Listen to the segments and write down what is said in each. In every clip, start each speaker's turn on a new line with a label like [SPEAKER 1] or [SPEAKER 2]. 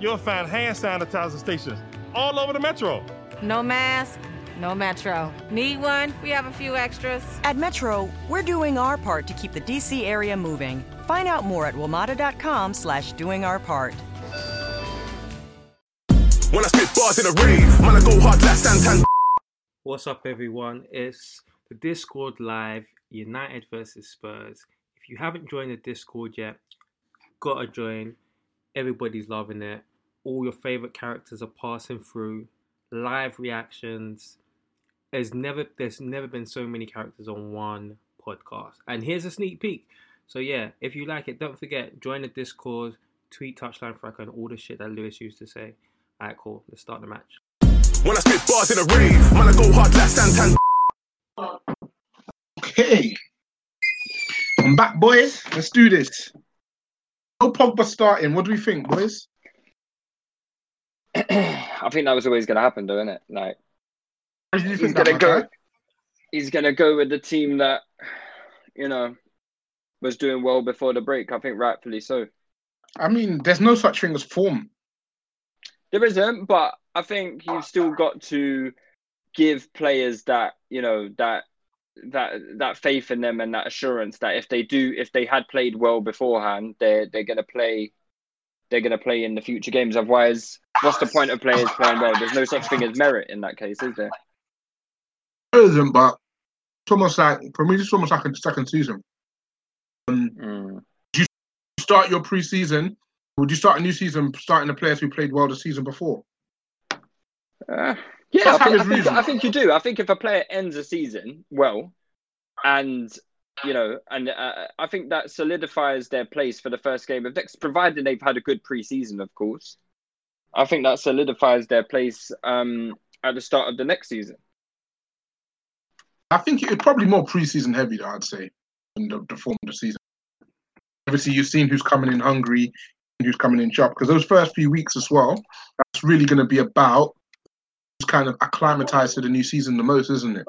[SPEAKER 1] You'll find hand sanitizer stations all over the metro.
[SPEAKER 2] No mask, no metro. Need one? We have a few extras.
[SPEAKER 3] At Metro, we're doing our part to keep the DC area moving. Find out more at WMATA.com slash doing our part.
[SPEAKER 4] When I spit bars in the rain, man, I go hard like Santan.
[SPEAKER 5] What's up, everyone? It's the Discord Live United versus Spurs. If you haven't joined the Discord yet, gotta join. Everybody's loving it. All your favorite characters are passing through. Live reactions. There's never there's never been so many characters on one podcast. And here's a sneak peek. So yeah, if you like it, don't forget join the Discord, tweet touchline fracker, and all the shit that Lewis used to say. Alright, cool. Let's start the match.
[SPEAKER 4] When I spit bars in the rain, man, I go hard like Santan.
[SPEAKER 6] Okay. I'm back, boys. Let's do this. No Pogba starting. What do we think, boys?
[SPEAKER 7] I think that was always going to happen, though, isn't it? Like
[SPEAKER 6] What do you
[SPEAKER 7] he's
[SPEAKER 6] think
[SPEAKER 7] going to
[SPEAKER 6] that,
[SPEAKER 7] go,
[SPEAKER 6] Maka?
[SPEAKER 7] he's going to go with the team that you know was doing well before the break. I think rightfully so.
[SPEAKER 6] I mean, there's no such thing as form.
[SPEAKER 7] There isn't, but I think you've still got to give players that you know that that that faith in them and that assurance that if they do if they had played well beforehand, they're they're going to play they're going to play in the future games. Otherwise, what's the point of players playing well? There's no such thing as merit in that case, is there?
[SPEAKER 6] There isn't, but it's almost like for me, it's almost like a second season. Um,
[SPEAKER 7] Mm.
[SPEAKER 6] you start your preseason. Would you start a new season starting the players who played well the season before?
[SPEAKER 7] Uh, yeah, I
[SPEAKER 6] That's
[SPEAKER 7] think, I,
[SPEAKER 6] Harry's
[SPEAKER 7] think,
[SPEAKER 6] reason.
[SPEAKER 7] I think you do. I think if a player ends a season well, and you know, and uh, I think that solidifies their place for the first game of next, provided they've had a good preseason, of course. I think that solidifies their place um, at the start of the next season.
[SPEAKER 6] I think it's probably more preseason heavy, though, I'd say, than the, the form of the season. Obviously, you've seen who's coming in hungry, and who's coming in sharp, because those first few weeks as well, that's really going to be about who's kind of acclimatized to the new season the most, isn't it?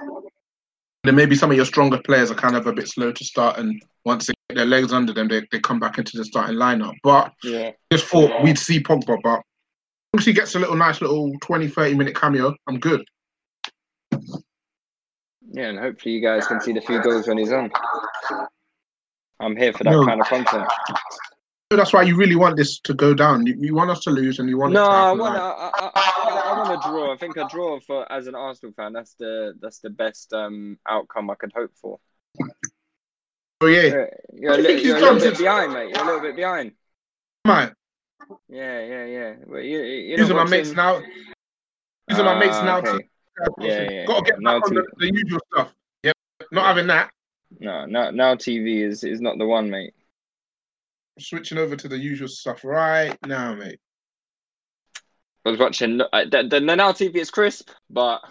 [SPEAKER 6] Then maybe some of your stronger players are kind of a bit slow to start, and once they get their legs under them, they, they come back into the starting lineup. But
[SPEAKER 7] Yeah,
[SPEAKER 6] just thought we'd see Pogba, but as long as he gets a little nice little 20, 30 minute cameo, I'm good.
[SPEAKER 7] yeah, and hopefully you guys can see the few goals when he's on. I'm here for that
[SPEAKER 6] No.
[SPEAKER 7] kind of content.
[SPEAKER 6] So that's why you really want this to go down. You, you want us to lose, and you want.
[SPEAKER 7] No,
[SPEAKER 6] it to
[SPEAKER 7] I
[SPEAKER 6] happen
[SPEAKER 7] want
[SPEAKER 6] like-
[SPEAKER 7] I, I, I, I want to draw. I think a draw for as an Arsenal fan, that's the that's the best um, outcome I could hope for.
[SPEAKER 6] Oh yeah,
[SPEAKER 7] You're, you're, a,
[SPEAKER 6] I think
[SPEAKER 7] little,
[SPEAKER 6] he's
[SPEAKER 7] you're a little
[SPEAKER 6] done
[SPEAKER 7] bit
[SPEAKER 6] since-
[SPEAKER 7] behind, mate. You're a little bit behind.
[SPEAKER 6] man.
[SPEAKER 7] Yeah, yeah, yeah. Well, you, you
[SPEAKER 6] These are my mates now. These are my mates now.
[SPEAKER 7] Ah, Okay. Yeah, yeah,
[SPEAKER 6] Got to
[SPEAKER 7] yeah.
[SPEAKER 6] get
[SPEAKER 7] Now
[SPEAKER 6] back on the,
[SPEAKER 7] to-
[SPEAKER 6] the usual stuff. Yep. Not having that.
[SPEAKER 7] No, now, now TV is, is not the one, mate.
[SPEAKER 6] Switching over to the usual stuff right now, mate.
[SPEAKER 7] I was watching. look, uh, The, the, the now TV is crisp, but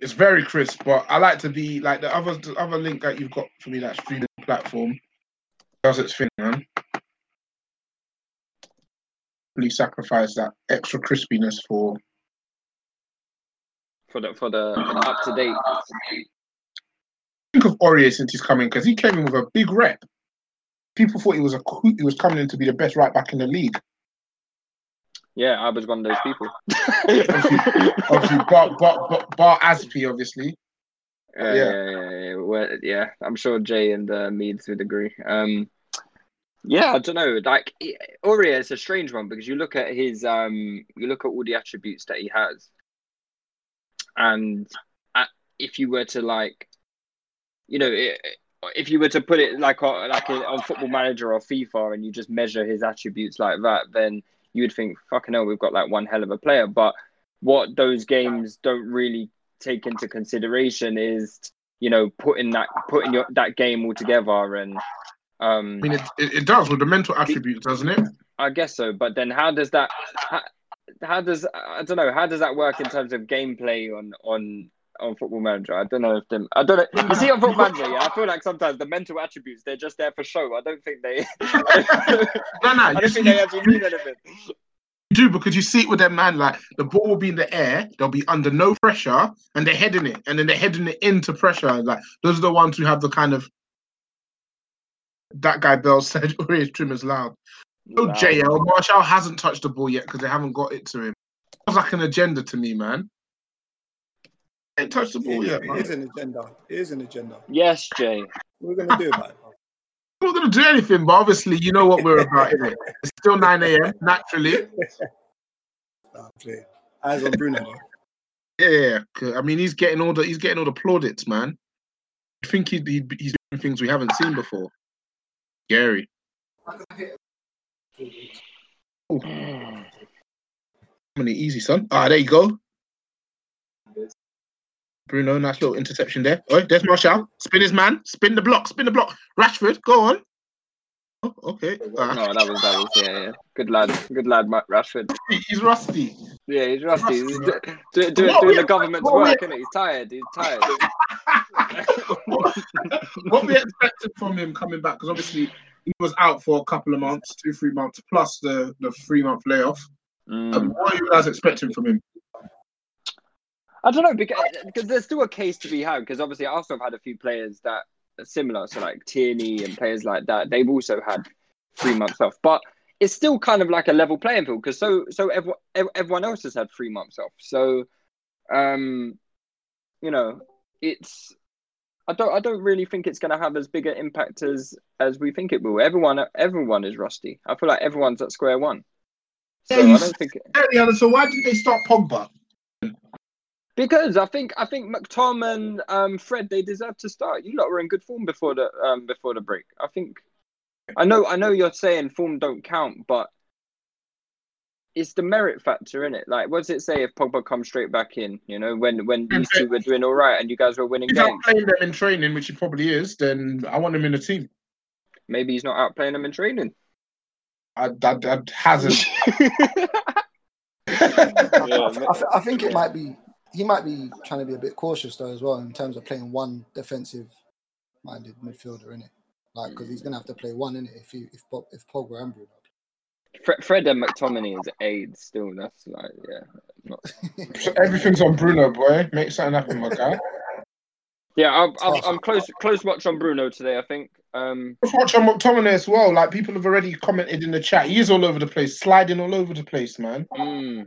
[SPEAKER 6] It's very crisp, but I like to be like the other the other link that you've got for me, that streaming platform does its thing, man. Really sacrifice that extra crispiness for
[SPEAKER 7] for the for the, for the up to date.
[SPEAKER 6] think of Aurier since he's coming because he came in with a big rep. People thought he was a coo- he was coming in to be the best right back in the league.
[SPEAKER 7] Yeah, I was one of those people.
[SPEAKER 6] Obviously, bar bar bar, bar Aspi, obviously.
[SPEAKER 7] yeah,
[SPEAKER 6] Yeah.
[SPEAKER 7] yeah, yeah, yeah. Well, yeah, I'm sure Jay and uh, Meads would agree. Um, Yeah, I don't know. Like Aurea is a strange one because you look at his um you look at all the attributes that he has. And uh, if you were to like you know, i- if you were to put it like on, like on Football Manager or FIFA and you just measure his attributes like that, then you would think fucking hell, we've got like one hell of a player, but what those games don't really take into consideration is you know putting that putting your, that game all together and um
[SPEAKER 6] I mean, it, it, it does with the mental attributes, doesn't it?
[SPEAKER 7] I guess so, but then how does that? How, how does I don't know? How does that work in terms of gameplay on on on Football Manager? I don't know if them. I don't know. You see on Football Manager, yeah, I feel like sometimes the mental attributes they're just there for show. I don't think they.
[SPEAKER 6] No, no,
[SPEAKER 7] I
[SPEAKER 6] you
[SPEAKER 7] don't
[SPEAKER 6] see-
[SPEAKER 7] think they actually mean anything.
[SPEAKER 6] You do because you see it with that man. Like the ball will be in the air, they'll be under no pressure, and they're heading it, and then they're heading it into pressure. Like those are the ones who have the kind of that guy Bell said, "Oh, "His trim is loud." No,
[SPEAKER 7] Wow.
[SPEAKER 6] JL Marshall hasn't touched the ball yet because they haven't got it to him. Sounds like an agenda to me, man. Ain't touched the ball yet, man.
[SPEAKER 8] It is an agenda. It is an agenda.
[SPEAKER 7] Yes, Jay.
[SPEAKER 8] What are we gonna do about it?
[SPEAKER 6] We're not going to do anything, but obviously, you know what we're about, innit? It's still 9 a.m., naturally.
[SPEAKER 8] Nah, play. Eyes on Bruno. though.
[SPEAKER 6] Yeah, 'cause, I mean, he's getting all the he's getting all the plaudits, man. I think he, he, he's doing things we haven't seen before. Gary.
[SPEAKER 9] Uh,
[SPEAKER 6] Ooh. Coming in easy, son. Ah, there you go. Bruno, nice little interception there. Oh, there's Marshall. Spin his man. Spin the block. Spin the block. Rashford, go on. Oh, okay.
[SPEAKER 7] No,
[SPEAKER 6] Ah,
[SPEAKER 7] that was that was yeah, yeah. Good lad, good lad, Matt Rashford.
[SPEAKER 6] he's rusty.
[SPEAKER 7] Yeah, he's rusty. He's do, do, do,
[SPEAKER 6] What
[SPEAKER 7] doing
[SPEAKER 6] we-
[SPEAKER 7] the government's
[SPEAKER 6] what we-
[SPEAKER 7] work, is He's tired. He's tired.
[SPEAKER 6] what what we expected from him coming back because obviously he was out for a couple of months, two, three months, plus the, the three month layoff.
[SPEAKER 7] Mm.
[SPEAKER 6] Um, what are you guys expecting from him?
[SPEAKER 7] I don't know because, because there's still a case to be had because obviously Arsenal have had a few players that are similar, so like Tierney and players like that. They've also had three months off, but it's still kind of like a level playing field because so so everyone everyone else has had three months off. So, um, you know, it's I don't I don't really think it's going to have as big an impact as as we think it will. Everyone everyone is rusty. I feel like everyone's at square one. So I don't think
[SPEAKER 6] So why didn't they start Pogba?
[SPEAKER 7] Because I think I think McTom and um, Fred they deserve to start. You lot were in good form before the um, before the break. I think I know I know you're saying form don't count, but it's the merit factor in it. Like, what does it say if Pogba comes straight back in? You know, when when these two were doing all right and you guys were winning
[SPEAKER 6] If he's out
[SPEAKER 7] games,
[SPEAKER 6] playing them in training, which he probably is, then I want him in the team.
[SPEAKER 7] maybe he's not out playing them in training.
[SPEAKER 6] I, that, that hasn't.
[SPEAKER 8] I, th- I think it might be he might be trying to be a bit cautious though as well in terms of playing one defensive minded midfielder in it, like because he's gonna have to play one in it if he if Bob, if Pogba and Bruno.
[SPEAKER 7] Fre- Fred and McTominay is aids still. That's like yeah, not
[SPEAKER 6] so everything's on Bruno, boy. Make something happen, my guy.
[SPEAKER 7] yeah. I'm, I'm, I'm close close watch on Bruno today. I think. Um,
[SPEAKER 6] Just watch on McTominay as well. Like people have already commented in the chat. He is all over the place, sliding all over the place, man.
[SPEAKER 7] mm.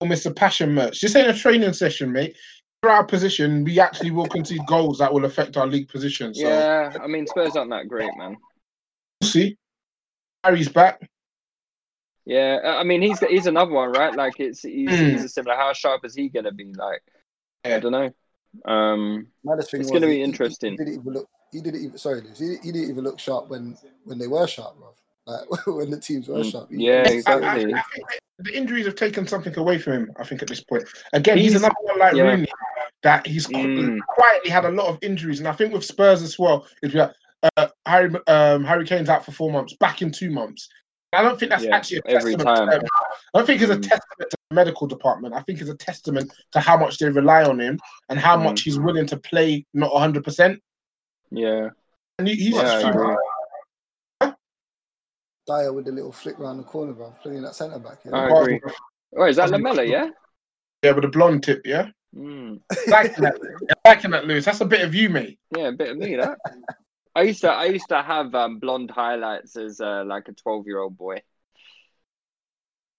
[SPEAKER 6] little Mr. Passion merch. This ain't a training session, mate. For our position, we actually will concede goals that will affect our league position. So
[SPEAKER 7] Yeah, I mean Spurs aren't that great, man.
[SPEAKER 6] we'll see. Harry's back.
[SPEAKER 7] Yeah, I I mean he's he's another one, right? Like it's he's,
[SPEAKER 6] Hmm.
[SPEAKER 7] he's a similar. How sharp is he gonna be? Like I
[SPEAKER 6] Yeah.
[SPEAKER 7] don't know. Um,
[SPEAKER 8] Maddest thing
[SPEAKER 7] It's
[SPEAKER 8] was
[SPEAKER 7] gonna be
[SPEAKER 8] he- he-
[SPEAKER 7] interesting.
[SPEAKER 8] He, didn't even look. He didn't even sorry, Lewis, he, he didn't even look sharp when when they were sharp, bro. Like when the teams were
[SPEAKER 7] mm,
[SPEAKER 8] sharp. He-
[SPEAKER 7] yeah,
[SPEAKER 6] I- I- I
[SPEAKER 7] exactly.
[SPEAKER 6] think the injuries have taken something away from him. I think at this point, again, he's,
[SPEAKER 7] He's-
[SPEAKER 6] another one like
[SPEAKER 7] yeah.
[SPEAKER 6] Rooney that he's qu-
[SPEAKER 7] Mm.
[SPEAKER 6] quietly had a lot of injuries, and I think with Spurs as well, is like uh, Harry um, Harry Kane's out for four months, back in two months. I don't think that's
[SPEAKER 7] Yeah,
[SPEAKER 6] actually a
[SPEAKER 7] every
[SPEAKER 6] testament to
[SPEAKER 7] time.
[SPEAKER 6] them. I don't think it's a
[SPEAKER 7] Mm.
[SPEAKER 6] testament to the medical department. I think it's a testament to how much they rely on him and how
[SPEAKER 7] Mm.
[SPEAKER 6] much he's willing to play not 100%.
[SPEAKER 7] Yeah,
[SPEAKER 6] And he, he's
[SPEAKER 7] Yeah,
[SPEAKER 6] just
[SPEAKER 7] I agree.
[SPEAKER 8] Dyer with the little flick round the corner, bro, playing that centre back.
[SPEAKER 7] I
[SPEAKER 8] Yeah.
[SPEAKER 6] Bars-
[SPEAKER 7] agree. Oh, is that Lamella? Yeah.
[SPEAKER 6] Yeah, with a blonde tip, yeah?
[SPEAKER 7] Mm.
[SPEAKER 6] Liking that, liking that, Lewis. That's a bit of you, mate.
[SPEAKER 7] Yeah, a bit of me that. I used to I used to have um, blonde highlights as uh, like a twelve year old boy.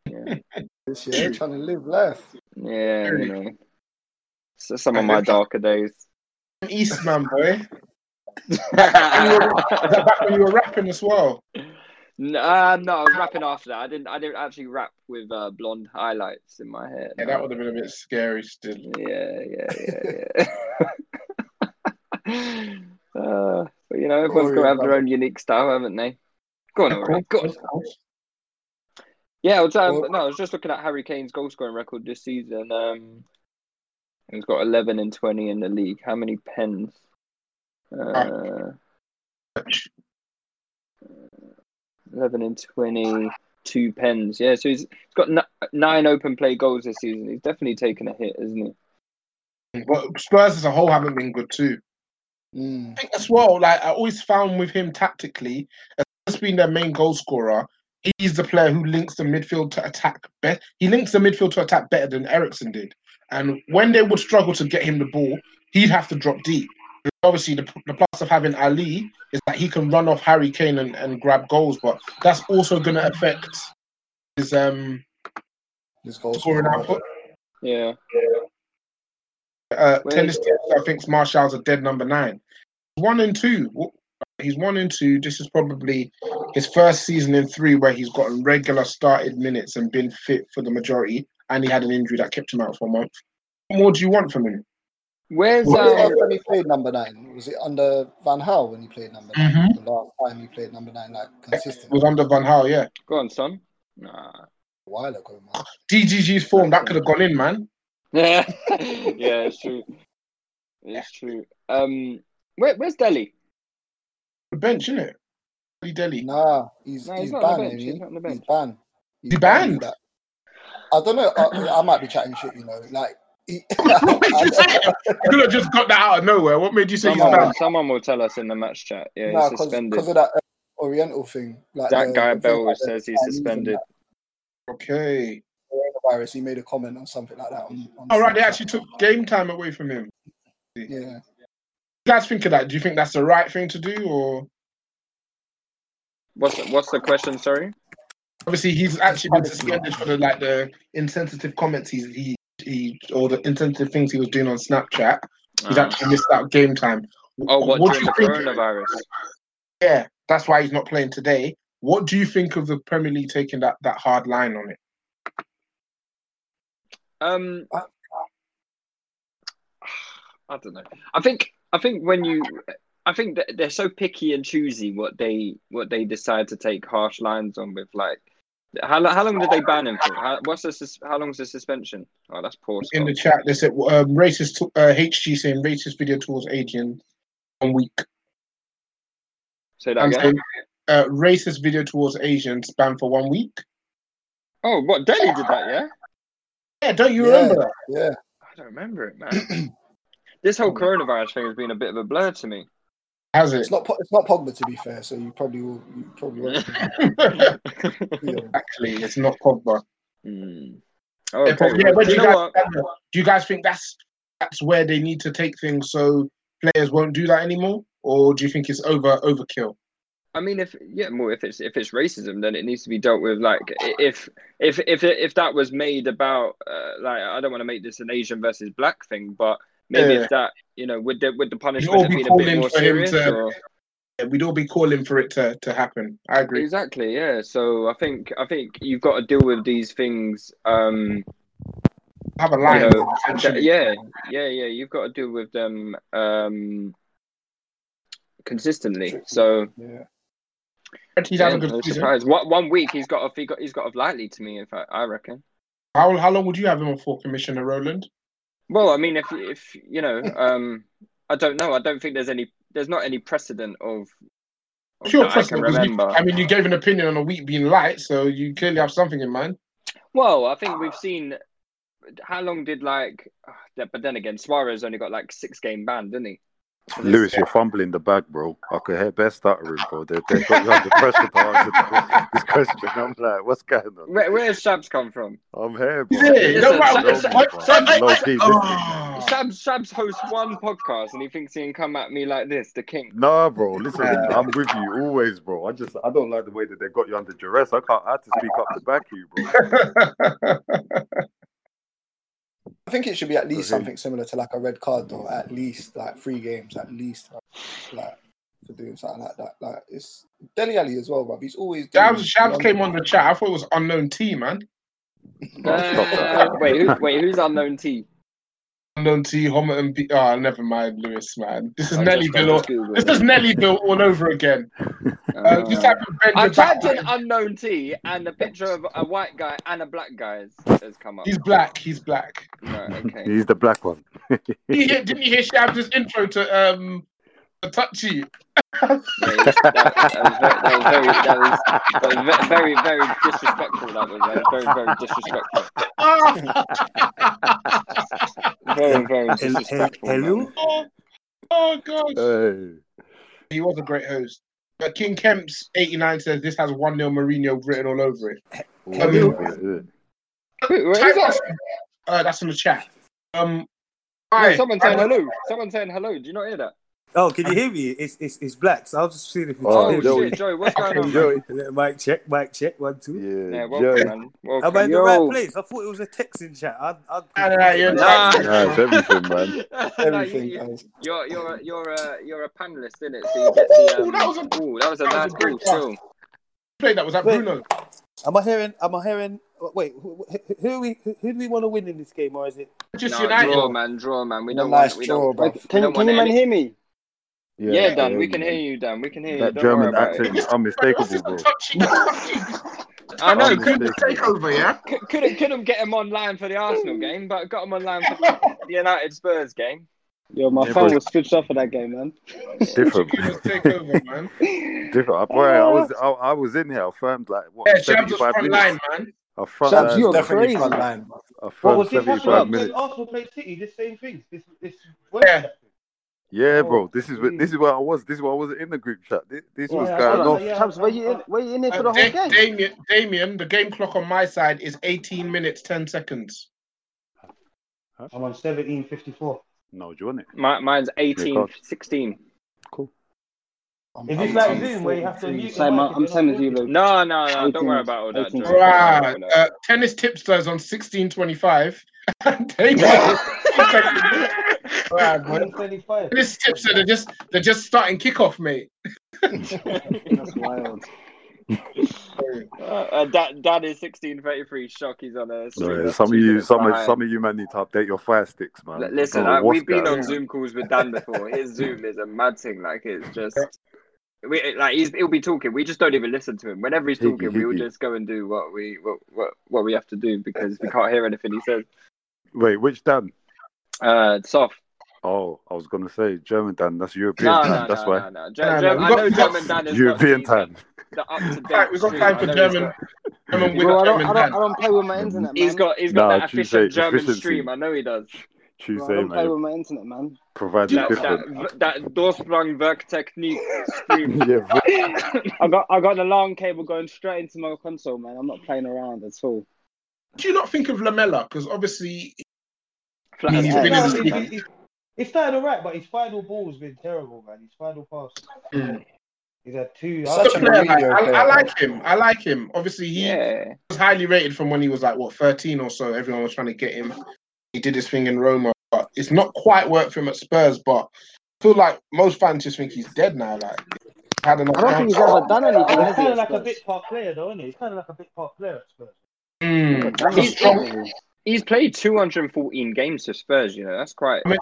[SPEAKER 7] Yeah,
[SPEAKER 8] This year, trying to live life.
[SPEAKER 7] yeah, you know. So some of my darker days.
[SPEAKER 6] Eastman, boy. Is that back when you were rapping as well?
[SPEAKER 7] N- Uh, no, I was rapping after that. I didn't. I didn't actually rap with uh, blonde highlights in my hair.
[SPEAKER 6] Yeah,
[SPEAKER 7] no.
[SPEAKER 6] that would have been a bit scary still.
[SPEAKER 7] Yeah, yeah, yeah, yeah. Uh, but you know, everyone's
[SPEAKER 6] Oh,
[SPEAKER 7] got to
[SPEAKER 6] yeah,
[SPEAKER 7] have their
[SPEAKER 6] brother.
[SPEAKER 7] own unique style, haven't they? Go on,
[SPEAKER 6] Of
[SPEAKER 7] Ori. Go on. Yeah, I was, um, no, I was just looking at Harry Kane's goal scoring record this season. Um, he's got 11 and 20 in the league. How many pens? Uh, 11 and 20, two pens. Yeah, so he's, he's got n- nine open play goals this season. He's definitely taken a hit, isn't he?
[SPEAKER 6] But Spurs as a whole haven't been good too.
[SPEAKER 8] Hmm.
[SPEAKER 6] I think as well, like I always found with him tactically, as being their main goal scorer, he's the player who links the midfield to attack best. He links the midfield to attack better than Ericsson did. And when they would struggle to get him the ball, he'd have to drop deep. Obviously, the, the plus of having Ali is that he can run off Harry Kane and, and grab goals, but that's also going to affect his um
[SPEAKER 8] his goal
[SPEAKER 6] scoring output.
[SPEAKER 7] Yeah.
[SPEAKER 6] Uh,
[SPEAKER 7] Where-
[SPEAKER 6] tennis, I think Marshall's a dead number nine. One and two. He's one and two. This is probably his first season in three where he's gotten regular started minutes and been fit for the majority. And he had an injury that kept him out for a month. What more do you want from him?
[SPEAKER 7] Where's
[SPEAKER 8] What was
[SPEAKER 6] uh,
[SPEAKER 8] that when he played number nine? Was it under Van Gaal when he played number 9
[SPEAKER 6] Mm-hmm.
[SPEAKER 8] The last time he played number nine, like
[SPEAKER 6] It
[SPEAKER 8] consistently,
[SPEAKER 6] was under Van Gaal, yeah.
[SPEAKER 7] Go on, son. Nah.
[SPEAKER 8] a while ago.
[SPEAKER 6] DGG's form that could have gone in, man.
[SPEAKER 7] Yeah, yeah, it's true. It's true. Um, where, where's Delhi?
[SPEAKER 6] The bench, isn't it? Delhi, Delhi.
[SPEAKER 8] Nah, he's,
[SPEAKER 7] No,
[SPEAKER 8] he's,
[SPEAKER 7] he's not on
[SPEAKER 8] banned.
[SPEAKER 7] the bench.
[SPEAKER 8] isn't he?
[SPEAKER 7] He's not on the bench.
[SPEAKER 8] He's banned.
[SPEAKER 6] He banned.
[SPEAKER 8] for that. I don't know. I, I might be chatting shit, you know. Like, he,
[SPEAKER 6] You could have just got that out of nowhere. What made you say he's
[SPEAKER 7] Someone,
[SPEAKER 6] banned?
[SPEAKER 7] someone will tell us in the match chat. Yeah, he's suspended.
[SPEAKER 8] because of that uh, Oriental thing. Like
[SPEAKER 7] that
[SPEAKER 8] the-
[SPEAKER 7] guy
[SPEAKER 8] the thing
[SPEAKER 7] Bell
[SPEAKER 8] about the
[SPEAKER 7] says he's
[SPEAKER 8] Chinese and
[SPEAKER 7] suspended.
[SPEAKER 6] Okay.
[SPEAKER 8] Coronavirus. He made a comment on something like that. On, on
[SPEAKER 6] All right, they actually took game time away from him.
[SPEAKER 8] Yeah.
[SPEAKER 6] You guys think of that? Do you think that's the right thing to do, or
[SPEAKER 7] What's the, what's the question? Sorry.
[SPEAKER 6] obviously he's actually been suspended for the like the insensitive comments he's, he he or the insensitive things he was doing on Snapchat. He's
[SPEAKER 7] Ah.
[SPEAKER 6] actually missed out game time.
[SPEAKER 7] Oh, what
[SPEAKER 6] What do you
[SPEAKER 7] during the
[SPEAKER 6] think-
[SPEAKER 7] coronavirus?
[SPEAKER 6] Yeah, that's why he's not playing today. What do you think of the Premier League taking that, that hard line on it?
[SPEAKER 7] Um, I don't know. I think I think when you, I think that they're so picky and choosy what they what they decide to take harsh lines on with. Like, how lo- how long did they ban him for? How, what's the sus- how long's the suspension? Oh, that's poor.
[SPEAKER 6] In the
[SPEAKER 7] Scott.
[SPEAKER 6] chat, they said um, racist uh, HG saying racist video towards Adrian one week.
[SPEAKER 7] Say that
[SPEAKER 6] And
[SPEAKER 7] again.
[SPEAKER 6] saying, uh, racist video towards Asians banned for one week.
[SPEAKER 7] Oh, what Delhi did that? Yeah,
[SPEAKER 6] Yeah, don't you
[SPEAKER 8] Yeah.
[SPEAKER 6] remember that?
[SPEAKER 8] Yeah.
[SPEAKER 7] I don't remember it, man. this whole coronavirus thing has been a bit of a blur to me.
[SPEAKER 6] Has it?
[SPEAKER 8] It's not. Po- It's not Pogba to be fair. So you probably will. You probably won't.
[SPEAKER 6] Actually, it's not Pogba.
[SPEAKER 7] Hmm.
[SPEAKER 6] Yeah,
[SPEAKER 7] Okay,
[SPEAKER 6] but- yeah,
[SPEAKER 7] well,
[SPEAKER 6] but
[SPEAKER 7] do
[SPEAKER 6] do
[SPEAKER 7] you
[SPEAKER 6] you,
[SPEAKER 7] know
[SPEAKER 6] guys,
[SPEAKER 7] what?
[SPEAKER 6] do you guys think that's that's where they need to take things so players won't do that anymore, or do you think it's over overkill?
[SPEAKER 7] I mean, if yeah, well, if it's if it's racism, then it needs to be dealt with. Like, i- if if if if that was made about uh, like, I don't want to make this an Asian versus black thing, but maybe
[SPEAKER 6] Yeah.
[SPEAKER 7] if that you know, would the would the
[SPEAKER 6] all
[SPEAKER 7] punishment have
[SPEAKER 6] be
[SPEAKER 7] been a bit
[SPEAKER 6] calling
[SPEAKER 7] more
[SPEAKER 6] for him
[SPEAKER 7] serious?
[SPEAKER 6] to-
[SPEAKER 7] or-
[SPEAKER 6] Yeah, we'd all be calling for it to, to happen. I agree.
[SPEAKER 7] Exactly, yeah. So I think I think you've got to deal with these things. Um,
[SPEAKER 6] Have a
[SPEAKER 7] you
[SPEAKER 6] line.
[SPEAKER 7] know,
[SPEAKER 6] essentially.
[SPEAKER 7] that- yeah, yeah, yeah. You've got to deal with them um, consistently. So
[SPEAKER 8] Yeah.
[SPEAKER 6] He's had a
[SPEAKER 7] yeah,
[SPEAKER 6] good
[SPEAKER 7] no
[SPEAKER 6] season.
[SPEAKER 7] surprise. What one week he's got off. He got he's got off lightly to me. In fact, I reckon.
[SPEAKER 6] How how long would you have him for, Commissioner Rowland?
[SPEAKER 7] Well, I mean, if if you know, um, I don't know. I don't think there's any. There's not any precedent of. of
[SPEAKER 6] Sure,
[SPEAKER 7] that I can
[SPEAKER 6] precedent, 'cause you-
[SPEAKER 7] remember.
[SPEAKER 6] I mean, you gave an opinion on a week being light, so you clearly have something in mind.
[SPEAKER 7] Well, I think we've seen. How long did like? ah, th- But then again, Suarez only got like six game ban, didn't he?
[SPEAKER 10] Lewis, you're fumbling the bag, bro. I could hear Bear stuttering, bro. They, they got you under pressure to answer the- this question. I'm like, what's going on?
[SPEAKER 7] Where, where's Shabs come from?
[SPEAKER 10] I'm here, bro.
[SPEAKER 6] He's here. No
[SPEAKER 7] Listen,
[SPEAKER 6] matter
[SPEAKER 7] Shabs,
[SPEAKER 10] what-
[SPEAKER 7] Shabs,
[SPEAKER 10] Low key listening.
[SPEAKER 6] Oh.
[SPEAKER 7] Shabs, Shabs hosts one podcast and he thinks he can come at me like this, the king.
[SPEAKER 10] Nah, bro. Listen, I'm with you always, bro. I just I don't like the way that they got you under duress. I can't. I had to speak up to back you, bro.
[SPEAKER 8] I think it should be at least something similar to like a red card, though. At least like three games, at least like for doing something like that. Like it's Deli Ali as well, bruv. He's always.
[SPEAKER 6] Shabs, Shabs came on the chat. I thought it was unknown T, man.
[SPEAKER 7] Uh, wait, who, wait, who's unknown T?
[SPEAKER 6] Unknown T, Homer and B. Oh, never mind, Lewis, man. This is
[SPEAKER 7] I
[SPEAKER 6] Nelly
[SPEAKER 7] just- I
[SPEAKER 6] Bill.
[SPEAKER 7] just Googled
[SPEAKER 6] This is
[SPEAKER 7] it.
[SPEAKER 6] Nelly Bill all over again. Uh, just type in Benja
[SPEAKER 7] I typed
[SPEAKER 6] Batman.
[SPEAKER 7] in unknown T and a picture of a white guy and a black guy has, has come up.
[SPEAKER 6] He's black. He's black.
[SPEAKER 10] He's the black one.
[SPEAKER 6] Did you hear, didn't you hear Shabs' intro to um, to Touchy?
[SPEAKER 7] That was very, that was, that was ve- very, very disrespectful. That was that was very, very disrespectful.
[SPEAKER 6] Ah.
[SPEAKER 7] Very, very
[SPEAKER 6] Hel- hel-
[SPEAKER 7] disrespectful. man.
[SPEAKER 6] hello? Oh, oh God.
[SPEAKER 10] Hey.
[SPEAKER 6] He was a great host. But King Kemp's 89 says this has 1 nil Mourinho written all over it.
[SPEAKER 10] Hello?
[SPEAKER 6] Type that- uh, that's in the chat. Um,
[SPEAKER 7] No,
[SPEAKER 6] hi.
[SPEAKER 7] someone saying
[SPEAKER 6] I'm-
[SPEAKER 7] hello. Someone saying hello. Do you not hear that?
[SPEAKER 11] Oh, can you hear me? It's it's, it's black, so I was just seeing if you
[SPEAKER 7] Oh,
[SPEAKER 11] could hear
[SPEAKER 7] Joey.
[SPEAKER 11] me.
[SPEAKER 7] shit, Joey, what's going on,
[SPEAKER 11] Joey. Mic check, mic check, one, two.
[SPEAKER 10] Yeah,
[SPEAKER 7] Yeah, welcome,
[SPEAKER 11] Joey.
[SPEAKER 7] man.
[SPEAKER 11] Am
[SPEAKER 7] Welcome.
[SPEAKER 11] I in the
[SPEAKER 7] Yo.
[SPEAKER 11] right place? I thought it was a texting chat. I, I,
[SPEAKER 7] Nah.
[SPEAKER 10] Nah, it's everything, man.
[SPEAKER 7] No, you-
[SPEAKER 11] Everything,
[SPEAKER 7] you,
[SPEAKER 11] guys.
[SPEAKER 7] you're you're a, you're a you're a panelist, isn't it? So you get the, um,
[SPEAKER 6] Ooh, that was a-
[SPEAKER 7] ooh, that was a
[SPEAKER 6] that was
[SPEAKER 7] nice
[SPEAKER 6] a
[SPEAKER 7] ball
[SPEAKER 6] good
[SPEAKER 7] still.
[SPEAKER 6] Play that was that Bruno.
[SPEAKER 11] Am I hearing? Am I hearing? Wait, who, who- who, we, who, who do we want to win in this game, or is it?
[SPEAKER 7] Nah, draw, man, draw, man. We
[SPEAKER 11] A
[SPEAKER 7] don't
[SPEAKER 11] nice
[SPEAKER 7] want we
[SPEAKER 11] draw,
[SPEAKER 7] don't,
[SPEAKER 11] bruv.
[SPEAKER 7] we
[SPEAKER 11] Can-
[SPEAKER 7] don't
[SPEAKER 11] can
[SPEAKER 7] want
[SPEAKER 11] you man
[SPEAKER 7] any-
[SPEAKER 11] hear
[SPEAKER 7] me? Yeah,
[SPEAKER 10] Yeah,
[SPEAKER 7] Dan,
[SPEAKER 10] yeah,
[SPEAKER 7] we can
[SPEAKER 10] man.
[SPEAKER 7] hear you, Dan. We can hear you.
[SPEAKER 10] That
[SPEAKER 7] Don't
[SPEAKER 10] German
[SPEAKER 7] worry about
[SPEAKER 10] accent
[SPEAKER 7] it.
[SPEAKER 10] is unmistakable, bro.
[SPEAKER 7] I know.
[SPEAKER 10] Unmistakable.
[SPEAKER 7] Couldn't
[SPEAKER 6] takeover, yeah.
[SPEAKER 7] Couldn't couldn't get him online for the Arsenal game, but got him online for the United Spurs game.
[SPEAKER 9] Yo, my
[SPEAKER 10] Yeah,
[SPEAKER 9] phone
[SPEAKER 10] bro.
[SPEAKER 9] was switched off for that game, man.
[SPEAKER 10] Different.
[SPEAKER 6] Takeover, man.
[SPEAKER 10] Different. I, boy, I was I, I was in here. I firmed like what
[SPEAKER 6] Yeah, Shabs was
[SPEAKER 10] 75
[SPEAKER 6] front
[SPEAKER 10] minutes.
[SPEAKER 6] line, man.
[SPEAKER 10] I front
[SPEAKER 9] Shabs,
[SPEAKER 10] line.
[SPEAKER 9] you are Definitely crazy. front
[SPEAKER 11] line.
[SPEAKER 10] I
[SPEAKER 9] What
[SPEAKER 10] firmed
[SPEAKER 9] was this
[SPEAKER 10] 75
[SPEAKER 9] happening
[SPEAKER 10] minutes.
[SPEAKER 9] when
[SPEAKER 6] Oh,
[SPEAKER 9] Arsenal played City? This same thing. This this. Yeah.
[SPEAKER 10] Yeah,
[SPEAKER 9] Oh,
[SPEAKER 10] bro. This is what this is where I was. This is where I was in the group chat. This, this was going off.
[SPEAKER 9] were you in? Were you in
[SPEAKER 6] Uh, Da- Damien, Damien, the game clock on my side is 18 minutes 10 seconds.
[SPEAKER 9] I'm on seventeen fifty four.
[SPEAKER 10] No, do you want it?
[SPEAKER 7] My, mine's
[SPEAKER 10] Yeah,
[SPEAKER 7] 18,
[SPEAKER 10] go on.
[SPEAKER 7] 16. Cool.
[SPEAKER 9] Is this like Zoom where you have to mute? your
[SPEAKER 7] Same,
[SPEAKER 9] mic if
[SPEAKER 7] I'm- I'm
[SPEAKER 9] you're not
[SPEAKER 7] same as you,
[SPEAKER 9] talking?
[SPEAKER 7] No, no, no. Don't worry about all that. Joe. Don't worry about all
[SPEAKER 6] Right.
[SPEAKER 7] that.
[SPEAKER 6] Uh, tennis tipsters on 1625. Damien. Right, man. tennis tipster, they're just, they're just starting kickoff, mate.
[SPEAKER 9] That's wild.
[SPEAKER 7] Uh, uh, dad, dad is 1633. Shock, he's on a
[SPEAKER 10] No,
[SPEAKER 7] stream. that's
[SPEAKER 10] some of
[SPEAKER 7] two
[SPEAKER 10] you,
[SPEAKER 7] minutes
[SPEAKER 10] some of,
[SPEAKER 7] behind.
[SPEAKER 10] some of you man need to update your fire sticks, man.
[SPEAKER 7] L- Listen,
[SPEAKER 10] Bro,
[SPEAKER 7] like,
[SPEAKER 10] what's
[SPEAKER 7] we've been
[SPEAKER 10] going
[SPEAKER 7] on
[SPEAKER 10] on?
[SPEAKER 7] Zoom calls with Dan before. His Zoom is a mad thing. Like it's just, we like he's, he'll be talking. We just don't even listen to him. Whenever he's
[SPEAKER 10] Higgy,
[SPEAKER 7] talking, we will
[SPEAKER 10] higgy.
[SPEAKER 7] just go and do what we what, what what we have to do because we can't hear anything he says.
[SPEAKER 10] Wait, which Dan?
[SPEAKER 7] Uh, soft.
[SPEAKER 10] Oh, I was gonna say German Dan. That's European
[SPEAKER 7] No,
[SPEAKER 10] Dan.
[SPEAKER 7] no,
[SPEAKER 10] that's
[SPEAKER 7] no,
[SPEAKER 10] why.
[SPEAKER 7] no, no. Ger- No, no, Germ- we I got- know we got- German Dan is
[SPEAKER 10] European
[SPEAKER 7] not
[SPEAKER 10] Dan.
[SPEAKER 7] The up to date.
[SPEAKER 6] Right, we've got time for German. German with
[SPEAKER 9] Bro, I don't,
[SPEAKER 6] German
[SPEAKER 9] I don't,
[SPEAKER 6] hand.
[SPEAKER 9] I don't play with my internet, man.
[SPEAKER 7] He's got he's got
[SPEAKER 10] Nah,
[SPEAKER 7] that
[SPEAKER 10] Tuesday,
[SPEAKER 7] efficient German
[SPEAKER 10] efficiency.
[SPEAKER 7] stream. I know he does.
[SPEAKER 9] Bro, I
[SPEAKER 10] Tuesday,
[SPEAKER 9] don't play
[SPEAKER 10] mate.
[SPEAKER 9] with my internet, man.
[SPEAKER 10] Provides a
[SPEAKER 7] That
[SPEAKER 10] different.
[SPEAKER 7] that that Dorsprung work technique stream.
[SPEAKER 10] yeah, bro.
[SPEAKER 9] I got, I got the long cable going straight into my console, man. I'm not playing around at all.
[SPEAKER 6] Do you not think of Lamella? Because obviously,
[SPEAKER 9] Flat
[SPEAKER 6] he's
[SPEAKER 9] as
[SPEAKER 6] been
[SPEAKER 9] hell.
[SPEAKER 6] in
[SPEAKER 9] No,
[SPEAKER 6] his
[SPEAKER 9] he- He started all right, but his final ball's been terrible, man. His final pass. He's had two.
[SPEAKER 6] Such a player, like, I, I like him. I like him. Obviously, he was highly rated from when he was like what thirteen or so. Everyone was trying to get him. He did his thing in Roma, but it's not quite worked for him at Spurs. But I feel like most fans just think he's dead now. Like had enough.
[SPEAKER 9] I don't think he's
[SPEAKER 6] outs.
[SPEAKER 9] ever done anything, has he?
[SPEAKER 11] kinda
[SPEAKER 9] at
[SPEAKER 11] like a
[SPEAKER 9] Spurs?
[SPEAKER 11] bit part player, though, isn't he? He's kind of like a bit part player at Spurs.
[SPEAKER 6] Mm, that's a
[SPEAKER 7] Hmm. He's,
[SPEAKER 6] strong.
[SPEAKER 7] he's- he's played 214 games for Spurs. You know that's quite. like-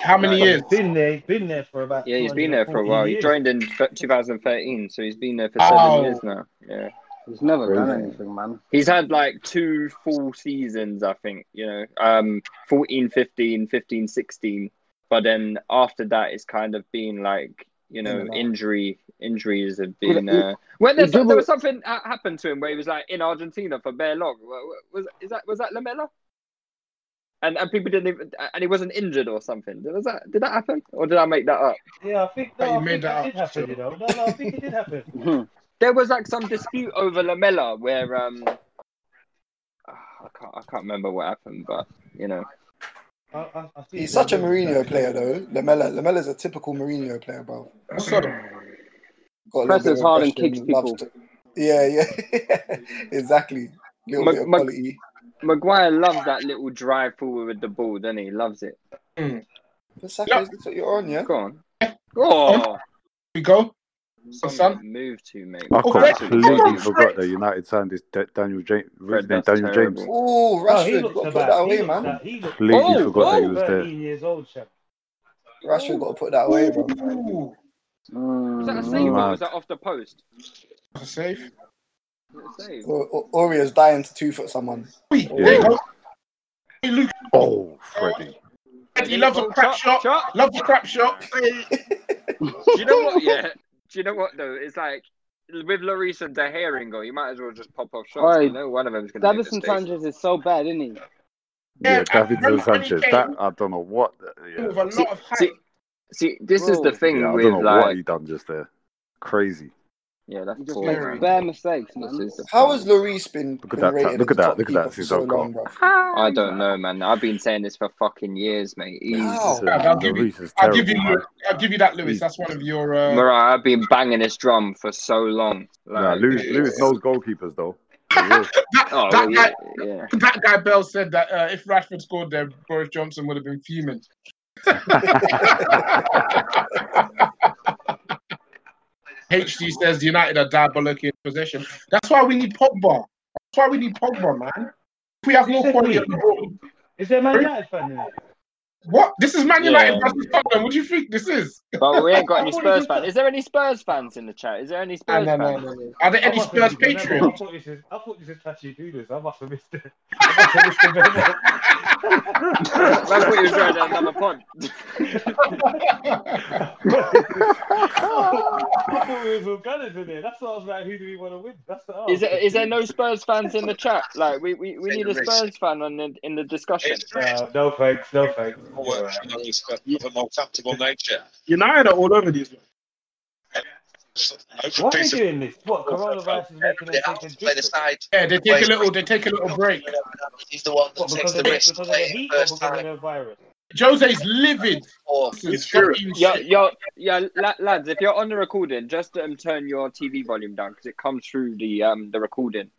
[SPEAKER 11] Been there, been there for about.
[SPEAKER 7] Yeah, he's been there for a while. He
[SPEAKER 11] 214
[SPEAKER 7] joined in f- 2013, so he's been there for seven
[SPEAKER 9] Oh.
[SPEAKER 7] years now. Yeah,
[SPEAKER 9] He's never done
[SPEAKER 7] Crazy.
[SPEAKER 9] anything, man.
[SPEAKER 7] he's had like two full seasons, I think. You know, um, 14, 15, 15, 16. But then after that, it's kind of been like you know injury injuries have been.
[SPEAKER 9] Well, he-
[SPEAKER 7] Uh, well,
[SPEAKER 9] he
[SPEAKER 7] there's, there
[SPEAKER 9] dribbled-
[SPEAKER 7] was something ha- happened to him where he was like in Argentina for bare long. Wa- wa- Was is that was that Lamella? And and people didn't even and he wasn't injured or something. Was that did that happen or did I make that up?
[SPEAKER 11] Yeah, I think
[SPEAKER 6] no,
[SPEAKER 11] I
[SPEAKER 6] you
[SPEAKER 11] think
[SPEAKER 6] made
[SPEAKER 11] that,
[SPEAKER 6] that
[SPEAKER 11] did
[SPEAKER 6] up,
[SPEAKER 11] happen. You know, no, no, I think it did happen.
[SPEAKER 7] There was like some dispute over Lamella where um ah, I can't I can't remember what happened, but you know
[SPEAKER 11] I, I, I see
[SPEAKER 8] He's
[SPEAKER 11] it.
[SPEAKER 8] such a Mourinho player, though. Lamella. Lamella's a typical Mourinho player, bro. Got a little bit
[SPEAKER 9] Presses
[SPEAKER 8] of
[SPEAKER 9] hard and
[SPEAKER 8] aggression,
[SPEAKER 9] kicks
[SPEAKER 8] loves
[SPEAKER 9] people.
[SPEAKER 8] to- Yeah, yeah. exactly. Little
[SPEAKER 7] Ma-
[SPEAKER 8] bit of
[SPEAKER 7] ma-
[SPEAKER 8] quality.
[SPEAKER 7] Maguire loves that little drive forward with the ball, doesn't he? Loves it.
[SPEAKER 6] Hmm.
[SPEAKER 8] But Saka, is this what you're on, yeah?
[SPEAKER 7] Go on. Oh,
[SPEAKER 6] we go.
[SPEAKER 7] Son Oh, moved to mate.
[SPEAKER 10] I
[SPEAKER 7] Already?
[SPEAKER 10] completely forgot that United signed this Da- Daniel James.
[SPEAKER 7] Fred,
[SPEAKER 10] Daniel
[SPEAKER 7] that's
[SPEAKER 10] James.
[SPEAKER 7] terrible.
[SPEAKER 8] Oh,
[SPEAKER 9] Oh, he
[SPEAKER 8] Rashford,
[SPEAKER 9] looks
[SPEAKER 8] got to
[SPEAKER 9] about-
[SPEAKER 8] put that
[SPEAKER 9] he
[SPEAKER 8] away,
[SPEAKER 9] looks
[SPEAKER 8] man.
[SPEAKER 9] about- he looks-
[SPEAKER 10] Completely forgot that he was there.
[SPEAKER 9] 13 years old, Shep.
[SPEAKER 8] Rashford got to put that away, bro.
[SPEAKER 7] Was that a save or was that off the post?
[SPEAKER 6] That's a save.
[SPEAKER 7] Save.
[SPEAKER 8] Or, or, Oria's dying to two foot someone.
[SPEAKER 10] Yeah.
[SPEAKER 6] Luke.
[SPEAKER 10] Oh, Freddie.
[SPEAKER 6] He loves a crap shot. Loves a crap shot.
[SPEAKER 7] Do you know what? Yeah. Do you know what though? It's like with Lloris and De Gea in goal, you might as well just pop off shots.
[SPEAKER 12] Oi,
[SPEAKER 7] You know, one of them's going to make
[SPEAKER 12] Davison
[SPEAKER 7] mistakes.
[SPEAKER 12] Sanchez is so bad, isn't he?
[SPEAKER 10] Yeah, David
[SPEAKER 7] Harry
[SPEAKER 10] Sanchez.
[SPEAKER 7] Kane-
[SPEAKER 10] That I don't know what. Yeah.
[SPEAKER 7] See, see, see, this is the thing
[SPEAKER 10] Yeah, I
[SPEAKER 7] with
[SPEAKER 10] don't know what
[SPEAKER 7] like,
[SPEAKER 10] he done just there. Crazy.
[SPEAKER 7] yeah, that's
[SPEAKER 8] Just
[SPEAKER 7] poor,
[SPEAKER 8] makes
[SPEAKER 7] man.
[SPEAKER 8] bad
[SPEAKER 12] mistakes,
[SPEAKER 7] This is the
[SPEAKER 8] How has Lloris been,
[SPEAKER 10] Look at
[SPEAKER 8] been
[SPEAKER 10] that.
[SPEAKER 8] rated
[SPEAKER 10] ta-
[SPEAKER 8] as
[SPEAKER 10] Look at
[SPEAKER 8] the
[SPEAKER 10] that.
[SPEAKER 8] top
[SPEAKER 10] Look at
[SPEAKER 8] keeper
[SPEAKER 10] that.
[SPEAKER 8] for
[SPEAKER 10] Since
[SPEAKER 8] so
[SPEAKER 10] I've
[SPEAKER 8] long,
[SPEAKER 10] gone.
[SPEAKER 8] bro?
[SPEAKER 7] I don't know, man. I've been saying this for fucking years, mate.
[SPEAKER 8] Wow.
[SPEAKER 7] Easy.
[SPEAKER 6] I'll give you. I'll give you. I'll give you that, Lewis. That's one of your. Uh,
[SPEAKER 7] Mariah, I've been banging this drum for so long.
[SPEAKER 10] Nah, Lewis, Lewis knows goalkeepers though. For real.
[SPEAKER 7] Oh,
[SPEAKER 6] that
[SPEAKER 7] yeah,
[SPEAKER 6] guy-
[SPEAKER 7] yeah.
[SPEAKER 6] that guy Bell said that uh, if Rashford scored there, Boris Johnson would have been fuming. HD says United are diabolical in possession. That's why we need Pogba. That's why we need Pogba, man. If we have more quality on the ball.
[SPEAKER 9] Is there Man United fan in it?
[SPEAKER 6] What? This is Man United
[SPEAKER 7] Yeah.
[SPEAKER 6] versus Tottenham. What do you think this is?
[SPEAKER 7] But we ain't got any Spurs fans. Is there any Spurs fans in the chat? Is there any Spurs
[SPEAKER 6] no, no,
[SPEAKER 7] fans?
[SPEAKER 6] no, no. Are there any
[SPEAKER 7] I must have
[SPEAKER 6] Spurs
[SPEAKER 7] missed it.
[SPEAKER 9] I
[SPEAKER 6] patriots?
[SPEAKER 9] thought this is. I thought this is Tachi Doodles. I must have missed it. I must have missed it.
[SPEAKER 7] I thought you was going down another pod.
[SPEAKER 9] I thought we was all gunners in there. That's what I was like. Who do we want to win? That's the
[SPEAKER 7] Is there, is there no Spurs fans in the chat? Like we, we, we need a Spurs fan on the, in the discussion.
[SPEAKER 9] No, Uh, no thanks. No thanks.
[SPEAKER 6] United are all over these.
[SPEAKER 9] Why are they doing this? What coronavirus is making them take a drink?
[SPEAKER 6] Yeah, they take a little. They take a little break.
[SPEAKER 9] He's the one that takes the risk. Because of the heat or because of the virus?
[SPEAKER 6] Jose's livid.
[SPEAKER 7] It's Yo, yo, yeah, la- lads. If you're on the recording, just um, turn your TV volume down because it comes through the um the recording.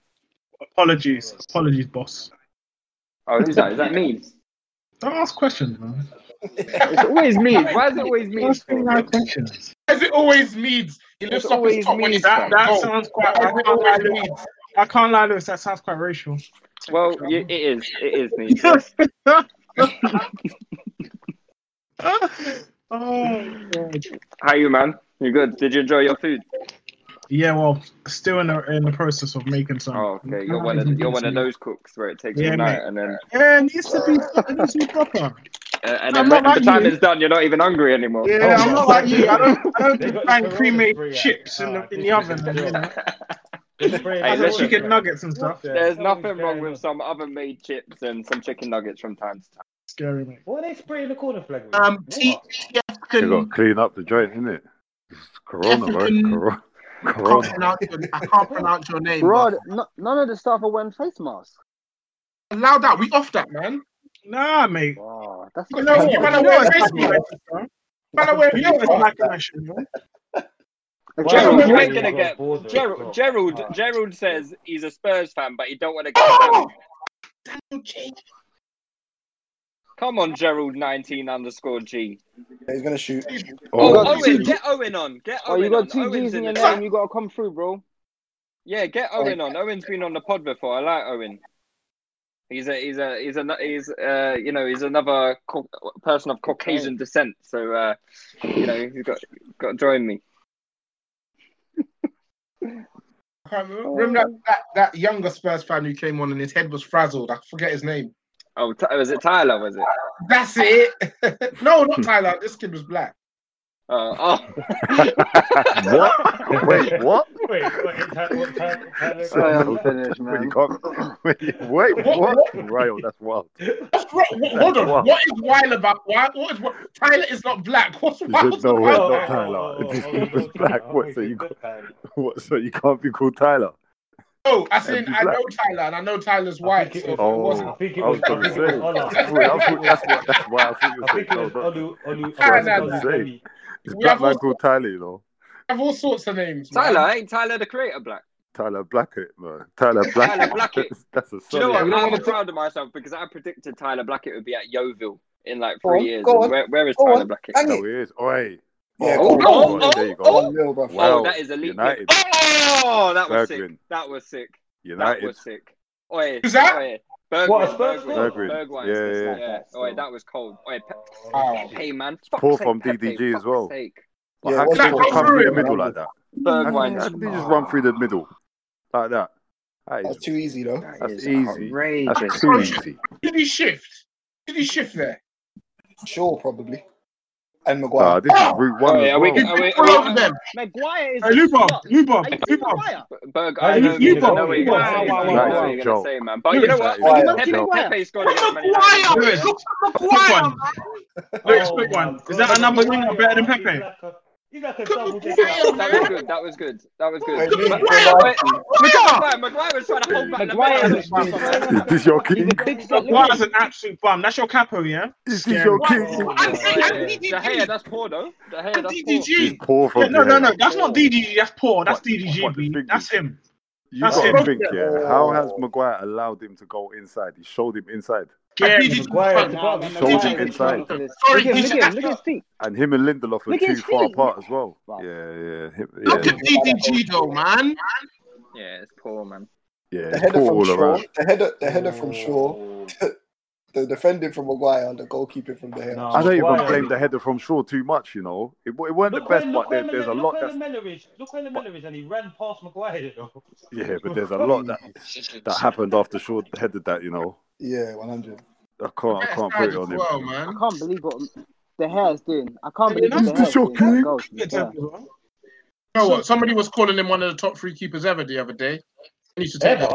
[SPEAKER 13] Apologies, apologies, boss.
[SPEAKER 7] Oh, who's that? Is that me?
[SPEAKER 13] Don't ask questions, man.
[SPEAKER 7] It's always me. Why is it always me?
[SPEAKER 13] Questions.
[SPEAKER 6] As it always needs. He lifts
[SPEAKER 7] It's
[SPEAKER 6] up his
[SPEAKER 7] always
[SPEAKER 6] top when he's
[SPEAKER 7] needs,
[SPEAKER 13] That,
[SPEAKER 6] out.
[SPEAKER 13] that
[SPEAKER 6] Oh,
[SPEAKER 13] sounds quite. I
[SPEAKER 6] as it
[SPEAKER 13] can't, lie,
[SPEAKER 6] always
[SPEAKER 13] Lewis.
[SPEAKER 6] needs.
[SPEAKER 13] I can't lie, Lewis. That sounds quite racial.
[SPEAKER 7] Well, y- it is. It is me. yes.
[SPEAKER 6] Ah,
[SPEAKER 13] Oh, God.
[SPEAKER 7] How you, man? You good? Did you enjoy your food?
[SPEAKER 13] yeah. Well, still in the in the process of making some.
[SPEAKER 7] Oh, okay. You're one of you're one of those cooks where it takes
[SPEAKER 13] Yeah,
[SPEAKER 7] all night
[SPEAKER 13] mate.
[SPEAKER 7] and then
[SPEAKER 13] Yeah, it needs to be. It needs to be proper.
[SPEAKER 7] and, Uh, and
[SPEAKER 13] I'm
[SPEAKER 7] then
[SPEAKER 13] not
[SPEAKER 7] when the
[SPEAKER 13] like
[SPEAKER 7] time
[SPEAKER 13] you.
[SPEAKER 7] is done, you're not even hungry anymore.
[SPEAKER 13] Oh, Yeah, I'm not like you. I don't. I don't just bang pre-made chips in the in the oven. and then- I
[SPEAKER 7] listen.
[SPEAKER 13] got chicken nuggets and stuff.
[SPEAKER 7] There's nothing wrong with some oven made chips and some chicken nuggets from time to time.
[SPEAKER 13] Scary mate.
[SPEAKER 9] What are they spraying the corner flag with?
[SPEAKER 6] Um, T-
[SPEAKER 10] They got to clean up the joint, innit? It's Corona, bro.
[SPEAKER 6] African-
[SPEAKER 10] Corona.
[SPEAKER 6] I can't
[SPEAKER 10] Corona.
[SPEAKER 6] pronounce your, I can't pronounce your name.
[SPEAKER 12] Bro,
[SPEAKER 6] man.
[SPEAKER 12] no, none of the staff are wearing face masks.
[SPEAKER 6] Allow that. We off that, man.
[SPEAKER 13] Nah, mate.
[SPEAKER 12] Wow, that's
[SPEAKER 6] You know, you man are wearing face masks. Man are wearing
[SPEAKER 13] You know
[SPEAKER 6] face
[SPEAKER 13] it's
[SPEAKER 6] masks.
[SPEAKER 13] like a national, bro.
[SPEAKER 7] Gerald,
[SPEAKER 6] Gerald,
[SPEAKER 7] you
[SPEAKER 6] Gerald,
[SPEAKER 7] ain't gonna get
[SPEAKER 9] Gerald,
[SPEAKER 7] Gerald. Gerald, Gerald says he's a Spurs fan, but he don't want to get. down. Come on, Gerald. Nineteen underscore G.
[SPEAKER 8] Yeah, he's gonna shoot.
[SPEAKER 7] Oh, Owen, get Owen on. Get
[SPEAKER 12] Oh,
[SPEAKER 7] Owen
[SPEAKER 12] you got
[SPEAKER 7] on.
[SPEAKER 12] two
[SPEAKER 7] Owen's
[SPEAKER 12] G's in your
[SPEAKER 7] the
[SPEAKER 12] name.
[SPEAKER 7] chat.
[SPEAKER 12] You got to come through, bro.
[SPEAKER 7] Oh, Yeah, get Owen on. Owen's been on the pod before. I like Owen. He's a he's a he's a he's uh you know he's another Cau- person of Caucasian descent. So uh you know he's got got to join me.
[SPEAKER 6] I can't remember. Remember that, that, that younger Spurs fan who came on and his head was frazzled. I forget his name.
[SPEAKER 7] Oh, Ty- was it Tyler? Was it?
[SPEAKER 6] That's it. no, not Tyler. This kid was black.
[SPEAKER 7] Uh, oh.
[SPEAKER 10] what? Wait, what?
[SPEAKER 9] Wait, what?
[SPEAKER 10] no, when you can't- when you- Wait,
[SPEAKER 6] What-
[SPEAKER 10] what? Rail, that's wild.
[SPEAKER 6] What's wrong? wh- Hold on.
[SPEAKER 10] What?
[SPEAKER 6] What is wild about why? What is what? Tyler is not black. What's
[SPEAKER 10] You
[SPEAKER 6] wild?
[SPEAKER 10] said, no, wait,
[SPEAKER 6] about-
[SPEAKER 10] not Tyler. It just- it was black. What? So you ca- what? So you can't be called Tyler?
[SPEAKER 6] No, I said
[SPEAKER 10] He's
[SPEAKER 6] I know
[SPEAKER 10] black.
[SPEAKER 6] Tyler and I know Tyler's white. so if it wasn't-
[SPEAKER 10] Oh, I was gonna say. That's why I thought that's why- that's why I thought you
[SPEAKER 9] I
[SPEAKER 10] said
[SPEAKER 9] think it
[SPEAKER 10] no.
[SPEAKER 9] was
[SPEAKER 10] not-
[SPEAKER 9] Olu Olu.
[SPEAKER 10] that's what I was
[SPEAKER 6] Nah,
[SPEAKER 10] gonna
[SPEAKER 6] nah,
[SPEAKER 10] say.
[SPEAKER 9] nah.
[SPEAKER 10] It's
[SPEAKER 6] We
[SPEAKER 10] black
[SPEAKER 6] have
[SPEAKER 10] man
[SPEAKER 6] also-
[SPEAKER 10] called Tyler, you know.
[SPEAKER 6] I have all sorts of names. man.
[SPEAKER 7] Tyler ain't Tyler the creator black.
[SPEAKER 10] Tyler Blackett, man. Tyler Blackett.
[SPEAKER 7] Blackett.
[SPEAKER 10] That's a
[SPEAKER 7] Do you know
[SPEAKER 10] solid-
[SPEAKER 7] what? I'm proud of myself because I predicted Tyler Blackett would be at Yeovil in like
[SPEAKER 10] Go
[SPEAKER 7] three
[SPEAKER 10] on,
[SPEAKER 7] years.
[SPEAKER 10] go
[SPEAKER 7] And
[SPEAKER 10] on,
[SPEAKER 7] where, where is
[SPEAKER 10] go
[SPEAKER 7] Tyler
[SPEAKER 10] on,
[SPEAKER 7] Blackett?
[SPEAKER 10] hang it. No, he is. Oi.
[SPEAKER 7] Yeah,
[SPEAKER 10] oh,
[SPEAKER 7] go
[SPEAKER 10] oh,
[SPEAKER 7] on.
[SPEAKER 10] oh, there you go.
[SPEAKER 7] Oh,
[SPEAKER 10] wow.
[SPEAKER 7] oh, that is elite.
[SPEAKER 10] United.
[SPEAKER 7] Oh, that was
[SPEAKER 10] Bergwijn.
[SPEAKER 7] sick. That was sick. That
[SPEAKER 10] United.
[SPEAKER 7] was sick. Oi,
[SPEAKER 10] Who's that?
[SPEAKER 7] Oi, Bergwijn,
[SPEAKER 10] What, a Spurs
[SPEAKER 7] Bergwijn,
[SPEAKER 10] fan? Bergwijn,
[SPEAKER 7] Bergwijn,
[SPEAKER 10] yeah,
[SPEAKER 7] yeah,
[SPEAKER 10] yeah.
[SPEAKER 7] Oi, that was cold. Oi, Pe-
[SPEAKER 10] Wow.
[SPEAKER 7] Pepe, man. Fuck's
[SPEAKER 10] poor
[SPEAKER 7] sake,
[SPEAKER 10] from
[SPEAKER 7] Pepe,
[SPEAKER 10] DDG as
[SPEAKER 7] fuck's
[SPEAKER 10] well.
[SPEAKER 7] sake.
[SPEAKER 10] But
[SPEAKER 7] Yeah,
[SPEAKER 10] how
[SPEAKER 7] what's
[SPEAKER 10] can they
[SPEAKER 7] going
[SPEAKER 10] just come
[SPEAKER 7] through
[SPEAKER 10] through the
[SPEAKER 7] it,
[SPEAKER 10] middle
[SPEAKER 7] man?
[SPEAKER 10] like that?
[SPEAKER 7] Bergwijn
[SPEAKER 10] How
[SPEAKER 7] is
[SPEAKER 10] can they just run through the middle like that? That is
[SPEAKER 8] That's too easy, though.
[SPEAKER 10] That's easy.
[SPEAKER 8] outrageous.
[SPEAKER 10] That's too easy.
[SPEAKER 8] Did he shift? Did he shift there? Sure, probably. And Maguire.
[SPEAKER 10] Nah, this is route one
[SPEAKER 8] Oh, yeah,
[SPEAKER 10] as
[SPEAKER 8] we
[SPEAKER 10] well.
[SPEAKER 8] can- are we- All over them.
[SPEAKER 12] Maguire is.
[SPEAKER 7] Hey, Lupa,
[SPEAKER 12] Lupa, Lupa.
[SPEAKER 7] Berg,
[SPEAKER 12] Hey,
[SPEAKER 7] I
[SPEAKER 12] you-
[SPEAKER 7] know
[SPEAKER 12] you
[SPEAKER 7] you
[SPEAKER 12] got-
[SPEAKER 7] know what
[SPEAKER 12] you
[SPEAKER 7] you're
[SPEAKER 12] got-
[SPEAKER 7] going to say, man. I know
[SPEAKER 10] That
[SPEAKER 7] what
[SPEAKER 10] is a
[SPEAKER 7] you're going
[SPEAKER 10] joke.
[SPEAKER 7] to say, man. But you know what?
[SPEAKER 10] That is a
[SPEAKER 7] Pepe,
[SPEAKER 10] joke.
[SPEAKER 7] Pepe's got it. man. He's got it.
[SPEAKER 13] Lewis, quick one. Lewis, quick one. Is that another winger better than Pepe?
[SPEAKER 9] He's like a
[SPEAKER 13] double
[SPEAKER 7] That was good. That was good. That was
[SPEAKER 13] Wait,
[SPEAKER 7] good. But-
[SPEAKER 13] wait,
[SPEAKER 7] wait, Look at Maguire.
[SPEAKER 13] wait.
[SPEAKER 7] Maguire was trying to hold back the
[SPEAKER 13] Maguire
[SPEAKER 7] ball.
[SPEAKER 13] is a
[SPEAKER 10] Is this your king?
[SPEAKER 13] Maguire's an absolute bum. That's your capo, yeah?
[SPEAKER 10] Is this your king?
[SPEAKER 7] De Gea, that's poor though. De Gea, that's
[SPEAKER 10] He's
[SPEAKER 7] poor.
[SPEAKER 10] poor from
[SPEAKER 13] Yeah, no,
[SPEAKER 10] the
[SPEAKER 13] no,
[SPEAKER 10] head.
[SPEAKER 13] no. That's not DDG. That's poor. That's DDG. B. That's him.
[SPEAKER 10] You
[SPEAKER 13] That's
[SPEAKER 10] gotta
[SPEAKER 13] him. Oh,
[SPEAKER 10] think, yeah. How has Maguire allowed him to go inside? He showed him inside.
[SPEAKER 13] Gary Maguire. Nah,
[SPEAKER 10] He
[SPEAKER 13] man,
[SPEAKER 10] showed him
[SPEAKER 13] Maguire is
[SPEAKER 10] inside.
[SPEAKER 13] trying to do this. Sorry, Look at him, he's look at him, look at
[SPEAKER 12] his feet.
[SPEAKER 10] And him and Lindelof are
[SPEAKER 13] Look at
[SPEAKER 10] too
[SPEAKER 13] his
[SPEAKER 10] far
[SPEAKER 13] feet.
[SPEAKER 10] apart as well. Yeah, yeah, him-
[SPEAKER 13] Look
[SPEAKER 10] yeah.
[SPEAKER 13] at DDG though, man.
[SPEAKER 7] Yeah, it's poor, man.
[SPEAKER 10] Yeah,
[SPEAKER 8] The
[SPEAKER 10] it's
[SPEAKER 8] header
[SPEAKER 10] poor
[SPEAKER 8] from
[SPEAKER 10] all
[SPEAKER 8] Shaw.
[SPEAKER 10] around.
[SPEAKER 8] The header, the header from Shaw. the defending from Maguire. The goalkeeper from the head.
[SPEAKER 10] I don't even blame the header from Shaw too much, you know. It, it weren't the
[SPEAKER 9] Look
[SPEAKER 10] best,
[SPEAKER 9] where,
[SPEAKER 10] but
[SPEAKER 9] look where,
[SPEAKER 10] there, there's a
[SPEAKER 9] Lamela-
[SPEAKER 10] lot
[SPEAKER 9] look
[SPEAKER 10] that's
[SPEAKER 9] where Lamela is. Look where Lamela is, and he ran past Maguire. though.
[SPEAKER 10] yeah, but there's a lot that that happened after Shaw headed that, you know.
[SPEAKER 8] Yeah, one hundred.
[SPEAKER 10] I can't, I can't put it on him.
[SPEAKER 12] I can't believe what the hair's doing. I can't believe
[SPEAKER 6] that's
[SPEAKER 12] what
[SPEAKER 6] the
[SPEAKER 12] the hair's doing.
[SPEAKER 6] shocking
[SPEAKER 12] That goal, to be fair.
[SPEAKER 6] You know what? Somebody was calling him one of the top three keepers ever the other day. He used to take
[SPEAKER 9] Ever?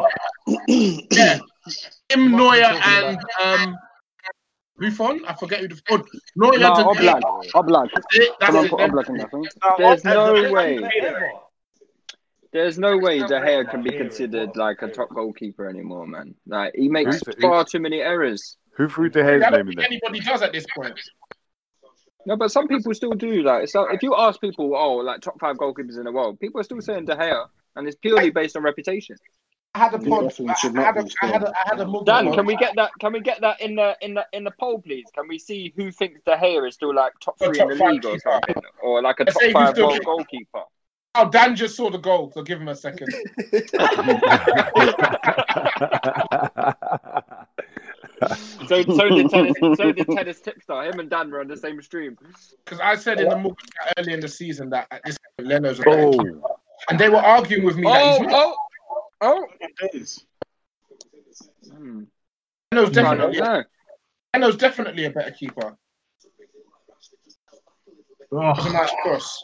[SPEAKER 6] that. yeah. Him, Neuer, and um, Buffon. I forget who the. Oh, Neuer
[SPEAKER 12] Nah,
[SPEAKER 6] to
[SPEAKER 12] Oblak. Oblak.
[SPEAKER 6] It, that's
[SPEAKER 12] Someone
[SPEAKER 6] it,
[SPEAKER 12] put
[SPEAKER 6] then.
[SPEAKER 12] Oblak in that thing.
[SPEAKER 7] There's no
[SPEAKER 12] Ever.
[SPEAKER 7] way.
[SPEAKER 12] Ever.
[SPEAKER 7] There's no way De Gea can be considered like a top goalkeeper anymore, man. Like he makes
[SPEAKER 10] Who's-
[SPEAKER 7] far too many errors.
[SPEAKER 10] Who threw De Gea's
[SPEAKER 6] I don't
[SPEAKER 10] name in
[SPEAKER 6] think
[SPEAKER 10] there?
[SPEAKER 6] anybody does at this point.
[SPEAKER 7] No, but some people still do. Like, so if you ask people, oh, like top five goalkeepers in the world, people are still saying De Gea, and it's purely based on reputation.
[SPEAKER 6] I had a pod.
[SPEAKER 7] Newcastle
[SPEAKER 6] I,
[SPEAKER 7] should
[SPEAKER 6] I
[SPEAKER 7] not
[SPEAKER 6] had a.
[SPEAKER 7] be
[SPEAKER 6] I had a.
[SPEAKER 7] scoring.
[SPEAKER 6] I had a mug.
[SPEAKER 7] Dan, can we get that? Can we get that in the in the in the poll, please? Can we see who thinks De Gea is still like top
[SPEAKER 6] A
[SPEAKER 7] three
[SPEAKER 6] top
[SPEAKER 7] in the
[SPEAKER 6] five
[SPEAKER 7] league or
[SPEAKER 6] keeper.
[SPEAKER 7] something, or like a
[SPEAKER 6] Let's
[SPEAKER 7] top
[SPEAKER 6] say who's
[SPEAKER 7] five
[SPEAKER 6] still-
[SPEAKER 7] world goalkeeper?
[SPEAKER 6] Oh, Dan just saw the goal, so give him a second.
[SPEAKER 7] So so did tennis. so did tennis tipstar. Him and Dan were on the same stream.
[SPEAKER 6] Because I said in the mug early in the season that at this point, Leno's a better
[SPEAKER 10] Oh,
[SPEAKER 6] keeper. and they were arguing with me that
[SPEAKER 7] Oh
[SPEAKER 6] he's not.
[SPEAKER 7] oh oh! Hmm.
[SPEAKER 6] Leno's
[SPEAKER 7] No, no,
[SPEAKER 6] definitely.
[SPEAKER 7] no.
[SPEAKER 6] Leno's definitely a better keeper. It was a nice cross.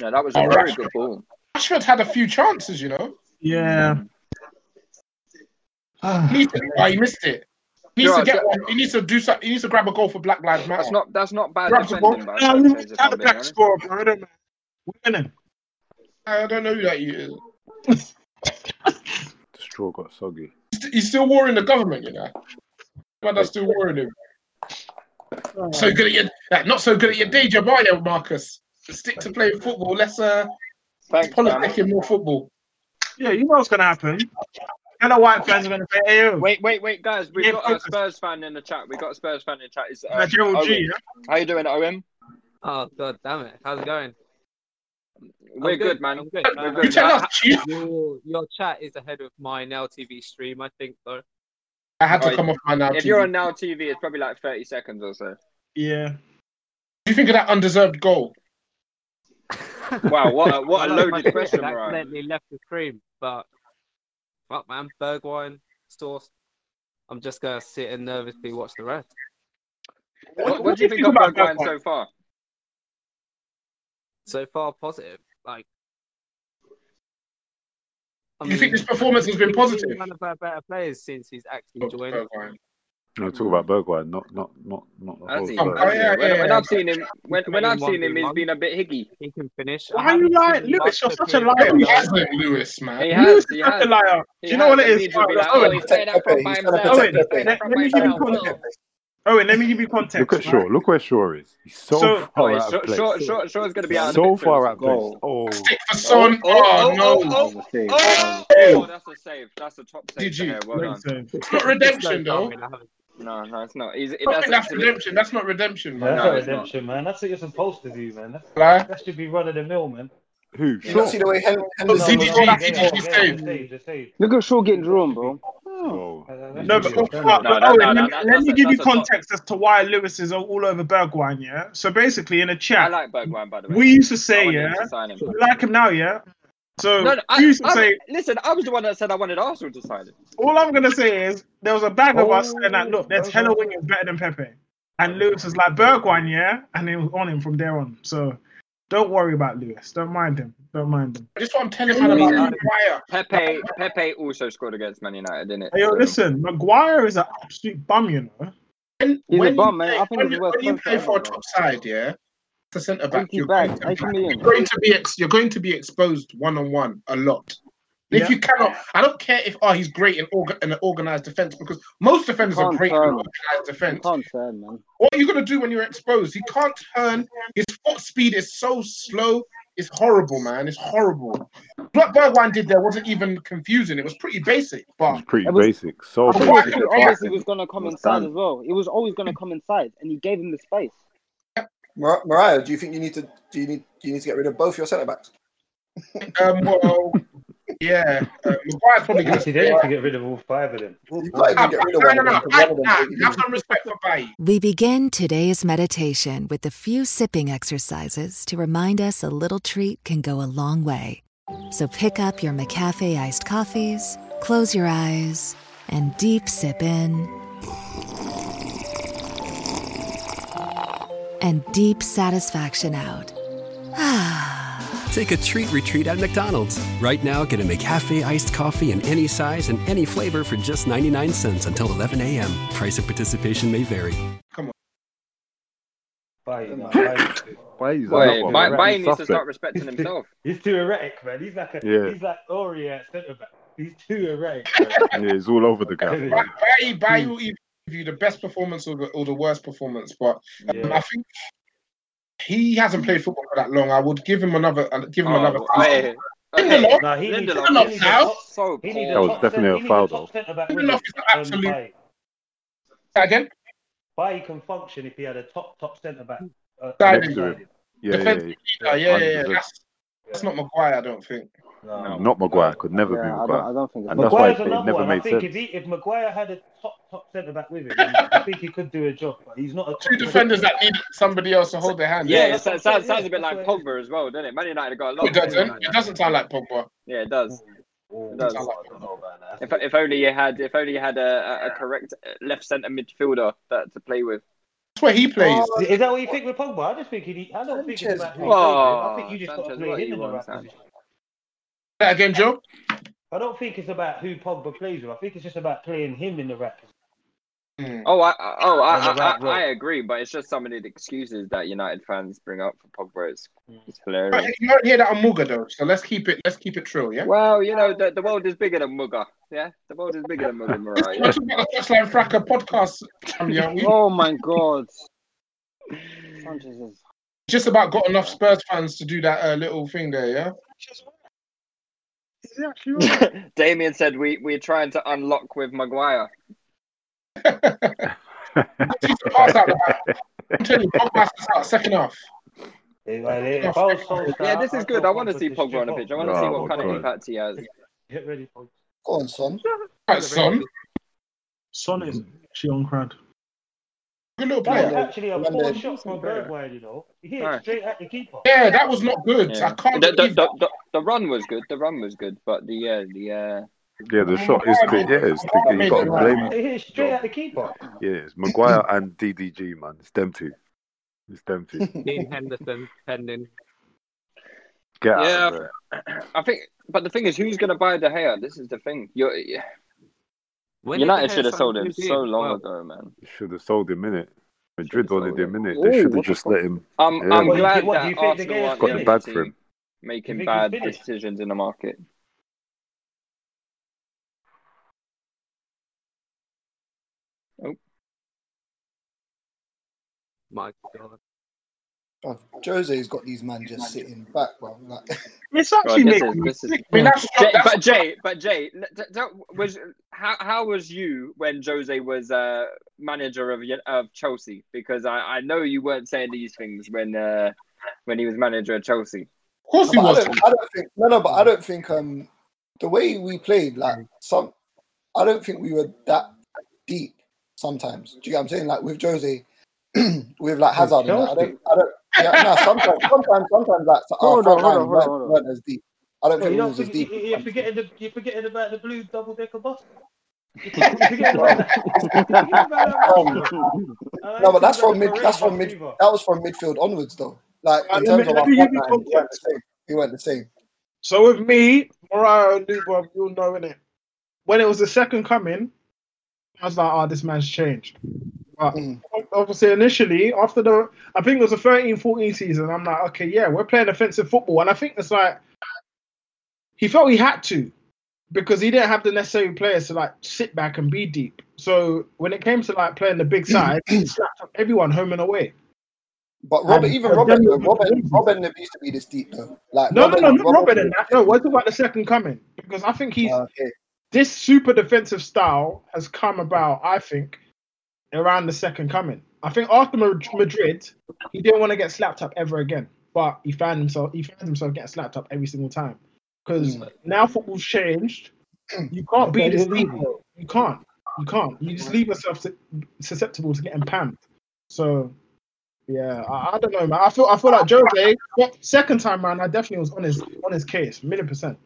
[SPEAKER 7] Yeah, that was a
[SPEAKER 6] Oh,
[SPEAKER 7] very
[SPEAKER 6] Rashford.
[SPEAKER 7] good ball.
[SPEAKER 6] Ashford had a few chances, you know.
[SPEAKER 13] Yeah.
[SPEAKER 6] He needs to, oh, he missed it. He needs
[SPEAKER 7] Yeah,
[SPEAKER 6] to get
[SPEAKER 7] that-
[SPEAKER 6] one. He needs to do something. He needs to grab a goal for Black Lives Matter.
[SPEAKER 7] That's not that's not bad
[SPEAKER 6] Grabs the ball.
[SPEAKER 7] defending by
[SPEAKER 6] No, we-
[SPEAKER 7] Sanchez. If I'm
[SPEAKER 6] the
[SPEAKER 7] being
[SPEAKER 6] black
[SPEAKER 7] honest.
[SPEAKER 6] scorer, bro. I don't know. We're winning. I don't know who that you is.
[SPEAKER 10] the straw got soggy.
[SPEAKER 6] He's- He's still warring the government, you know. But that's still warring him. So good at your uh, not so good at your day job, are you, Marcus? Stick to playing football. Let's uh,
[SPEAKER 7] let's
[SPEAKER 6] politicking more football.
[SPEAKER 13] Yeah, you know what's going to happen. Hello, white fans are going to say, hey, yo.
[SPEAKER 7] Wait, wait, wait, guys. We've
[SPEAKER 13] Yeah,
[SPEAKER 7] got a Spurs fan in the chat. We've got a Spurs fan in the chat. Is
[SPEAKER 13] Uh,
[SPEAKER 7] um,
[SPEAKER 13] Gerald G,
[SPEAKER 7] Owen.
[SPEAKER 13] yeah?
[SPEAKER 7] How you doing, Owen?
[SPEAKER 14] Oh god damn it! How's it going?
[SPEAKER 7] We're
[SPEAKER 14] I'm
[SPEAKER 7] good, man.
[SPEAKER 14] I'm good.
[SPEAKER 7] We're
[SPEAKER 14] man.
[SPEAKER 7] good.
[SPEAKER 14] I-
[SPEAKER 7] man.
[SPEAKER 14] I- your, your chat is ahead of my Now TV stream, I think though.
[SPEAKER 6] I had to
[SPEAKER 7] Alright.
[SPEAKER 6] come off my now.
[SPEAKER 7] If
[SPEAKER 6] TV.
[SPEAKER 7] you're on Now TV, it's probably like 30 seconds or so.
[SPEAKER 13] Yeah.
[SPEAKER 6] do you think of that undeserved goal?
[SPEAKER 7] Wow, what a, what a
[SPEAKER 14] I know my
[SPEAKER 7] loaded question,
[SPEAKER 14] computer
[SPEAKER 7] right?
[SPEAKER 14] accidentally left the stream, but fuck man, Bergwine sauce. I'm just gonna sit and nervously watch the rest.
[SPEAKER 7] What, what, do you think, of Bergwijn so far?
[SPEAKER 14] So far, positive. Like, I
[SPEAKER 6] Do you think
[SPEAKER 14] mean,
[SPEAKER 6] this performance has been
[SPEAKER 14] he's been
[SPEAKER 6] positive?
[SPEAKER 14] One of our better players since he's actually joined.
[SPEAKER 10] No, talk
[SPEAKER 13] Mm.
[SPEAKER 10] about Bergwijn, not not not not the whole
[SPEAKER 7] Has he?
[SPEAKER 10] Spurs.
[SPEAKER 7] Has he?
[SPEAKER 6] Oh, yeah,
[SPEAKER 7] when,
[SPEAKER 6] yeah,
[SPEAKER 7] when
[SPEAKER 6] yeah.
[SPEAKER 7] I've seen him, when, when I've
[SPEAKER 14] one
[SPEAKER 7] seen him,
[SPEAKER 14] v
[SPEAKER 7] he's
[SPEAKER 14] one.
[SPEAKER 7] been a bit higgy.
[SPEAKER 14] He can finish.
[SPEAKER 13] Why are you lying? Lewis, you're such a liar.
[SPEAKER 6] He hasn't, Lewis,
[SPEAKER 7] He
[SPEAKER 6] man.
[SPEAKER 7] has,
[SPEAKER 13] Lewis
[SPEAKER 7] he
[SPEAKER 13] is such
[SPEAKER 7] has.
[SPEAKER 13] a liar.
[SPEAKER 7] He
[SPEAKER 13] Do you know what
[SPEAKER 7] has,
[SPEAKER 13] it
[SPEAKER 7] and
[SPEAKER 13] is?
[SPEAKER 7] people be like, oh, he's saying that from by himself.
[SPEAKER 13] Owen,
[SPEAKER 7] He's saying
[SPEAKER 13] let,
[SPEAKER 7] that from
[SPEAKER 13] let
[SPEAKER 7] by
[SPEAKER 13] me give you
[SPEAKER 7] himself.
[SPEAKER 13] context. Owen, let me give you
[SPEAKER 10] Look at
[SPEAKER 13] context.
[SPEAKER 10] Shaw.
[SPEAKER 13] Right?
[SPEAKER 10] Look where Shaw is. He's so,
[SPEAKER 13] So-
[SPEAKER 10] far
[SPEAKER 7] Wait,
[SPEAKER 10] out of
[SPEAKER 7] Shaw,
[SPEAKER 10] place.
[SPEAKER 7] Shaw, Shaw, Shaw's going to be out of the
[SPEAKER 10] so
[SPEAKER 7] picture.
[SPEAKER 10] far out of place. Oh,
[SPEAKER 6] Son,
[SPEAKER 7] Oh,
[SPEAKER 6] oh,
[SPEAKER 7] oh,
[SPEAKER 6] no.
[SPEAKER 7] oh, oh,
[SPEAKER 10] save.
[SPEAKER 12] um,
[SPEAKER 7] oh, oh, that's a save. That's a top save.
[SPEAKER 6] Did you?
[SPEAKER 7] there. Well done.
[SPEAKER 6] It's not redemption,
[SPEAKER 14] Slow down,
[SPEAKER 6] though.
[SPEAKER 14] man, I haven't-
[SPEAKER 7] No, no, it's not. He's,
[SPEAKER 13] I
[SPEAKER 7] that's,
[SPEAKER 13] think that's redemption. That's not redemption, man.
[SPEAKER 9] that's
[SPEAKER 7] No,
[SPEAKER 9] not
[SPEAKER 7] it's not.
[SPEAKER 9] redemption, man. That's what you're supposed to do, man. That's,
[SPEAKER 13] Lie.
[SPEAKER 9] that should be run of the mill, man.
[SPEAKER 10] Who?
[SPEAKER 9] You don't see the way Hen-
[SPEAKER 13] Oh,
[SPEAKER 9] Henderson-
[SPEAKER 13] CGG,
[SPEAKER 9] No, no, no,
[SPEAKER 13] CGG,
[SPEAKER 9] no, no,
[SPEAKER 13] saved.
[SPEAKER 9] no, no, no, no, no.
[SPEAKER 12] Look at Shaw getting drawn, bro.
[SPEAKER 13] No, but, oh, but,
[SPEAKER 12] no, no, no,
[SPEAKER 13] Owen, let,
[SPEAKER 12] no,
[SPEAKER 13] me-
[SPEAKER 12] that-
[SPEAKER 13] let me
[SPEAKER 12] that's a-
[SPEAKER 13] give you
[SPEAKER 12] that's a top-
[SPEAKER 13] context as to why Lewis is all, all over Bergwijn, yeah? So basically, in a chat,
[SPEAKER 7] I like Bergwijn, by the way.
[SPEAKER 13] we used to
[SPEAKER 7] I
[SPEAKER 13] say,
[SPEAKER 7] wanted him
[SPEAKER 13] yeah?
[SPEAKER 7] to sign him.
[SPEAKER 13] We like him now, yeah? So,
[SPEAKER 7] No, no,
[SPEAKER 13] we
[SPEAKER 7] I,
[SPEAKER 13] Um, used to
[SPEAKER 7] I,
[SPEAKER 13] say,
[SPEAKER 7] listen, I was the one that said I wanted Arsenal to sign him.
[SPEAKER 13] all I'm going to say is, there was a bag of us
[SPEAKER 7] Oh,
[SPEAKER 13] saying that, look, there's hella wingers better than Pepe.
[SPEAKER 12] Oh.
[SPEAKER 13] And Lewis was like, Bergwijn, yeah? And it was on him from there on. So, don't worry about Lewis. Don't mind him. Don't mind him.
[SPEAKER 7] That's what I'm
[SPEAKER 13] telling man about Maguire.
[SPEAKER 7] Pepe, Pepe also scored against Man United, didn't it?
[SPEAKER 13] Hey, yo,
[SPEAKER 7] So-
[SPEAKER 13] listen, Maguire is an absolute bum, you know?
[SPEAKER 12] He's
[SPEAKER 13] When
[SPEAKER 12] a
[SPEAKER 13] you
[SPEAKER 12] bum, man.
[SPEAKER 13] play-
[SPEAKER 12] I think
[SPEAKER 13] when
[SPEAKER 12] he's
[SPEAKER 13] you-
[SPEAKER 12] worth
[SPEAKER 13] when you
[SPEAKER 12] contract.
[SPEAKER 13] pay for a top side, yeah, the centre
[SPEAKER 12] back,
[SPEAKER 6] you're,
[SPEAKER 12] bags,
[SPEAKER 6] going to,
[SPEAKER 12] 80 million.
[SPEAKER 6] you're going to be ex- you're going to be exposed one on one a lot. And If
[SPEAKER 13] Yeah.
[SPEAKER 6] you cannot, I don't care if oh he's great in, orga- in an organised defence because most defenders are
[SPEAKER 12] Can't
[SPEAKER 6] great in
[SPEAKER 12] turn.
[SPEAKER 6] an organised defence.
[SPEAKER 12] Can't turn, man.
[SPEAKER 6] What are you going to do when you're exposed? He can't turn. His foot speed is so slow. It's horrible, man. It's horrible. What Bergwijn did there wasn't even confusing. It was pretty basic, but
[SPEAKER 10] Pretty
[SPEAKER 12] It was-
[SPEAKER 10] basic. So
[SPEAKER 12] I
[SPEAKER 6] But
[SPEAKER 12] think
[SPEAKER 6] why
[SPEAKER 10] basic.
[SPEAKER 6] did
[SPEAKER 12] he
[SPEAKER 6] it
[SPEAKER 12] obviously
[SPEAKER 6] happen?
[SPEAKER 12] was going to come
[SPEAKER 6] It was
[SPEAKER 12] inside
[SPEAKER 6] done.
[SPEAKER 12] as well. It was always going to come inside, and he gave him the space.
[SPEAKER 8] Mar- Mariah, do you think you need to do you need do you need to get rid of both your centre backs?
[SPEAKER 6] um, well, yeah, uh, Maguire's probably going
[SPEAKER 9] Actually, they need to get rid of all five of them.
[SPEAKER 8] You've
[SPEAKER 6] got to get rid of one of them,
[SPEAKER 8] No, no, no.
[SPEAKER 6] Have some respect for Bailly.
[SPEAKER 15] We begin today's meditation with a few sipping exercises to remind us a little treat can go a long way. So pick up your McCafe iced coffees, close your eyes, and deep sip in. And deep satisfaction out. Ah.
[SPEAKER 16] Take a treat retreat at McDonald's. Right now, get a McCafe iced coffee in any size and any flavor for just 99 cents until 11 a.m. Price of participation may vary.
[SPEAKER 10] Why
[SPEAKER 7] Wait,
[SPEAKER 10] is another
[SPEAKER 7] Bay-
[SPEAKER 10] one?
[SPEAKER 7] Bay needs to
[SPEAKER 10] Suspect.
[SPEAKER 7] start respecting himself.
[SPEAKER 9] He's too erratic, man. He's like a,
[SPEAKER 10] Yeah.
[SPEAKER 9] he's like Ori at centre back. He's too erratic.
[SPEAKER 10] Yeah, he's all over the gap.
[SPEAKER 9] man.
[SPEAKER 6] Bailly, Bailly
[SPEAKER 12] Hmm.
[SPEAKER 6] will either give you the best performance or the, or the worst performance, but um,
[SPEAKER 9] Yeah.
[SPEAKER 6] I think he hasn't played football for that long. I would give him another. uh, Give him
[SPEAKER 13] Oh,
[SPEAKER 12] Oh,
[SPEAKER 6] another.
[SPEAKER 7] wait.
[SPEAKER 6] Lindelof,
[SPEAKER 9] Nah, he needs-
[SPEAKER 6] Lindelof
[SPEAKER 9] he needs a
[SPEAKER 6] now.
[SPEAKER 9] top- he needs a
[SPEAKER 10] That was
[SPEAKER 9] top
[SPEAKER 10] definitely
[SPEAKER 9] cent-
[SPEAKER 10] a
[SPEAKER 9] he needs
[SPEAKER 10] foul,
[SPEAKER 9] top
[SPEAKER 10] though.
[SPEAKER 9] centre-back
[SPEAKER 6] Lindelof is
[SPEAKER 9] winger
[SPEAKER 6] an
[SPEAKER 9] than
[SPEAKER 6] absolute-
[SPEAKER 9] Bailly.
[SPEAKER 6] Again,
[SPEAKER 9] Bailly can function if he had a top top centre back. Uh,
[SPEAKER 6] Side
[SPEAKER 10] Next to
[SPEAKER 9] alongside
[SPEAKER 10] him.
[SPEAKER 9] him.
[SPEAKER 10] Yeah, yeah,
[SPEAKER 6] Defensive
[SPEAKER 10] yeah.
[SPEAKER 6] leader, yeah, yeah, yeah.
[SPEAKER 10] 100%.
[SPEAKER 6] That's, that's not Maguire, I don't think.
[SPEAKER 10] Not Maguire. Could never
[SPEAKER 12] Yeah,
[SPEAKER 10] be
[SPEAKER 12] I don't-
[SPEAKER 10] Maguire.
[SPEAKER 12] I don't think it's
[SPEAKER 10] and that's why
[SPEAKER 9] Maguire's
[SPEAKER 10] it
[SPEAKER 9] another
[SPEAKER 10] never
[SPEAKER 9] one. I
[SPEAKER 10] made
[SPEAKER 9] think
[SPEAKER 10] sense.
[SPEAKER 9] if, he, if Maguire had a top top centre back with him, I think he could do a job. But he's not a
[SPEAKER 6] Two defenders that need somebody else to hold their hand.
[SPEAKER 7] Yeah, it sounds, sounds, sounds a bit like Pogba as well, doesn't it? Man United got a lot.
[SPEAKER 6] It doesn't.
[SPEAKER 7] of
[SPEAKER 6] It doesn't sound like Pogba.
[SPEAKER 7] Yeah, it does. It does.
[SPEAKER 6] Sounds like
[SPEAKER 7] If, if only you had, if only you had a, a- a correct uh, left centre midfielder that to play with.
[SPEAKER 6] That's where he plays.
[SPEAKER 9] Is that what you think with Pogba? I just think he. need- I don't think it's about how he
[SPEAKER 7] Oh,
[SPEAKER 9] plays, man. I think you just got to
[SPEAKER 7] Sanchez,
[SPEAKER 9] play
[SPEAKER 7] what
[SPEAKER 9] him
[SPEAKER 7] you
[SPEAKER 9] in the
[SPEAKER 7] want,
[SPEAKER 9] right
[SPEAKER 7] Sanchez?
[SPEAKER 9] position.
[SPEAKER 6] That again, Joe.
[SPEAKER 9] I don't think it's about who Pogba plays with. I think it's just about playing him in the right position.
[SPEAKER 7] Oh, I, I- oh, I,
[SPEAKER 9] On the
[SPEAKER 7] I,
[SPEAKER 9] right
[SPEAKER 7] I, I agree, but it's just some of the excuses that United fans bring up for Pogba. It's, it's
[SPEAKER 6] But
[SPEAKER 7] hilarious.
[SPEAKER 6] you don't hear that on Muga though. So let's keep it. Let's keep it true. Yeah.
[SPEAKER 7] Well, you know, the, the world is bigger than Mugga. Yeah, the world is bigger than Mugga,
[SPEAKER 6] We're
[SPEAKER 7] Mariah.
[SPEAKER 6] talking about the Touchline Fracker podcast. um, yeah, we
[SPEAKER 12] Oh my god. Sanchez is.
[SPEAKER 6] just about got enough Spurs fans to do that uh, little thing there. Yeah.
[SPEAKER 7] Damien said we, we're trying to unlock with Maguire.
[SPEAKER 6] Pass out. the back. I'm telling you, Pogba passes out second half.
[SPEAKER 9] Yeah, well, if I was Solskjaer,
[SPEAKER 7] Yeah, this is
[SPEAKER 9] I'd
[SPEAKER 7] good.
[SPEAKER 9] tell
[SPEAKER 7] I want to
[SPEAKER 9] Pogba
[SPEAKER 7] see
[SPEAKER 9] to
[SPEAKER 7] Pogba
[SPEAKER 9] strip
[SPEAKER 7] on the
[SPEAKER 9] off.
[SPEAKER 7] pitch. I want to see
[SPEAKER 10] Oh,
[SPEAKER 7] what kind of
[SPEAKER 10] God.
[SPEAKER 7] impact he has.
[SPEAKER 9] Get ready, Pogba.
[SPEAKER 8] Go on, son.
[SPEAKER 6] Right, son.
[SPEAKER 13] Son is actually on crowd.
[SPEAKER 6] Good little
[SPEAKER 9] That
[SPEAKER 6] player.
[SPEAKER 9] was actually a
[SPEAKER 6] One
[SPEAKER 9] poor
[SPEAKER 6] day.
[SPEAKER 9] shot from Bergwijn, you know. He hit
[SPEAKER 7] Alright.
[SPEAKER 9] straight at the keeper.
[SPEAKER 6] Yeah, that was not good.
[SPEAKER 7] Yeah.
[SPEAKER 6] I can't
[SPEAKER 7] The, the,
[SPEAKER 6] believe
[SPEAKER 7] the, the, the run was good. The run was good, but the uh, the uh,
[SPEAKER 10] Yeah,
[SPEAKER 6] Oh,
[SPEAKER 10] the shot is the, yeah, it's the, you got to blame
[SPEAKER 9] He hit straight at the keeper.
[SPEAKER 10] Yeah, it's Maguire and DDG, man. It's them two. It's them two.
[SPEAKER 14] Dean Henderson pending.
[SPEAKER 10] Get out
[SPEAKER 7] yeah,
[SPEAKER 10] of there.
[SPEAKER 7] I think. But the thing is, who's going to buy De Gea? This is the thing. You're, yeah.
[SPEAKER 14] When did De
[SPEAKER 7] United
[SPEAKER 14] Gea
[SPEAKER 7] should have
[SPEAKER 14] sign
[SPEAKER 7] sold
[SPEAKER 14] for
[SPEAKER 7] him
[SPEAKER 14] the deal?
[SPEAKER 7] so long
[SPEAKER 14] Wow.
[SPEAKER 7] ago, man.
[SPEAKER 10] Should have sold him in it. Madrid wanted him in it.
[SPEAKER 7] Ooh,
[SPEAKER 10] They should
[SPEAKER 7] what
[SPEAKER 10] have
[SPEAKER 7] the
[SPEAKER 10] just
[SPEAKER 7] fuck?
[SPEAKER 10] let him.
[SPEAKER 7] I'm
[SPEAKER 10] Yeah,
[SPEAKER 7] I'm
[SPEAKER 10] man.
[SPEAKER 7] glad
[SPEAKER 9] what, do
[SPEAKER 7] that
[SPEAKER 9] you think the
[SPEAKER 7] Arsenal
[SPEAKER 9] game's
[SPEAKER 7] aren't
[SPEAKER 10] Got it bad
[SPEAKER 7] to
[SPEAKER 10] for him.
[SPEAKER 7] making
[SPEAKER 9] You think
[SPEAKER 7] bad
[SPEAKER 9] he's finished?
[SPEAKER 7] decisions in the market.
[SPEAKER 14] My God.
[SPEAKER 8] Bruv, Oh, Jose's got these men just sitting back, bro. Like,
[SPEAKER 13] it's
[SPEAKER 7] actually Bro, this making- is- this is- I mean, that's- Jay,
[SPEAKER 8] that's-
[SPEAKER 7] but Jay, but Jay, let- t- tell- was how how was you when Jose was uh, manager of Ye- of Chelsea? Because I, I know you weren't saying these things when uh, when he was manager of Chelsea.
[SPEAKER 6] Of course
[SPEAKER 8] No, but I don't, I don't think no, no, but I don't think um the way we played, like some, I don't think we were that deep sometimes. Do you get what I'm saying? Like with Jose, with like Hazard, and that, I don't, I don't. Yeah, no, sometimes, sometimes, sometimes like our
[SPEAKER 9] Hold on, hold on,
[SPEAKER 8] uh, front line
[SPEAKER 9] hold on,
[SPEAKER 8] weren't,
[SPEAKER 9] hold on.
[SPEAKER 8] weren't as deep. I don't
[SPEAKER 9] Well, you
[SPEAKER 8] think we
[SPEAKER 9] don't
[SPEAKER 8] was as
[SPEAKER 9] think
[SPEAKER 8] deep.
[SPEAKER 9] you- you're forgetting the you're forgetting about the blue double decker bus.
[SPEAKER 8] no, but that's from mid. That's from mid. That was from midfield onwards, though. Like
[SPEAKER 13] Uh,
[SPEAKER 8] in
[SPEAKER 13] let me-
[SPEAKER 8] terms of
[SPEAKER 13] let
[SPEAKER 8] our
[SPEAKER 13] me give
[SPEAKER 8] front
[SPEAKER 13] you
[SPEAKER 8] line, we weren't the same. We weren't the same.
[SPEAKER 13] So with me, Mariah and Luba, you'll know innit. When it was the second coming, I was like, "Oh, this man's changed." But
[SPEAKER 8] Mm.
[SPEAKER 13] obviously, initially, after the, I think it was the 13-14 season, I'm like, "Okay, yeah, we're playing offensive football," and I think it's like he felt he had to because he didn't have the necessary players to like sit back and be deep. So when it came to like playing the big side, he slapped everyone home and away.
[SPEAKER 8] But Robert,
[SPEAKER 13] And-
[SPEAKER 8] even
[SPEAKER 13] and
[SPEAKER 8] Robert,
[SPEAKER 13] then-
[SPEAKER 8] though, Robert, Robert never used to be this deep though. Like
[SPEAKER 13] No,
[SPEAKER 8] Robert,
[SPEAKER 13] no, no, not Robert and that. No, what about the second coming? Because I think
[SPEAKER 8] Uh,
[SPEAKER 13] he's this super defensive style has come about. I think around the second coming. I think after Mad- Madrid, he didn't want to get slapped up ever again. But he found himself he found himself getting slapped up every single time because
[SPEAKER 8] Hmm.
[SPEAKER 13] now football's changed. You can't be this deep. You can't. You can't. You
[SPEAKER 8] Hmm.
[SPEAKER 13] just leave yourself su- susceptible to getting pammed. So yeah, I, I don't know, man. I feel I feel like Jose second time man, I definitely was on his on his case, million percent.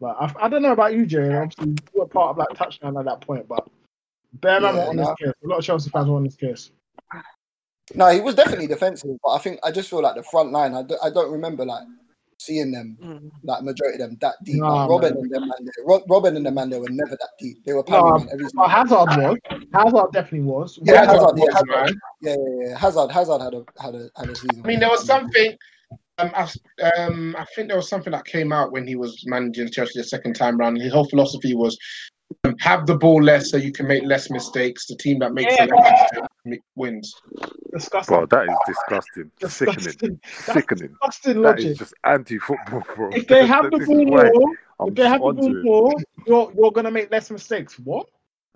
[SPEAKER 13] Like I, I don't know about you, Jerry. Obviously, you were part of like touchdown at that point, but bear man
[SPEAKER 8] Yeah,
[SPEAKER 13] were on
[SPEAKER 8] nah.
[SPEAKER 13] his case. A lot of Chelsea fans were on his case.
[SPEAKER 8] No, he was definitely defensive, but I think I just feel like the front line. I don't, I don't remember like seeing them
[SPEAKER 9] Mm.
[SPEAKER 8] like majority of them that deep.
[SPEAKER 13] Nah,
[SPEAKER 8] like, Robin
[SPEAKER 13] man.
[SPEAKER 8] and them man, they- Ro- Robin and the man, they were never that deep. They were
[SPEAKER 13] No,
[SPEAKER 8] pounding every
[SPEAKER 13] but Hazard was. Hazard definitely was.
[SPEAKER 8] Yeah,
[SPEAKER 13] Hazard
[SPEAKER 8] Hazard, yeah,
[SPEAKER 13] was,
[SPEAKER 8] Hazard, yeah, yeah, yeah. Hazard, Hazard had a had a had a season.
[SPEAKER 17] I mean, there was something. Um, I, um, I think there was something that came out when he was managing Chelsea the second time round. His whole philosophy was um, have the ball less so you can make less mistakes. The team that makes the less mistakes wins.
[SPEAKER 13] Disgusting.
[SPEAKER 10] Bro, that is disgusting. Sickening. Sickening.
[SPEAKER 13] disgusting
[SPEAKER 10] That is
[SPEAKER 13] logic.
[SPEAKER 10] just anti football, bro.
[SPEAKER 13] If they have the
[SPEAKER 10] This is
[SPEAKER 13] ball
[SPEAKER 10] why
[SPEAKER 13] more,
[SPEAKER 10] I'm
[SPEAKER 13] if they have the ball
[SPEAKER 10] onto it.
[SPEAKER 13] more, you're you're gonna make less mistakes. What?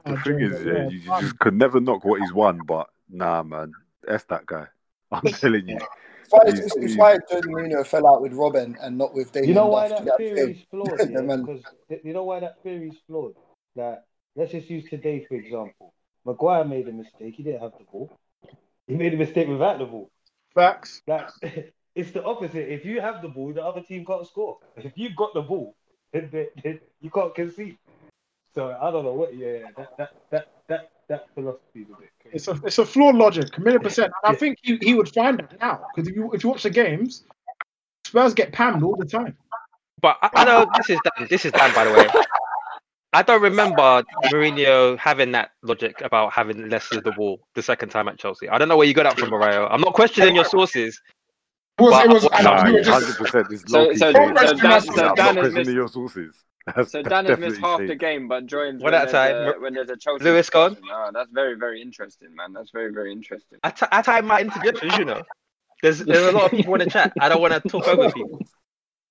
[SPEAKER 10] The thing is,
[SPEAKER 13] yeah,
[SPEAKER 10] yeah, you, you
[SPEAKER 13] fun.
[SPEAKER 10] just could never knock what he's won, but nah, man, that's that guy. I'm telling you.
[SPEAKER 8] It's why, it's,
[SPEAKER 10] He's-
[SPEAKER 8] it's,
[SPEAKER 10] he's-
[SPEAKER 8] why Jose Mourinho fell out with Robin and not with David.
[SPEAKER 9] You know why
[SPEAKER 8] Duff,
[SPEAKER 9] that
[SPEAKER 8] do you get what I'm
[SPEAKER 9] theory is flawed?
[SPEAKER 8] saying?
[SPEAKER 9] yeah?
[SPEAKER 8] The man-
[SPEAKER 9] Because th- you know why that theory is flawed. That let's just use today for example. Maguire made a mistake. He didn't have the ball. He made a mistake without the ball.
[SPEAKER 13] Facts.
[SPEAKER 9] Like it's the opposite. If you have the ball, the other team can't score. If you've got the ball, then, then, then you can't concede. So I don't know what. Yeah, yeah, that that that that, that philosophy is a bit.
[SPEAKER 13] It's a it's a flawed logic, a million percent. And I think he, he would find that now because if you if you watch the games, Spurs get pammed all the time.
[SPEAKER 18] But I, I know this is Dan, this is Dan, by the way. I don't remember Mourinho having that logic about having less of the ball the second time at Chelsea. I don't know where you got that from, Mario. I'm not questioning your sources. but-
[SPEAKER 10] nah, 100% is
[SPEAKER 18] So-
[SPEAKER 10] low-key
[SPEAKER 18] so- so Dan- so
[SPEAKER 10] shady. I'm not
[SPEAKER 18] Dan has
[SPEAKER 10] questioning
[SPEAKER 18] missed-
[SPEAKER 10] your sources. That's-
[SPEAKER 7] So
[SPEAKER 10] that's
[SPEAKER 7] Dan has missed
[SPEAKER 10] definitely
[SPEAKER 7] half the
[SPEAKER 10] shady.
[SPEAKER 7] game, but joins
[SPEAKER 18] What
[SPEAKER 7] when,
[SPEAKER 18] that
[SPEAKER 7] there's a,
[SPEAKER 18] time?
[SPEAKER 7] when there's a Chelsea.
[SPEAKER 18] Lewis gone?
[SPEAKER 7] Ah, that's very very interesting, man. That's very very interesting.
[SPEAKER 18] I, t- I time my interjections, you know. There's there's a lot of people in the chat. I don't want to talk over people.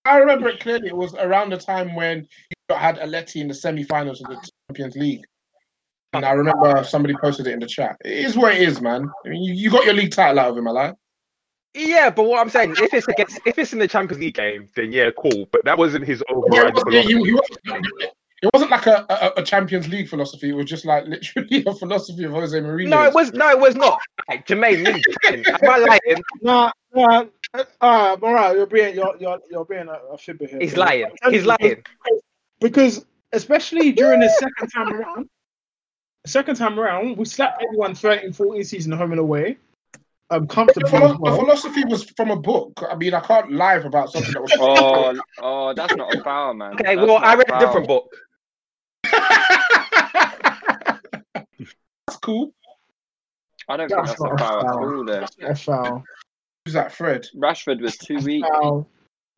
[SPEAKER 17] I remember it clearly. It was around the time when you had Aleti in the semi-finals of the Champions League, and I remember somebody posted it in the chat. It is what it is, man. I mean, you, you got your league title out of him, alive.
[SPEAKER 18] Yeah, but what I'm saying, if it's against, if it's in the Champions League game, then yeah, cool. But that wasn't his
[SPEAKER 17] Yeah,
[SPEAKER 18] overriding
[SPEAKER 17] it wasn't- yeah,
[SPEAKER 18] philosophy.
[SPEAKER 17] he- he wasn't- It wasn't like a, a, a Champions League philosophy. It was just like literally a philosophy of Jose Mourinho.
[SPEAKER 18] No, it was no, it was not. Like, Jermaine, Lin- am I lying?
[SPEAKER 13] Nah, nah. Uh, all right, you're being you're you're, you're being a, a fibber here.
[SPEAKER 18] He's
[SPEAKER 13] bro.
[SPEAKER 18] lying. He's lying.
[SPEAKER 13] because especially during the second time around, second time around, we slapped everyone 13, 14 season home and away, um,
[SPEAKER 17] The,
[SPEAKER 13] comfortably.
[SPEAKER 17] philo-
[SPEAKER 13] as
[SPEAKER 17] the
[SPEAKER 13] well.
[SPEAKER 17] philosophy was from a book. I mean, I can't live about something that was.
[SPEAKER 7] Oh, oh, that's not a foul, man.
[SPEAKER 17] Okay,
[SPEAKER 7] That's
[SPEAKER 17] well, I
[SPEAKER 7] not
[SPEAKER 17] read a
[SPEAKER 7] foul.
[SPEAKER 17] different
[SPEAKER 18] book.
[SPEAKER 17] That's cool.
[SPEAKER 7] I don't think that's, a foul at all. There,
[SPEAKER 13] That's foul.
[SPEAKER 17] Who's that, Fred?
[SPEAKER 7] Rashford was too weak.
[SPEAKER 13] Foul.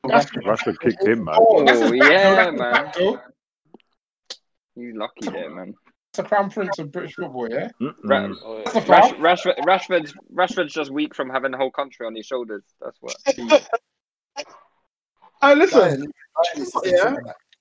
[SPEAKER 10] Rashford kicked him, man.
[SPEAKER 7] Oh,
[SPEAKER 17] That's his back
[SPEAKER 7] yeah,
[SPEAKER 17] door, that's his
[SPEAKER 7] man. You lucky there, man.
[SPEAKER 6] the crown prince of British football, yeah?
[SPEAKER 7] Ra- uh,
[SPEAKER 6] That's a
[SPEAKER 7] Rash-
[SPEAKER 6] foul.
[SPEAKER 7] Rashford, Rashford's, Rashford's just weak from having the whole country on his shoulders. That's what.
[SPEAKER 13] Hey, uh, listen. Yeah.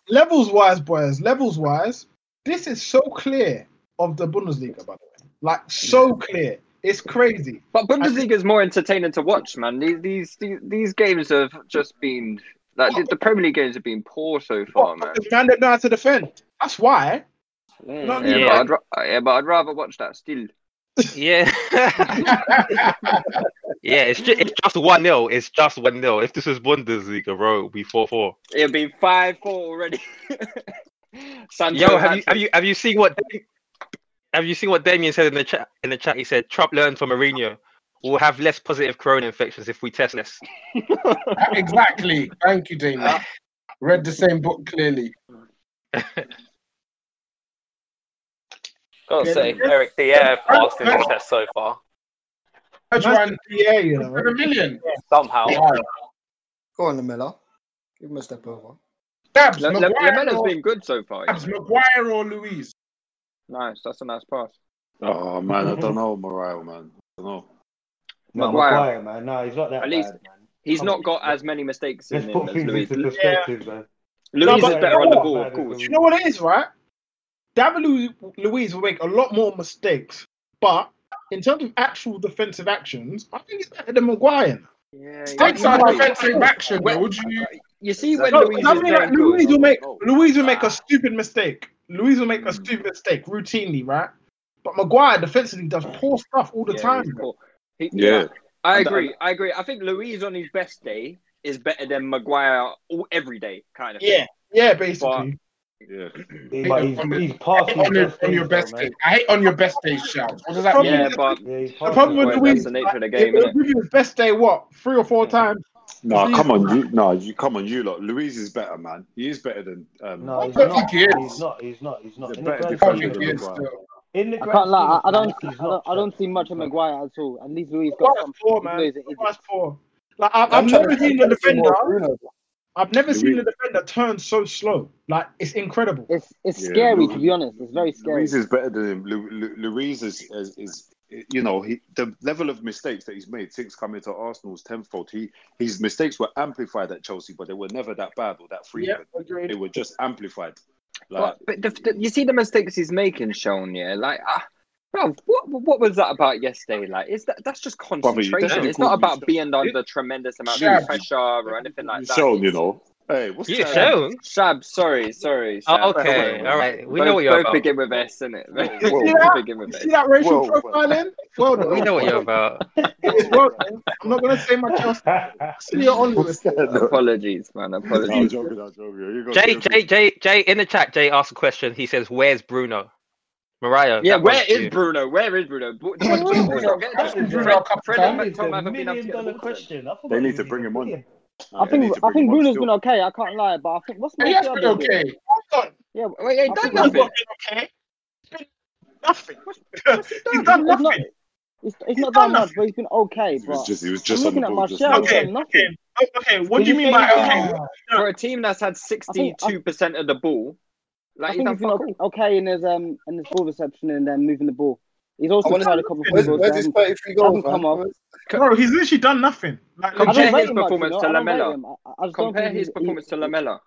[SPEAKER 13] Levels wise, boys, levels wise, this is so clear of the Bundesliga, by the way. Like, so clear. It's crazy.
[SPEAKER 7] But Bundesliga is more entertaining to watch, man. These these these, these games have just been like the, the Premier League games have been poor so far, man.
[SPEAKER 13] Man, they know how to defend. That's why.
[SPEAKER 7] Yeah,
[SPEAKER 13] yeah.
[SPEAKER 7] but I'd, ra- yeah, but I'd rather watch that still.
[SPEAKER 18] Yeah. Yeah, it's just, it's just 1 0. It's just 1 0. If this is Bundesliga, bro, it would be 4 4.
[SPEAKER 7] It'll be five four already. Sancho
[SPEAKER 18] Yo, have
[SPEAKER 7] had
[SPEAKER 18] you, have you have you seen what have you seen what Damien said in the chat? In the chat, he said Trump learned from Mourinho. We'll have less positive corona infections if we test less.
[SPEAKER 6] exactly. Thank you, Dana. Read the same book clearly.
[SPEAKER 5] Gotta say, Eric Dier passed his test so far.
[SPEAKER 13] Yeah, you know.
[SPEAKER 6] A million.
[SPEAKER 5] Somehow.
[SPEAKER 8] Go on, Lamella. Give him a step over.
[SPEAKER 6] Dabs,
[SPEAKER 7] Le- Le-
[SPEAKER 6] Maguire
[SPEAKER 7] Lemelo's
[SPEAKER 6] or-
[SPEAKER 7] been good so far.
[SPEAKER 6] Dabs, Maguire or Louise?
[SPEAKER 7] Nice, that's a nice pass.
[SPEAKER 10] Oh man, I don't know, Morale, man. I don't know.
[SPEAKER 7] No, Maguire. Maguire,
[SPEAKER 9] man. No, he's not that
[SPEAKER 7] At least he's not got as many mistakes in
[SPEAKER 9] Let's
[SPEAKER 7] him
[SPEAKER 9] put
[SPEAKER 7] as
[SPEAKER 9] things
[SPEAKER 7] Louise.
[SPEAKER 9] into perspective, man.
[SPEAKER 7] Louise
[SPEAKER 13] No, but
[SPEAKER 7] is
[SPEAKER 13] you
[SPEAKER 7] better
[SPEAKER 13] know
[SPEAKER 7] on the
[SPEAKER 13] what?
[SPEAKER 7] ball, of course.
[SPEAKER 13] You know what it is, right? David Lu- Luiz will make a lot more mistakes, but in terms of actual defensive actions, I think he's better than Maguire.
[SPEAKER 7] Yeah,
[SPEAKER 13] Stakes
[SPEAKER 6] yeah.
[SPEAKER 13] are
[SPEAKER 6] Wait.
[SPEAKER 13] defensive action.
[SPEAKER 6] Wait.
[SPEAKER 13] though, Would you?
[SPEAKER 7] uh, You see when
[SPEAKER 13] no,
[SPEAKER 7] Luiz
[SPEAKER 13] I
[SPEAKER 7] is
[SPEAKER 13] mean,
[SPEAKER 7] very
[SPEAKER 13] like, Luiz
[SPEAKER 7] good.
[SPEAKER 13] will make Luiz will make a stupid mistake. Luiz will
[SPEAKER 7] Mm.
[SPEAKER 13] make a stupid mistake routinely, right? But Maguire defensively does poor stuff all the
[SPEAKER 7] Yeah,
[SPEAKER 13] time.
[SPEAKER 7] he's poor. He-
[SPEAKER 10] Yeah. uh,
[SPEAKER 7] I
[SPEAKER 13] And-
[SPEAKER 7] agree. I agree. I think Louise on his best day is better than Maguire all, every day, kind of. thing.
[SPEAKER 13] Yeah, yeah, basically.
[SPEAKER 10] Yeah.
[SPEAKER 9] But he's, he's past his
[SPEAKER 6] on, your,
[SPEAKER 9] best
[SPEAKER 6] on
[SPEAKER 9] days,
[SPEAKER 6] your best
[SPEAKER 9] though,
[SPEAKER 6] day.
[SPEAKER 9] man.
[SPEAKER 6] I hate on your best day shouts. What does that mean?
[SPEAKER 7] Yeah, but
[SPEAKER 6] The problem with
[SPEAKER 7] Well,
[SPEAKER 6] Luiz-
[SPEAKER 7] that's the nature of the
[SPEAKER 13] It
[SPEAKER 7] game,
[SPEAKER 13] will
[SPEAKER 7] innit?
[SPEAKER 13] give you his best day what three or four times.
[SPEAKER 10] No, come on, you. No, you come on, you lot. Luis is better, man. He is better than. Um,
[SPEAKER 9] No, he's not. He's not. He's not. He's not.
[SPEAKER 10] He's a
[SPEAKER 9] In the
[SPEAKER 10] better
[SPEAKER 9] grand
[SPEAKER 10] defender
[SPEAKER 9] scheme of
[SPEAKER 10] than
[SPEAKER 9] things,
[SPEAKER 10] Maguire.
[SPEAKER 9] in the
[SPEAKER 12] I
[SPEAKER 9] grand
[SPEAKER 12] can't
[SPEAKER 9] scheme
[SPEAKER 12] lie.
[SPEAKER 9] of
[SPEAKER 12] I, I
[SPEAKER 9] things,
[SPEAKER 12] don't.
[SPEAKER 9] he's
[SPEAKER 12] I don't,
[SPEAKER 9] not.
[SPEAKER 12] I don't see much of Maguire at all. At least Louis got
[SPEAKER 13] Maguire's
[SPEAKER 12] some.
[SPEAKER 13] poor,
[SPEAKER 12] he
[SPEAKER 13] man.
[SPEAKER 12] plays it.
[SPEAKER 13] Maguire's poor. Like I've,
[SPEAKER 12] I'm
[SPEAKER 13] I've never
[SPEAKER 12] trying to-
[SPEAKER 13] seen a
[SPEAKER 12] I'm trying to see more
[SPEAKER 13] defender.
[SPEAKER 12] Bruno.
[SPEAKER 13] I've never
[SPEAKER 12] Louis-
[SPEAKER 13] seen a defender turn so slow. Like it's incredible.
[SPEAKER 12] It's it's
[SPEAKER 10] Yeah,
[SPEAKER 12] scary
[SPEAKER 10] Louis-
[SPEAKER 12] to be honest. It's very scary.
[SPEAKER 10] Luis is better than him. Lu- Lu- Luis is, is, is you know, he, the level of mistakes that he's made since coming to Arsenal is tenfold. He his mistakes were amplified at Chelsea, but they were never that bad or that frequent. They were just amplified. Like,
[SPEAKER 7] But, but the, the, you see the mistakes he's making, Sean. Yeah, like, ah, bro, what what was that about yesterday? Like, is that that's just
[SPEAKER 10] Brother, you
[SPEAKER 7] concentration?
[SPEAKER 10] definitely
[SPEAKER 7] it's not
[SPEAKER 10] called me
[SPEAKER 7] about being under tremendous amount
[SPEAKER 10] Shab.
[SPEAKER 7] of pressure or anything like that.
[SPEAKER 10] shown, you know. Hey, what's
[SPEAKER 7] Yeah,
[SPEAKER 10] that?
[SPEAKER 7] Sean. Shab, sorry, sorry.
[SPEAKER 10] Oh,
[SPEAKER 7] Shab,
[SPEAKER 10] okay,
[SPEAKER 7] sorry.
[SPEAKER 10] all right. We
[SPEAKER 7] both,
[SPEAKER 10] know what you're
[SPEAKER 7] both
[SPEAKER 10] about.
[SPEAKER 7] begin with S, innit?
[SPEAKER 10] Whoa, whoa.
[SPEAKER 7] Both begin with
[SPEAKER 13] See
[SPEAKER 7] S.
[SPEAKER 13] that racial
[SPEAKER 10] Whoa,
[SPEAKER 13] profiling? Well done.
[SPEAKER 10] We know what you're
[SPEAKER 18] about.
[SPEAKER 13] It's well done. I'm not gonna say much else. See you on Lewis.
[SPEAKER 7] Apologies, man.
[SPEAKER 10] No, I'm
[SPEAKER 7] Apologies.
[SPEAKER 10] joking. I'm joking. You're gonna-
[SPEAKER 18] Jay,
[SPEAKER 10] you're
[SPEAKER 18] Jay, Jay, Jay, in the chat, Jay asked a question. He says, Where's Bruno? Mariah.
[SPEAKER 7] Yeah,
[SPEAKER 18] that
[SPEAKER 7] where
[SPEAKER 18] one's
[SPEAKER 7] is
[SPEAKER 18] you.
[SPEAKER 7] Bruno? Where is Bruno? Bu- the one- Bruno, get there. Fred, Fred and McTominay haven't been up to the ball today.
[SPEAKER 10] They need to bring him on.
[SPEAKER 12] I
[SPEAKER 10] They need
[SPEAKER 12] think
[SPEAKER 10] to
[SPEAKER 12] I
[SPEAKER 10] bring
[SPEAKER 12] think
[SPEAKER 10] him on
[SPEAKER 12] Bruno's
[SPEAKER 10] still.
[SPEAKER 12] been okay. I can't lie, but I think what's
[SPEAKER 13] He
[SPEAKER 12] my
[SPEAKER 13] has been okay.
[SPEAKER 12] Yeah,
[SPEAKER 7] wait, he
[SPEAKER 12] I
[SPEAKER 7] done
[SPEAKER 12] think-
[SPEAKER 7] nothing.
[SPEAKER 13] Okay. Nothing.
[SPEAKER 12] He's done nothing. It's, it's not that much, but he's been okay. But
[SPEAKER 10] just- he was just
[SPEAKER 12] I'm
[SPEAKER 10] on the
[SPEAKER 12] looking at
[SPEAKER 10] ball
[SPEAKER 12] my
[SPEAKER 10] just
[SPEAKER 12] share,
[SPEAKER 10] now.
[SPEAKER 12] he's done
[SPEAKER 10] Okay,
[SPEAKER 12] nothing.
[SPEAKER 13] Okay,
[SPEAKER 7] what do you mean by okay? For a team that's had
[SPEAKER 12] think- I-
[SPEAKER 7] sixty-two percent of the ball,
[SPEAKER 12] I
[SPEAKER 7] like he
[SPEAKER 12] think
[SPEAKER 7] done
[SPEAKER 12] he's been okay, okay in his um in his ball reception and then moving the ball. He's
[SPEAKER 13] I
[SPEAKER 12] also
[SPEAKER 13] wanna-
[SPEAKER 12] tried a couple of
[SPEAKER 13] Where's-
[SPEAKER 12] goals.
[SPEAKER 13] where's
[SPEAKER 12] that
[SPEAKER 13] his
[SPEAKER 12] haven't-
[SPEAKER 13] 33 goals,
[SPEAKER 12] haven't
[SPEAKER 13] man?
[SPEAKER 12] come off.
[SPEAKER 13] Bro, he's literally done nothing. Like,
[SPEAKER 12] I don't
[SPEAKER 7] Compare
[SPEAKER 12] rate
[SPEAKER 7] his
[SPEAKER 12] him much,
[SPEAKER 7] performance
[SPEAKER 12] you know?
[SPEAKER 7] to
[SPEAKER 12] I don't rate
[SPEAKER 7] Lamella.
[SPEAKER 12] him. I- I just don't
[SPEAKER 7] Compare
[SPEAKER 12] think
[SPEAKER 7] his
[SPEAKER 12] he-
[SPEAKER 7] performance to Lamella.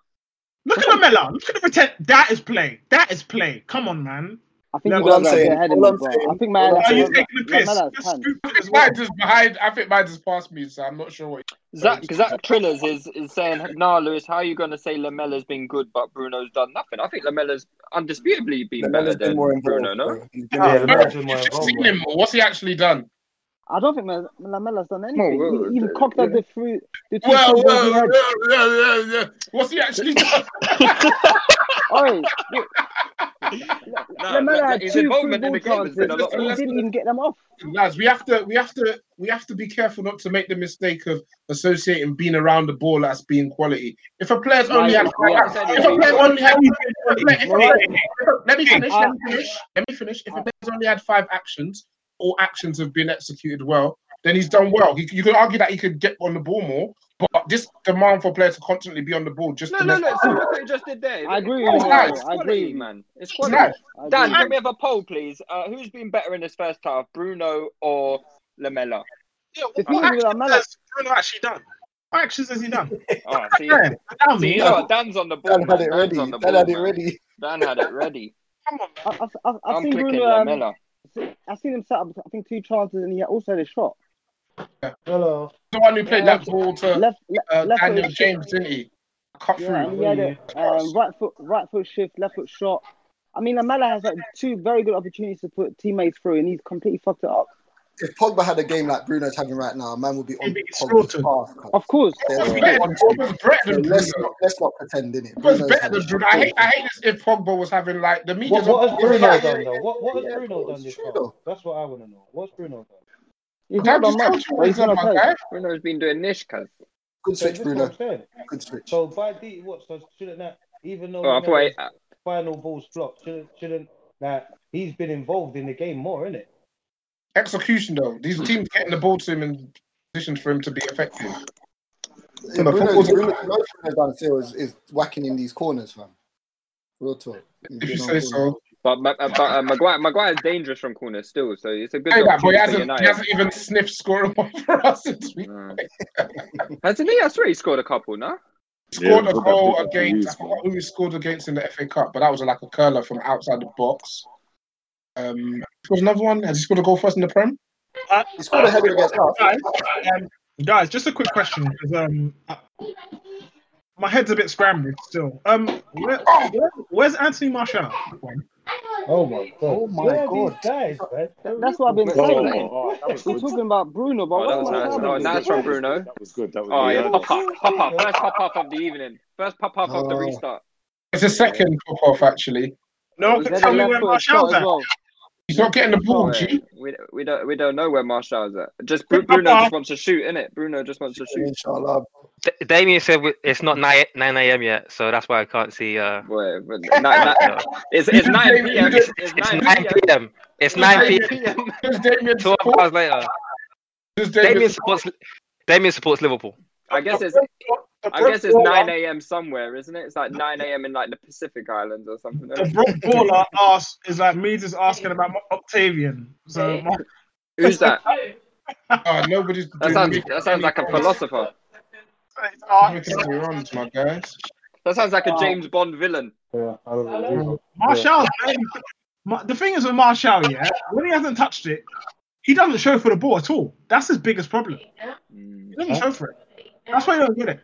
[SPEAKER 13] Look at Lamella. Look at the pretend. That is play. That is play. Come on, man.
[SPEAKER 12] I think
[SPEAKER 13] No,
[SPEAKER 12] you
[SPEAKER 13] all
[SPEAKER 12] guys
[SPEAKER 13] I'm
[SPEAKER 12] are a
[SPEAKER 13] saying-
[SPEAKER 12] bit ahead of
[SPEAKER 13] all
[SPEAKER 12] me,
[SPEAKER 13] I'm
[SPEAKER 12] bro.
[SPEAKER 13] saying-
[SPEAKER 12] I think
[SPEAKER 13] all
[SPEAKER 12] man,
[SPEAKER 13] I'm saying- Are you taking the piss?
[SPEAKER 12] Lamella's pants.
[SPEAKER 6] I think mine just behind. I think mine just passed me, so I'm not sure what.
[SPEAKER 7] Zach, Zach Trillers is, is saying, nah, Lewis, how are you going to say Lamella's been good but Bruno's done nothing? I think Lamella's undisputably been
[SPEAKER 6] Lamella's
[SPEAKER 7] better
[SPEAKER 6] been
[SPEAKER 7] than
[SPEAKER 6] more involved,
[SPEAKER 7] Bruno, no?
[SPEAKER 6] Yeah, Lamella's been more You've involved, seen him. What's he actually done?
[SPEAKER 12] I don't think Ma- Lamella's done
[SPEAKER 7] on,
[SPEAKER 12] anything.
[SPEAKER 7] whoa,
[SPEAKER 12] he even cocked up the through the two
[SPEAKER 6] Whoa, whoa,
[SPEAKER 12] free balls he
[SPEAKER 6] whoa,
[SPEAKER 12] had.
[SPEAKER 6] whoa, whoa, whoa. What's he actually done?
[SPEAKER 12] Oi,
[SPEAKER 6] No,
[SPEAKER 12] Lamella had
[SPEAKER 6] his
[SPEAKER 12] two free
[SPEAKER 6] involvement in
[SPEAKER 12] ball
[SPEAKER 6] the game has
[SPEAKER 12] chances
[SPEAKER 6] been a
[SPEAKER 12] and
[SPEAKER 6] lot
[SPEAKER 12] he
[SPEAKER 6] less.
[SPEAKER 12] didn't even get them off.
[SPEAKER 6] Lads, we have to, we have to, we have to be careful not to make the mistake of associating being around the ball as being quality. If a player's only had, if a player only had, if a player- if a player- let me finish. Let me finish. Let me finish. If a player's only had five actions, all actions have been executed well. Then he's done well. He, you could argue that he could get on the ball more, But this demand for players to constantly be on the ball just
[SPEAKER 7] No,
[SPEAKER 6] to
[SPEAKER 7] no,
[SPEAKER 6] let-
[SPEAKER 7] look. See, look what you just did there.
[SPEAKER 12] I agree
[SPEAKER 6] with
[SPEAKER 7] It's
[SPEAKER 6] you,
[SPEAKER 7] quality,
[SPEAKER 6] Nice.
[SPEAKER 12] I agree
[SPEAKER 7] quality,
[SPEAKER 12] with you.
[SPEAKER 7] man. It's
[SPEAKER 12] It's
[SPEAKER 7] quality.
[SPEAKER 12] nice. I
[SPEAKER 7] Dan,
[SPEAKER 12] agree.
[SPEAKER 7] can we have a poll, please? Uh, who's been better in this first half, Bruno or Lamella?
[SPEAKER 13] Yeah,
[SPEAKER 7] The
[SPEAKER 13] what, what
[SPEAKER 7] thing with
[SPEAKER 13] actions has Bruno actually done? What actions has he done?
[SPEAKER 7] All right, Oh, see,
[SPEAKER 13] Dan, Dan,
[SPEAKER 7] see, you
[SPEAKER 13] man.
[SPEAKER 7] know what? Dan's on the ball.
[SPEAKER 13] Dan
[SPEAKER 7] man.
[SPEAKER 13] had it
[SPEAKER 7] Dan's
[SPEAKER 13] ready.
[SPEAKER 7] on the
[SPEAKER 13] Dan
[SPEAKER 7] ball,
[SPEAKER 13] had it
[SPEAKER 7] man.
[SPEAKER 13] ready.
[SPEAKER 7] Dan had it ready.
[SPEAKER 12] I, I, I,
[SPEAKER 7] I'm
[SPEAKER 12] I've seen
[SPEAKER 7] clicking
[SPEAKER 12] Bruno. Um,
[SPEAKER 7] Lamella.
[SPEAKER 12] see- I've seen him set up. I think two chances, and he also had a shot.
[SPEAKER 13] Hello.
[SPEAKER 6] The one who played
[SPEAKER 12] Yeah.
[SPEAKER 6] that ball to uh,
[SPEAKER 12] left foot
[SPEAKER 6] Daniel
[SPEAKER 12] is-
[SPEAKER 6] James, didn't he? Cut
[SPEAKER 12] Yeah, and
[SPEAKER 6] through.
[SPEAKER 12] he had a um, right foot, right foot shift, left foot shot. I mean, Lamela has like two very good opportunities to put teammates through, and he's completely fucked it up.
[SPEAKER 8] If Pogba had a game like Bruno's having right now, man would be on Pogba's
[SPEAKER 12] slaughtered.
[SPEAKER 8] path.
[SPEAKER 12] Of course.
[SPEAKER 8] They're
[SPEAKER 6] better-
[SPEAKER 8] on-
[SPEAKER 6] Pogba's better than
[SPEAKER 8] So let's,
[SPEAKER 6] Bruno.
[SPEAKER 8] not, let's not pretend in it.
[SPEAKER 6] Pogba's better than Bruno. I hate, I hate this if Pogba was having like the media.
[SPEAKER 9] What, what has Bruno done though? What, what has Bruno done this time? That's what I want to know. What's Bruno done?
[SPEAKER 7] He's
[SPEAKER 9] not done much, but he's been okay.
[SPEAKER 7] Bruno's been doing this, cuz.
[SPEAKER 8] Good
[SPEAKER 9] So this is what I'm saying.
[SPEAKER 8] Good switch.
[SPEAKER 9] So by default, what? So shouldn't that even though
[SPEAKER 7] Oh, I
[SPEAKER 9] we know
[SPEAKER 7] thought I-
[SPEAKER 9] his final ball's flopped, shouldn't shouldn't that he's been involved in the game more, isn't it?
[SPEAKER 6] Execution though. These teams getting the ball to him in positions for him to be effective.
[SPEAKER 8] Yeah, Bruno, Bruno, most Bruno's done still is, is whacking in these corners, man. Real talk.
[SPEAKER 6] If you say so.
[SPEAKER 7] But, Ma- uh, but uh, Maguire, Maguire's dangerous from corners still, so it's a good
[SPEAKER 6] Hey, that boy
[SPEAKER 7] opportunity for
[SPEAKER 6] hasn't, he
[SPEAKER 7] United.
[SPEAKER 6] hasn't even sniffed scoring one for us.
[SPEAKER 7] Hasn't he? I swear he scored a couple, no?
[SPEAKER 6] scored a goal against. I forgot who he scored against in the FA Cup, but that was like a curler from outside the box. Um, was another one. Has he scored a goal for us in the Prem?
[SPEAKER 13] Uh,
[SPEAKER 8] He scored a header against us.
[SPEAKER 13] Guys, um, guys, just a quick question. 'cause, Um, I- my head's a bit scrambled still. Um, where, where, where's Anthony Marshall?
[SPEAKER 9] Oh my god.
[SPEAKER 13] Oh
[SPEAKER 9] my Where are God. these guys, man?
[SPEAKER 12] That- That's what I've been
[SPEAKER 13] Oh,
[SPEAKER 12] saying.
[SPEAKER 13] oh,
[SPEAKER 7] oh, that was
[SPEAKER 12] We're
[SPEAKER 7] good.
[SPEAKER 12] talking about Bruno, but
[SPEAKER 7] Oh, that
[SPEAKER 12] what's
[SPEAKER 7] was
[SPEAKER 12] my
[SPEAKER 7] nice.
[SPEAKER 12] problem
[SPEAKER 7] Oh,
[SPEAKER 12] with
[SPEAKER 7] nice
[SPEAKER 12] this?
[SPEAKER 7] from Bruno.
[SPEAKER 10] That was good. That was
[SPEAKER 7] Oh,
[SPEAKER 10] good.
[SPEAKER 7] yeah. Pop up, pop up. First pop up of the evening. First pop up of the
[SPEAKER 6] Oh.
[SPEAKER 7] restart.
[SPEAKER 6] It's a second pop off actually.
[SPEAKER 13] No,
[SPEAKER 7] Is that tell a me left where foot Martial's shot as at. well?
[SPEAKER 6] He's not getting the ball,
[SPEAKER 7] Wait,
[SPEAKER 6] G.
[SPEAKER 7] we, we don't we don't know where Martial's at. Just Bru- Bruno just wants to shoot, innit? Bruno just wants to shoot.
[SPEAKER 8] Inshallah.
[SPEAKER 18] D- Damien said we- it's not 9, 9 a.m. yet, so that's why I can't see. Uh,
[SPEAKER 7] Wait, it's, it's 9 p.m. It's, it's 9
[SPEAKER 18] 9 p.m. It's 9 p.m.
[SPEAKER 6] Does Damien
[SPEAKER 18] 12 hours later.
[SPEAKER 6] Damien
[SPEAKER 18] Damien supports, Damien supports Liverpool.
[SPEAKER 7] I guess it's I guess it's 9 a.m. somewhere, isn't it? It's like 9 a.m. in like the Pacific Islands or something.
[SPEAKER 13] The Brook Baller asked, is like me just asking about Mo- Octavian. So my,
[SPEAKER 7] Who's that?
[SPEAKER 6] Oh, nobody's.
[SPEAKER 7] That sounds that sounds like a philosopher.
[SPEAKER 6] runs, my guys.
[SPEAKER 7] That sounds like a
[SPEAKER 13] Oh.
[SPEAKER 7] James Bond villain.
[SPEAKER 9] Yeah, I don't
[SPEAKER 7] know.
[SPEAKER 13] Marshall, Ma- the thing is with Marshall, yeah, when he hasn't touched it, he doesn't show for the ball at all. That's his biggest problem. He doesn't show for it. That's why you don't get it.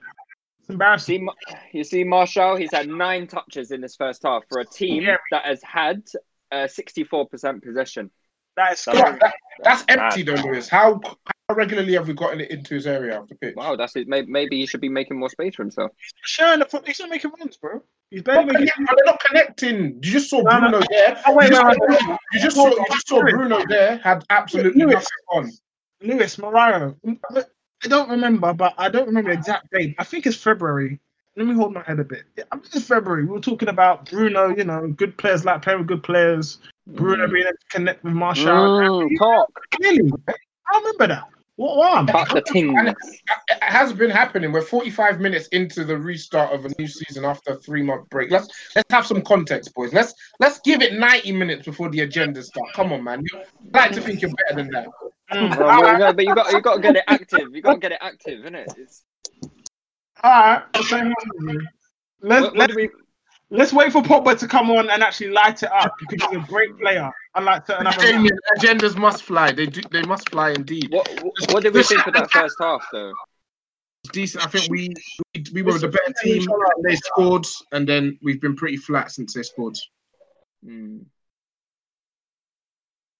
[SPEAKER 13] It's embarrassing.
[SPEAKER 7] See, Ma- you see, Marshall, he's had nine touches in this first half for a team that has had uh, 64% possession.
[SPEAKER 13] That is
[SPEAKER 6] That's empty though, Lewis. How, how regularly have we gotten it into his area of the pitch?
[SPEAKER 7] Wow, that's it. May- Maybe he should be making more space for himself.
[SPEAKER 13] Sharon, the foot- he's not making runs, bro. He's
[SPEAKER 6] They're
[SPEAKER 13] barely
[SPEAKER 6] not
[SPEAKER 13] making.
[SPEAKER 6] connect- they're not connecting. You just saw
[SPEAKER 13] No, no.
[SPEAKER 6] Bruno there.
[SPEAKER 13] Oh, wait,
[SPEAKER 6] you, just
[SPEAKER 13] wait,
[SPEAKER 6] saw,
[SPEAKER 13] wait.
[SPEAKER 6] you just saw you just saw Bruno there had absolutely
[SPEAKER 13] Lewis.
[SPEAKER 6] nothing on.
[SPEAKER 13] Lewis Moraro. I don't remember, but I don't remember the exact date. I think it's February. Let me hold my head a bit. Yeah, I think it's February. We were talking about Bruno, you know, good players like playing with good players. Bruno being able to connect with Marshall.
[SPEAKER 6] Mm,
[SPEAKER 13] talk. Clearly. I remember that. What one?
[SPEAKER 6] And it, it has been happening. We're 45 minutes into the restart of a new season after a three month break. Let's let's have some context, boys. Let's let's give it 90 minutes before the agenda starts. Come on, man. You like to think you're better than that.
[SPEAKER 7] Well, well, no, but you got you got to get it active. You got to get it active, innit? It's,
[SPEAKER 13] All right. Let's, let's, let's wait for Pogba to come on and actually light it up because he's a great player. Unlike certain other.
[SPEAKER 6] Damien, agendas must fly. They do, they must fly indeed.
[SPEAKER 7] What what did we think of that first half though?
[SPEAKER 6] Decent. I think we we, we were the better team. They scored, and then we've been pretty flat since they scored.
[SPEAKER 7] Mm.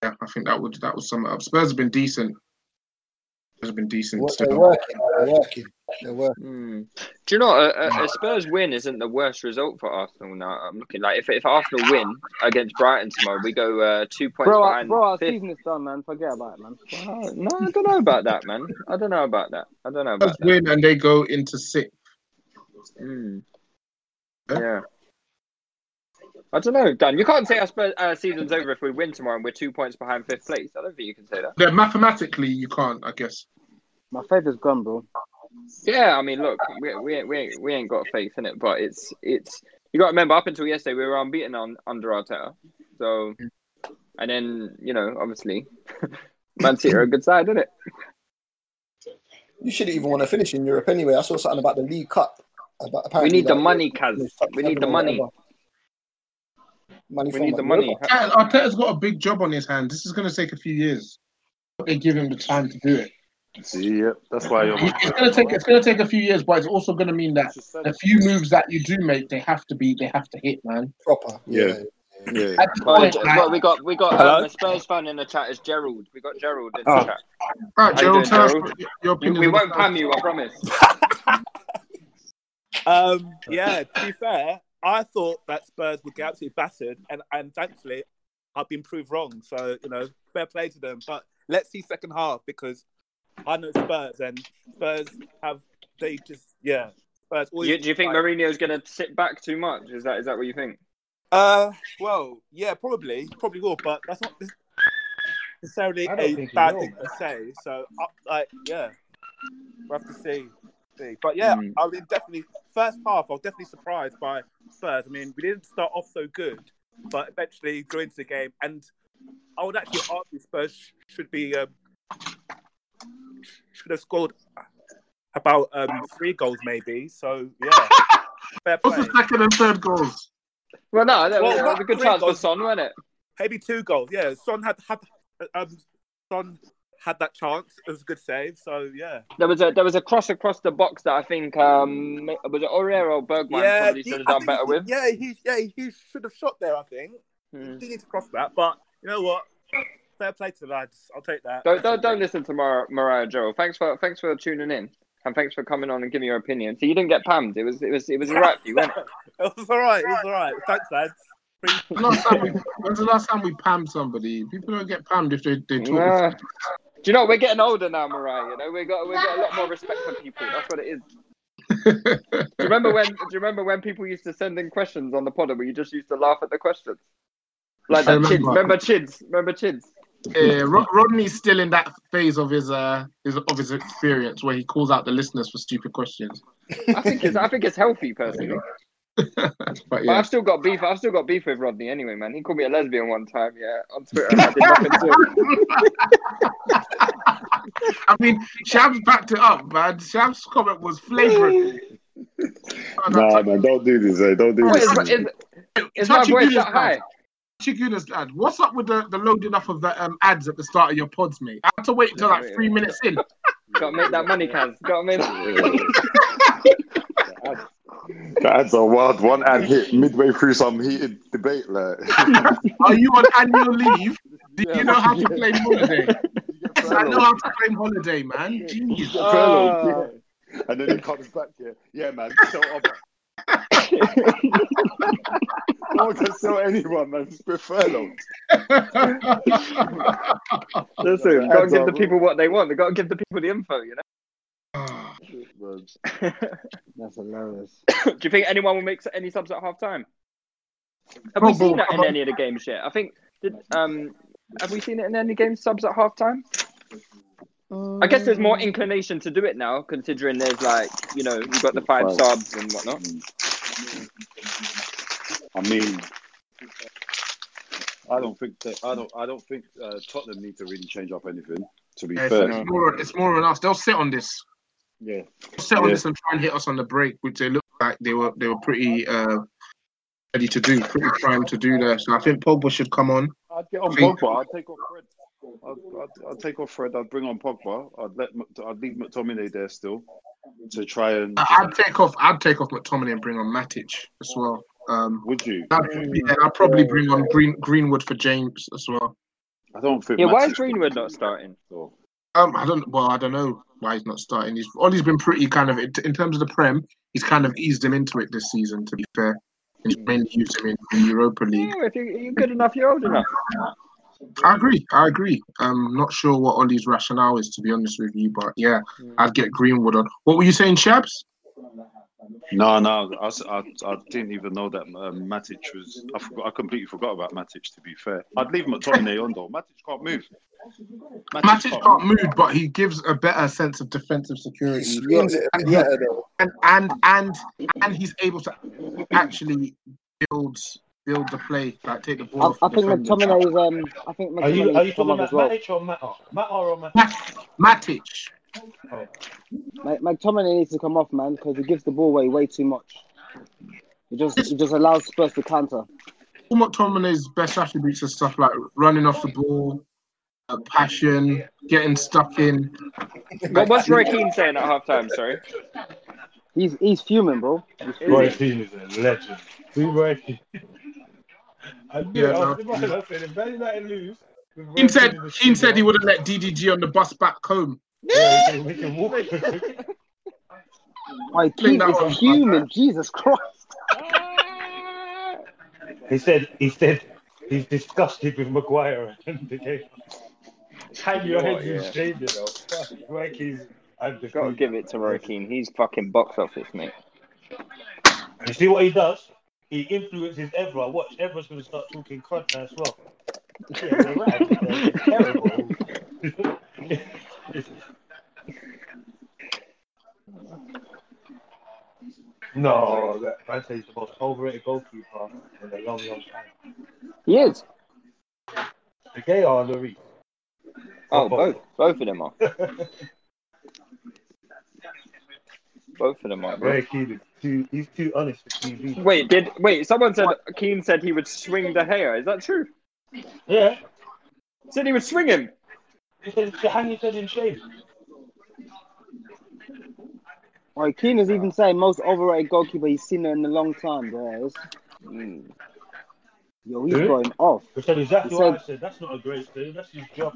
[SPEAKER 6] Yeah, I think that would that would sum it up. Spurs have been decent. Spurs have been decent.
[SPEAKER 8] They're working. They're working. They're working.
[SPEAKER 7] Hmm. Do you know what, a, a- a Spurs win isn't the worst result for Arsenal? Now I'm looking like if if Arsenal win against Brighton tomorrow, we go uh, two points
[SPEAKER 12] Bro, I-
[SPEAKER 7] behind.
[SPEAKER 12] bro, our
[SPEAKER 7] fifth.
[SPEAKER 12] season is done, man. Forget about it, man.
[SPEAKER 7] Oh, no, I don't know about that, man. I don't know about that. I don't know about
[SPEAKER 6] Spurs
[SPEAKER 7] that.
[SPEAKER 6] win, and they go into six.
[SPEAKER 7] Mm. Yeah. I don't know, Dan. You can't say our Spurs, uh, season's over if we win tomorrow and we're two points behind fifth place. I don't think you can say that.
[SPEAKER 6] Yeah, mathematically you can't. I guess
[SPEAKER 12] My faith is gone, bro.
[SPEAKER 7] Yeah, I mean, look, we we ain't- we ain't, we ain't got faith in it, but it's it's you got to remember up until yesterday we were unbeaten on under Arteta, so and then you know obviously Man City are a good side, isn't it?
[SPEAKER 8] You shouldn't even want to finish in Europe anyway. I saw something about the League Cup. About,
[SPEAKER 7] We
[SPEAKER 8] apparently,
[SPEAKER 7] need the
[SPEAKER 8] like,
[SPEAKER 7] money, Kaz. We need the money.
[SPEAKER 8] Money
[SPEAKER 7] We
[SPEAKER 8] from
[SPEAKER 7] need
[SPEAKER 8] what?
[SPEAKER 7] the money.
[SPEAKER 6] Arteta- Arteta's got a big job on his hands. This is going to take a few years. But They give him the time to do it.
[SPEAKER 10] See, yeah, that's why you're.
[SPEAKER 6] It's going to take it's going to take a few years, but it's also going to mean that the few moves that you do make, they have to be they have to hit, man.
[SPEAKER 8] Proper.
[SPEAKER 10] Yeah.
[SPEAKER 6] Yeah.
[SPEAKER 7] Oh, Ge- well, we got we got
[SPEAKER 6] Hello?
[SPEAKER 7] um, a Spurs fan in the chat. Is Gerald? We got Gerald in the
[SPEAKER 6] Oh.
[SPEAKER 7] chat.
[SPEAKER 6] All right,
[SPEAKER 7] How
[SPEAKER 6] Gerald,
[SPEAKER 7] you doing,
[SPEAKER 6] tell us
[SPEAKER 7] Gerald?
[SPEAKER 6] your- your
[SPEAKER 7] We-
[SPEAKER 6] opinion
[SPEAKER 7] we
[SPEAKER 6] on
[SPEAKER 7] won't
[SPEAKER 6] the-
[SPEAKER 7] pam you. I promise.
[SPEAKER 19] Um, yeah, to be fair, I thought that Spurs would get absolutely battered, and, and thankfully, I've been proved wrong. So, you know, fair play to them. But let's see second half because I know Spurs, and Spurs have, they just, yeah. Spurs always,
[SPEAKER 7] You, do you think
[SPEAKER 19] like-
[SPEAKER 7] Mourinho's going to sit back too much? Is that is that what you think?
[SPEAKER 19] Uh, well, yeah, probably, probably will, but that's not necessarily
[SPEAKER 9] I don't
[SPEAKER 19] a
[SPEAKER 9] think he
[SPEAKER 19] bad
[SPEAKER 9] will,
[SPEAKER 19] thing to
[SPEAKER 9] man.
[SPEAKER 19] say. So, uh, like, yeah, we'll have to see. see. But yeah,
[SPEAKER 9] Mm.
[SPEAKER 19] I mean, definitely, first half, I was definitely surprised by Spurs. I mean, we didn't start off so good, but eventually grew into the game. And I would actually argue Spurs sh- should be, um, should have scored about um, three goals, maybe. So, yeah, fair play.
[SPEAKER 6] Second and third goals.
[SPEAKER 7] Well, no, that was-
[SPEAKER 19] Well,
[SPEAKER 7] that was a good
[SPEAKER 19] three
[SPEAKER 7] chance for
[SPEAKER 19] goals.
[SPEAKER 7] Son, wasn't it?
[SPEAKER 19] Maybe two goals. Yeah, Son had had um, Son had that chance. It was a good save. So yeah,
[SPEAKER 7] There was a there was a cross across the box that I think um was it Aurier or Bergman
[SPEAKER 19] yeah.
[SPEAKER 7] probably
[SPEAKER 19] he-
[SPEAKER 7] should have
[SPEAKER 19] I
[SPEAKER 7] done
[SPEAKER 19] think
[SPEAKER 7] better
[SPEAKER 19] he-
[SPEAKER 7] with.
[SPEAKER 19] Yeah, he yeah he should have shot there. I think
[SPEAKER 7] Hmm.
[SPEAKER 19] he did need to cross that, but you know what? Fair play to the lads. I'll take that.
[SPEAKER 7] Don't don't, don't listen to Mar- Mariah Gerald. Thanks for thanks for tuning in and thanks for coming on and giving your opinion. So you didn't get pammed. It was it was it was all right for you, wasn't it?
[SPEAKER 19] It was all right. It was all right. Thanks, lads.
[SPEAKER 6] Last time we, when's the last time we pammed somebody? People don't get pammed if they, they talk.
[SPEAKER 7] Nah. Do you know we're getting older now, Mariah? You know we got we got a lot more respect for people. That's what it is. do you remember when? Do you remember when people used to send in questions on the pod, and we just used to laugh at the questions? Like
[SPEAKER 6] I
[SPEAKER 7] that chids.
[SPEAKER 6] remember.
[SPEAKER 7] Remember chids. Remember chids.
[SPEAKER 6] Yeah, Eh, Rod- Rodney's still in that phase of his uh his, of his experience where he calls out the listeners for stupid questions.
[SPEAKER 7] I think it's I think it's healthy personally.
[SPEAKER 6] But
[SPEAKER 7] But
[SPEAKER 6] yeah,
[SPEAKER 7] I've still got beef. I've still got beef with Rodney anyway, man. He called me a lesbian one time, yeah, on Twitter. and I did nothing to it.
[SPEAKER 6] I mean, Shabs backed it up, man. Shabs' comment was flagrant.
[SPEAKER 10] Nah, man, don't do this. eh, Don't do
[SPEAKER 6] What
[SPEAKER 10] this.
[SPEAKER 6] is-
[SPEAKER 10] man.
[SPEAKER 6] is-
[SPEAKER 7] is my voice that high?
[SPEAKER 6] Chigunas lad, what's up with the, the loading up of the um, ads at the start of your pods, mate? I had to wait until like three minutes in.
[SPEAKER 7] Gotta make that money, Kaz. Gotta make
[SPEAKER 10] The ads are wild. One ad hit midway through some heated debate. Like,
[SPEAKER 6] Are you on annual leave? Do you know how to claim holiday? Yes, I know how to claim holiday, man. Genius.
[SPEAKER 10] Furlough, yeah. And then he comes back here. Yeah, man, um, sell up. no one can sell anyone, man. It's been furloughed.
[SPEAKER 7] Listen, gotta give the people what they want. They gotta give the people the info, you
[SPEAKER 10] know.
[SPEAKER 7] That's hilarious. Do you think anyone will make s- any subs at half time? Have
[SPEAKER 10] No,
[SPEAKER 7] we seen
[SPEAKER 10] but-
[SPEAKER 7] that in any of the games yet? I think did um have we seen it in any game subs at half time? I
[SPEAKER 12] Mm.
[SPEAKER 7] guess there's more inclination to do it now, considering there's like you know you've got the five
[SPEAKER 10] Five.
[SPEAKER 7] subs and whatnot.
[SPEAKER 10] I mean, I don't think that I don't I don't think uh, Tottenham need to really change up anything. To be
[SPEAKER 6] Yeah, it's,
[SPEAKER 10] fair,
[SPEAKER 6] it's more, it's more on us. They'll sit on this.
[SPEAKER 10] Yeah.
[SPEAKER 6] Sit on
[SPEAKER 10] Yeah.
[SPEAKER 6] this and try and hit us on the break, which they look like they were they were pretty uh, ready to do, pretty primed to do there. So I think Pogba should come on.
[SPEAKER 10] I'd get on
[SPEAKER 6] I think-
[SPEAKER 10] Pogba. I'd take off Fred. I'd, I'd, I'd take off Fred. I'd bring on Pogba. I'd let Mc- I'd leave McTominay there still to try and.
[SPEAKER 6] I- Uh, I'd take off. I'd take off McTominay and bring on Matic as well. Um,
[SPEAKER 10] Would you?
[SPEAKER 6] yeah, I'd probably bring on Green Greenwood for James as well.
[SPEAKER 10] I don't think.
[SPEAKER 7] Yeah, why is
[SPEAKER 10] Matic-
[SPEAKER 7] Greenwood not starting?
[SPEAKER 6] Um, I don't. Well, I don't know why he's not starting. He's Ollie's been pretty kind of in terms of the Prem. He's kind of eased him into it this season. To be fair, and he's mainly used him in the Europa League.
[SPEAKER 7] Yeah, if you, you're good enough, you're old enough.
[SPEAKER 6] I agree. I agree. I'm not sure what Ollie's rationale is, to be honest with you, but yeah, I'd get Greenwood on. What were you saying, Shabs?
[SPEAKER 10] No, no, I, s- I- I didn't even know that um, Matic was. I, forgot, I completely forgot about Matic. To be fair, I'd leave McTominay on though. Matic can't move.
[SPEAKER 6] Matic can't move, but he gives a better sense of defensive security.
[SPEAKER 10] He screams it a bit
[SPEAKER 6] he-
[SPEAKER 10] better, though.
[SPEAKER 6] and, and and and he's able to actually build build the play, like take the
[SPEAKER 12] I,
[SPEAKER 6] ball.
[SPEAKER 12] I think McTominay is. Um, I think
[SPEAKER 6] Are you-
[SPEAKER 12] McTominay
[SPEAKER 6] are
[SPEAKER 12] has
[SPEAKER 6] you
[SPEAKER 12] come
[SPEAKER 6] talking
[SPEAKER 12] up
[SPEAKER 6] about
[SPEAKER 12] as well.
[SPEAKER 9] Matic or Matter? Matter or Matic?
[SPEAKER 6] Matic.
[SPEAKER 12] Mc- McTominay needs to come off, man, because he gives the ball away way too much. He just he just allows Spurs to counter.
[SPEAKER 6] All McTominay's best attributes are stuff like running off the ball, uh, passion, getting stuck in.
[SPEAKER 7] What, what's Roy Keane saying at half time? Sorry.
[SPEAKER 12] He's he's fuming, bro. He's fuming.
[SPEAKER 9] Roy Keane is a legend. See Roy Keane. I knew
[SPEAKER 6] Yeah,
[SPEAKER 9] it. I
[SPEAKER 6] no.
[SPEAKER 9] was in my head, I said, if Man United lose, with Roy
[SPEAKER 6] Keane said,
[SPEAKER 9] Keane in the
[SPEAKER 6] Keane said he would have let DDG on the bus back home.
[SPEAKER 9] Yeah, we can walk.
[SPEAKER 12] My
[SPEAKER 6] Clean
[SPEAKER 12] Keane
[SPEAKER 6] that one.
[SPEAKER 12] is fuming. Jesus Christ.
[SPEAKER 9] He said he said he's disgusted with Maguire and the game. Hang your head in
[SPEAKER 7] Yeah.
[SPEAKER 9] shame, you know. Roy Keane's
[SPEAKER 7] Got to give it to Roy Keane. He's fucking box office, mate.
[SPEAKER 9] You see what he does? He influences Evra. Watch, Evra's going to start talking crud now as well. Yeah, you're right. It's terrible. no, that Bantay's the most overrated goalkeeper in a long, long time.
[SPEAKER 7] He is.
[SPEAKER 9] The gay are the reef.
[SPEAKER 7] Oh, both. Both of them are. Both of them are. Bro.
[SPEAKER 9] Roy Keane is too, he's too honest with TV.
[SPEAKER 7] Wait, did wait? Someone said Keane said he would swing the hair. Is that true?
[SPEAKER 9] Yeah.
[SPEAKER 7] Said he would swing him.
[SPEAKER 9] He said hang his head in shame.
[SPEAKER 12] Right, Keane is even saying most overrated goalkeeper he's seen in a long time, bro. It's- mm. Yo, he's
[SPEAKER 9] Really?
[SPEAKER 12] going off.
[SPEAKER 9] I said exactly
[SPEAKER 12] He
[SPEAKER 9] what
[SPEAKER 12] said-
[SPEAKER 9] I said. That's not a great thing. That's his job.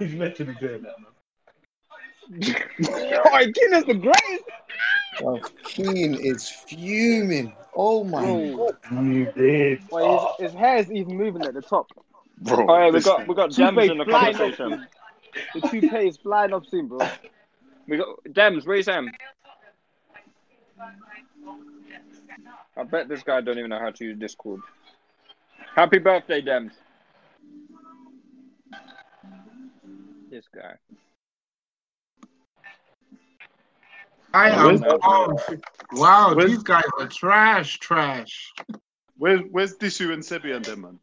[SPEAKER 9] He's meant to be doing that, man.
[SPEAKER 7] Roy Keane is the greatest.
[SPEAKER 20] Oh, Keane is fuming. Oh my
[SPEAKER 12] Bro.
[SPEAKER 20] god.
[SPEAKER 9] You did.
[SPEAKER 12] Wait, his, his hair's even moving at the top.
[SPEAKER 7] Bro, All right, we got we got
[SPEAKER 12] Toupee
[SPEAKER 7] Dems in the
[SPEAKER 12] flying
[SPEAKER 7] conversation.
[SPEAKER 12] up soon. The toupee is flying up soon, bro.
[SPEAKER 7] We got Dems. Where's Em? I bet this guy don't even know how to use Discord. Happy birthday, Dems. This guy.
[SPEAKER 6] I am.
[SPEAKER 10] Where's-
[SPEAKER 6] Oh, wow,
[SPEAKER 10] Where's-
[SPEAKER 6] these guys are trash, trash.
[SPEAKER 10] Where's Where's Dishu and Sebi and them man?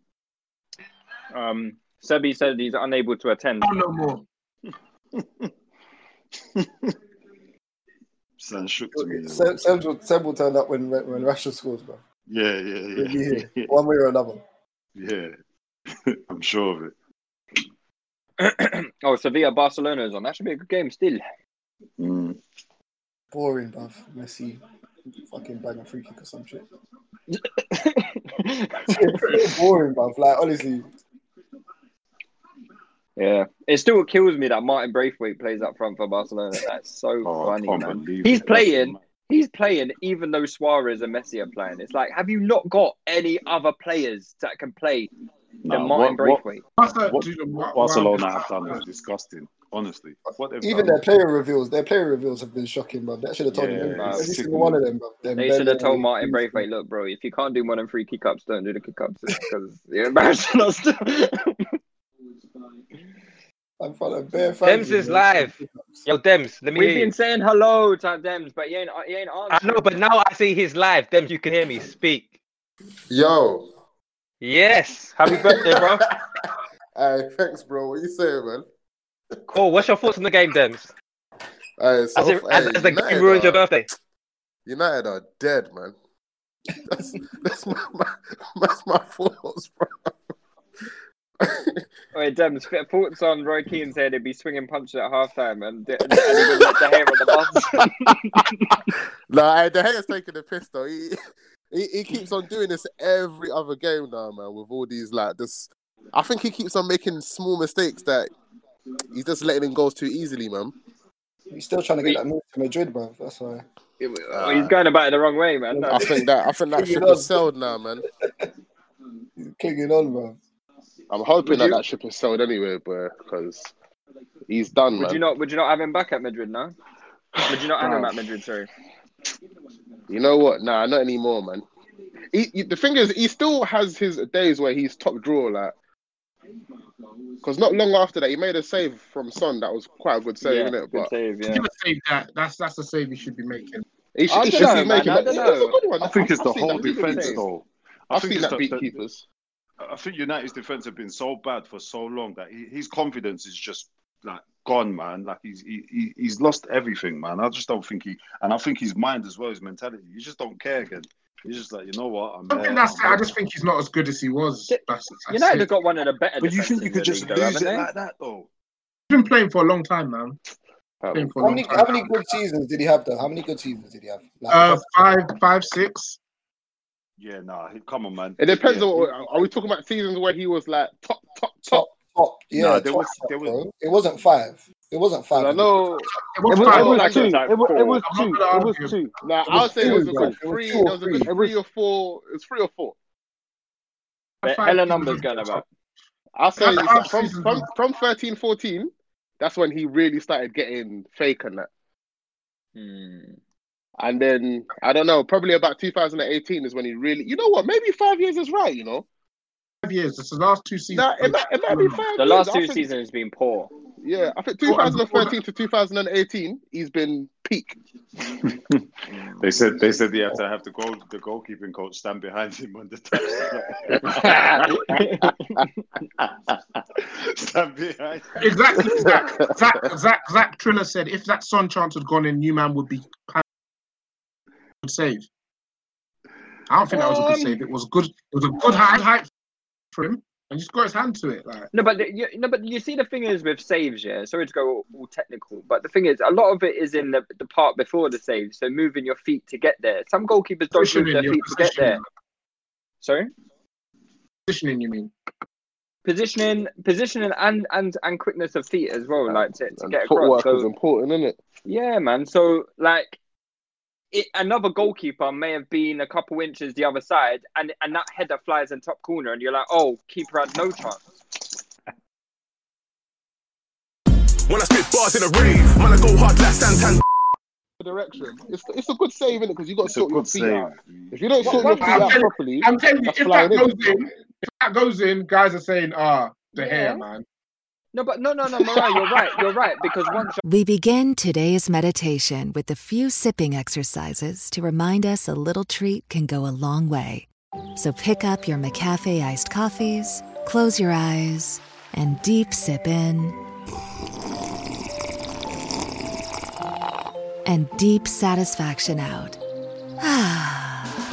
[SPEAKER 7] Um, Sebi said he's unable to attend.
[SPEAKER 6] Oh, no more.
[SPEAKER 10] Sounds shook to me.
[SPEAKER 20] Seb, Seb, will, Seb will turn up when when Rashford scores, bro.
[SPEAKER 10] Yeah, yeah,
[SPEAKER 20] He'll be
[SPEAKER 10] yeah,
[SPEAKER 20] here, one way or another.
[SPEAKER 10] yeah. I'm sure of it.
[SPEAKER 7] oh, Sevilla Barcelona is on. That should be a good game still.
[SPEAKER 10] Mm.
[SPEAKER 20] Boring, bruv. Messi fucking bang a free kick or some shit. boring, bruv. Like, honestly.
[SPEAKER 7] Yeah, it still kills me that Martin Braithwaite plays up front for Barcelona. That's so funny,
[SPEAKER 10] Oh, can't
[SPEAKER 7] man.
[SPEAKER 10] believe
[SPEAKER 7] He's
[SPEAKER 10] it.
[SPEAKER 7] playing. He's playing, even though Suarez and Messi are playing. It's like, have you not got any other players that can play
[SPEAKER 10] Nah,
[SPEAKER 7] than Martin
[SPEAKER 10] what- what-
[SPEAKER 7] Braithwaite?
[SPEAKER 6] Barca-
[SPEAKER 10] What
[SPEAKER 6] dude, what-
[SPEAKER 10] Barcelona
[SPEAKER 6] wow.
[SPEAKER 10] have done is disgusting. Honestly, what um, they've
[SPEAKER 20] Even
[SPEAKER 10] done-
[SPEAKER 20] their player reveals, their player reveals have been shocking, bruv. That should have told
[SPEAKER 10] Yeah,
[SPEAKER 20] him every,
[SPEAKER 10] nah,
[SPEAKER 20] every
[SPEAKER 10] sick,
[SPEAKER 20] single one
[SPEAKER 10] man.
[SPEAKER 20] of them, bruv. Them
[SPEAKER 7] They should have
[SPEAKER 20] Bellingham,
[SPEAKER 7] told Martin Braithwaite, look, bro, if you can't do more than three kick ups, don't do the kick ups because you're embarrassing us.
[SPEAKER 20] I'm fucking bare
[SPEAKER 18] Dems is live. Yo, Dems, let me
[SPEAKER 7] We've
[SPEAKER 18] hear
[SPEAKER 7] been
[SPEAKER 18] you.
[SPEAKER 7] saying hello to Dems, but you ain't, you ain't
[SPEAKER 18] I know, but now I see he's live. Dems, you can hear me speak.
[SPEAKER 21] Yo.
[SPEAKER 18] Yes. Happy birthday, bro.
[SPEAKER 21] Hey, thanks, bro. What you saying, man?
[SPEAKER 18] Cool. What's your thoughts on the game, Dems?
[SPEAKER 21] Hey, so,
[SPEAKER 18] As, it, as,
[SPEAKER 21] hey,
[SPEAKER 18] as the
[SPEAKER 21] United
[SPEAKER 18] game ruined
[SPEAKER 21] are-
[SPEAKER 18] your birthday.
[SPEAKER 21] United are dead, man. That's, that's, my, my, that's my thoughts, bro.
[SPEAKER 7] Wait, Dems, f- thoughts on Roy Keane saying he'd be swinging punches at halftime and, and, and he would let the hair on the bus?
[SPEAKER 21] Nah, hey, De Gea's taking the piss, though. He, he, he keeps on doing this every other game now, man, with all these, like, this. I think he keeps on making small mistakes that he's just letting in goals too easily, man.
[SPEAKER 20] He's still trying to get that move to Madrid, bruv. That's why.
[SPEAKER 7] Well, uh, he's going about it the wrong way, man.
[SPEAKER 21] I think that I think that ship has sailed now, man.
[SPEAKER 20] Clinging on, bruv.
[SPEAKER 21] I'm hoping
[SPEAKER 7] Would
[SPEAKER 21] that
[SPEAKER 7] you-
[SPEAKER 21] that ship has sailed anyway, bro, because he's done,
[SPEAKER 7] Would
[SPEAKER 21] man.
[SPEAKER 7] you not? Would you not have him back at Madrid now? Would you not have him
[SPEAKER 21] Nah.
[SPEAKER 7] at Madrid? Sorry.
[SPEAKER 21] You know what? Nah, not anymore, man. He, he- the thing is, he still has his days where he's top draw, like. Because not long after that, he made a save from Son. That was quite a good save,
[SPEAKER 6] Yeah,
[SPEAKER 21] innit?
[SPEAKER 6] good
[SPEAKER 21] But
[SPEAKER 7] save,
[SPEAKER 6] Give a save that. That's that's the save you should be making.
[SPEAKER 21] He should, he should be making that. That's a good one.
[SPEAKER 10] I think it's
[SPEAKER 21] I've
[SPEAKER 10] the
[SPEAKER 21] seen that.
[SPEAKER 10] whole
[SPEAKER 21] That's a good
[SPEAKER 10] defense,
[SPEAKER 21] save.
[SPEAKER 10] though. I
[SPEAKER 21] I've
[SPEAKER 10] think
[SPEAKER 21] seen
[SPEAKER 10] it's
[SPEAKER 21] that
[SPEAKER 10] the-
[SPEAKER 21] beat
[SPEAKER 10] the-
[SPEAKER 21] keepers.
[SPEAKER 10] I think United's defense have been so bad for so long that he, his confidence is just like gone, man. Like he's he, he- he's lost everything, man. I just don't think he, and I think his mind as well, his mentality. You just don't care again. He's just like, you know what? I'm
[SPEAKER 6] I, think
[SPEAKER 10] there,
[SPEAKER 6] that's it.
[SPEAKER 10] I'm
[SPEAKER 6] I
[SPEAKER 10] there.
[SPEAKER 6] just think he's not as good as he was. That's, that's
[SPEAKER 10] United
[SPEAKER 6] it.
[SPEAKER 10] have got one of the better
[SPEAKER 6] But you think
[SPEAKER 10] defenses
[SPEAKER 6] you
[SPEAKER 10] in the
[SPEAKER 6] could just
[SPEAKER 10] league, though,
[SPEAKER 6] lose it
[SPEAKER 10] haven't they?
[SPEAKER 6] like
[SPEAKER 10] that, though?
[SPEAKER 6] He's been playing for a long time, man. Playing for a
[SPEAKER 8] How
[SPEAKER 6] long
[SPEAKER 8] many,
[SPEAKER 6] time.
[SPEAKER 8] how many good seasons did he have though? How many good seasons did he have? Like,
[SPEAKER 21] Um,
[SPEAKER 6] Uh, five, five, six.
[SPEAKER 10] Yeah, nah. he- Come on, man.
[SPEAKER 21] It depends
[SPEAKER 10] Yeah.
[SPEAKER 21] on what. Are we talking about seasons where he was like top, top, top?
[SPEAKER 8] Top, yeah,
[SPEAKER 21] Nah, there
[SPEAKER 8] top,
[SPEAKER 21] was-
[SPEAKER 8] top,
[SPEAKER 21] there was-
[SPEAKER 8] bro. It wasn't five. It wasn't five. I know.
[SPEAKER 21] It was It was- five. it was Like, two. like
[SPEAKER 8] It was,
[SPEAKER 21] four. was
[SPEAKER 8] two. It was
[SPEAKER 21] two. Nah, I would say it was a good three. There was a good three or four. It's three or four.
[SPEAKER 10] But hella numbers going about.
[SPEAKER 21] I'll say
[SPEAKER 10] That's
[SPEAKER 21] this,
[SPEAKER 10] half
[SPEAKER 21] from,
[SPEAKER 10] season,
[SPEAKER 21] from
[SPEAKER 10] man.
[SPEAKER 21] from 13, 14, that's when he really started getting fake and that.
[SPEAKER 6] Hmm.
[SPEAKER 21] And then I don't know, probably about 2018 is when he really. You know what? Maybe five years is right. You know,
[SPEAKER 6] Five years. It's the last two seasons. Hmm.
[SPEAKER 21] Nah, it might, it might be five.
[SPEAKER 10] The last
[SPEAKER 21] years.
[SPEAKER 10] two
[SPEAKER 21] I think-
[SPEAKER 10] seasons has been poor.
[SPEAKER 21] Yeah, I think
[SPEAKER 10] Well, I'm-
[SPEAKER 21] 2013 to 2018, he's been peak.
[SPEAKER 10] They said they said they had to have the goal the goalkeeping coach stand behind him on the touchline. stand behind.
[SPEAKER 6] Exactly. Zach, Zach, Zach, Zach Triller said if that Son chance had gone in, Newman would be good save. I don't think that was a
[SPEAKER 7] Um,
[SPEAKER 6] good save. It was good. It was a good high hype for him, and just got his hand to it. Like
[SPEAKER 7] No, but the, you, no, but you see, the thing is with saves, yeah. Sorry to go all, all technical, but the thing is, a lot of it is in the, the part before the save. So moving your feet to get there. Some goalkeepers don't move
[SPEAKER 6] Positioning,
[SPEAKER 7] their
[SPEAKER 6] yeah,
[SPEAKER 7] feet to get there.
[SPEAKER 6] positioning.
[SPEAKER 7] Sorry,
[SPEAKER 6] positioning, you mean?
[SPEAKER 7] positioning, positioning, and and and quickness of feet as well, like to, to get across.
[SPEAKER 21] Footwork
[SPEAKER 7] So
[SPEAKER 21] is important, isn't it?
[SPEAKER 7] Yeah, man. So like, it, another goalkeeper may have been a couple inches the other side, and and that header flies in top corner, and you're like, oh, keeper had no chance.
[SPEAKER 4] When I spit bars in the rain, man, I go hard like Santan.
[SPEAKER 21] Direction. It's, it's a good save, innit? Because you got to sort your feet
[SPEAKER 10] save.
[SPEAKER 21] out. If you don't sort your feet
[SPEAKER 6] I'm
[SPEAKER 21] out
[SPEAKER 6] telling-
[SPEAKER 21] properly,
[SPEAKER 6] I'm telling you,
[SPEAKER 21] that's
[SPEAKER 6] if
[SPEAKER 21] flying
[SPEAKER 6] that
[SPEAKER 21] in.
[SPEAKER 6] goes in, if that goes in, guys are saying, "Ah, the hair, man."
[SPEAKER 7] No, but no, no, no, Mariah, you're right. You're right because once
[SPEAKER 15] We begin today's meditation with a few sipping exercises to remind us a little treat can go a long way. So pick up your McCafe iced coffees, close your eyes, and deep sip in. And deep satisfaction out. Ah.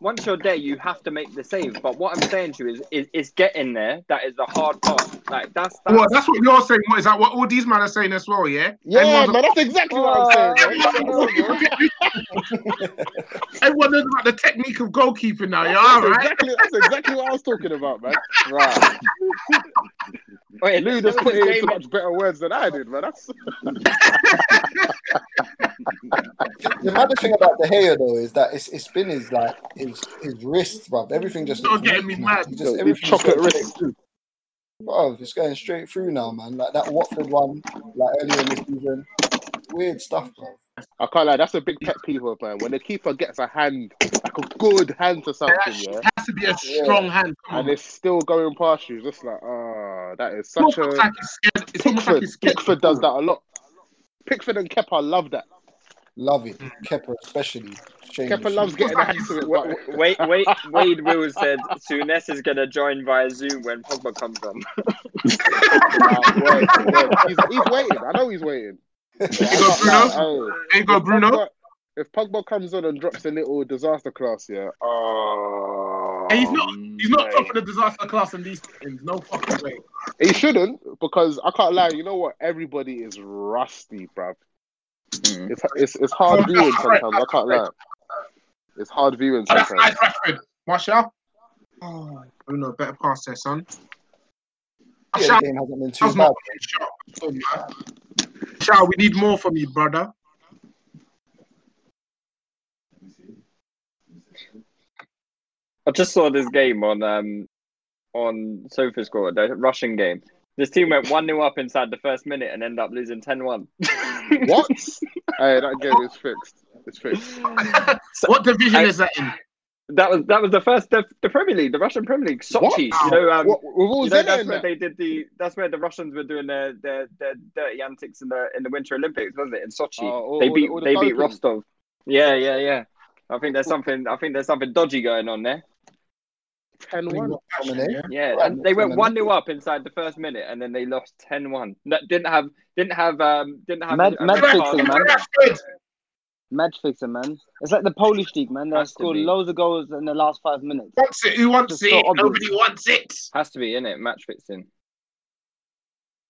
[SPEAKER 7] once you're there, you have to make the save. But what I'm saying to you is, is, is getting there. That is the hard part. Like that's that's,
[SPEAKER 6] Well, that's what you're saying. What is that? What all these men are saying as well? Yeah.
[SPEAKER 21] Yeah,
[SPEAKER 6] Everyone's-
[SPEAKER 21] man, that's exactly what I'm saying. man.
[SPEAKER 6] Everyone knows about the technique of goalkeeping now. Yeah, all
[SPEAKER 21] That's
[SPEAKER 6] right.
[SPEAKER 21] exactly, that's exactly what I was talking about, man. Right.
[SPEAKER 7] Wait,
[SPEAKER 21] Lou just put it into much better words than I did, man. That's
[SPEAKER 8] The other thing about De Gea though is that it's it's been his like his his wrist, bruv. Everything just
[SPEAKER 6] Don't
[SPEAKER 8] looks
[SPEAKER 6] get
[SPEAKER 8] weak
[SPEAKER 6] me
[SPEAKER 8] now.
[SPEAKER 6] mad.
[SPEAKER 8] He
[SPEAKER 21] Yo,
[SPEAKER 8] Just
[SPEAKER 21] his
[SPEAKER 8] everything
[SPEAKER 21] chocolate
[SPEAKER 8] wrist. Bro, it's going straight through now, man. Like that Watford one, like earlier in this season. Weird stuff, bro.
[SPEAKER 21] I can't lie. That's a big pet peeve, of mine. When the keeper gets a hand, like a good hand to something, yeah,
[SPEAKER 6] has to be a strong hand.
[SPEAKER 21] and it's still going past you. Just like, ah, that is
[SPEAKER 6] It's
[SPEAKER 21] such a.
[SPEAKER 6] almost like he's scared. It's almost like
[SPEAKER 21] Pickford,
[SPEAKER 6] he's scared.
[SPEAKER 21] Pickford does that a lot. Pickford and Kepa love that.
[SPEAKER 8] Love it. Kepper especially. Shame
[SPEAKER 21] Kepa
[SPEAKER 8] it's-
[SPEAKER 21] loves getting a hand to it. But
[SPEAKER 7] Wait, wait. Wade Will said Sunes is gonna join via Zoom when Pogba comes on.
[SPEAKER 21] he's, he's waiting. I know he's waiting. oh,
[SPEAKER 6] Bruno. There you go, Bruno.
[SPEAKER 21] If Pogba comes on and drops a little disaster class, yeah. Oh,
[SPEAKER 6] And he's not. He's not top of the disaster class in these things. No fucking way.
[SPEAKER 21] He shouldn't because I can't lie. You know what? Everybody is rusty, bruv. It's, it's it's hard viewing sometimes. I can't lie. It's hard viewing
[SPEAKER 6] Oh, that's
[SPEAKER 21] sometimes.
[SPEAKER 6] nice, Rashford. Marshall. Oh, Bruno, better pass there, son.
[SPEAKER 8] Yeah, the game hasn't been too
[SPEAKER 6] That's not
[SPEAKER 8] bad.
[SPEAKER 6] a good shot. Oh, man. Martial, we need more from you, brother.
[SPEAKER 7] I just saw this game on um on SofaScore, the Russian game. This team went 1 0 up inside the first minute and ended up losing 10 1.
[SPEAKER 21] What? hey, that game is fixed. It's fixed.
[SPEAKER 7] what division is that in? That was that was the first the, the Premier League, the Russian Premier League, Sochi.
[SPEAKER 21] What?
[SPEAKER 7] You know, um,
[SPEAKER 21] What- what was
[SPEAKER 7] you know
[SPEAKER 21] that
[SPEAKER 7] that's
[SPEAKER 21] in
[SPEAKER 7] where
[SPEAKER 21] that?
[SPEAKER 7] they did the that's where the Russians were doing their their, their dirty antics in the in the Winter Olympics, wasn't it? In Sochi,
[SPEAKER 21] all-
[SPEAKER 7] they
[SPEAKER 21] all-
[SPEAKER 7] beat
[SPEAKER 21] all the
[SPEAKER 7] they beat
[SPEAKER 21] doping.
[SPEAKER 7] Rostov. Yeah, yeah, yeah. I think there's something I think there's something dodgy going on there.
[SPEAKER 21] 10 1.
[SPEAKER 7] Yeah, and they went one 0 up inside the first minute, and then they lost 10-1. That didn't have didn't have um didn't have
[SPEAKER 12] Mad,
[SPEAKER 7] a- a
[SPEAKER 12] mad
[SPEAKER 7] red
[SPEAKER 12] fixer,
[SPEAKER 7] card.
[SPEAKER 12] man. Mad fixer, man. It's like the Polish league, man. They scored loads of goals in the last five minutes.
[SPEAKER 6] Wants it? Who wants
[SPEAKER 12] It's
[SPEAKER 6] it?
[SPEAKER 12] not obvious.
[SPEAKER 6] Nobody wants it.
[SPEAKER 7] Has to be in it. Match fixing.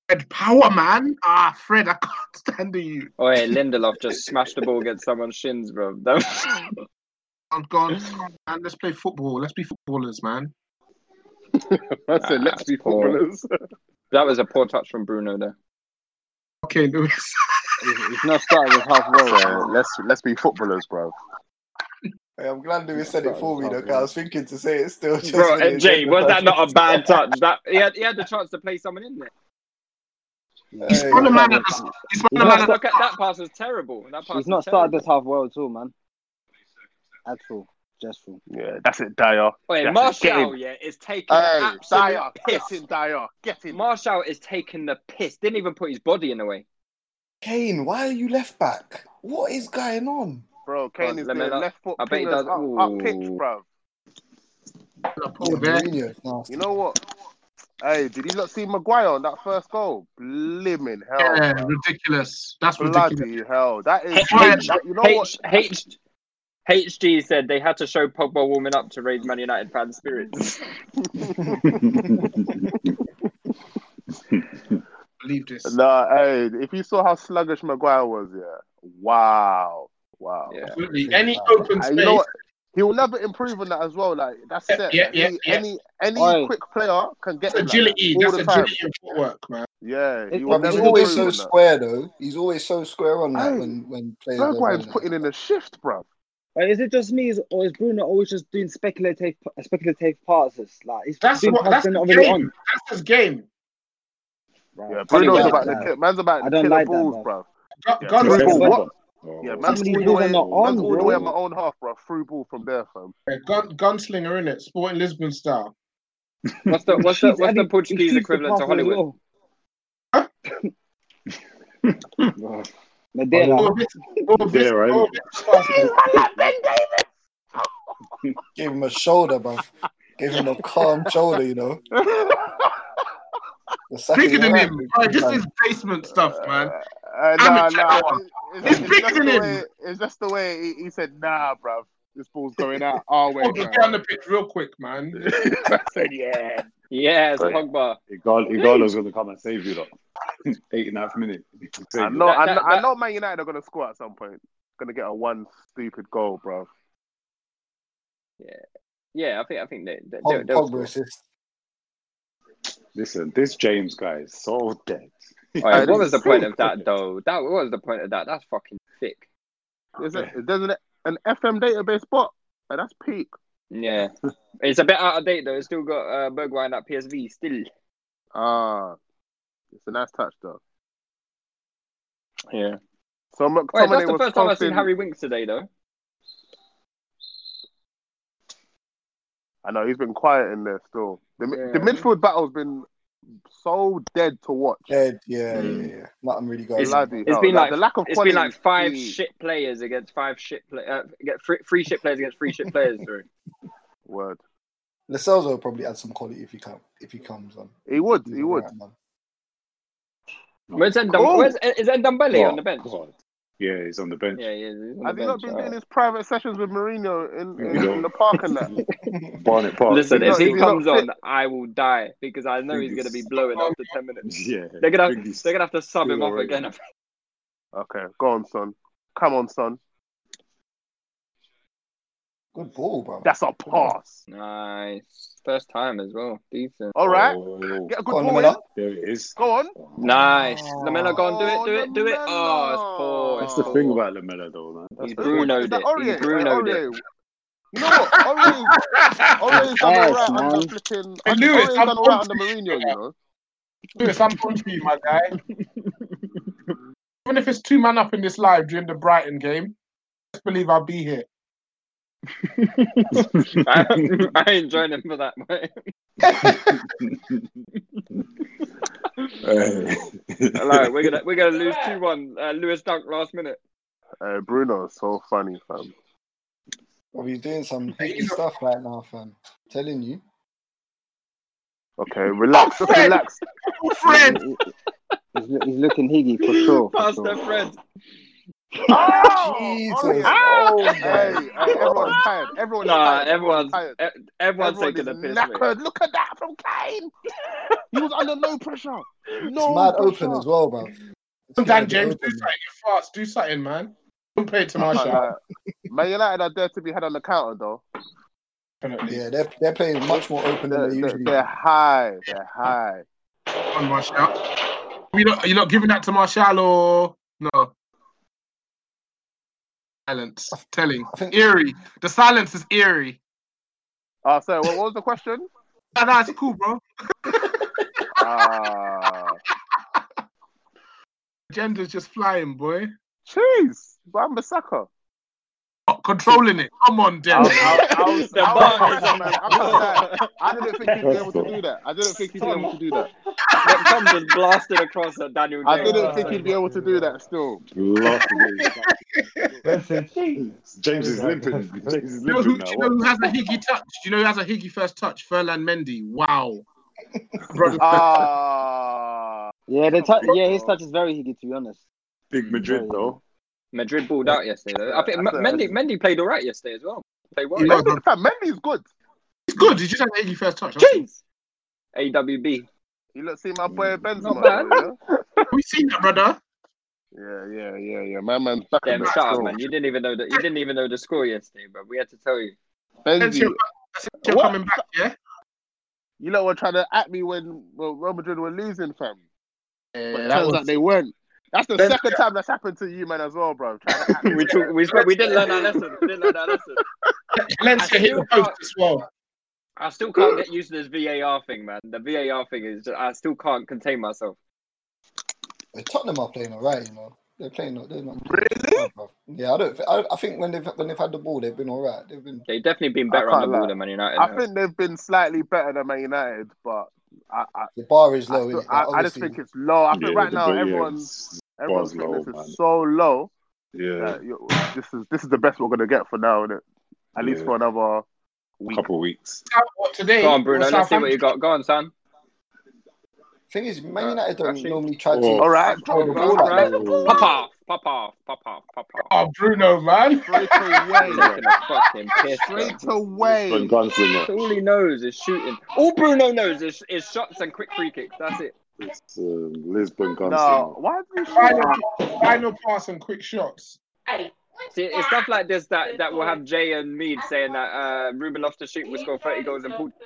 [SPEAKER 6] Fred Power, man. Ah, Fred, I can't stand you.
[SPEAKER 7] Oh yeah, Lindelof just smashed the ball against someone's shins, bro. That was-
[SPEAKER 6] I'm gone. Man, let's play football. Let's be footballers, man.
[SPEAKER 7] I said, let's be footballers. that was a poor touch from Bruno there.
[SPEAKER 6] Okay, Lewis.
[SPEAKER 7] He's not starting with half
[SPEAKER 21] let's let's be footballers, bro.
[SPEAKER 8] Hey, I'm glad Louis said it for me though, 'cause I was thinking to say it still. Just
[SPEAKER 7] Bro,
[SPEAKER 8] when it-
[SPEAKER 7] and Jay, was that not a bad touch? That he had, he had the chance to play someone in there.
[SPEAKER 12] He's
[SPEAKER 6] one of man
[SPEAKER 12] He's
[SPEAKER 7] Look
[SPEAKER 12] not,
[SPEAKER 7] at look at- that pass was terrible. That pass
[SPEAKER 12] he's
[SPEAKER 7] was
[SPEAKER 12] not started
[SPEAKER 7] terrible.
[SPEAKER 12] this half well at all, man. At all, just all.
[SPEAKER 21] Yeah, that's it, Dyer.
[SPEAKER 7] Wait,
[SPEAKER 21] That's
[SPEAKER 7] Marshall,
[SPEAKER 21] it.
[SPEAKER 7] yeah, is taking
[SPEAKER 21] Hey,
[SPEAKER 7] absolute
[SPEAKER 21] Dyer,
[SPEAKER 7] piss. Get in,
[SPEAKER 21] Dyer, get in.
[SPEAKER 7] Marshall is taking the piss. Didn't even put his body in the way.
[SPEAKER 8] Kane, why are you left back? What is going on?
[SPEAKER 21] Bro, Kane is
[SPEAKER 7] let me
[SPEAKER 21] doing
[SPEAKER 7] look.
[SPEAKER 21] left foot
[SPEAKER 7] I bet he
[SPEAKER 21] pingers
[SPEAKER 7] does-
[SPEAKER 21] up, up pitch,
[SPEAKER 7] Ooh.
[SPEAKER 21] bro.
[SPEAKER 8] Yeah, Mourinho is nasty.
[SPEAKER 21] You know what? Hey, did you not see Maguire on that first goal? Blimmin' hell.
[SPEAKER 6] Yeah,
[SPEAKER 21] bro.
[SPEAKER 6] ridiculous. That's
[SPEAKER 21] Bloody
[SPEAKER 6] ridiculous.
[SPEAKER 21] hell. That is. you know what?
[SPEAKER 7] H- H- HG said they had to show Pogba warming up to raise Man United fan spirits.
[SPEAKER 6] Believe this.
[SPEAKER 21] Nah, hey, if you saw how sluggish Maguire was, yeah. Wow. Wow.
[SPEAKER 6] Absolutely. Any open
[SPEAKER 21] Hey,
[SPEAKER 6] space.
[SPEAKER 21] Uh, you know what? He will never improve on that as well. Like that's
[SPEAKER 6] Yeah,
[SPEAKER 21] set.
[SPEAKER 6] yeah,
[SPEAKER 21] Like,
[SPEAKER 6] yeah,
[SPEAKER 21] he-
[SPEAKER 6] yeah.
[SPEAKER 21] Any any
[SPEAKER 6] Oi.
[SPEAKER 21] quick player can get
[SPEAKER 6] That's
[SPEAKER 21] him like that
[SPEAKER 6] agility.
[SPEAKER 21] all
[SPEAKER 6] That's
[SPEAKER 21] the time.
[SPEAKER 6] agility and footwork, man.
[SPEAKER 21] Yeah, he will
[SPEAKER 8] But he's
[SPEAKER 21] never
[SPEAKER 8] always so
[SPEAKER 21] improve on that.
[SPEAKER 8] square though. He's always so square on that
[SPEAKER 21] Hey,
[SPEAKER 8] when when players. are
[SPEAKER 21] Bergwijn's
[SPEAKER 8] running.
[SPEAKER 21] putting in a shift, bro.
[SPEAKER 12] Like, is it just me, is- or is Bruno always just doing speculative, uh, speculative passes? Like he's
[SPEAKER 13] That's
[SPEAKER 12] doing
[SPEAKER 13] what.
[SPEAKER 12] passes
[SPEAKER 13] That's
[SPEAKER 12] they're
[SPEAKER 13] the
[SPEAKER 12] not really
[SPEAKER 13] game.
[SPEAKER 12] on.
[SPEAKER 13] That's his game.
[SPEAKER 21] Yeah, Bruno's
[SPEAKER 12] Anyway,
[SPEAKER 21] about
[SPEAKER 12] like
[SPEAKER 21] to
[SPEAKER 12] that.
[SPEAKER 21] kill. Man's about
[SPEAKER 12] I
[SPEAKER 21] to
[SPEAKER 12] don't
[SPEAKER 21] kill
[SPEAKER 12] like
[SPEAKER 21] the
[SPEAKER 12] that,
[SPEAKER 21] balls, bro.
[SPEAKER 12] bro.
[SPEAKER 21] Yeah,
[SPEAKER 12] God,
[SPEAKER 21] through
[SPEAKER 12] bro.
[SPEAKER 21] ball.
[SPEAKER 12] But-
[SPEAKER 21] What? Yeah, man's
[SPEAKER 12] Some of these
[SPEAKER 21] all the
[SPEAKER 12] balls are
[SPEAKER 21] way.
[SPEAKER 12] not on,
[SPEAKER 21] Man's all the way in my
[SPEAKER 12] bro.
[SPEAKER 21] own half, bro. Through ball from there, fam.
[SPEAKER 6] Yeah, gun, gunslinger in it, sporting Lisbon style.
[SPEAKER 7] What's the what's the what's the Portuguese equivalent to Hollywood?
[SPEAKER 12] Madeira.
[SPEAKER 8] Madeira,
[SPEAKER 10] innit?
[SPEAKER 8] Give him a shoulder, bro. Give him a calm shoulder, you know. The second
[SPEAKER 6] Bigger than
[SPEAKER 8] one,
[SPEAKER 6] him. Bro, this
[SPEAKER 8] man.
[SPEAKER 6] is basement stuff, man.
[SPEAKER 21] Uh, nah,
[SPEAKER 6] Amateur
[SPEAKER 21] nah.
[SPEAKER 6] hour.
[SPEAKER 21] It's,
[SPEAKER 6] He's
[SPEAKER 21] it's
[SPEAKER 6] bigger
[SPEAKER 21] just
[SPEAKER 6] than
[SPEAKER 21] the
[SPEAKER 6] him.
[SPEAKER 21] way, it's just the way he, he said, nah, bro. This ball's going out our way,
[SPEAKER 6] Oh,
[SPEAKER 21] bro.
[SPEAKER 6] just get on the pitch real quick, man.
[SPEAKER 21] yeah.
[SPEAKER 7] Yes,
[SPEAKER 10] But-
[SPEAKER 7] Pogba.
[SPEAKER 10] Igal- Igalo's going to come and save you, lot. 89th minute.
[SPEAKER 21] I know, I, know I know Man United are going to score at some point. Going to get a one stupid goal, bro.
[SPEAKER 7] Yeah, I think I think they, they,
[SPEAKER 10] Oh,
[SPEAKER 8] Pog-
[SPEAKER 7] they'll
[SPEAKER 8] Pogba
[SPEAKER 7] score.
[SPEAKER 8] assist.
[SPEAKER 10] Listen, this James guy is so dead.
[SPEAKER 7] All right, Oh, what was the point of that though? That what was the point of that? That's fucking sick.
[SPEAKER 21] Is it, there's an, an FM database bot, and that's peak.
[SPEAKER 7] Yeah, it's a bit out of date though. It's still got uh, Bergwijn at PSV still.
[SPEAKER 21] Ah, it's a nice touch though.
[SPEAKER 7] Yeah.
[SPEAKER 21] So
[SPEAKER 7] Wait,
[SPEAKER 21] McTominay
[SPEAKER 7] that's the
[SPEAKER 21] was
[SPEAKER 7] first time I've seen
[SPEAKER 21] crossing-
[SPEAKER 7] Harry Winks today though.
[SPEAKER 21] I know he's been quiet in there still. The, mi- the
[SPEAKER 7] Yeah.
[SPEAKER 21] midfield battle's been so dead to watch.
[SPEAKER 8] Dead, yeah, yeah, yeah. Nothing really going.
[SPEAKER 21] It's-
[SPEAKER 8] on.
[SPEAKER 21] Bloody
[SPEAKER 7] It's
[SPEAKER 21] hell,
[SPEAKER 7] been
[SPEAKER 21] like,
[SPEAKER 7] like
[SPEAKER 21] the lack of
[SPEAKER 7] it's been like five
[SPEAKER 21] quality is key.
[SPEAKER 7] shit players against five shit play, uh, get three, three shit players against three shit players. Sorry.
[SPEAKER 21] Word.
[SPEAKER 8] Lo Celso will probably add some quality if he come if he comes on.
[SPEAKER 21] He would.
[SPEAKER 8] He's
[SPEAKER 21] He
[SPEAKER 8] a
[SPEAKER 21] would.
[SPEAKER 8] right man.
[SPEAKER 7] Where's Endom-
[SPEAKER 21] Cool.
[SPEAKER 7] where's, is Ndombele on the bench?
[SPEAKER 10] Oh, Yeah, he's on the bench.
[SPEAKER 7] Yeah, he is. He's on
[SPEAKER 21] Has
[SPEAKER 7] the
[SPEAKER 21] he not been
[SPEAKER 7] bench, uh, oh. all
[SPEAKER 21] doing
[SPEAKER 7] right.
[SPEAKER 21] his private sessions with Mourinho in, in,
[SPEAKER 10] Yeah.
[SPEAKER 21] in the park and that?
[SPEAKER 10] Barnet Park.
[SPEAKER 7] Listen,
[SPEAKER 21] He's
[SPEAKER 7] if
[SPEAKER 21] not-
[SPEAKER 7] he
[SPEAKER 21] he's not
[SPEAKER 7] comes
[SPEAKER 21] fit.
[SPEAKER 7] on, I will die because I know he's going to be blowing after ten minutes.
[SPEAKER 10] Yeah.
[SPEAKER 7] They're gonna they're gonna have to sub him
[SPEAKER 21] still
[SPEAKER 7] off
[SPEAKER 21] already.
[SPEAKER 7] again.
[SPEAKER 21] Okay, go on, son. Come on, son.
[SPEAKER 8] Good ball, bro.
[SPEAKER 21] That's a pass.
[SPEAKER 7] Nice, first time as well. Decent.
[SPEAKER 21] All right.
[SPEAKER 10] Oh.
[SPEAKER 21] Get a good
[SPEAKER 8] Go on,
[SPEAKER 21] ball in.
[SPEAKER 8] Lamella.
[SPEAKER 10] There it is.
[SPEAKER 21] Go on. Oh,
[SPEAKER 7] Nice. Lamella, go on, do it, do it, do it. Oh, it's poor.
[SPEAKER 10] That's the thing about Lamella, though, man. That's
[SPEAKER 7] He's
[SPEAKER 10] the
[SPEAKER 7] Bruno'd
[SPEAKER 21] Is that
[SPEAKER 7] it. He's
[SPEAKER 21] Aurier? Is that
[SPEAKER 7] Bruno'd it.
[SPEAKER 21] Aurier? You know what? Ole's, Ole's done
[SPEAKER 6] Yes,
[SPEAKER 21] alright
[SPEAKER 6] man.
[SPEAKER 21] under flipping.
[SPEAKER 6] Hey,
[SPEAKER 21] under-
[SPEAKER 6] Lewis,
[SPEAKER 21] Ole's
[SPEAKER 6] I'm
[SPEAKER 21] done alright under
[SPEAKER 6] confident.
[SPEAKER 21] Mourinho, you know.
[SPEAKER 6] Lewis, I'm on for you, my guy. Even if it's two man up in this live during the Brighton game, just believe I'll be here.
[SPEAKER 7] I, I ain't joining for that, mate. Like, we're gonna we're gonna lose two one. Uh, Lewis Dunk last minute.
[SPEAKER 21] Uh, Bruno, so funny, fam.
[SPEAKER 8] Well, he's doing some icky stuff right now, fam. Telling you.
[SPEAKER 21] Okay, relax, just relax. Oh,
[SPEAKER 8] Fred!
[SPEAKER 1] He's, loo- he's looking higgy for sure.
[SPEAKER 21] Oh,
[SPEAKER 1] For
[SPEAKER 7] Pastor
[SPEAKER 1] sure.
[SPEAKER 7] Fred.
[SPEAKER 21] Jesus. Oh, hey, hey, everyone's tired. Everyone's
[SPEAKER 7] Nah,
[SPEAKER 21] tired.
[SPEAKER 7] everyone's
[SPEAKER 21] Oh, tired.
[SPEAKER 7] e- everyone's
[SPEAKER 21] Everyone
[SPEAKER 7] taking a
[SPEAKER 21] is
[SPEAKER 7] piss.
[SPEAKER 21] knackered.
[SPEAKER 7] mate.
[SPEAKER 21] Look at that from Kane. He was under no pressure. No
[SPEAKER 8] it's mad
[SPEAKER 21] pressure.
[SPEAKER 8] open as well, bro.
[SPEAKER 21] Dan
[SPEAKER 6] James, do something fast. Do something, man. Don't play it to my
[SPEAKER 21] Like,
[SPEAKER 6] shot.
[SPEAKER 21] Man United are there to be had on the counter, though.
[SPEAKER 8] Yeah, they're, they're playing much more open
[SPEAKER 21] They're,
[SPEAKER 8] than they
[SPEAKER 21] they're,
[SPEAKER 8] usually
[SPEAKER 21] they're
[SPEAKER 8] are.
[SPEAKER 21] high. They're high.
[SPEAKER 6] On Martial. You not, you're not giving that to Martial or no? Silence. Telling. Eerie. The silence is eerie.
[SPEAKER 21] Ah, uh, so what was the question?
[SPEAKER 6] Nah, nah, it's cool, bro.
[SPEAKER 21] Ah.
[SPEAKER 6] Agenda's just flying, boy.
[SPEAKER 21] Jeez. Bissaka.
[SPEAKER 6] Not controlling it. Come on, Dem.
[SPEAKER 21] I was surprised, man. I'm not lying. I didn't think he'd be able to do that. I didn't think he'd be able to do that.
[SPEAKER 7] That Tom just blasted across at Daniel.
[SPEAKER 21] I
[SPEAKER 7] James.
[SPEAKER 21] didn't think he'd be able to do that still.
[SPEAKER 10] James is limping. James is
[SPEAKER 6] You know, who, do
[SPEAKER 10] limping now.
[SPEAKER 6] you know
[SPEAKER 10] What?
[SPEAKER 6] who has a Higgy touch? Do you know who has a Higgy first touch? Ferland Mendy. Wow. Brother-
[SPEAKER 1] Yeah, the touch. Yeah,
[SPEAKER 21] Oh.
[SPEAKER 1] his touch is very higgy, to be honest.
[SPEAKER 10] Big Madrid though.
[SPEAKER 7] Madrid balled out yesterday. Though. I think M-
[SPEAKER 21] That's a-
[SPEAKER 7] Mendy Mendy played all right yesterday as well. Played well.
[SPEAKER 21] You know, Mendy- Mendy's good.
[SPEAKER 6] He's good. He just had an Higgy first touch.
[SPEAKER 7] Jeez. AWB.
[SPEAKER 21] You look, see my boy Benzema.
[SPEAKER 7] bad.
[SPEAKER 21] though,
[SPEAKER 6] We seen that, brother.
[SPEAKER 21] Yeah, yeah, yeah, yeah. yeah. My man's back
[SPEAKER 7] Damn,
[SPEAKER 21] on
[SPEAKER 7] shut
[SPEAKER 21] the
[SPEAKER 7] up,
[SPEAKER 21] score.
[SPEAKER 7] man! You didn't even know that. You didn't even know the score yesterday, bro. We had to tell you.
[SPEAKER 21] Benji,
[SPEAKER 6] you're
[SPEAKER 21] What?
[SPEAKER 6] coming back, yeah?
[SPEAKER 21] you know, were trying to at me when well, Real Madrid were losing, fam. but it
[SPEAKER 6] that
[SPEAKER 21] turns
[SPEAKER 6] was-
[SPEAKER 21] out they weren't. That's the
[SPEAKER 6] Benji-
[SPEAKER 21] second time that's happened to you, man, as well, bro. Trying to at me.
[SPEAKER 7] we, took, we, we didn't learn our lesson. We didn't learn our lesson.
[SPEAKER 6] Valencia hit the post as well.
[SPEAKER 7] I still can't get used to this VAR thing, man. The VAR thing is, just, I still can't contain myself.
[SPEAKER 8] But Tottenham are playing all right, you know. They're playing. They're not really. Yeah, I don't. thi- I, I think when they've when they've had the ball, they've been all right. They've been.
[SPEAKER 7] They've definitely been better
[SPEAKER 21] I can't
[SPEAKER 7] on the ball
[SPEAKER 21] lie.
[SPEAKER 7] than Man United.
[SPEAKER 21] I
[SPEAKER 7] have.
[SPEAKER 21] think they've been slightly better than Man United, but I, I,
[SPEAKER 8] the bar is low.
[SPEAKER 21] I,
[SPEAKER 8] innit?
[SPEAKER 21] I,
[SPEAKER 8] Like,
[SPEAKER 21] just
[SPEAKER 8] obviously-
[SPEAKER 21] think it's low. I think
[SPEAKER 8] Yeah,
[SPEAKER 21] right
[SPEAKER 8] the
[SPEAKER 21] now
[SPEAKER 8] bar- yeah,
[SPEAKER 21] everyone's everyone's
[SPEAKER 8] bar's low,
[SPEAKER 21] fitness
[SPEAKER 8] man.
[SPEAKER 21] is so low.
[SPEAKER 10] Yeah.
[SPEAKER 21] that you- this is this is the best we're gonna get for now, innit? At least
[SPEAKER 10] Yeah.
[SPEAKER 21] for another
[SPEAKER 10] couple weeks.
[SPEAKER 6] What today?
[SPEAKER 7] Go on, Bruno.
[SPEAKER 8] Well,
[SPEAKER 7] Let's see what you got. Go on, son.
[SPEAKER 8] Thing is, Man United don't normally try to.
[SPEAKER 6] Oh.
[SPEAKER 21] All right,
[SPEAKER 8] hold the ball
[SPEAKER 7] Pop
[SPEAKER 8] like that.
[SPEAKER 7] off, pop off, pop off, pop off.
[SPEAKER 6] Oh, Bruno, man.
[SPEAKER 21] Straight away.
[SPEAKER 7] Taking a fucking piss, bro.
[SPEAKER 21] Straight away.
[SPEAKER 7] So All he knows is shooting. All Bruno knows is, is shots and quick free kicks. That's it.
[SPEAKER 10] It's um, Lisbon Gunslinger.
[SPEAKER 21] No, why did
[SPEAKER 6] Final, final pass and quick shots.
[SPEAKER 7] See, it's stuff like this that, that will have Jay and Mead saying that uh, Ruben Loftus-Cheek will score 30 goals in Portugal.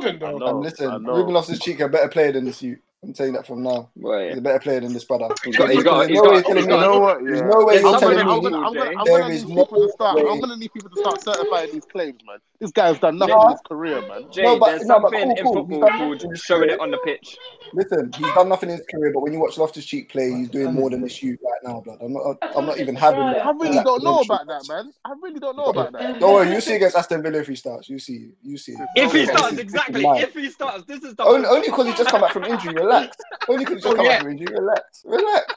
[SPEAKER 8] and
[SPEAKER 7] I
[SPEAKER 8] listen,
[SPEAKER 7] know.
[SPEAKER 8] Ruben Loftus-Cheek a better player than this. You, I'm telling that from now.
[SPEAKER 7] He's
[SPEAKER 8] a better player than this brother.
[SPEAKER 7] He's got- he's got-
[SPEAKER 8] There's
[SPEAKER 7] he's
[SPEAKER 8] no
[SPEAKER 7] got-
[SPEAKER 8] way you're
[SPEAKER 7] he's
[SPEAKER 8] telling me.
[SPEAKER 7] got- You know what,
[SPEAKER 8] There's
[SPEAKER 7] yeah.
[SPEAKER 8] no way
[SPEAKER 7] There's
[SPEAKER 8] you're
[SPEAKER 7] no
[SPEAKER 8] telling
[SPEAKER 7] way-
[SPEAKER 8] me.
[SPEAKER 7] I'm gonna- I'm gonna-
[SPEAKER 21] I'm
[SPEAKER 8] there
[SPEAKER 21] gonna
[SPEAKER 8] is
[SPEAKER 21] need
[SPEAKER 8] no
[SPEAKER 21] people to start.
[SPEAKER 8] way.
[SPEAKER 21] I'm gonna need people to start certifying these claims, man. This guy's done nothing
[SPEAKER 8] No.
[SPEAKER 21] in his career, man.
[SPEAKER 7] Jay,
[SPEAKER 8] No, but-
[SPEAKER 7] there's
[SPEAKER 8] no, but
[SPEAKER 7] something
[SPEAKER 8] cool,
[SPEAKER 7] in
[SPEAKER 8] cool.
[SPEAKER 7] football
[SPEAKER 8] He's done
[SPEAKER 7] called showing it on the pitch.
[SPEAKER 8] Listen, he's done nothing in his career, but when you watch Loftus Cheek play, he's doing more than this you right now, blood. I'm not. I'm not even having that.
[SPEAKER 21] I really
[SPEAKER 8] that
[SPEAKER 21] don't know
[SPEAKER 8] potential.
[SPEAKER 21] about that, man. I really don't know about that.
[SPEAKER 8] Don't worry, you see against Aston Villa if he starts. You see, you see.
[SPEAKER 21] If he
[SPEAKER 8] This is-
[SPEAKER 21] starts,
[SPEAKER 8] this is
[SPEAKER 7] Exactly.
[SPEAKER 8] mad.
[SPEAKER 7] If he starts, this is the
[SPEAKER 8] Only, only because he's just come back from injury. Relax. Only because he's just
[SPEAKER 21] Oh,
[SPEAKER 8] come
[SPEAKER 21] yeah.
[SPEAKER 8] back from injury. Relax. Relax.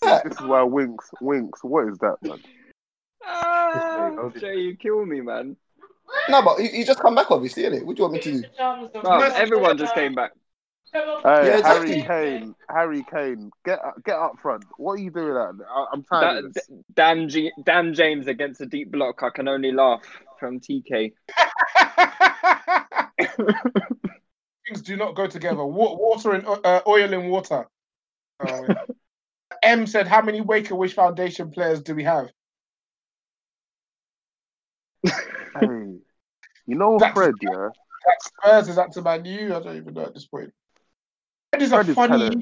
[SPEAKER 21] This is why Winks, Winks, what is that, man?
[SPEAKER 7] Ah, Jay, you kill me, man.
[SPEAKER 8] No, but he, he just come back, obviously, innit? What do you want me to do?
[SPEAKER 7] Oh, everyone just came back.
[SPEAKER 21] Hey,
[SPEAKER 8] Yeah, exactly.
[SPEAKER 21] Harry Kane, Harry Kane, get up- get up front. What are you doing? At? I- I'm tired
[SPEAKER 7] Da-
[SPEAKER 21] of this.
[SPEAKER 7] Dan, G- Dan James against a deep block. I can only laugh from TK.
[SPEAKER 6] Things do not go together. Wa- Water and uh, oil and water. Uh, M said, "How many Wake and Wish Foundation players do we have?"
[SPEAKER 21] Hey, you know Fred, yeah.
[SPEAKER 6] Spurs is up to my new. I don't even know at this point. Fred is a
[SPEAKER 21] Fred is
[SPEAKER 6] funny.
[SPEAKER 21] kinda-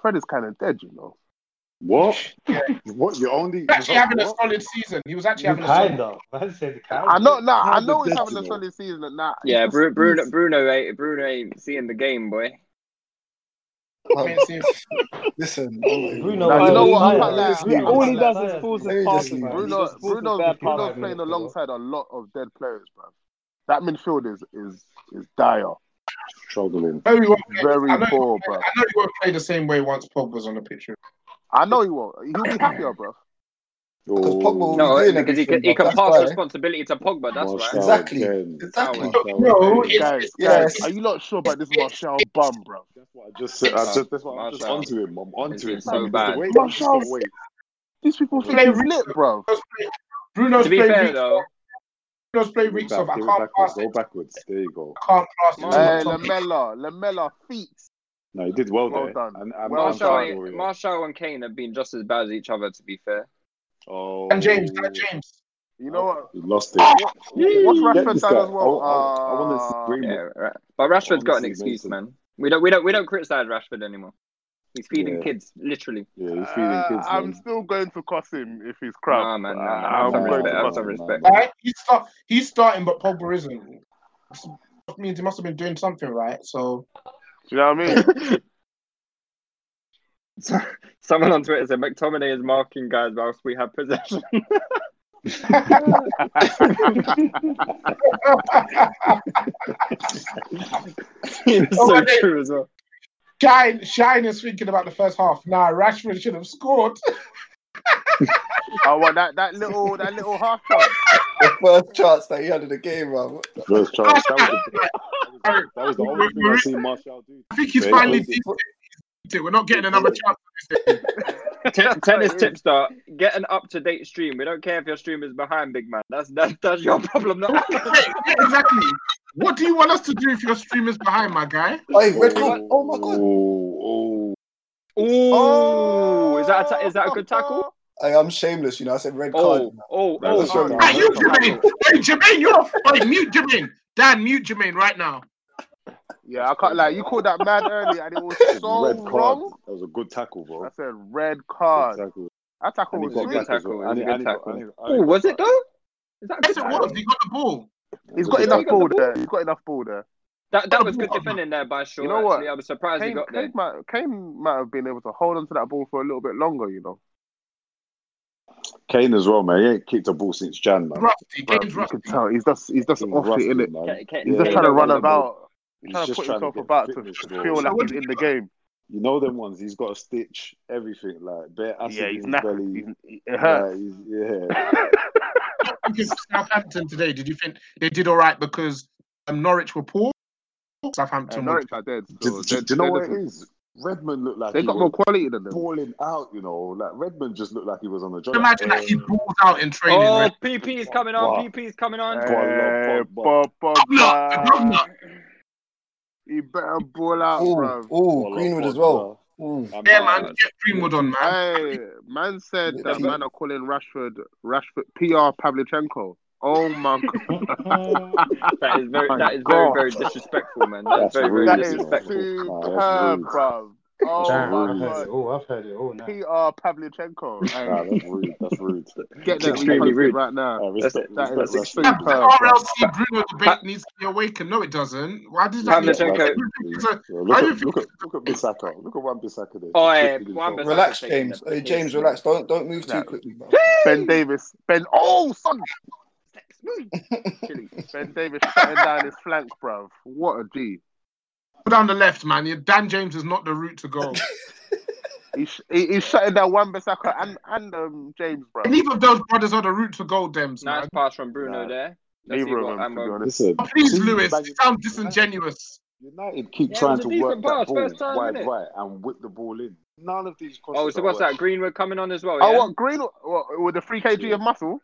[SPEAKER 21] Fred is kind of dead, you know.
[SPEAKER 10] What? what? You only
[SPEAKER 6] He's actually having a
[SPEAKER 10] what?
[SPEAKER 6] solid season. He was actually having a solid.
[SPEAKER 9] Kinda. Man said kinda.
[SPEAKER 6] I know- nah, I
[SPEAKER 21] know he's having a solid season at that.
[SPEAKER 7] Yeah, Bru- Bruno, Bruno, ain't, Bruno ain't seeing the game, boy.
[SPEAKER 8] Listen,
[SPEAKER 7] Bruno,
[SPEAKER 21] Nah, you know what? I can't lie.
[SPEAKER 7] Bruno, Bruno,
[SPEAKER 8] all he does is
[SPEAKER 7] force
[SPEAKER 8] his passes, man. He
[SPEAKER 21] Bruno,
[SPEAKER 8] just forces
[SPEAKER 21] Bruno,
[SPEAKER 8] bad
[SPEAKER 21] Bruno's
[SPEAKER 8] passes.
[SPEAKER 21] playing alongside a lot of dead players, bro. That midfield is is is dire.
[SPEAKER 10] Struggling.
[SPEAKER 6] I know he won't play- I
[SPEAKER 21] Very
[SPEAKER 6] know he
[SPEAKER 21] poor,
[SPEAKER 6] won't play-
[SPEAKER 21] bro.
[SPEAKER 6] I know he won't play the same way once Pogba's on the pitch.
[SPEAKER 21] I know he won't. He'll be happier, bro.
[SPEAKER 10] Because
[SPEAKER 6] Pogba will
[SPEAKER 7] no,
[SPEAKER 6] be doing
[SPEAKER 7] because he can,
[SPEAKER 6] everything,
[SPEAKER 7] he can
[SPEAKER 6] that's
[SPEAKER 7] pass
[SPEAKER 6] why.
[SPEAKER 7] responsibility to Pogba. That's why.
[SPEAKER 10] Exactly.
[SPEAKER 7] Exactly.
[SPEAKER 6] No,
[SPEAKER 21] guys, guys,
[SPEAKER 6] yes.
[SPEAKER 21] are you not sure about this Martial bum, bro? That's
[SPEAKER 10] what I just said. I just, that's what I'm just
[SPEAKER 21] Martial.
[SPEAKER 10] onto him. I'm onto him.
[SPEAKER 21] It's so
[SPEAKER 10] Because
[SPEAKER 21] bad.
[SPEAKER 10] The way,
[SPEAKER 21] Martial-
[SPEAKER 10] the way,
[SPEAKER 21] Oh, These people
[SPEAKER 6] think he's
[SPEAKER 21] lit, bro.
[SPEAKER 6] Bruno's
[SPEAKER 10] To be
[SPEAKER 6] played
[SPEAKER 10] fair,
[SPEAKER 6] weeks
[SPEAKER 7] though,
[SPEAKER 6] Bruno's played
[SPEAKER 10] give it
[SPEAKER 6] weeks off.
[SPEAKER 10] back,
[SPEAKER 6] I
[SPEAKER 10] give it
[SPEAKER 6] can't
[SPEAKER 10] backwards. Go backwards. There you go.
[SPEAKER 6] can't pass it.
[SPEAKER 21] Hey,
[SPEAKER 6] to my top.
[SPEAKER 21] Lamella, Lamella, feet.
[SPEAKER 10] No, he did well,
[SPEAKER 21] Well
[SPEAKER 10] there.
[SPEAKER 21] done.
[SPEAKER 10] And, and
[SPEAKER 21] Well
[SPEAKER 10] I'm
[SPEAKER 21] done.
[SPEAKER 10] proud
[SPEAKER 7] Marshall,
[SPEAKER 10] of you.
[SPEAKER 7] Marshall and Kane have been just as bad as each other, to be fair.
[SPEAKER 10] Oh,
[SPEAKER 6] And James, and James.
[SPEAKER 21] You know what?
[SPEAKER 10] he lost it.
[SPEAKER 21] What's
[SPEAKER 10] Let
[SPEAKER 21] Rashford
[SPEAKER 10] this
[SPEAKER 21] done
[SPEAKER 10] guy-
[SPEAKER 21] as well?
[SPEAKER 10] I- I-
[SPEAKER 21] Uh,
[SPEAKER 10] I want to see Greenwood.
[SPEAKER 7] Yeah, right. but Rashford's got an
[SPEAKER 10] Honestly,
[SPEAKER 7] excuse,
[SPEAKER 10] Mason.
[SPEAKER 7] man. We don't, we don't, we don't criticize Rashford anymore. He's feeding
[SPEAKER 21] Yeah.
[SPEAKER 7] kids, literally.
[SPEAKER 10] Yeah, he's
[SPEAKER 21] Uh, I'm still going to cuss him if he's crap.
[SPEAKER 7] Nah, man, nah,
[SPEAKER 21] Uh,
[SPEAKER 7] nah,
[SPEAKER 21] I'm
[SPEAKER 7] some
[SPEAKER 21] going to
[SPEAKER 7] respect,
[SPEAKER 21] cuss
[SPEAKER 7] some
[SPEAKER 21] him.
[SPEAKER 7] respect.
[SPEAKER 6] Right? He's, start, he's starting, but Pogba isn't. That means he must have been doing something right. So
[SPEAKER 21] Do you know what I mean?
[SPEAKER 7] Someone on Twitter said McTominay is marking guys whilst we have possession. it's
[SPEAKER 6] Oh,
[SPEAKER 7] so
[SPEAKER 6] I did.
[SPEAKER 7] true as well.
[SPEAKER 6] Shine, Shine is thinking about the first half. Nah, Rashford should have scored.
[SPEAKER 21] oh, well, that, that little that little half shot.
[SPEAKER 8] The first chance that he had in the game, man.
[SPEAKER 10] First chance. That was the, that was the only thing I've seen Martial do.
[SPEAKER 6] I think he's
[SPEAKER 10] They
[SPEAKER 6] finally
[SPEAKER 10] played it.
[SPEAKER 6] decent. We're not getting another chance.
[SPEAKER 7] T- tennis tipster, get an up to date stream. We don't care if your stream is behind, big man. That's that's, that's your problem. Not
[SPEAKER 6] Yeah, exactly. What do you want us to do if your stream is behind, my guy?
[SPEAKER 8] Hey, red
[SPEAKER 7] card.
[SPEAKER 8] Oh my god.
[SPEAKER 10] Oh,
[SPEAKER 7] oh. Is that a ta- is that a good tackle?
[SPEAKER 8] Hey, I'm shameless, you know. I said red card.
[SPEAKER 7] Oh, oh,
[SPEAKER 8] That's
[SPEAKER 7] oh,
[SPEAKER 8] a shame.
[SPEAKER 6] Hey, you Jermaine. Hey, Jermaine, you're a hey, mute Jermaine. Dan, mute Jermaine right now.
[SPEAKER 21] Yeah, I can't like you called that mad early and it was so
[SPEAKER 10] red card.
[SPEAKER 21] wrong.
[SPEAKER 10] That was a good tackle, bro.
[SPEAKER 21] I said red card.
[SPEAKER 10] Good tackle.
[SPEAKER 21] That tackle
[SPEAKER 10] And he
[SPEAKER 21] was
[SPEAKER 10] got
[SPEAKER 21] sweet.
[SPEAKER 10] back as well. And he- and he got- and he- and
[SPEAKER 7] Oh,
[SPEAKER 10] he
[SPEAKER 7] was it though?
[SPEAKER 6] Yes, it was. He got the ball.
[SPEAKER 21] He's got
[SPEAKER 7] He
[SPEAKER 21] enough
[SPEAKER 7] got the
[SPEAKER 21] ball
[SPEAKER 7] ball.
[SPEAKER 21] there. He's got enough ball there.
[SPEAKER 7] That that was good defending there by Shaw.
[SPEAKER 21] You know what?
[SPEAKER 7] Actually, I was surprised he
[SPEAKER 21] Kane,
[SPEAKER 7] got there.
[SPEAKER 21] Kane, might, Kane might have been able to hold on to that ball for a little bit longer, you know.
[SPEAKER 10] Kane as well, man. He ain't kicked a ball since Jan, man.
[SPEAKER 6] Rusty.
[SPEAKER 21] Bruv,
[SPEAKER 6] Kane's
[SPEAKER 21] you
[SPEAKER 6] rusty.
[SPEAKER 21] can tell he's just he's just
[SPEAKER 10] He's
[SPEAKER 21] off
[SPEAKER 10] rusty,
[SPEAKER 21] it, innit?
[SPEAKER 10] man. Kane- Kane-
[SPEAKER 21] He's just
[SPEAKER 10] Kane
[SPEAKER 21] trying to
[SPEAKER 10] don't
[SPEAKER 21] run
[SPEAKER 10] want the ball.
[SPEAKER 21] about,
[SPEAKER 10] He's
[SPEAKER 21] trying to
[SPEAKER 10] just
[SPEAKER 21] put
[SPEAKER 10] trying to
[SPEAKER 21] himself
[SPEAKER 10] get
[SPEAKER 21] about to
[SPEAKER 10] fitness, bro.
[SPEAKER 21] feel
[SPEAKER 10] So
[SPEAKER 21] like
[SPEAKER 10] what
[SPEAKER 21] he's
[SPEAKER 10] do
[SPEAKER 21] in the game.
[SPEAKER 10] You know them ones. He's got a stitch, everything like bare acid
[SPEAKER 21] Yeah,
[SPEAKER 10] in
[SPEAKER 21] he's
[SPEAKER 10] his
[SPEAKER 21] knackered.
[SPEAKER 10] belly.
[SPEAKER 21] it hurts.
[SPEAKER 10] Like, he's- yeah.
[SPEAKER 6] Because Southampton today, did you think they did all right because um, Norwich were poor?
[SPEAKER 21] And
[SPEAKER 6] Southampton. were-
[SPEAKER 21] Uh, Norwich are dead.
[SPEAKER 10] do,
[SPEAKER 21] So
[SPEAKER 10] do,
[SPEAKER 21] they're-
[SPEAKER 10] do you know
[SPEAKER 21] they're
[SPEAKER 10] what
[SPEAKER 21] the-
[SPEAKER 10] it is? Redmond looked like
[SPEAKER 21] They
[SPEAKER 10] he
[SPEAKER 21] got more
[SPEAKER 10] was
[SPEAKER 21] quality than them.
[SPEAKER 10] balling out. You know, like Redmond just looked like he was on the job.
[SPEAKER 6] Imagine that he balled out in training.
[SPEAKER 7] Oh,
[SPEAKER 6] right?
[SPEAKER 7] PP is coming on.
[SPEAKER 10] Wow.
[SPEAKER 7] PP is coming on.
[SPEAKER 21] Eh,
[SPEAKER 10] Pogba.
[SPEAKER 21] Pogba. uh, He better ball out,
[SPEAKER 8] Ooh,
[SPEAKER 21] bro.
[SPEAKER 8] ooh, Greenwood as well. Ooh.
[SPEAKER 6] Yeah, man, get Greenwood on, man.
[SPEAKER 21] Hey, man said
[SPEAKER 8] Yeah,
[SPEAKER 21] that
[SPEAKER 8] but-
[SPEAKER 21] man are calling Rashford Rashford PR Pavlichenko. Oh my god.
[SPEAKER 7] That is very,
[SPEAKER 21] My
[SPEAKER 7] that is very,
[SPEAKER 21] God.
[SPEAKER 7] very disrespectful, man. That is
[SPEAKER 21] That's
[SPEAKER 7] very, very
[SPEAKER 21] That is
[SPEAKER 7] disrespectful.
[SPEAKER 21] superb, bruv. Oh
[SPEAKER 9] Damn,
[SPEAKER 21] my
[SPEAKER 9] I've heard
[SPEAKER 21] god.
[SPEAKER 9] it all. I've heard it all now.
[SPEAKER 21] PR Pavlichenko.
[SPEAKER 10] Nah,
[SPEAKER 21] Hey,
[SPEAKER 10] that's rude. That's rude.
[SPEAKER 21] get
[SPEAKER 7] It's
[SPEAKER 21] that
[SPEAKER 7] extremely
[SPEAKER 21] reposted
[SPEAKER 7] rude.
[SPEAKER 21] right now.
[SPEAKER 10] I respect,
[SPEAKER 21] That is
[SPEAKER 10] respect
[SPEAKER 21] superb,
[SPEAKER 10] Rashford.
[SPEAKER 6] The
[SPEAKER 21] bruv.
[SPEAKER 6] RLC Bruno debate needs to be awakened. No, it doesn't. Why did that? need to-
[SPEAKER 7] Pavlichenko.
[SPEAKER 10] Yeah,
[SPEAKER 6] Why
[SPEAKER 10] look,
[SPEAKER 6] do you
[SPEAKER 10] at,
[SPEAKER 6] think
[SPEAKER 10] look at look at Bissaka. Look at Wan Bissaka there.
[SPEAKER 7] Oh, hey,
[SPEAKER 10] Twisted
[SPEAKER 7] Wan
[SPEAKER 10] himself.
[SPEAKER 7] Bissaka's
[SPEAKER 8] Relax,
[SPEAKER 7] taking
[SPEAKER 8] James.
[SPEAKER 7] the
[SPEAKER 8] Hey,
[SPEAKER 7] piss,
[SPEAKER 8] James,
[SPEAKER 7] man.
[SPEAKER 8] relax. Don't don't move too
[SPEAKER 21] Nah.
[SPEAKER 8] quickly, bro.
[SPEAKER 21] Ben Davis. Ben Oh son Chilly. Ben Davis shutting down his flank, bruv. What a G.
[SPEAKER 6] Go down the left, man. Yeah, Dan James is not the route to go.
[SPEAKER 21] He sh- he, he's shutting down Wan Bissaka and, and um, James, bro.
[SPEAKER 6] Neither of those brothers are the route to goal, Dems, man.
[SPEAKER 7] Nice pass from Bruno there. Let's see
[SPEAKER 21] Neither
[SPEAKER 7] what
[SPEAKER 21] of them, to be
[SPEAKER 7] Ambo-
[SPEAKER 21] honest.
[SPEAKER 10] Listen,
[SPEAKER 6] Oh, please,
[SPEAKER 10] teams
[SPEAKER 6] Lewis,
[SPEAKER 10] like
[SPEAKER 6] you sound disingenuous.
[SPEAKER 10] United keep
[SPEAKER 7] Yeah, it
[SPEAKER 10] trying
[SPEAKER 7] was a
[SPEAKER 10] to
[SPEAKER 7] decent
[SPEAKER 10] work
[SPEAKER 7] pass,
[SPEAKER 10] that ball
[SPEAKER 7] first time,
[SPEAKER 10] wide
[SPEAKER 7] innit?
[SPEAKER 10] right and whip the ball in. None of these crosses.
[SPEAKER 7] Oh, so
[SPEAKER 10] are
[SPEAKER 7] what's that?
[SPEAKER 10] working.
[SPEAKER 7] Greenwood coming on as well,
[SPEAKER 21] Oh,
[SPEAKER 7] yeah?
[SPEAKER 21] what Green what, with the three kg of muscle?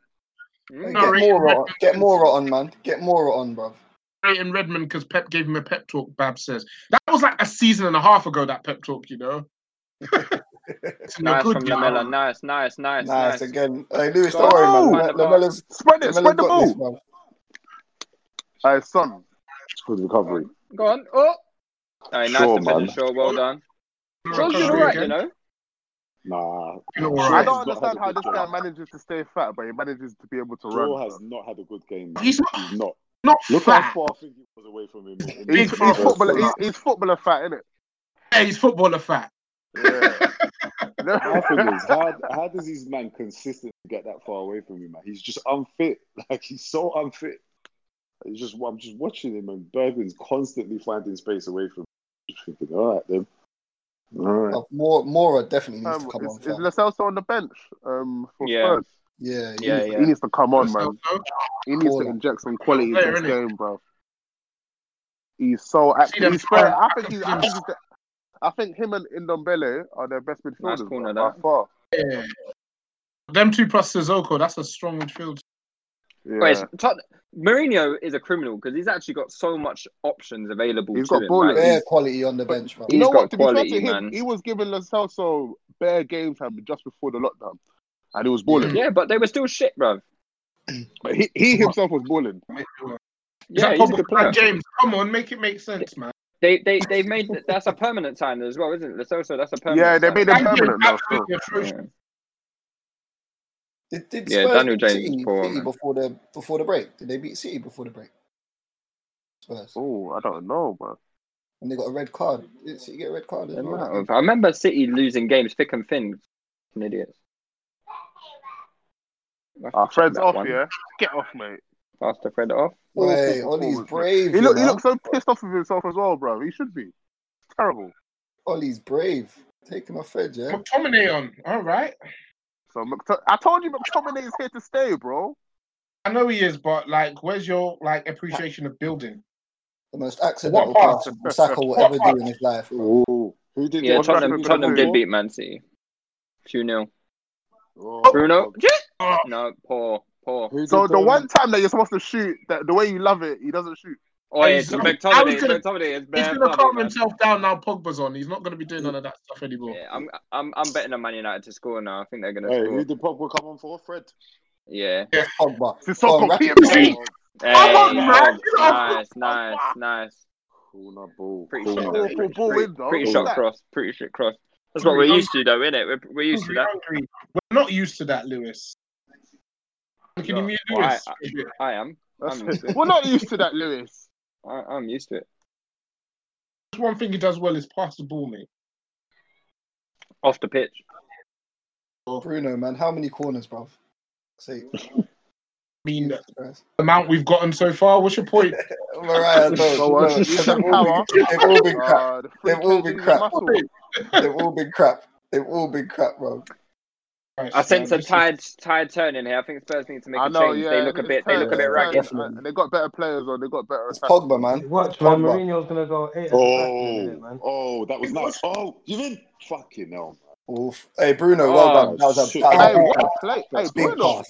[SPEAKER 8] Hey,
[SPEAKER 7] Mm.
[SPEAKER 8] get more on. Get more on, man. Get more on, bro.
[SPEAKER 6] Rating Redmond because Pep gave him a pep talk, Bab says. That was like a season and a half ago, that pep talk, you know? it's no
[SPEAKER 7] Nice
[SPEAKER 6] good,
[SPEAKER 7] from
[SPEAKER 6] you know.
[SPEAKER 7] Lamella. Nice, nice, nice,
[SPEAKER 8] Nice
[SPEAKER 7] nice.
[SPEAKER 8] again. Hey, Lewis,
[SPEAKER 7] Go
[SPEAKER 8] don't worry,
[SPEAKER 7] on,
[SPEAKER 8] man.
[SPEAKER 7] find
[SPEAKER 8] La-
[SPEAKER 7] the ball.
[SPEAKER 8] Lamella's
[SPEAKER 21] Spread it,
[SPEAKER 8] Lamella's
[SPEAKER 21] spread the
[SPEAKER 8] got this,
[SPEAKER 21] ball.
[SPEAKER 8] man.
[SPEAKER 21] Hey, son.
[SPEAKER 10] Good recovery.
[SPEAKER 7] Go on. Oh. All right, nice
[SPEAKER 10] Sure,
[SPEAKER 7] defending,
[SPEAKER 10] man.
[SPEAKER 7] Shaw. Well done. Shaw's doing all
[SPEAKER 6] Recovery
[SPEAKER 7] right, you
[SPEAKER 6] again.
[SPEAKER 7] know.
[SPEAKER 10] Nah.
[SPEAKER 21] I don't understand how this guy manages to stay fat, but he manages to be able to
[SPEAKER 10] Shaw
[SPEAKER 21] run.
[SPEAKER 10] has not had a good game.
[SPEAKER 21] He's
[SPEAKER 10] not. He's not.
[SPEAKER 21] not
[SPEAKER 10] Look
[SPEAKER 21] fat.
[SPEAKER 10] how far I think he was away from him. in- in
[SPEAKER 21] He's,
[SPEAKER 10] the
[SPEAKER 21] he's
[SPEAKER 10] first
[SPEAKER 21] footballer.
[SPEAKER 10] half.
[SPEAKER 21] He's, he's footballer fat, isn't it?
[SPEAKER 6] Yeah, he's footballer fat.
[SPEAKER 10] My thing is, how, how does his man consistently get that far away from him, man? He's just unfit. Like he's so unfit. It's just I'm just watching him and Bergman's constantly finding space away from him. Just thinking, all right then. All right.
[SPEAKER 8] But Mora, Mora definitely needs
[SPEAKER 21] Um,
[SPEAKER 8] to come
[SPEAKER 21] is
[SPEAKER 8] on.
[SPEAKER 21] is Lo Celso on the bench um, for
[SPEAKER 8] Yeah.
[SPEAKER 21] Spurs?
[SPEAKER 8] Yeah,
[SPEAKER 21] he,
[SPEAKER 8] yeah,
[SPEAKER 21] needs-
[SPEAKER 8] yeah.
[SPEAKER 21] he needs to come on,
[SPEAKER 8] Lo
[SPEAKER 6] uh,
[SPEAKER 21] man. He needs to
[SPEAKER 8] Baller.
[SPEAKER 21] inject some quality into
[SPEAKER 8] Player,
[SPEAKER 21] his
[SPEAKER 8] innit?
[SPEAKER 21] game, bro. He's so active. them He's very, try- I think he's. I think, he's the, I think him and Indombele are their best midfielders
[SPEAKER 7] corner,
[SPEAKER 21] by
[SPEAKER 7] that.
[SPEAKER 21] far.
[SPEAKER 6] Yeah. Them two plus Sissoko, that's a strong midfield.
[SPEAKER 7] But it's, Tot- Mourinho is a criminal because he's actually got so much options available.
[SPEAKER 21] He's
[SPEAKER 7] to
[SPEAKER 21] got
[SPEAKER 7] him.
[SPEAKER 21] ball
[SPEAKER 7] like,
[SPEAKER 21] at
[SPEAKER 7] he's-
[SPEAKER 21] least.
[SPEAKER 8] quality on the bench, bro.
[SPEAKER 7] He's
[SPEAKER 21] you know
[SPEAKER 7] got
[SPEAKER 21] what? To be
[SPEAKER 7] quality,
[SPEAKER 21] fair to him,
[SPEAKER 7] man.
[SPEAKER 21] he was giving Lo Celso bare game time just before the lockdown, and he was balling.
[SPEAKER 7] Yeah, but they were still shit, bro.
[SPEAKER 21] But he, he himself was balling.
[SPEAKER 7] Yeah, he's a good player.
[SPEAKER 6] James, come on, make it make sense, man.
[SPEAKER 7] They they they've made that's a permanent sign as well, isn't it? So so that's a permanent.
[SPEAKER 21] Yeah, they made him
[SPEAKER 7] signing.
[SPEAKER 21] permanent now. so.
[SPEAKER 8] Did, did
[SPEAKER 7] Yeah,
[SPEAKER 8] Spurs
[SPEAKER 7] Daniel
[SPEAKER 8] beat
[SPEAKER 7] James is
[SPEAKER 8] City,
[SPEAKER 7] poor,
[SPEAKER 8] City
[SPEAKER 7] man.
[SPEAKER 8] before the before the break? Did they beat City before the break?
[SPEAKER 21] Oh, I don't know, man.
[SPEAKER 8] And they got a red card. Did City get a red card? As
[SPEAKER 7] They might
[SPEAKER 8] well?
[SPEAKER 7] have. I remember City losing games thick and thin. Fucking idiots.
[SPEAKER 21] Our Fred's off,
[SPEAKER 7] here.
[SPEAKER 21] yeah? Get off, mate.
[SPEAKER 7] Faster Fred off.
[SPEAKER 8] Wait, Ollie's brave.
[SPEAKER 21] He,
[SPEAKER 8] you
[SPEAKER 21] look, he
[SPEAKER 8] know?
[SPEAKER 21] looks so pissed off with himself as well, bro. He should be. It's terrible.
[SPEAKER 8] Ollie's brave. Taking off Fred, yeah.
[SPEAKER 6] McTominay on. All right.
[SPEAKER 21] So McTo- I told you McTominay is here to stay, bro.
[SPEAKER 6] I know he is, but like, where's your like appreciation of building?
[SPEAKER 8] The most
[SPEAKER 6] accidental
[SPEAKER 8] pass Saka will ever do in his life.
[SPEAKER 21] Ooh. Who did
[SPEAKER 7] Yeah,
[SPEAKER 21] what's that
[SPEAKER 7] Tottenham,
[SPEAKER 21] thing
[SPEAKER 7] Tottenham
[SPEAKER 21] before?
[SPEAKER 7] did beat Man City. 2 0.
[SPEAKER 21] Oh.
[SPEAKER 7] Bruno? No, poor, poor.
[SPEAKER 21] So the one time that you're supposed to shoot, that the way you love it, he doesn't shoot.
[SPEAKER 7] Oh, yeah,
[SPEAKER 6] He's-
[SPEAKER 7] it's
[SPEAKER 6] I was
[SPEAKER 7] McTominay.
[SPEAKER 6] gonna-
[SPEAKER 7] McTominay is
[SPEAKER 6] He's
[SPEAKER 7] bad.
[SPEAKER 6] gonna calm himself down now. Pogba's on. He's not gonna be doing none of that stuff anymore.
[SPEAKER 7] I'm, I'm, I'm betting on Man United to score now. I think they're going to
[SPEAKER 6] Hey,
[SPEAKER 7] score.
[SPEAKER 6] who
[SPEAKER 10] did Pogba come on for, Fred?
[SPEAKER 7] Yeah.
[SPEAKER 8] Pogba. Oh,
[SPEAKER 21] Oh,
[SPEAKER 7] Sissoko,
[SPEAKER 8] rapid
[SPEAKER 7] PMC.
[SPEAKER 8] fire.
[SPEAKER 7] Hey,
[SPEAKER 8] Come on, man.
[SPEAKER 7] nice, nice, nice.
[SPEAKER 10] Corner ball.
[SPEAKER 7] Pretty
[SPEAKER 10] corner.
[SPEAKER 7] shot.
[SPEAKER 10] Ball,
[SPEAKER 7] though.
[SPEAKER 10] ball, ball
[SPEAKER 7] pretty,
[SPEAKER 10] in, though.
[SPEAKER 7] pretty
[SPEAKER 10] Ball
[SPEAKER 7] shot
[SPEAKER 10] back.
[SPEAKER 7] cross. Pretty shot cross. That's what we're used to, though, innit? We're, we're used to that.
[SPEAKER 6] We're not used to that, Lewis. Can you mute
[SPEAKER 7] Well, I,
[SPEAKER 6] Lewis?
[SPEAKER 7] I, I am. I'm used to it.
[SPEAKER 6] We're not used to that, Lewis.
[SPEAKER 7] I, I'm used to it.
[SPEAKER 6] Just one thing he does well is pass the ball, mate.
[SPEAKER 7] Off the pitch.
[SPEAKER 8] Bruno, man, how many corners, bro? See,
[SPEAKER 6] I mean, the amount we've gotten so far. What's your point?
[SPEAKER 8] Mariah,
[SPEAKER 6] Go
[SPEAKER 8] no,
[SPEAKER 6] on,
[SPEAKER 8] no,
[SPEAKER 6] use
[SPEAKER 8] they've
[SPEAKER 6] some
[SPEAKER 8] all been-
[SPEAKER 6] power.
[SPEAKER 8] they've all been
[SPEAKER 6] God,
[SPEAKER 8] crap. They've all been crap. They've all been crap. They've all been crap, bro.
[SPEAKER 7] I sense a tide, tide turn in here. I think Spurs need to make
[SPEAKER 21] I
[SPEAKER 7] a
[SPEAKER 21] know,
[SPEAKER 7] change.
[SPEAKER 21] yeah.
[SPEAKER 7] they look a
[SPEAKER 21] it's
[SPEAKER 7] bit, they
[SPEAKER 21] tight,
[SPEAKER 7] look a bit
[SPEAKER 21] it's tight,
[SPEAKER 7] ragged.
[SPEAKER 21] And they got better players on. They got better. It's
[SPEAKER 8] Pogba, man.
[SPEAKER 9] Watch, man. Mourinho's gonna go eight.
[SPEAKER 10] Oh, oh, that was nice. Oh, you in? Fucking hell,
[SPEAKER 8] Oof. Hey, Bruno, well
[SPEAKER 10] Oh,
[SPEAKER 8] done. That was a,
[SPEAKER 10] shit.
[SPEAKER 8] that was a
[SPEAKER 10] Hey,
[SPEAKER 8] big
[SPEAKER 10] what a
[SPEAKER 8] pass.
[SPEAKER 21] play. Hey,
[SPEAKER 8] That's big
[SPEAKER 21] Bruno.
[SPEAKER 8] pass.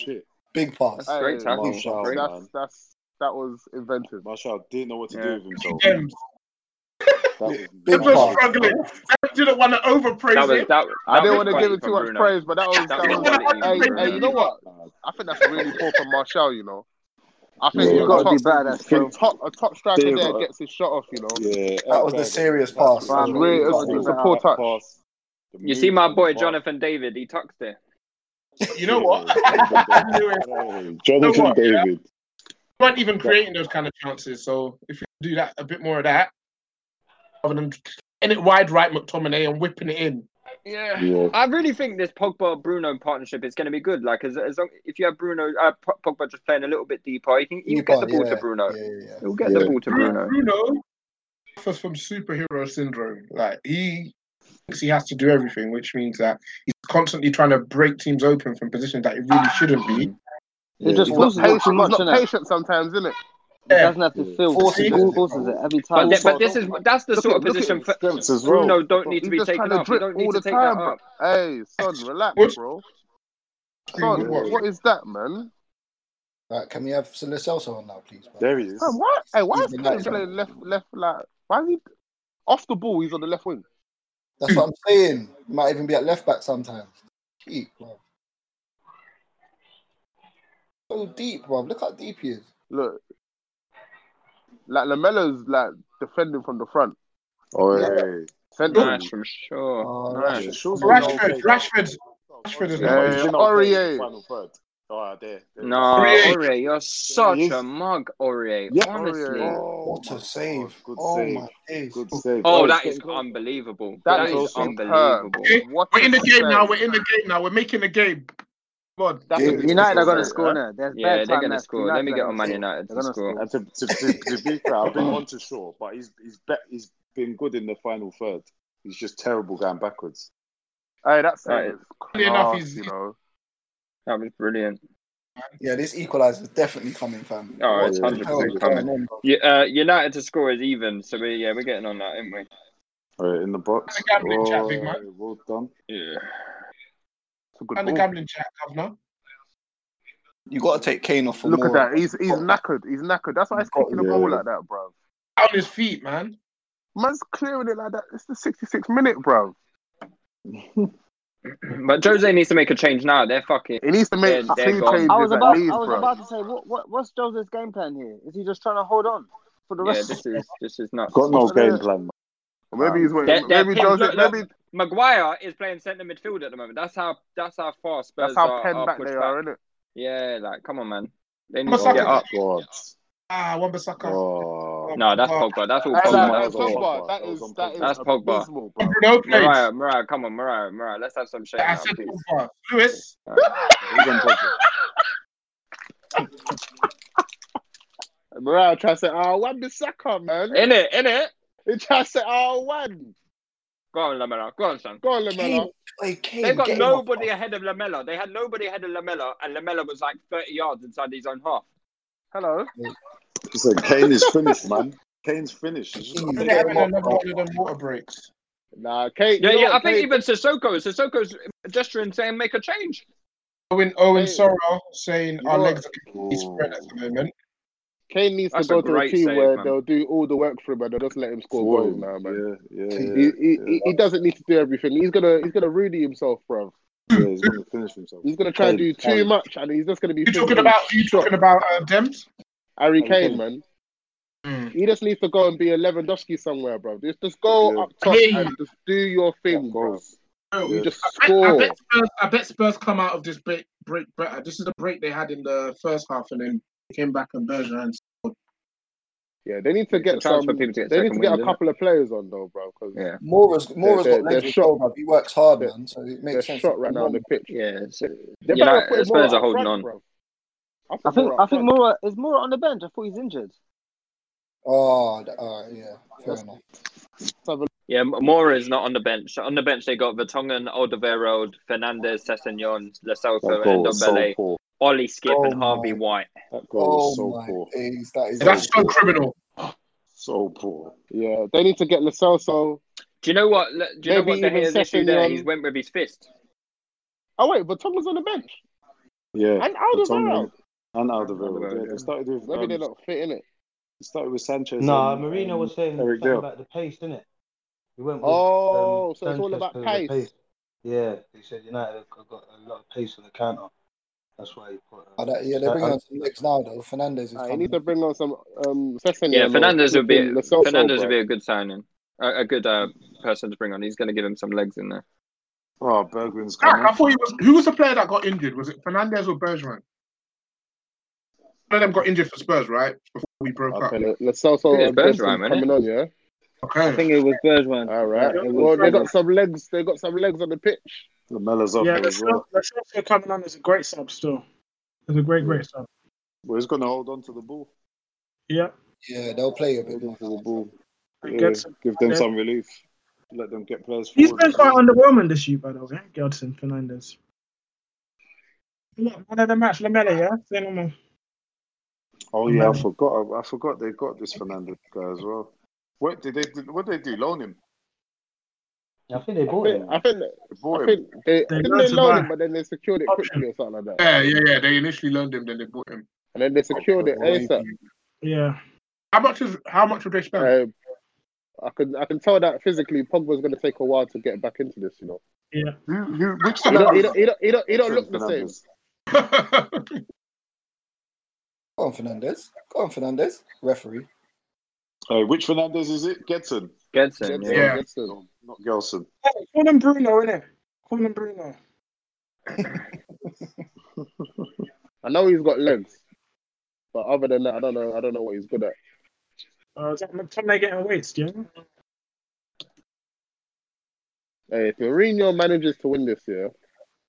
[SPEAKER 8] Big pass.
[SPEAKER 21] Hey,
[SPEAKER 8] Big pass.
[SPEAKER 10] Martial, man.
[SPEAKER 21] That's, that's, that was inventive.
[SPEAKER 10] Marshall didn't know what to
[SPEAKER 21] Yeah.
[SPEAKER 10] do with himself.
[SPEAKER 6] Gems.
[SPEAKER 10] That was-
[SPEAKER 6] They were struggling. I didn't want to overpraise
[SPEAKER 21] That was-
[SPEAKER 6] him.
[SPEAKER 21] that- I didn't want to give him too much praise, but that was. That was hey, hey, hey, you know what? I think that's really poor for Marshall. You know, I think
[SPEAKER 8] Yeah.
[SPEAKER 21] you got
[SPEAKER 8] Gotta be
[SPEAKER 21] top,
[SPEAKER 8] bad at
[SPEAKER 21] a top, a top striker
[SPEAKER 8] Yeah,
[SPEAKER 21] there
[SPEAKER 8] but-
[SPEAKER 21] gets his shot off. You know,
[SPEAKER 10] yeah,
[SPEAKER 8] That was the serious pass.
[SPEAKER 21] That's really, it's, it's a poor touch.
[SPEAKER 7] You see my boy Jonathan David. He tucks there.
[SPEAKER 6] You know what?
[SPEAKER 10] Jonathan
[SPEAKER 6] You know what, yeah?
[SPEAKER 10] David.
[SPEAKER 6] You weren't even creating those kind of chances. So if you do that, a bit more of that, rather than in it wide right, McTominay, and whipping it in.
[SPEAKER 7] Yeah.
[SPEAKER 6] Yeah.
[SPEAKER 7] I really think this Pogba Bruno partnership is going to be good. Like, as, as long if you have Bruno, uh, P- Pogba just playing a little bit deeper, you can you get the
[SPEAKER 6] Deeper,
[SPEAKER 7] ball
[SPEAKER 6] yeah.
[SPEAKER 7] to Bruno. He'll get
[SPEAKER 6] Yeah.
[SPEAKER 7] the ball to Bruno.
[SPEAKER 6] Bruno suffers from superhero syndrome. Like he thinks he has to do everything, which means that he's constantly trying to break teams open from positions that he really shouldn't be.
[SPEAKER 22] He just
[SPEAKER 21] he's not
[SPEAKER 22] forces it
[SPEAKER 21] patient.
[SPEAKER 22] too much,
[SPEAKER 21] he's not
[SPEAKER 22] innit?
[SPEAKER 21] patient sometimes, isn't it?
[SPEAKER 22] He doesn't have to feel. He
[SPEAKER 21] Forces it.
[SPEAKER 22] forces it every
[SPEAKER 7] But,
[SPEAKER 22] time.
[SPEAKER 7] th- but this is that's the
[SPEAKER 21] Look
[SPEAKER 7] sort
[SPEAKER 21] at-
[SPEAKER 7] of
[SPEAKER 21] look at
[SPEAKER 7] position
[SPEAKER 21] his
[SPEAKER 7] for
[SPEAKER 21] strengths as well.
[SPEAKER 7] Bruno don't need to
[SPEAKER 21] He's
[SPEAKER 7] be
[SPEAKER 21] just trying
[SPEAKER 7] taken
[SPEAKER 21] to
[SPEAKER 7] up. You
[SPEAKER 21] drip
[SPEAKER 7] don't need
[SPEAKER 21] all
[SPEAKER 7] to
[SPEAKER 21] the
[SPEAKER 7] take
[SPEAKER 21] time,
[SPEAKER 7] that
[SPEAKER 21] bro.
[SPEAKER 7] up.
[SPEAKER 21] Hey, son, relax, bro. Son, what is that, man?
[SPEAKER 8] Right, can we have Lo Celso on now, please? Bro?
[SPEAKER 21] There he is. what? Hey, why
[SPEAKER 8] He's
[SPEAKER 21] is Kane
[SPEAKER 8] United,
[SPEAKER 21] playing left, left, like? Why is he off the ball? He's on the left wing.
[SPEAKER 8] That's what I'm saying. He might even be at left back sometimes. Deep, bro. So deep, bro. Look how deep he is.
[SPEAKER 21] Look, like Lamelo's like defending from the front.
[SPEAKER 8] Oh,
[SPEAKER 21] yeah.
[SPEAKER 8] yeah.
[SPEAKER 7] Federer from
[SPEAKER 8] Oh,
[SPEAKER 7] sure.
[SPEAKER 10] Nice. Shaw's on the
[SPEAKER 6] Rashford,
[SPEAKER 10] whole
[SPEAKER 6] Rashford, Rashford is
[SPEAKER 10] Yeah,
[SPEAKER 6] not.
[SPEAKER 10] yeah,
[SPEAKER 6] Aurier.
[SPEAKER 10] Final third. Oh, there. there.
[SPEAKER 7] No,
[SPEAKER 10] Aurier.
[SPEAKER 7] Aurier, you're such a mug, Aurier.
[SPEAKER 10] Yeah,
[SPEAKER 7] honestly.
[SPEAKER 10] Aurier.
[SPEAKER 8] What a save.
[SPEAKER 10] Good
[SPEAKER 8] oh
[SPEAKER 10] save.
[SPEAKER 8] my days.
[SPEAKER 10] Good save.
[SPEAKER 7] Oh,
[SPEAKER 10] it's
[SPEAKER 7] that
[SPEAKER 10] getting
[SPEAKER 7] is
[SPEAKER 10] close.
[SPEAKER 7] unbelievable.
[SPEAKER 10] That
[SPEAKER 7] that
[SPEAKER 10] is
[SPEAKER 7] is
[SPEAKER 10] superb.
[SPEAKER 7] unbelievable.
[SPEAKER 6] Okay,
[SPEAKER 7] What
[SPEAKER 6] We're in the
[SPEAKER 7] a
[SPEAKER 6] game now.
[SPEAKER 7] save.
[SPEAKER 6] We're in the game now. We're making the game. God,
[SPEAKER 10] That's a good
[SPEAKER 12] United are going to
[SPEAKER 10] save,
[SPEAKER 12] score
[SPEAKER 10] yeah.
[SPEAKER 12] now. There's
[SPEAKER 7] Yeah,
[SPEAKER 12] bad
[SPEAKER 7] they're
[SPEAKER 12] time
[SPEAKER 7] going to
[SPEAKER 12] left.
[SPEAKER 7] score. Let me
[SPEAKER 12] are
[SPEAKER 7] get
[SPEAKER 12] gonna
[SPEAKER 7] on Man
[SPEAKER 12] score.
[SPEAKER 7] United
[SPEAKER 12] They're
[SPEAKER 7] to
[SPEAKER 12] gonna
[SPEAKER 7] score.
[SPEAKER 12] score.
[SPEAKER 10] And to, to, to, to be fair, I've been on to Shaw, but he's he's be, he's been good in the final third. He's just terrible going backwards.
[SPEAKER 8] Hey, that's
[SPEAKER 7] Right.
[SPEAKER 8] you know.
[SPEAKER 7] That was brilliant.
[SPEAKER 8] Yeah, this equaliser is definitely coming, fam.
[SPEAKER 7] Oh,
[SPEAKER 8] What
[SPEAKER 7] it's
[SPEAKER 8] the
[SPEAKER 7] hundred
[SPEAKER 8] hell is
[SPEAKER 7] percent
[SPEAKER 8] going
[SPEAKER 7] coming.
[SPEAKER 8] on, bro?
[SPEAKER 7] Yeah, uh, United to score is even, so we, yeah, we're getting on that, aren't we?
[SPEAKER 10] All right, in the box.
[SPEAKER 6] And the gambling chat, big man.
[SPEAKER 10] Oh, well done.
[SPEAKER 7] Yeah.
[SPEAKER 10] It's a good
[SPEAKER 6] And the
[SPEAKER 10] ball.
[SPEAKER 6] gambling chat, governor.
[SPEAKER 8] You got to take Kane off for
[SPEAKER 21] Look
[SPEAKER 8] more.
[SPEAKER 21] at that. He's he's knackered. He's knackered. That's why he's kicking the
[SPEAKER 8] Yeah.
[SPEAKER 21] ball like that, bro.
[SPEAKER 6] On his feet, man.
[SPEAKER 21] Man's clearing it like that. It's the 66 minute, bro.
[SPEAKER 7] But Jose needs to make a change now. They're fucking.
[SPEAKER 21] He needs to make
[SPEAKER 7] they're, they're
[SPEAKER 21] two
[SPEAKER 7] gone.
[SPEAKER 21] changes
[SPEAKER 7] I
[SPEAKER 12] I
[SPEAKER 7] was
[SPEAKER 12] was
[SPEAKER 21] at
[SPEAKER 12] about.
[SPEAKER 21] least,
[SPEAKER 12] I was
[SPEAKER 21] bro.
[SPEAKER 12] about to say, what, what, what's Jose's game plan here? Is he just trying to hold on for the
[SPEAKER 7] Yeah,
[SPEAKER 12] rest?
[SPEAKER 7] this is this is nuts.
[SPEAKER 10] Got no game plan. Man.
[SPEAKER 21] Or maybe he's waiting.
[SPEAKER 7] They're, they're
[SPEAKER 21] maybe
[SPEAKER 7] pinned.
[SPEAKER 21] Jose.
[SPEAKER 7] Look, look,
[SPEAKER 21] maybe
[SPEAKER 7] Maguire is playing centre midfield at the moment. That's how that's how far Spurs
[SPEAKER 21] that's how
[SPEAKER 7] are,
[SPEAKER 21] pen
[SPEAKER 7] are
[SPEAKER 21] back
[SPEAKER 7] pushed
[SPEAKER 21] they
[SPEAKER 7] back.
[SPEAKER 21] are, isn't it?
[SPEAKER 7] Yeah, like come on, man. They need to
[SPEAKER 6] Masaka.
[SPEAKER 7] get up.
[SPEAKER 10] God.
[SPEAKER 6] Ah, Wan-Bissaka.
[SPEAKER 10] Oh.
[SPEAKER 7] No, that's Pogba. That's all Pogba.
[SPEAKER 21] that,
[SPEAKER 7] That's
[SPEAKER 21] that's
[SPEAKER 7] all Pogba.
[SPEAKER 21] Pogba. That
[SPEAKER 10] That was
[SPEAKER 21] is
[SPEAKER 10] on
[SPEAKER 21] that is
[SPEAKER 7] That's Pogba.
[SPEAKER 21] abysmal, bro.
[SPEAKER 6] Bruno played.
[SPEAKER 7] Mariah, Mariah, come on, Mariah, Mariah. Let's have some shade
[SPEAKER 6] I
[SPEAKER 7] now,
[SPEAKER 6] said
[SPEAKER 7] please.
[SPEAKER 6] Pogba. Lewis.
[SPEAKER 10] Even Pogba.
[SPEAKER 21] Bro, I try to say, oh, one the sucker, man.
[SPEAKER 7] In it, in it.
[SPEAKER 21] He try to say, oh, one.
[SPEAKER 7] Go on, Lamella. Go on, son.
[SPEAKER 21] Go on, Lamella.
[SPEAKER 8] Kane, hey, Kane,
[SPEAKER 7] They've got
[SPEAKER 8] get him off.
[SPEAKER 7] nobody ahead of Lamella. They had nobody ahead of Lamella, and Lamella was like 30 yards inside his own half.
[SPEAKER 21] Hello.
[SPEAKER 10] It's like Kane is finished, man. Kane's finished. He's just
[SPEAKER 8] Kane,
[SPEAKER 10] got
[SPEAKER 6] They're
[SPEAKER 10] to get
[SPEAKER 8] get
[SPEAKER 6] having
[SPEAKER 8] him
[SPEAKER 10] him
[SPEAKER 6] another
[SPEAKER 10] up.
[SPEAKER 8] off.
[SPEAKER 6] one of them water breaks.
[SPEAKER 21] Nah, Kate.
[SPEAKER 7] Yeah,
[SPEAKER 21] you know
[SPEAKER 7] yeah. I
[SPEAKER 21] what,
[SPEAKER 7] think
[SPEAKER 21] Kane-
[SPEAKER 7] even Sissoko, Sissoko's uh, gesturing saying make a change.
[SPEAKER 6] Owen, Owen
[SPEAKER 21] Hey.
[SPEAKER 6] Sorrell saying
[SPEAKER 21] You
[SPEAKER 6] our
[SPEAKER 21] know
[SPEAKER 6] legs are completely spread at the moment.
[SPEAKER 21] Kane needs to
[SPEAKER 7] That's
[SPEAKER 21] go
[SPEAKER 7] a
[SPEAKER 21] to a
[SPEAKER 7] great
[SPEAKER 21] team
[SPEAKER 7] save,
[SPEAKER 21] where
[SPEAKER 7] man.
[SPEAKER 21] they'll do all the work for him and they'll just let him score
[SPEAKER 10] Whoa.
[SPEAKER 21] goals now, man.
[SPEAKER 10] Yeah, yeah,
[SPEAKER 21] He,
[SPEAKER 10] yeah.
[SPEAKER 21] he,
[SPEAKER 10] yeah.
[SPEAKER 21] he, he doesn't need to do everything. He's gonna he's gonna Rooney himself, bro.
[SPEAKER 10] Yeah, he's going to finish himself.
[SPEAKER 21] He's gonna try and do
[SPEAKER 10] Kane,
[SPEAKER 21] too
[SPEAKER 10] Kane.
[SPEAKER 21] much, and he's just gonna be.
[SPEAKER 6] You talking
[SPEAKER 21] thinking,
[SPEAKER 6] about you talking about uh, Dems?
[SPEAKER 21] Harry
[SPEAKER 10] Harry
[SPEAKER 21] Kane,
[SPEAKER 10] Kane.
[SPEAKER 21] man?
[SPEAKER 6] Mm.
[SPEAKER 21] He just needs to go and be a Lewandowski somewhere, bro. Just just go
[SPEAKER 10] Yeah.
[SPEAKER 21] up top
[SPEAKER 6] Hey.
[SPEAKER 21] and just do your thing, bro.
[SPEAKER 10] Goals.
[SPEAKER 6] I
[SPEAKER 21] You just
[SPEAKER 6] bet, I,
[SPEAKER 21] score.
[SPEAKER 6] bet Spurs, I bet Spurs come out of this break, break better. This is the break they had in the first half, and then they came back and Bergeron.
[SPEAKER 21] Yeah, they need to
[SPEAKER 7] a
[SPEAKER 21] get
[SPEAKER 7] chance
[SPEAKER 21] some.
[SPEAKER 7] for people to get
[SPEAKER 21] They need to get
[SPEAKER 7] second wind,
[SPEAKER 21] a
[SPEAKER 7] isn't it?
[SPEAKER 21] couple of players on though, bro, because
[SPEAKER 7] Yeah,
[SPEAKER 8] Mora's, Mora's
[SPEAKER 21] They're-
[SPEAKER 8] got
[SPEAKER 21] they're
[SPEAKER 8] legs as
[SPEAKER 21] shot.
[SPEAKER 8] well, bruv. He works hard,
[SPEAKER 21] They're-
[SPEAKER 8] man, so it
[SPEAKER 21] they're
[SPEAKER 8] makes sense.
[SPEAKER 21] shot right now on the pitch.
[SPEAKER 7] yeah. So,
[SPEAKER 21] They
[SPEAKER 7] you know,
[SPEAKER 21] better put more
[SPEAKER 7] Spurs are
[SPEAKER 21] up
[SPEAKER 7] holding
[SPEAKER 21] front,
[SPEAKER 7] on.
[SPEAKER 21] bro. I,
[SPEAKER 12] I
[SPEAKER 21] put
[SPEAKER 12] think.
[SPEAKER 21] Moura
[SPEAKER 12] I
[SPEAKER 21] up
[SPEAKER 12] think
[SPEAKER 21] front.
[SPEAKER 12] Mora is Mora on the bench. I thought he's injured.
[SPEAKER 8] Oh, th- alright, yeah, fair enough.
[SPEAKER 21] Let's have a
[SPEAKER 7] Yeah, M- Mora is not on the bench. On the bench, they got Vertonghen, Alderweireld, Fernandez, Sessegnon,
[SPEAKER 10] That
[SPEAKER 7] Lascelles,
[SPEAKER 10] goal was so
[SPEAKER 7] uh, Ndombele,
[SPEAKER 10] poor.
[SPEAKER 7] Ollie Skip,
[SPEAKER 8] Oh
[SPEAKER 7] and Harvey
[SPEAKER 8] my-
[SPEAKER 7] White.
[SPEAKER 10] That goal
[SPEAKER 8] Oh
[SPEAKER 10] was so
[SPEAKER 8] my
[SPEAKER 10] poor.
[SPEAKER 8] days, that is.
[SPEAKER 6] That's so criminal.
[SPEAKER 10] So poor.
[SPEAKER 21] Yeah, they need to get Oh, Lo Celso.
[SPEAKER 7] Do you know what? le- Do you know
[SPEAKER 21] Maybe
[SPEAKER 7] what the
[SPEAKER 21] even
[SPEAKER 7] Gea's issue there? He's
[SPEAKER 21] Sessegnon.
[SPEAKER 7] went with his fist.
[SPEAKER 21] Oh wait, but Tonga's on the bench
[SPEAKER 10] Yeah.
[SPEAKER 21] and Alderweireld.
[SPEAKER 10] Vertonghen And Alderweireld.
[SPEAKER 7] Alderweireld,
[SPEAKER 10] Yeah,
[SPEAKER 7] yeah.
[SPEAKER 10] they started with,
[SPEAKER 21] Maybe
[SPEAKER 10] um,
[SPEAKER 21] they're not fit in it.
[SPEAKER 10] they started with Sanchez.
[SPEAKER 9] Nah,
[SPEAKER 10] and,
[SPEAKER 9] Marino
[SPEAKER 10] um,
[SPEAKER 9] was saying
[SPEAKER 10] Eric
[SPEAKER 9] something
[SPEAKER 10] Dale.
[SPEAKER 9] about the pace, didn't it? He went with
[SPEAKER 21] Oh,
[SPEAKER 9] um,
[SPEAKER 21] so it's all
[SPEAKER 9] Sanchez
[SPEAKER 21] about
[SPEAKER 9] because of the
[SPEAKER 21] pace.
[SPEAKER 9] pace. Yeah, he said United have got got a lot of pace on the counter. That's why he put.
[SPEAKER 8] Oh,
[SPEAKER 9] Um,
[SPEAKER 8] that, yeah, they're
[SPEAKER 9] Sa-
[SPEAKER 8] bringing
[SPEAKER 9] uh,
[SPEAKER 8] on some nicks now, though. Fernandez is
[SPEAKER 21] Ah, he
[SPEAKER 8] coming.
[SPEAKER 21] needs to bring on some um Sessegnon.
[SPEAKER 7] Yeah,
[SPEAKER 21] or
[SPEAKER 7] Fernandez would be
[SPEAKER 21] flipping Lo Celso,
[SPEAKER 7] Fernandez
[SPEAKER 21] bro.
[SPEAKER 7] would be a good signing, a, a good uh, person to bring on. He's going to give him some legs in there.
[SPEAKER 10] Oh, Bergwin's
[SPEAKER 6] Right,
[SPEAKER 10] coming.
[SPEAKER 6] I thought he was. Who was the player that got injured? Was it Fernandez or Bergeron? One of them got injured for Spurs, right? Before we broke up.
[SPEAKER 21] Okay, Lo- Lo Celso
[SPEAKER 7] Yeah,
[SPEAKER 21] and
[SPEAKER 7] Bergeron,
[SPEAKER 21] Benson
[SPEAKER 7] innit?
[SPEAKER 21] coming on, yeah.
[SPEAKER 12] I
[SPEAKER 6] Okay.
[SPEAKER 12] think it was Bergman.
[SPEAKER 21] All right.
[SPEAKER 12] It
[SPEAKER 21] Well,
[SPEAKER 12] was.
[SPEAKER 21] they got some legs. They got some legs on the pitch.
[SPEAKER 10] Lamella's up
[SPEAKER 6] Yeah,
[SPEAKER 10] there as well.
[SPEAKER 6] the Chelsea coming on is a great sub still. It's a great, great sub.
[SPEAKER 10] Well, he's going to hold on to the ball.
[SPEAKER 6] Yeah.
[SPEAKER 8] Yeah, they'll play a bit
[SPEAKER 10] Hold on
[SPEAKER 8] more.
[SPEAKER 10] to the ball.
[SPEAKER 6] I
[SPEAKER 10] Yeah,
[SPEAKER 6] guess-
[SPEAKER 10] give them
[SPEAKER 6] yeah.
[SPEAKER 10] some relief. Let them get players
[SPEAKER 6] He's
[SPEAKER 10] forward.
[SPEAKER 6] been quite underwhelming this year, by the way, Gelson Fernandez. Look, Man of the match, Lamella, yeah? Say no more.
[SPEAKER 10] Oh yeah, I forgot. I, I forgot they got this Fernandez guy as well. What did they? do- What did they do? Loan him?
[SPEAKER 9] I think they
[SPEAKER 21] I
[SPEAKER 9] bought
[SPEAKER 21] think.
[SPEAKER 9] him.
[SPEAKER 21] I think.
[SPEAKER 10] They
[SPEAKER 21] I
[SPEAKER 10] bought him.
[SPEAKER 21] think they
[SPEAKER 6] They
[SPEAKER 21] didn't
[SPEAKER 6] learned
[SPEAKER 21] they
[SPEAKER 6] to
[SPEAKER 21] loan
[SPEAKER 6] buy.
[SPEAKER 21] him, but then they secured it quickly or something like that.
[SPEAKER 6] Yeah, yeah, yeah. They initially loaned him, then they bought him.
[SPEAKER 21] And then they secured it ASAP.
[SPEAKER 6] Yeah. How much is how much would they spend?
[SPEAKER 21] Um, I can I can tell that physically Pogba's going to take a while to get back into this. You know,
[SPEAKER 6] yeah.
[SPEAKER 10] Who? Who? Which
[SPEAKER 21] he don't he
[SPEAKER 10] Fernandez?
[SPEAKER 21] don't, he don't, he don't, he don't look the same.
[SPEAKER 10] Fernandez.
[SPEAKER 8] Go on, Fernandez. Go on, Fernandez. Referee.
[SPEAKER 10] Uh, which Fernandez is it? Getson.
[SPEAKER 7] Gedson,
[SPEAKER 10] Gedson,
[SPEAKER 7] yeah.
[SPEAKER 10] Gedson, not Gelson.
[SPEAKER 13] Call him Bruno, innit? Call him Bruno.
[SPEAKER 21] I know he's got legs, but other than that, I don't know. I don't know what he's good at.
[SPEAKER 13] Uh, is that Tom they getting weights, do you know?
[SPEAKER 21] Hey, if Mourinho manages to win this year,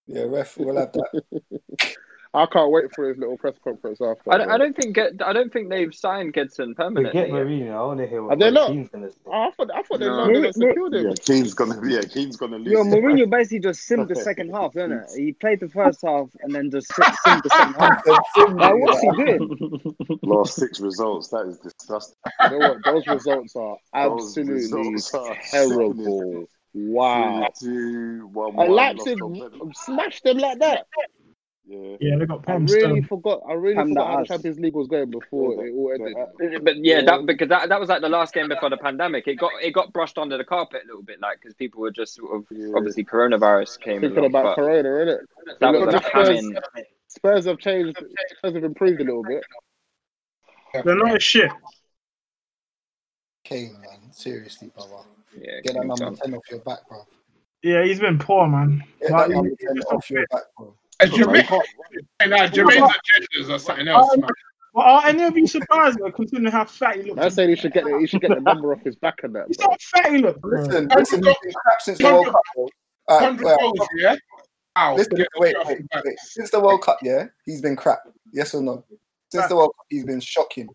[SPEAKER 8] yeah, ref, we'll have
[SPEAKER 21] that. I can't wait for his little press conference after.
[SPEAKER 7] I don't, I don't think Ged- I don't think they've signed Gedson permanently.
[SPEAKER 10] Forget
[SPEAKER 7] yet.
[SPEAKER 9] Mourinho. I want to hear
[SPEAKER 7] Are they not?
[SPEAKER 21] I thought I thought
[SPEAKER 7] they
[SPEAKER 21] No. they secured
[SPEAKER 10] Yeah, Keane's gonna yeah, Keane's gonna lose.
[SPEAKER 12] Yo, Mourinho basically just simmed the second half, didn't it? He played the first half and then just sim- simmed the second half. like, what's he doing?
[SPEAKER 10] Last six results. That is disgusting.
[SPEAKER 21] You know what? Those results are
[SPEAKER 10] Those
[SPEAKER 21] absolutely
[SPEAKER 10] results are
[SPEAKER 21] terrible. Wow.
[SPEAKER 10] Three, two, one,
[SPEAKER 21] And
[SPEAKER 10] one,
[SPEAKER 21] Leipzig
[SPEAKER 10] lost on
[SPEAKER 21] smashed them like that.
[SPEAKER 10] penalty.
[SPEAKER 13] Yeah, they got
[SPEAKER 21] I
[SPEAKER 13] Pam's
[SPEAKER 21] really
[SPEAKER 13] done.
[SPEAKER 21] forgot. I really
[SPEAKER 7] Pam
[SPEAKER 21] forgot
[SPEAKER 7] that
[SPEAKER 21] how the
[SPEAKER 7] ass.
[SPEAKER 21] Champions League was going before it all ended.
[SPEAKER 7] But yeah, that because that, that was like the last game before the pandemic. It got it got brushed under the carpet a little bit, like because people were just sort of obviously coronavirus came.
[SPEAKER 21] Thinking
[SPEAKER 7] along,
[SPEAKER 21] about
[SPEAKER 7] but
[SPEAKER 21] Corona, innit?
[SPEAKER 7] That
[SPEAKER 21] Look,
[SPEAKER 7] was
[SPEAKER 21] the
[SPEAKER 7] a
[SPEAKER 21] Spurs,
[SPEAKER 7] hamming.
[SPEAKER 21] Spurs have changed. Spurs have improved a little bit.
[SPEAKER 13] They're not a shit.
[SPEAKER 8] Kane, man. Seriously, brother.
[SPEAKER 7] Yeah,
[SPEAKER 8] Get that
[SPEAKER 13] Kane's
[SPEAKER 8] number
[SPEAKER 13] done.
[SPEAKER 8] 10 off your back, bro.
[SPEAKER 13] Yeah, he's been poor, man.
[SPEAKER 8] Get
[SPEAKER 13] Like,
[SPEAKER 8] that number
[SPEAKER 13] he-
[SPEAKER 8] 10 off your back, bro.
[SPEAKER 6] And Uh, Jermaine, and, uh, Jermaine's agendas are something else, man.
[SPEAKER 13] Well, um, are any of you surprised, though, considering how fat he looks?
[SPEAKER 21] I say he should get the, he should get the number off his back and that.
[SPEAKER 13] He's not fat, he looks. bro.
[SPEAKER 8] Listen, listen, he's been crap since the World Cup. bro. All right,
[SPEAKER 13] 100
[SPEAKER 8] well,
[SPEAKER 13] goals, yeah? Ow.
[SPEAKER 8] Listen, wait, wait, wait. Since the World Cup, yeah, he's been crap. Yes or no? Since the World Cup, he's been shocking.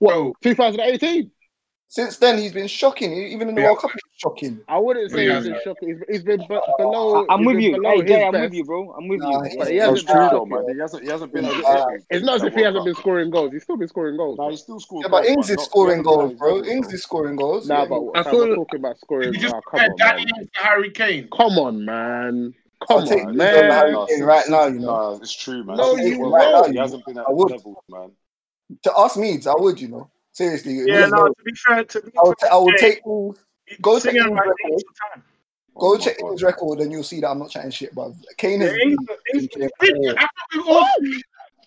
[SPEAKER 21] What? 2018.
[SPEAKER 8] Since then, he's been shocking. Even in the
[SPEAKER 21] Yeah.
[SPEAKER 8] World Cup, he's shocking.
[SPEAKER 21] I wouldn't say he's been shocking. He's, he's been be- below.
[SPEAKER 12] I- Oh, I'm
[SPEAKER 21] he's
[SPEAKER 12] with
[SPEAKER 21] been
[SPEAKER 12] you.
[SPEAKER 21] below
[SPEAKER 12] Hey,
[SPEAKER 21] his
[SPEAKER 12] Jay, I'm
[SPEAKER 21] best.
[SPEAKER 12] with you, bro. I'm with
[SPEAKER 21] Nah,
[SPEAKER 12] you.
[SPEAKER 21] But he hasn't
[SPEAKER 10] That's
[SPEAKER 21] been
[SPEAKER 10] true, though,
[SPEAKER 21] shocking.
[SPEAKER 10] man. He hasn't he hasn't been.
[SPEAKER 21] Uh, it's not as if he hasn't been scoring goals. He's still been scoring goals.
[SPEAKER 10] No, he's still scoring.
[SPEAKER 8] Yeah, but Ings is scoring goals, bro. Ings is scoring goals.
[SPEAKER 21] Nah,
[SPEAKER 8] Yeah,
[SPEAKER 21] but
[SPEAKER 8] he-
[SPEAKER 21] I feel we're talking about scoring. Oh, come on, man.
[SPEAKER 6] Harry Kane.
[SPEAKER 21] Come on, man.
[SPEAKER 8] I'll
[SPEAKER 21] Come
[SPEAKER 8] take
[SPEAKER 21] on,
[SPEAKER 8] this over Harry
[SPEAKER 21] man.
[SPEAKER 8] Kane right now, you know.
[SPEAKER 10] Nah, Uh, it's true, man.
[SPEAKER 8] No,
[SPEAKER 10] That's
[SPEAKER 8] you
[SPEAKER 10] what-
[SPEAKER 8] won't.
[SPEAKER 10] He hasn't been at
[SPEAKER 8] I
[SPEAKER 10] his
[SPEAKER 8] would.
[SPEAKER 10] level, man.
[SPEAKER 8] To ask me, I would, you know. Seriously.
[SPEAKER 13] Yeah,
[SPEAKER 8] really,
[SPEAKER 13] no, to be fair, to be
[SPEAKER 8] I would, I would
[SPEAKER 13] fair,
[SPEAKER 8] take. Go check Ings' record.
[SPEAKER 10] Oh
[SPEAKER 8] Go check Ings' record, and you'll see that I'm not chatting shit, bro. Kane has
[SPEAKER 13] Yeah,
[SPEAKER 8] been playing poor.
[SPEAKER 6] We've all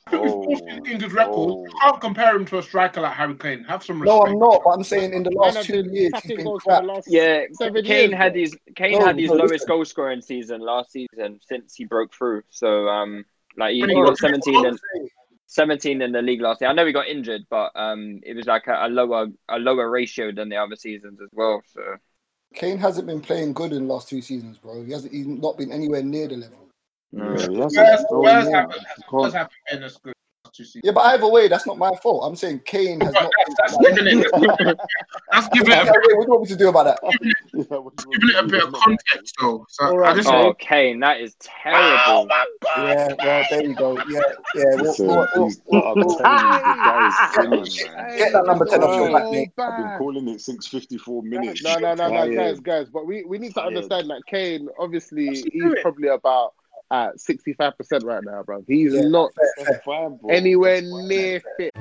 [SPEAKER 6] seen
[SPEAKER 21] Oh,
[SPEAKER 6] his record. You Can't compare him to a striker like Harry Kane. Have some respect.
[SPEAKER 8] No, I'm not. But I'm saying in the
[SPEAKER 6] Man,
[SPEAKER 8] last
[SPEAKER 6] I've
[SPEAKER 8] two
[SPEAKER 6] been
[SPEAKER 8] years,
[SPEAKER 6] cracking
[SPEAKER 8] he's been
[SPEAKER 6] goals
[SPEAKER 8] crap.
[SPEAKER 7] Yeah,
[SPEAKER 8] Seven
[SPEAKER 7] Kane
[SPEAKER 8] years,
[SPEAKER 7] had
[SPEAKER 8] bro.
[SPEAKER 7] his Kane
[SPEAKER 8] No,
[SPEAKER 7] had his
[SPEAKER 8] no,
[SPEAKER 7] lowest
[SPEAKER 8] listen.
[SPEAKER 7] goal scoring season last season since he broke through. So um, like he,
[SPEAKER 8] But
[SPEAKER 7] he
[SPEAKER 8] he
[SPEAKER 7] got
[SPEAKER 8] got-
[SPEAKER 7] seventeen and seventeen in the league last year. I know he got injured, but um, it was like a, a lower a lower ratio than the other seasons as well. So
[SPEAKER 8] Kane hasn't been playing good in the last two seasons, bro. He hasn't. He's not been anywhere near the level.
[SPEAKER 10] Yeah, he hasn't
[SPEAKER 6] Spurs,
[SPEAKER 10] been
[SPEAKER 6] Spurs
[SPEAKER 10] scoring
[SPEAKER 6] haven't,
[SPEAKER 10] goals.
[SPEAKER 6] Spurs haven't been as good.
[SPEAKER 8] Yeah, but either way, that's not my fault. I'm saying Kane has not.
[SPEAKER 6] That's giving it. That's giving it.
[SPEAKER 8] what do you want me to do about that?
[SPEAKER 6] Giving it a bit of context, though. So I just
[SPEAKER 7] oh, Kane, that is terrible.
[SPEAKER 8] Yeah, well, there you go. Yeah, yeah. we'll-
[SPEAKER 10] Listen,
[SPEAKER 8] we'll- we'll-
[SPEAKER 10] he's- what I'm
[SPEAKER 8] we'll-
[SPEAKER 10] telling you, this guy is killing, man.
[SPEAKER 8] Ah. Get that number 10 off your back, mate.
[SPEAKER 10] I've been calling it since 54 minutes.
[SPEAKER 21] No, no, no, no,
[SPEAKER 10] Tired.
[SPEAKER 21] guys, guys. But we, we need to understand that Kane, obviously, he's
[SPEAKER 8] doing?
[SPEAKER 21] probably about at sixty five percent right now, bro. He's not
[SPEAKER 10] fine, bro.
[SPEAKER 21] anywhere near fit.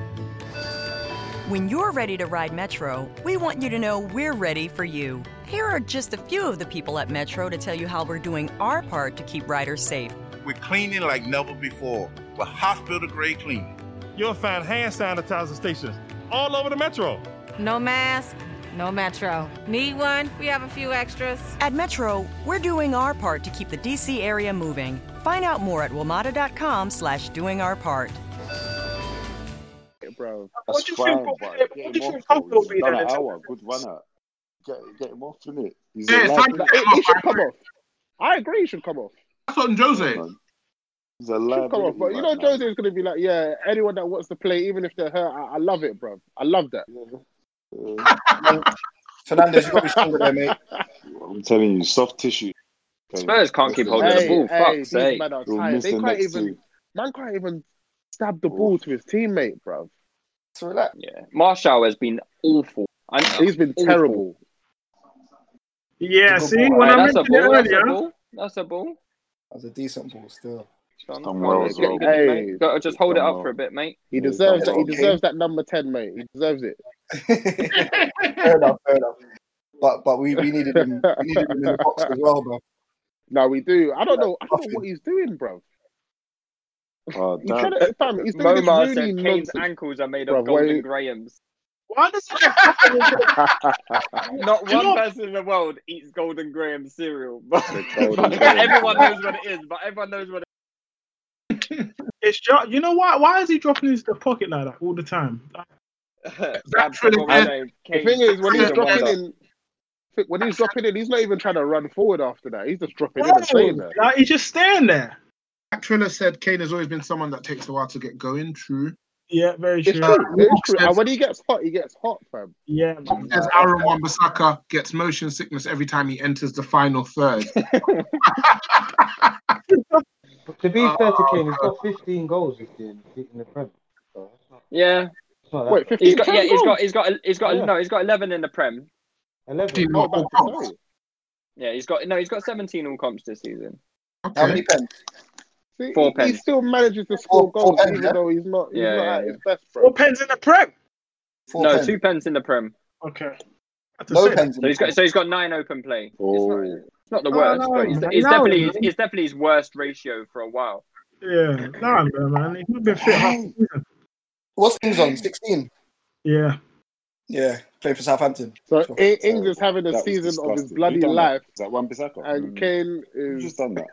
[SPEAKER 3] When you're ready to ride Metro, we want you to know we're ready for you. Here are just a few of the people at Metro to tell you how we're doing our part to keep riders safe.
[SPEAKER 2] We're cleaning like never before with hospital grade cleaning. You'll find hand sanitizer stations all over the metro.
[SPEAKER 23] No mask, no metro. Need one? We have a few extras.
[SPEAKER 3] At Metro, we're doing our part to keep the DC area moving. Find out more at WMATA.com slash doing our part.
[SPEAKER 21] bro.
[SPEAKER 13] What
[SPEAKER 21] That's
[SPEAKER 13] do you
[SPEAKER 21] fine,
[SPEAKER 13] think-
[SPEAKER 21] bro.
[SPEAKER 13] what
[SPEAKER 21] Get
[SPEAKER 13] do you
[SPEAKER 21] him
[SPEAKER 13] think
[SPEAKER 21] off,
[SPEAKER 13] Hulk will
[SPEAKER 21] bro.
[SPEAKER 13] be
[SPEAKER 21] He's done
[SPEAKER 13] then
[SPEAKER 21] an
[SPEAKER 13] in
[SPEAKER 21] hour. Good runner. Get, get him off, innit? He's
[SPEAKER 6] Yeah,
[SPEAKER 21] a
[SPEAKER 6] it's
[SPEAKER 21] life-
[SPEAKER 6] time to
[SPEAKER 21] like,
[SPEAKER 6] get him
[SPEAKER 21] he
[SPEAKER 6] off,
[SPEAKER 21] should
[SPEAKER 6] I
[SPEAKER 21] come off. I agree, he should come off.
[SPEAKER 6] That's on Jose.
[SPEAKER 21] He's a liability Come off, Uh, but you right know now. Jose is gonna be like, yeah. Anyone that wants to play, even if they're hurt, I, I love it, bro. I love that.
[SPEAKER 8] Fernandez, you got to be stronger there, mate.
[SPEAKER 10] I'm telling you, soft tissue.
[SPEAKER 7] Spurs can't keep holding the
[SPEAKER 21] Hey,
[SPEAKER 7] ball.
[SPEAKER 21] hey,
[SPEAKER 7] Fuck's
[SPEAKER 21] these
[SPEAKER 7] sake.
[SPEAKER 21] men are
[SPEAKER 7] You'll
[SPEAKER 21] tired.
[SPEAKER 7] miss
[SPEAKER 21] They
[SPEAKER 7] the
[SPEAKER 21] can't
[SPEAKER 7] next
[SPEAKER 21] even.
[SPEAKER 7] two.
[SPEAKER 21] Man can't even stab the ball to his teammate, bro.
[SPEAKER 8] So relax.
[SPEAKER 7] Yeah, Marshall has been awful. I know.
[SPEAKER 21] He's been
[SPEAKER 7] Awful.
[SPEAKER 21] terrible.
[SPEAKER 13] Yeah,
[SPEAKER 7] Good
[SPEAKER 13] see,
[SPEAKER 7] ball.
[SPEAKER 13] when
[SPEAKER 7] Hey,
[SPEAKER 13] I
[SPEAKER 7] that's a
[SPEAKER 13] mentioned it
[SPEAKER 7] ball, that's a
[SPEAKER 13] earlier,
[SPEAKER 7] ball. That's a ball.
[SPEAKER 8] That was a decent ball still.
[SPEAKER 7] Done well as well. Hey, Gotta just hold it up for a bit, mate.
[SPEAKER 21] He deserves that. He deserves that number ten, mate. He deserves it.
[SPEAKER 8] Fair enough, fair enough. But but we, we needed him. We needed him in the box as well, bro.
[SPEAKER 21] No, we do. I don't know. I don't know what he's doing, bro.
[SPEAKER 10] Oh,
[SPEAKER 21] He's trying to, fam, he's doing
[SPEAKER 7] Momar
[SPEAKER 21] this
[SPEAKER 7] said
[SPEAKER 21] really
[SPEAKER 7] Kane's
[SPEAKER 21] nonsense.
[SPEAKER 7] ankles are made
[SPEAKER 21] Bruv,
[SPEAKER 7] of golden
[SPEAKER 21] wait.
[SPEAKER 7] grahams.
[SPEAKER 13] Why does it have to happen?
[SPEAKER 7] Not
[SPEAKER 13] Do you
[SPEAKER 7] one
[SPEAKER 13] know-
[SPEAKER 7] person in the world eats Golden Graham cereal, but, but
[SPEAKER 13] Graham.
[SPEAKER 7] everyone knows what it is. But everyone knows what it
[SPEAKER 13] It's dro- you know why? Why is he dropping his the pocket like that all the time?
[SPEAKER 7] is.
[SPEAKER 13] Absolutely.
[SPEAKER 21] The thing is, when he's dropping in, think- when he's dropping in, he's not even trying to run forward after that. He's just dropping in and staying there.
[SPEAKER 13] Like, he's just staying there.
[SPEAKER 6] Matt Triller said Kane has always been someone that takes a while to get going. True.
[SPEAKER 13] Yeah, very
[SPEAKER 21] It's true. It's true. And when he gets hot, he gets hot, fam.
[SPEAKER 13] Yeah.
[SPEAKER 6] As Aaron Wan-Bissaka gets motion sickness every time he enters the final third.
[SPEAKER 9] To be fair
[SPEAKER 6] Oh,
[SPEAKER 9] to Kane, he's got 15 goals this year in the- in the Prem. So that's not-
[SPEAKER 7] Yeah.
[SPEAKER 9] that's not that
[SPEAKER 7] Wait,
[SPEAKER 9] bad.
[SPEAKER 7] he's got, yeah, he's got, he's got, he's got,
[SPEAKER 9] Yeah.
[SPEAKER 7] no, he's got eleven in the Prem.
[SPEAKER 9] 11.
[SPEAKER 7] Oh, back to sorry. yeah, he's got no, he's got seventeen all comps this season.
[SPEAKER 8] How many pens?
[SPEAKER 21] See,
[SPEAKER 7] Four
[SPEAKER 21] he- he,
[SPEAKER 7] pens.
[SPEAKER 21] still manages to score goals,
[SPEAKER 8] pens,
[SPEAKER 21] even
[SPEAKER 8] yeah?
[SPEAKER 21] though he's not. He's
[SPEAKER 7] Yeah,
[SPEAKER 21] not
[SPEAKER 7] yeah,
[SPEAKER 21] at
[SPEAKER 7] yeah.
[SPEAKER 21] his best, bro.
[SPEAKER 13] Four pens in the prem.
[SPEAKER 7] no,
[SPEAKER 21] pens.
[SPEAKER 7] two pens in the Prem.
[SPEAKER 13] Okay.
[SPEAKER 7] So he's got, so he's got nine open play. It's not the
[SPEAKER 13] Oh,
[SPEAKER 7] worst,
[SPEAKER 13] no,
[SPEAKER 7] but it's,
[SPEAKER 13] man,
[SPEAKER 7] it's
[SPEAKER 13] no,
[SPEAKER 7] definitely, his,
[SPEAKER 13] man.
[SPEAKER 7] it's definitely his worst ratio for a while.
[SPEAKER 13] Yeah, nah, bro, man. He's not been fit. half the season.
[SPEAKER 8] What's Ings on? 16?
[SPEAKER 13] Yeah.
[SPEAKER 8] Yeah, played for Southampton.
[SPEAKER 21] So I- Ings is having a season of his bloody life,
[SPEAKER 10] Is that one Bissaka?
[SPEAKER 21] and Kane
[SPEAKER 10] You
[SPEAKER 21] is
[SPEAKER 10] just done that.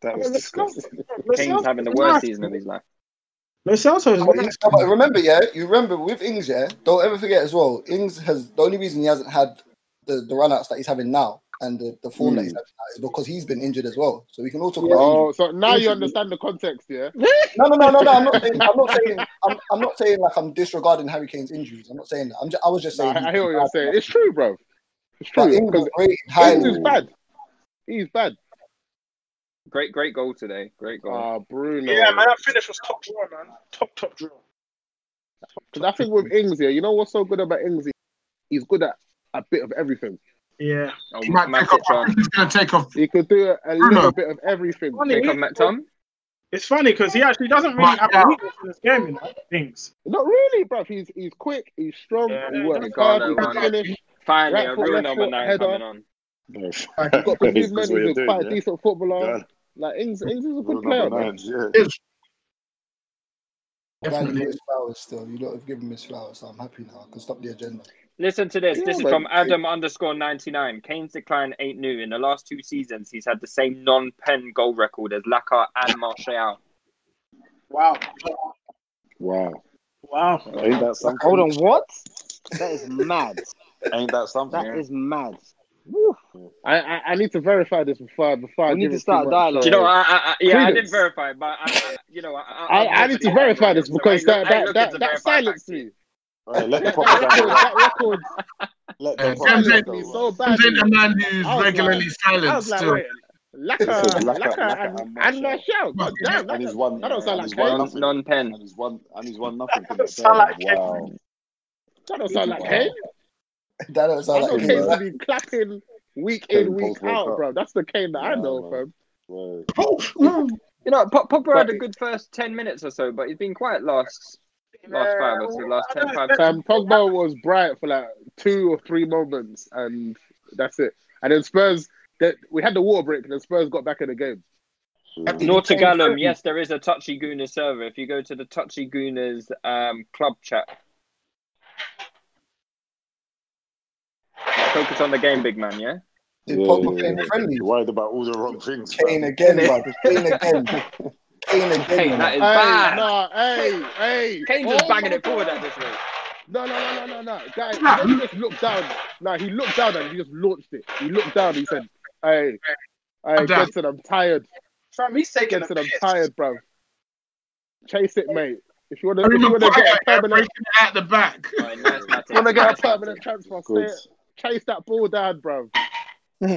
[SPEAKER 10] That was disgusting.
[SPEAKER 7] Kane's having the worst season of his life.
[SPEAKER 13] Lo Celso is
[SPEAKER 8] No, but remember, Oh, yeah, you remember with Ings, yeah. Don't ever forget as well. Ings has the only reason he hasn't had the, the run outs that he's having now and the, the form that he's
[SPEAKER 21] Mm.
[SPEAKER 8] having now is because he's been injured as well. So we can all talk about.
[SPEAKER 21] Oh,
[SPEAKER 8] injury.
[SPEAKER 21] so now
[SPEAKER 8] Ings
[SPEAKER 21] you
[SPEAKER 8] is-
[SPEAKER 21] understand the context, yeah?
[SPEAKER 8] No, no, no, no, no. I'm not saying. I'm not saying. I'm, I'm not saying like I'm disregarding Harry Kane's injuries. I'm not saying that. I'm just, I was just
[SPEAKER 21] No,
[SPEAKER 8] saying.
[SPEAKER 21] I I hear what you're saying. It's true, bro. It's true.
[SPEAKER 8] But Ings
[SPEAKER 21] Because
[SPEAKER 8] was rated
[SPEAKER 21] Ings
[SPEAKER 8] highly.
[SPEAKER 21] is bad. He's bad.
[SPEAKER 7] Great, great goal today. Great goal.
[SPEAKER 21] Ah, Bruno.
[SPEAKER 13] Yeah, man. That finish was top draw, man. Top top draw.
[SPEAKER 21] Because I think with Ings, yeah, you know what's so good about Ings? He- He's good at a bit of everything.
[SPEAKER 13] Yeah.
[SPEAKER 7] Oh,
[SPEAKER 6] He might take off. I think he's going to take off.
[SPEAKER 21] He could do a
[SPEAKER 6] Bruno.
[SPEAKER 21] little bit of everything.
[SPEAKER 13] Funny, It's funny because he actually doesn't really have a weakness in this game, you know. Things.
[SPEAKER 21] Not really, bro. He's he's quick. He's strong. he works hard. He can finish.
[SPEAKER 7] Finally,
[SPEAKER 21] Right
[SPEAKER 7] a
[SPEAKER 21] foot,
[SPEAKER 7] real
[SPEAKER 21] left
[SPEAKER 7] number
[SPEAKER 21] foot,
[SPEAKER 7] nine
[SPEAKER 21] header.
[SPEAKER 7] coming on.
[SPEAKER 21] Like, he's got pursued
[SPEAKER 7] That's
[SPEAKER 21] men.
[SPEAKER 7] what
[SPEAKER 21] He's
[SPEAKER 7] you're
[SPEAKER 21] a
[SPEAKER 7] doing,
[SPEAKER 21] quite
[SPEAKER 7] yeah?
[SPEAKER 21] decent footballer. Like Ings, Ings is a good player,
[SPEAKER 10] number
[SPEAKER 21] man.
[SPEAKER 10] nines, yeah.
[SPEAKER 8] I'm glad you
[SPEAKER 21] Definitely.
[SPEAKER 8] got his flowers still. You lot have given him his flowers, so I'm happy now. I can stop the agenda.
[SPEAKER 7] Listen to this.
[SPEAKER 8] Yeah,
[SPEAKER 7] this is
[SPEAKER 8] but-
[SPEAKER 7] from Adam underscore ninety nine. Kane's decline ain't new. In the last two seasons, he's had the same non pen goal record as Lacazette and Martial.
[SPEAKER 13] Wow.
[SPEAKER 10] Wow.
[SPEAKER 13] Wow.
[SPEAKER 10] Ain't that something?
[SPEAKER 1] Hold on, what? That is mad.
[SPEAKER 10] Ain't that something?
[SPEAKER 1] That is mad.
[SPEAKER 21] I, I I need to verify this before before I
[SPEAKER 1] We need
[SPEAKER 21] give
[SPEAKER 1] to
[SPEAKER 21] it too
[SPEAKER 1] start
[SPEAKER 21] much,
[SPEAKER 1] dialogue.
[SPEAKER 7] Do you know? I, I, I yeah, I
[SPEAKER 21] credence.
[SPEAKER 7] didn't verify, but I, I you know, I, I,
[SPEAKER 21] I, I need to verify this because that that that, that silenced me.
[SPEAKER 10] Alright, let the
[SPEAKER 21] That
[SPEAKER 10] propaganda.
[SPEAKER 21] record, that record
[SPEAKER 10] Let
[SPEAKER 6] Uh,
[SPEAKER 10] the
[SPEAKER 6] James
[SPEAKER 10] propaganda.
[SPEAKER 6] ain't,
[SPEAKER 21] me
[SPEAKER 6] James
[SPEAKER 21] so bad.
[SPEAKER 6] ain't a man who's
[SPEAKER 21] I was
[SPEAKER 6] regularly
[SPEAKER 21] like- I
[SPEAKER 6] silent
[SPEAKER 21] was like,
[SPEAKER 6] still.
[SPEAKER 21] wait, Laka,
[SPEAKER 10] Laka- Laka
[SPEAKER 21] Laka, and, and Martial. God damn, that
[SPEAKER 10] And he's
[SPEAKER 21] does-
[SPEAKER 10] one.
[SPEAKER 21] that don't sound
[SPEAKER 10] and he's
[SPEAKER 21] like
[SPEAKER 10] one
[SPEAKER 21] Kane.
[SPEAKER 10] nothing.
[SPEAKER 7] Non pen.
[SPEAKER 10] And he's one. And he's one nothing. in the
[SPEAKER 21] That sound like
[SPEAKER 10] third. Wow.
[SPEAKER 21] That don't sound like
[SPEAKER 10] Wow.
[SPEAKER 21] Kane.
[SPEAKER 8] That don't
[SPEAKER 21] I
[SPEAKER 8] sound
[SPEAKER 21] know
[SPEAKER 8] like
[SPEAKER 21] Kane's
[SPEAKER 8] him.
[SPEAKER 21] been clapping week
[SPEAKER 10] Kane
[SPEAKER 21] in, week
[SPEAKER 10] post-World
[SPEAKER 21] out,
[SPEAKER 10] Cup.
[SPEAKER 21] bro. That's the Kane that I know, fam.
[SPEAKER 6] Oh,
[SPEAKER 7] You know, Pop- Popper had a good first ten minutes or so, but he's been quiet last last five or so, last ten five.
[SPEAKER 21] Sam Um, Pogba was bright for like two or three moments, and that's it. And then Spurs, that we had the water break, and then Spurs got back in the game.
[SPEAKER 7] Nortagallum, yes, there is a Touchy Gooners server. If you go to the Touchy Gooners um, club chat, focus on the game, big man. Yeah.
[SPEAKER 8] Did Pogba play in the friendlies?
[SPEAKER 10] You're worried about all the wrong things.
[SPEAKER 8] Kane again, bro. Kane again. Kane again.
[SPEAKER 7] that
[SPEAKER 21] hey,
[SPEAKER 7] is bad.
[SPEAKER 21] Nah, hey, hey.
[SPEAKER 7] Kane's just
[SPEAKER 21] Oh
[SPEAKER 7] banging
[SPEAKER 21] my
[SPEAKER 7] it forward
[SPEAKER 21] God.
[SPEAKER 7] at this rate.
[SPEAKER 21] No, no, no, no, no, no. Guy, you know, he just looked down. No, he looked down and he just launched it. He looked down. He said, "Hey, hey,
[SPEAKER 13] I'm down.
[SPEAKER 21] Jensen, I'm tired.
[SPEAKER 13] Fam, he's taking
[SPEAKER 21] Jensen,
[SPEAKER 13] a
[SPEAKER 21] I'm
[SPEAKER 13] piss.
[SPEAKER 21] tired, bro. Chase it, mate. If you want to,
[SPEAKER 6] Harry
[SPEAKER 21] if you want to
[SPEAKER 6] Maguire
[SPEAKER 21] get a permanent,
[SPEAKER 6] at the back.
[SPEAKER 21] if you want to get a permanent transfer,
[SPEAKER 10] Good.
[SPEAKER 21] stay- chase that ball down, bro.
[SPEAKER 10] All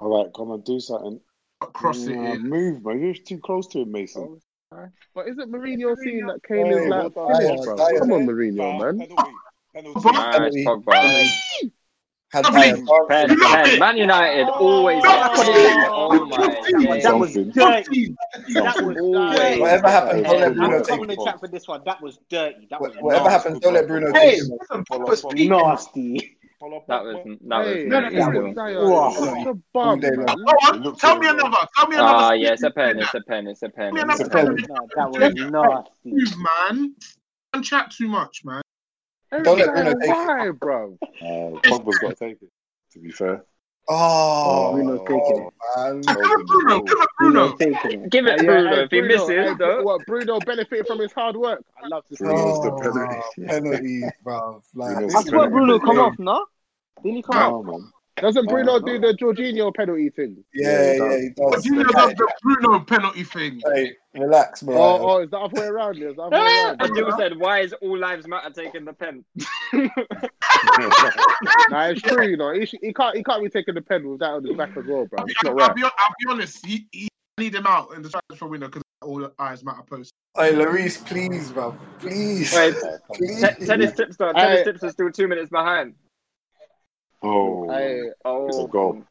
[SPEAKER 10] right, come on, do something.
[SPEAKER 21] Cross it
[SPEAKER 10] Nah,
[SPEAKER 21] in.
[SPEAKER 10] Move, man. You're too close to him,
[SPEAKER 7] Oh,
[SPEAKER 10] Mason.
[SPEAKER 21] But isn't Mourinho seeing that Kane is
[SPEAKER 10] Hey,
[SPEAKER 21] like,
[SPEAKER 10] well done,
[SPEAKER 21] finished, bro?
[SPEAKER 10] well done.
[SPEAKER 21] Come on, Mourinho, man.
[SPEAKER 7] Nice, Pogba.
[SPEAKER 8] Had
[SPEAKER 21] Pen,
[SPEAKER 7] Pen, Pen. Man United always. Oh my
[SPEAKER 8] That was
[SPEAKER 1] dirty.
[SPEAKER 8] That was
[SPEAKER 1] dirty.
[SPEAKER 8] Whatever happened, don't let
[SPEAKER 1] I'm
[SPEAKER 8] Bruno
[SPEAKER 1] coming in
[SPEAKER 8] take
[SPEAKER 1] the
[SPEAKER 8] it.
[SPEAKER 1] chat for this one. That was dirty. That was
[SPEAKER 8] Whatever happened, don't let Bruno
[SPEAKER 1] Hey,
[SPEAKER 8] take it.
[SPEAKER 1] nasty.
[SPEAKER 7] That was that was.
[SPEAKER 21] Hey,
[SPEAKER 7] no,
[SPEAKER 21] that
[SPEAKER 7] no,
[SPEAKER 21] was
[SPEAKER 7] no.
[SPEAKER 21] dire.
[SPEAKER 7] Wow.
[SPEAKER 21] Such a bum,
[SPEAKER 8] All day
[SPEAKER 21] man.
[SPEAKER 8] long.
[SPEAKER 6] Tell me another. Tell me another.
[SPEAKER 7] Ah, yeah, it's a pen. It's a pen. It's a pen.
[SPEAKER 6] Tell me
[SPEAKER 7] It's
[SPEAKER 6] another.
[SPEAKER 7] a pen.
[SPEAKER 6] That was nasty. man. Don't chat too much, man.
[SPEAKER 10] Don't let Bruno take it.
[SPEAKER 21] Why, bro?
[SPEAKER 10] Uh, Pogba's got to take it. To be fair.
[SPEAKER 21] Oh, Bruno's taking it. Bruno, give it Bruno. Taking it.
[SPEAKER 7] Give it
[SPEAKER 21] Yeah,
[SPEAKER 7] Bruno
[SPEAKER 21] hey,
[SPEAKER 7] if he misses,
[SPEAKER 21] hey,
[SPEAKER 7] though.
[SPEAKER 21] What Bruno benefited from his hard work. I love this.
[SPEAKER 10] Bruno's the
[SPEAKER 8] penalty. Oh, Penalties, bro. Like,
[SPEAKER 21] I swear Bruno come off, no? Didn't he come
[SPEAKER 10] No,
[SPEAKER 21] off?
[SPEAKER 10] man.
[SPEAKER 21] Doesn't Bruno
[SPEAKER 10] No,
[SPEAKER 21] do the Jorginho penalty thing?
[SPEAKER 10] Yeah, he
[SPEAKER 8] yeah,
[SPEAKER 10] does.
[SPEAKER 8] he
[SPEAKER 21] But
[SPEAKER 8] does.
[SPEAKER 21] you know
[SPEAKER 8] Hey,
[SPEAKER 21] the
[SPEAKER 6] Bruno penalty thing.
[SPEAKER 8] hey, relax,
[SPEAKER 21] Oh,
[SPEAKER 8] bro.
[SPEAKER 21] oh, is the other way around? Is the other way around?
[SPEAKER 7] And you said, why is all lives matter taking the pen?
[SPEAKER 21] nah, it's true, you know. He, sh- he can't he can't be taking the pen with that on his back as well, bro. It's
[SPEAKER 6] I'll,
[SPEAKER 21] not
[SPEAKER 6] I'll
[SPEAKER 21] right.
[SPEAKER 6] be, I'll be honest. He, he I need him out in the transfer window because all eyes matter post.
[SPEAKER 8] Hey, Larice, please, bro. Please.
[SPEAKER 7] Wait,
[SPEAKER 8] please.
[SPEAKER 7] Te- tennis tips though. Tennis tips is still two minutes behind.
[SPEAKER 10] Oh,
[SPEAKER 7] I, oh,
[SPEAKER 10] it's a goal.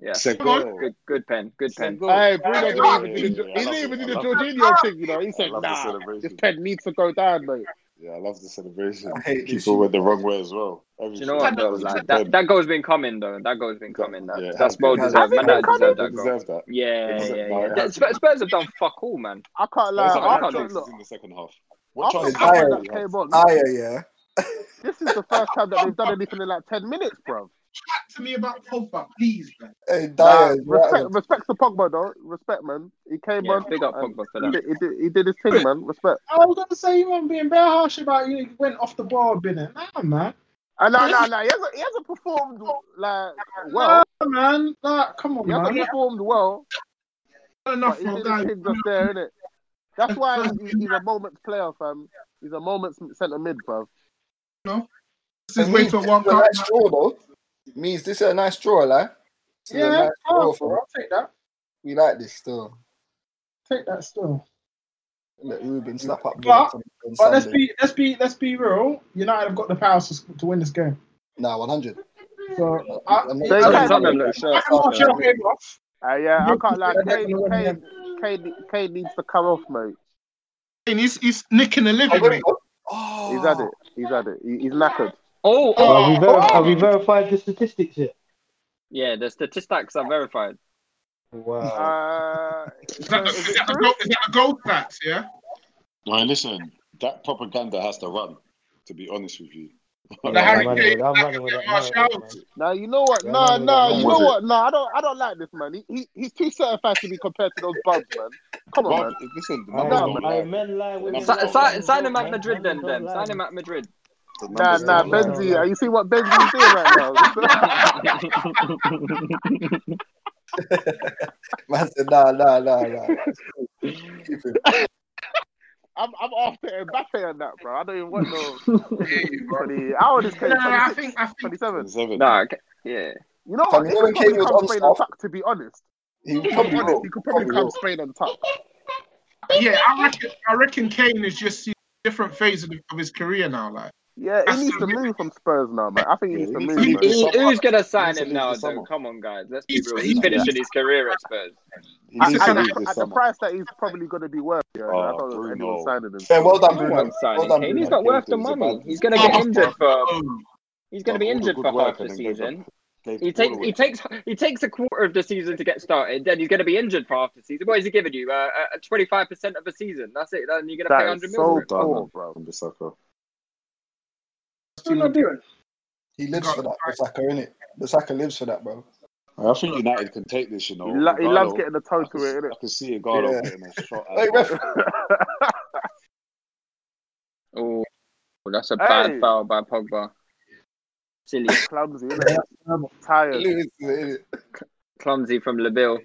[SPEAKER 7] yeah.
[SPEAKER 10] It's a goal.
[SPEAKER 7] Good, good pen. Good pen.
[SPEAKER 21] Hey, Bruno
[SPEAKER 7] Yeah,
[SPEAKER 21] didn't even
[SPEAKER 7] yeah,
[SPEAKER 21] do the,
[SPEAKER 7] yeah,
[SPEAKER 21] he
[SPEAKER 7] I love
[SPEAKER 21] didn't even do
[SPEAKER 7] it.
[SPEAKER 21] the
[SPEAKER 7] I love it.
[SPEAKER 21] Jorginho thing, you know. He said,
[SPEAKER 10] I love the
[SPEAKER 21] nah, this
[SPEAKER 10] celebration.
[SPEAKER 21] pen needs to go down, mate.
[SPEAKER 10] Yeah, I love the celebration.
[SPEAKER 8] hate
[SPEAKER 10] People went the wrong way as well.
[SPEAKER 7] Do you know what though? Like, that, that goal's been coming though. That goal's been coming. That, that's
[SPEAKER 10] has
[SPEAKER 7] well
[SPEAKER 10] been.
[SPEAKER 7] deserved. Man, that
[SPEAKER 10] Has been
[SPEAKER 7] deserved that
[SPEAKER 10] coming.
[SPEAKER 7] goal.
[SPEAKER 10] They deserve that. They
[SPEAKER 7] Yeah,
[SPEAKER 10] deserve-
[SPEAKER 7] yeah,
[SPEAKER 10] no,
[SPEAKER 7] yeah.
[SPEAKER 10] it
[SPEAKER 7] The-
[SPEAKER 10] has
[SPEAKER 7] Spurs, Spurs have done fuck all, man.
[SPEAKER 21] I can't
[SPEAKER 10] Those
[SPEAKER 7] I
[SPEAKER 10] are
[SPEAKER 7] can't
[SPEAKER 10] the
[SPEAKER 7] look.
[SPEAKER 10] chances in the second half.
[SPEAKER 21] I
[SPEAKER 10] What
[SPEAKER 21] thought
[SPEAKER 10] chances
[SPEAKER 21] that
[SPEAKER 10] did
[SPEAKER 21] that
[SPEAKER 10] we have?
[SPEAKER 21] came on.
[SPEAKER 8] Ah, yeah.
[SPEAKER 21] This is the first time that they've done anything in like 10 minutes, bro.
[SPEAKER 6] Chat to me about Pogba, please, man.
[SPEAKER 8] Hey,
[SPEAKER 21] Nah,
[SPEAKER 8] Dyer,
[SPEAKER 21] respect, respect to Pogba, though. Respect, man. He came
[SPEAKER 7] Yeah,
[SPEAKER 21] on.
[SPEAKER 7] big up
[SPEAKER 21] and
[SPEAKER 7] Pogba for
[SPEAKER 21] He
[SPEAKER 7] that.
[SPEAKER 21] did, he, did, he did his thing, man. Respect.
[SPEAKER 13] I was gonna say you weren't being very harsh about you. You went off the ball a bit. Nah, man.
[SPEAKER 21] Uh, no, no, no. He hasn't, he hasn't performed like well.
[SPEAKER 13] Well, man. Nah, come on,
[SPEAKER 21] He hasn't
[SPEAKER 13] man.
[SPEAKER 21] performed well.
[SPEAKER 6] Enough
[SPEAKER 21] but he did his thing just there, innit? That's why he- he's a moments player, fam. He's a moments centre mid, bro.
[SPEAKER 6] No.
[SPEAKER 8] This is way to one a nice draw, though. Means this is a nice draw, like. This is a
[SPEAKER 13] Yeah,
[SPEAKER 8] nice draw
[SPEAKER 13] oh,
[SPEAKER 8] for
[SPEAKER 13] I'll take that.
[SPEAKER 8] We like this still.
[SPEAKER 13] Take that still.
[SPEAKER 8] Let Ruben snap up.
[SPEAKER 13] But,
[SPEAKER 8] on- on
[SPEAKER 13] but let's
[SPEAKER 8] Sunday.
[SPEAKER 13] be let's be let's be real. United have got the power to, to win this game.
[SPEAKER 8] Nah, 100.
[SPEAKER 13] So I,
[SPEAKER 8] I'm not-
[SPEAKER 21] They
[SPEAKER 8] I'm
[SPEAKER 21] can't-
[SPEAKER 8] not-
[SPEAKER 21] Tottenham
[SPEAKER 13] I
[SPEAKER 21] look
[SPEAKER 13] can
[SPEAKER 21] sharp,
[SPEAKER 13] watch your
[SPEAKER 21] man.
[SPEAKER 13] game off.
[SPEAKER 21] Uh, yeah, I can't lie.
[SPEAKER 13] Yeah,
[SPEAKER 21] Kane,
[SPEAKER 13] definitely.
[SPEAKER 21] Kane, Kane, Kane needs to come off, mate.
[SPEAKER 6] And he's, he's nicking a living, mate.
[SPEAKER 21] He's had it. He's had it. He, he's knackered.
[SPEAKER 7] Oh,
[SPEAKER 9] Have, we
[SPEAKER 7] oh,
[SPEAKER 9] ver- have
[SPEAKER 7] oh.
[SPEAKER 9] we verified the statistics yet?
[SPEAKER 7] yeah. The statistics are verified.
[SPEAKER 9] Wow.
[SPEAKER 21] Uh,
[SPEAKER 6] Is that the, is that the, gold, is that the gold stats, yeah?
[SPEAKER 10] Well, listen, that propaganda has to run. To be honest with you,
[SPEAKER 6] The Harry Kane,
[SPEAKER 9] I'm running with that narrative, man.
[SPEAKER 21] Now you know what? Nah,
[SPEAKER 9] man,
[SPEAKER 21] nah.
[SPEAKER 9] yeah,
[SPEAKER 21] You
[SPEAKER 10] man.
[SPEAKER 21] know
[SPEAKER 10] Was it?
[SPEAKER 21] what? Nah, I don't. I don't like this man. He, he he's too certified to be compared to those bums, man. Come on,
[SPEAKER 10] Well,
[SPEAKER 21] man.
[SPEAKER 10] listen, the
[SPEAKER 9] I
[SPEAKER 10] numbers
[SPEAKER 21] Nah,
[SPEAKER 10] don't
[SPEAKER 9] I
[SPEAKER 10] lie.
[SPEAKER 9] men lie, women
[SPEAKER 7] Si-
[SPEAKER 9] lie,
[SPEAKER 7] si-
[SPEAKER 9] men
[SPEAKER 7] sign
[SPEAKER 9] don't,
[SPEAKER 7] him at
[SPEAKER 9] man.
[SPEAKER 7] Madrid then,
[SPEAKER 9] Numbers don't
[SPEAKER 7] then.
[SPEAKER 9] lie,
[SPEAKER 7] Sign him
[SPEAKER 9] man.
[SPEAKER 7] at Madrid.
[SPEAKER 10] The
[SPEAKER 21] Nah,
[SPEAKER 10] numbers
[SPEAKER 21] nah.
[SPEAKER 10] don't lie.
[SPEAKER 21] Benzi, uh, you see what Benzi's doing right now?
[SPEAKER 8] Man said, nah, nah, nah, nah. Keep him.
[SPEAKER 21] I'm I'm after Mbappe and that, bro. I don't even want no. 20, how old is Kane?
[SPEAKER 6] No, I
[SPEAKER 21] 26,
[SPEAKER 6] think, I think
[SPEAKER 21] 27.
[SPEAKER 10] Seven.
[SPEAKER 7] Nah, okay, yeah.
[SPEAKER 21] You know
[SPEAKER 8] Fam,
[SPEAKER 21] what?
[SPEAKER 8] you
[SPEAKER 21] He
[SPEAKER 8] know
[SPEAKER 21] could probably
[SPEAKER 8] when Kane was
[SPEAKER 21] come
[SPEAKER 8] on
[SPEAKER 21] Spain and
[SPEAKER 8] staff-
[SPEAKER 21] tuck, to be honest.
[SPEAKER 8] He
[SPEAKER 21] To be
[SPEAKER 8] probably
[SPEAKER 21] honest,
[SPEAKER 8] will.
[SPEAKER 21] he could probably
[SPEAKER 8] Probably
[SPEAKER 21] come
[SPEAKER 8] will.
[SPEAKER 21] Spain and tuck.
[SPEAKER 6] Yeah, I reckon, I reckon Kane is just seeing a different phase of, of his career now. Like,
[SPEAKER 21] Yeah, he
[SPEAKER 6] That's
[SPEAKER 21] needs to
[SPEAKER 6] the-
[SPEAKER 21] move from Spurs now, man. I think he needs to
[SPEAKER 10] he
[SPEAKER 21] move.
[SPEAKER 10] needs to
[SPEAKER 21] man.
[SPEAKER 10] leave this
[SPEAKER 7] Who-
[SPEAKER 10] summer.
[SPEAKER 7] Who's gonna sign
[SPEAKER 10] He's
[SPEAKER 7] him
[SPEAKER 10] leaving
[SPEAKER 7] now,
[SPEAKER 10] this
[SPEAKER 7] though?
[SPEAKER 10] summer.
[SPEAKER 7] Come on, guys. Let's be
[SPEAKER 6] He's-
[SPEAKER 7] real.
[SPEAKER 6] he's-
[SPEAKER 7] He's finishing his career at Spurs.
[SPEAKER 10] He
[SPEAKER 21] And,
[SPEAKER 10] needs to
[SPEAKER 21] and,
[SPEAKER 10] leave
[SPEAKER 21] at,
[SPEAKER 10] this
[SPEAKER 21] at the
[SPEAKER 10] summer.
[SPEAKER 21] price that he's probably going to be worth, yeah,
[SPEAKER 10] Oh,
[SPEAKER 21] that's not
[SPEAKER 10] Bruno.
[SPEAKER 21] anyone signing him.
[SPEAKER 8] Yeah, well done,
[SPEAKER 7] No
[SPEAKER 8] Bruno.
[SPEAKER 7] one's
[SPEAKER 8] Well
[SPEAKER 7] signing
[SPEAKER 8] done,
[SPEAKER 7] Kane.
[SPEAKER 8] Bruno.
[SPEAKER 7] He's not worth the
[SPEAKER 10] He's a
[SPEAKER 7] money.
[SPEAKER 10] bad-
[SPEAKER 7] He's gonna get injured for.
[SPEAKER 6] oh,
[SPEAKER 7] He's gonna
[SPEAKER 10] Done
[SPEAKER 7] be
[SPEAKER 10] all the
[SPEAKER 7] injured
[SPEAKER 10] good
[SPEAKER 7] for
[SPEAKER 10] work
[SPEAKER 7] half the
[SPEAKER 10] and then gave
[SPEAKER 7] season.
[SPEAKER 10] up- gave
[SPEAKER 7] He
[SPEAKER 10] all
[SPEAKER 7] takes
[SPEAKER 10] away.
[SPEAKER 7] he takes he takes a quarter of the season to get started. Then he's going to be injured for half the season. What is he giving you? Twenty five percent of the season. That's it. Then you're going to pay
[SPEAKER 21] That
[SPEAKER 7] hundred
[SPEAKER 21] is
[SPEAKER 7] million.
[SPEAKER 21] so
[SPEAKER 7] for it.
[SPEAKER 21] poor,
[SPEAKER 10] Done,
[SPEAKER 21] bro.
[SPEAKER 10] from Bissaka.
[SPEAKER 13] Still not doing.
[SPEAKER 8] He lives for that, Bissaka, innit? Bissaka lives for that, bro.
[SPEAKER 10] I think United can take this, you know.
[SPEAKER 21] He, lo- he loves
[SPEAKER 10] Igalo-
[SPEAKER 21] getting the toe to it,
[SPEAKER 10] I can see Igalo
[SPEAKER 8] Yeah.
[SPEAKER 10] getting a shot
[SPEAKER 8] Hey,
[SPEAKER 10] at
[SPEAKER 8] ref.
[SPEAKER 7] Oh, that's a
[SPEAKER 21] Hey.
[SPEAKER 7] bad foul by Pogba. Silly,
[SPEAKER 21] innit? Clumsy, innit? Tired.
[SPEAKER 8] He lives for it, innit?
[SPEAKER 7] clumsy from Labille.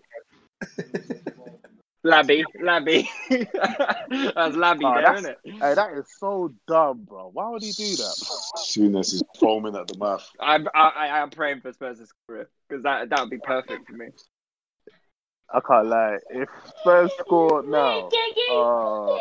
[SPEAKER 7] Labby, Labby. that's Labby
[SPEAKER 21] Nah,
[SPEAKER 7] there,
[SPEAKER 21] Ah, that's-
[SPEAKER 7] isn't it?
[SPEAKER 21] Hey, that is so dumb, bro. Why would he do that?
[SPEAKER 10] Souness is foaming at the mouth.
[SPEAKER 7] I'm I, I, I'm praying for Spurs' career because that that would be perfect for me.
[SPEAKER 21] I can't lie. If Spurs score now, uh,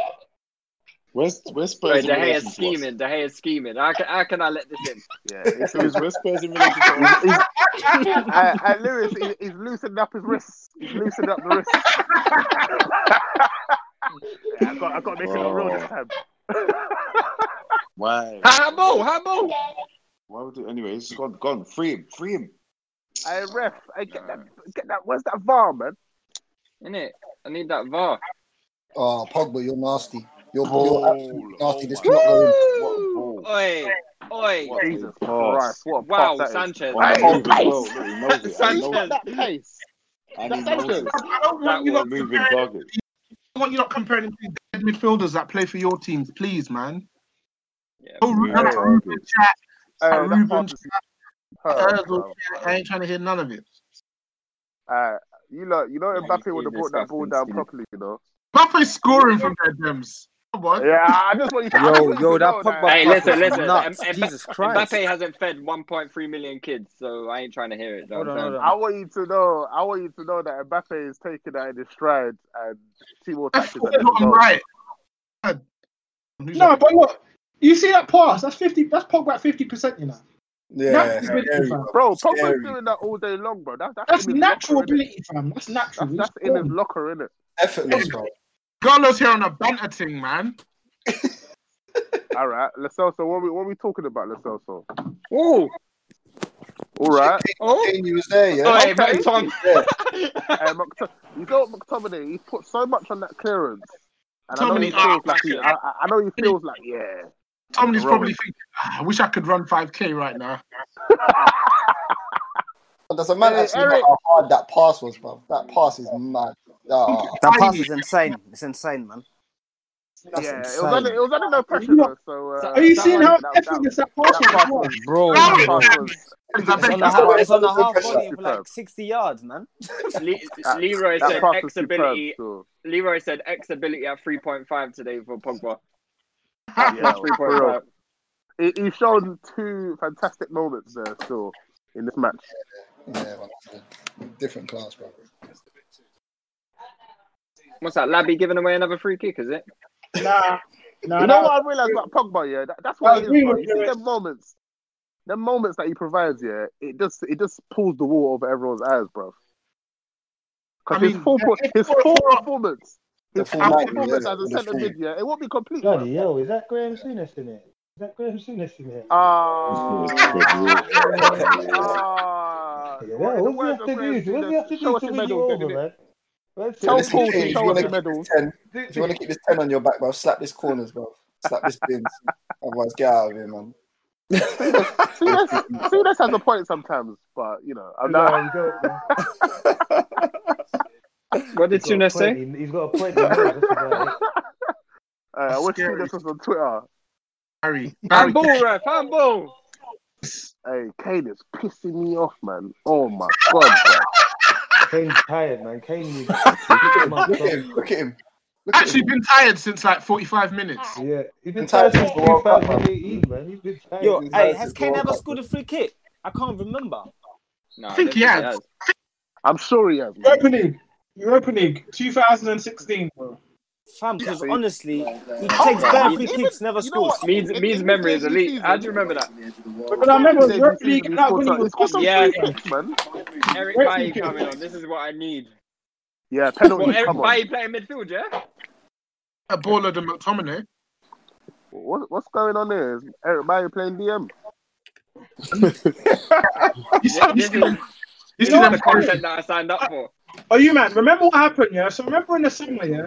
[SPEAKER 10] Where's where's
[SPEAKER 7] Wait,
[SPEAKER 10] Spurs in
[SPEAKER 7] De
[SPEAKER 10] relation
[SPEAKER 7] Gea's
[SPEAKER 10] to us?
[SPEAKER 7] scheming. De Gea's scheming. How can, how can I let this in?
[SPEAKER 21] yeah, it's,
[SPEAKER 10] Where's
[SPEAKER 21] it's,
[SPEAKER 10] where's Spurs in relation to us?
[SPEAKER 21] it's, uh, uh, Lewis, he, he's loosened up his wrists. He's loosened up the wrists. yeah, I got, I got to make it look real this time.
[SPEAKER 10] Why?
[SPEAKER 7] Habo, Habo.
[SPEAKER 10] Why would it? Anyway, he's gone, gone. Free him, free him.
[SPEAKER 21] Hey, ref, hey, get that, get that. Where's that VAR, man?
[SPEAKER 7] In it, I need that VAR.
[SPEAKER 8] Oh, Pogba, you're nasty. You're,
[SPEAKER 10] Oh,
[SPEAKER 8] you're absolutely nasty. This
[SPEAKER 10] oh
[SPEAKER 8] cannot go in.
[SPEAKER 10] What a ball.
[SPEAKER 7] Oi, Oi.
[SPEAKER 21] Jesus
[SPEAKER 10] Oh,
[SPEAKER 21] Christ, what a
[SPEAKER 7] Wow,
[SPEAKER 21] pass that is.
[SPEAKER 7] Sanchez.
[SPEAKER 21] On the
[SPEAKER 7] Hey.
[SPEAKER 21] whole of the world,
[SPEAKER 7] Nice.
[SPEAKER 21] he knows it. I know
[SPEAKER 7] Sanchez.
[SPEAKER 21] it. That pace.
[SPEAKER 10] And he
[SPEAKER 21] That
[SPEAKER 10] knows it.
[SPEAKER 21] Sanchez.
[SPEAKER 10] That was a moving target.
[SPEAKER 6] I want you not comparing these dead midfielders that play for your teams, please, man.
[SPEAKER 7] Yeah,
[SPEAKER 6] oh, Ruben,
[SPEAKER 10] yeah,
[SPEAKER 6] that's
[SPEAKER 10] yeah,
[SPEAKER 6] Ruben chat.
[SPEAKER 21] Uh,
[SPEAKER 6] That's Ruben
[SPEAKER 21] that's
[SPEAKER 6] chat.
[SPEAKER 21] hard to-
[SPEAKER 6] Ozil chat. I ain't trying to hear none of it.
[SPEAKER 21] Uh, you know, you know, Mbappe would have brought that ball down properly, you know.
[SPEAKER 6] Mbappe's scoring from their dems. Come on.
[SPEAKER 21] Yeah, I just want you to. I just want you to know
[SPEAKER 7] Hey, listen, listen.
[SPEAKER 21] nuts.
[SPEAKER 7] Mb-
[SPEAKER 21] Jesus
[SPEAKER 7] Mbappe
[SPEAKER 21] Christ.
[SPEAKER 7] hasn't fed 1.3 million kids, so I ain't trying to hear it. though.
[SPEAKER 21] I want you to know. I want you to know that Mbappe is taking that in his stride, and Timo touches it.
[SPEAKER 13] That's what I'm right. No, but look, you see that pass? That's fifty. That's Pogba at fifty percent. You know. That's ability, fam.
[SPEAKER 21] bro. Pogba's doing that all day long, bro. That, that's
[SPEAKER 13] That's
[SPEAKER 21] in his
[SPEAKER 13] natural
[SPEAKER 21] locker, innit?
[SPEAKER 13] ability, fam. That's natural.
[SPEAKER 21] That's, that's in his locker, innit?
[SPEAKER 6] Effortless, bro. Garlo's here on a banter thing, man.
[SPEAKER 21] All right, Lacelso. What we what we talking about, Lacelso?
[SPEAKER 7] Oh,
[SPEAKER 21] all right.
[SPEAKER 7] Oh,
[SPEAKER 21] he was there,
[SPEAKER 7] yeah? Oh, hey, Tom.
[SPEAKER 21] um, Mc- you know McTominay? He put so much on that clearance, and I know he
[SPEAKER 6] Tomlin-
[SPEAKER 21] feels
[SPEAKER 6] ah,
[SPEAKER 21] like he, I, I I know he feels like yeah.
[SPEAKER 6] Tomlin's
[SPEAKER 21] Robin.
[SPEAKER 6] probably thinking, "Ah, I wish I could run 5K right now.
[SPEAKER 8] Does a man
[SPEAKER 6] Hey,
[SPEAKER 8] actually
[SPEAKER 6] Eric.
[SPEAKER 8] know how hard that pass was, bro? That pass is mad. Ah.
[SPEAKER 12] That pass is insane. It's insane, man. That's
[SPEAKER 21] yeah, it was,
[SPEAKER 12] insane.
[SPEAKER 21] under, it was under no pressure though. So uh,
[SPEAKER 12] Are you seeing how
[SPEAKER 21] effortless
[SPEAKER 13] that
[SPEAKER 21] pass that was?
[SPEAKER 12] Bro,
[SPEAKER 21] That
[SPEAKER 12] bro.
[SPEAKER 21] pass was-
[SPEAKER 12] It's on the half, it's on the half volley for like 60 yards, man.
[SPEAKER 7] Le- Leroy
[SPEAKER 12] That
[SPEAKER 7] said
[SPEAKER 12] pass was
[SPEAKER 7] X
[SPEAKER 12] superb,
[SPEAKER 7] ability.
[SPEAKER 21] so.
[SPEAKER 7] Leroy said X ability at 3.5 today for Pogba.
[SPEAKER 21] Yeah, for real. He, he showed two fantastic moments there still in this match.
[SPEAKER 8] Yeah, man. different class, bro.
[SPEAKER 7] What's that? Labby giving away another free kick, is it?
[SPEAKER 13] Nah,
[SPEAKER 21] you know what I realised about Pogba, yeah? That, that's what
[SPEAKER 7] I
[SPEAKER 21] it is,
[SPEAKER 7] agree
[SPEAKER 21] bro.
[SPEAKER 7] with
[SPEAKER 21] You see
[SPEAKER 7] you.
[SPEAKER 21] them moments, the moments that he provides, yeah, it just it just pulls the wool over everyone's eyes, bro.
[SPEAKER 6] I
[SPEAKER 21] Because his
[SPEAKER 6] mean,
[SPEAKER 21] full per-
[SPEAKER 6] yeah,
[SPEAKER 21] his
[SPEAKER 6] it's
[SPEAKER 21] full
[SPEAKER 6] for-
[SPEAKER 21] performance,
[SPEAKER 13] The
[SPEAKER 21] his
[SPEAKER 13] full
[SPEAKER 21] full
[SPEAKER 13] night,
[SPEAKER 21] performance
[SPEAKER 13] yeah,
[SPEAKER 21] as a
[SPEAKER 13] the
[SPEAKER 21] centre
[SPEAKER 13] full-
[SPEAKER 21] mid, yeah, it won't be complete.
[SPEAKER 9] Bloody yo, is that Graham Souness in it? Is that Graham Souness in it?
[SPEAKER 21] Ah. oh,
[SPEAKER 9] What do we have to do? What do we have to do
[SPEAKER 21] Show us
[SPEAKER 9] to
[SPEAKER 21] your
[SPEAKER 9] win you
[SPEAKER 21] medals,
[SPEAKER 9] over,
[SPEAKER 21] innit?
[SPEAKER 9] man? Let's
[SPEAKER 8] So
[SPEAKER 9] see.
[SPEAKER 8] listen, Kane, if you
[SPEAKER 21] show
[SPEAKER 8] want
[SPEAKER 21] us
[SPEAKER 8] to
[SPEAKER 21] your
[SPEAKER 8] keep
[SPEAKER 21] medals.
[SPEAKER 8] this ten, if you want to keep this ten on your back, bro, slap this corners, bro. Slap this bins. Otherwise, get out of here, man.
[SPEAKER 21] Souness has a point sometimes, but you know, I'm
[SPEAKER 9] No,
[SPEAKER 21] not.
[SPEAKER 9] you don't, man.
[SPEAKER 7] What did
[SPEAKER 9] He's got a point.
[SPEAKER 7] Souness say?
[SPEAKER 9] He- He's got a point. he knows, that's about it.
[SPEAKER 21] Uh, I wish Souness was on Twitter.
[SPEAKER 6] Harry,
[SPEAKER 7] Handball, ref. Handball.
[SPEAKER 21] Hey, Kane is pissing me off, man. Oh my god,
[SPEAKER 9] Kane's tired, man. Kane needs.
[SPEAKER 6] Look at him,
[SPEAKER 8] Look at him.
[SPEAKER 6] Ah, Actually, been tired since like 45 minutes.
[SPEAKER 9] Yeah, he's been tired since 2018, man. He's been tired.
[SPEAKER 12] Yo,
[SPEAKER 9] since
[SPEAKER 12] hey,
[SPEAKER 9] last
[SPEAKER 12] has
[SPEAKER 9] season.
[SPEAKER 12] Kane ever scored a free kick? I can't remember.
[SPEAKER 7] No,
[SPEAKER 13] I think he has.
[SPEAKER 21] I'm sure he has.
[SPEAKER 13] Europa League. Europa League, 2016, bro.
[SPEAKER 12] Fam, because honestly, he
[SPEAKER 13] Oh,
[SPEAKER 12] takes
[SPEAKER 13] yeah.
[SPEAKER 12] bare free
[SPEAKER 13] Even-
[SPEAKER 12] kicks, never
[SPEAKER 13] you know
[SPEAKER 12] scores.
[SPEAKER 13] what? Means- It- means it- memory is elite.
[SPEAKER 7] How do you remember that?
[SPEAKER 13] But I remember it was Europa League and that when
[SPEAKER 21] scored
[SPEAKER 13] he
[SPEAKER 21] some- he
[SPEAKER 13] was
[SPEAKER 21] scored some
[SPEAKER 7] Yeah.
[SPEAKER 21] free kicks, man.
[SPEAKER 7] Eric
[SPEAKER 21] Where's
[SPEAKER 7] Bailly
[SPEAKER 21] he?
[SPEAKER 7] coming on. This is what I need.
[SPEAKER 21] Yeah,
[SPEAKER 7] Well,
[SPEAKER 21] penalty.
[SPEAKER 7] Eric
[SPEAKER 21] come on.
[SPEAKER 7] Bailly playing midfield, yeah?
[SPEAKER 6] A baller than McTominay.
[SPEAKER 21] What, what's going on there? Is Eric Bailly playing DM?
[SPEAKER 7] Yeah, This is
[SPEAKER 13] You
[SPEAKER 7] this
[SPEAKER 13] see
[SPEAKER 7] is
[SPEAKER 13] them
[SPEAKER 7] the
[SPEAKER 13] playing?
[SPEAKER 7] content that I signed up for.
[SPEAKER 13] Oh, you man, remember what happened, yeah? So remember in the summer, yeah,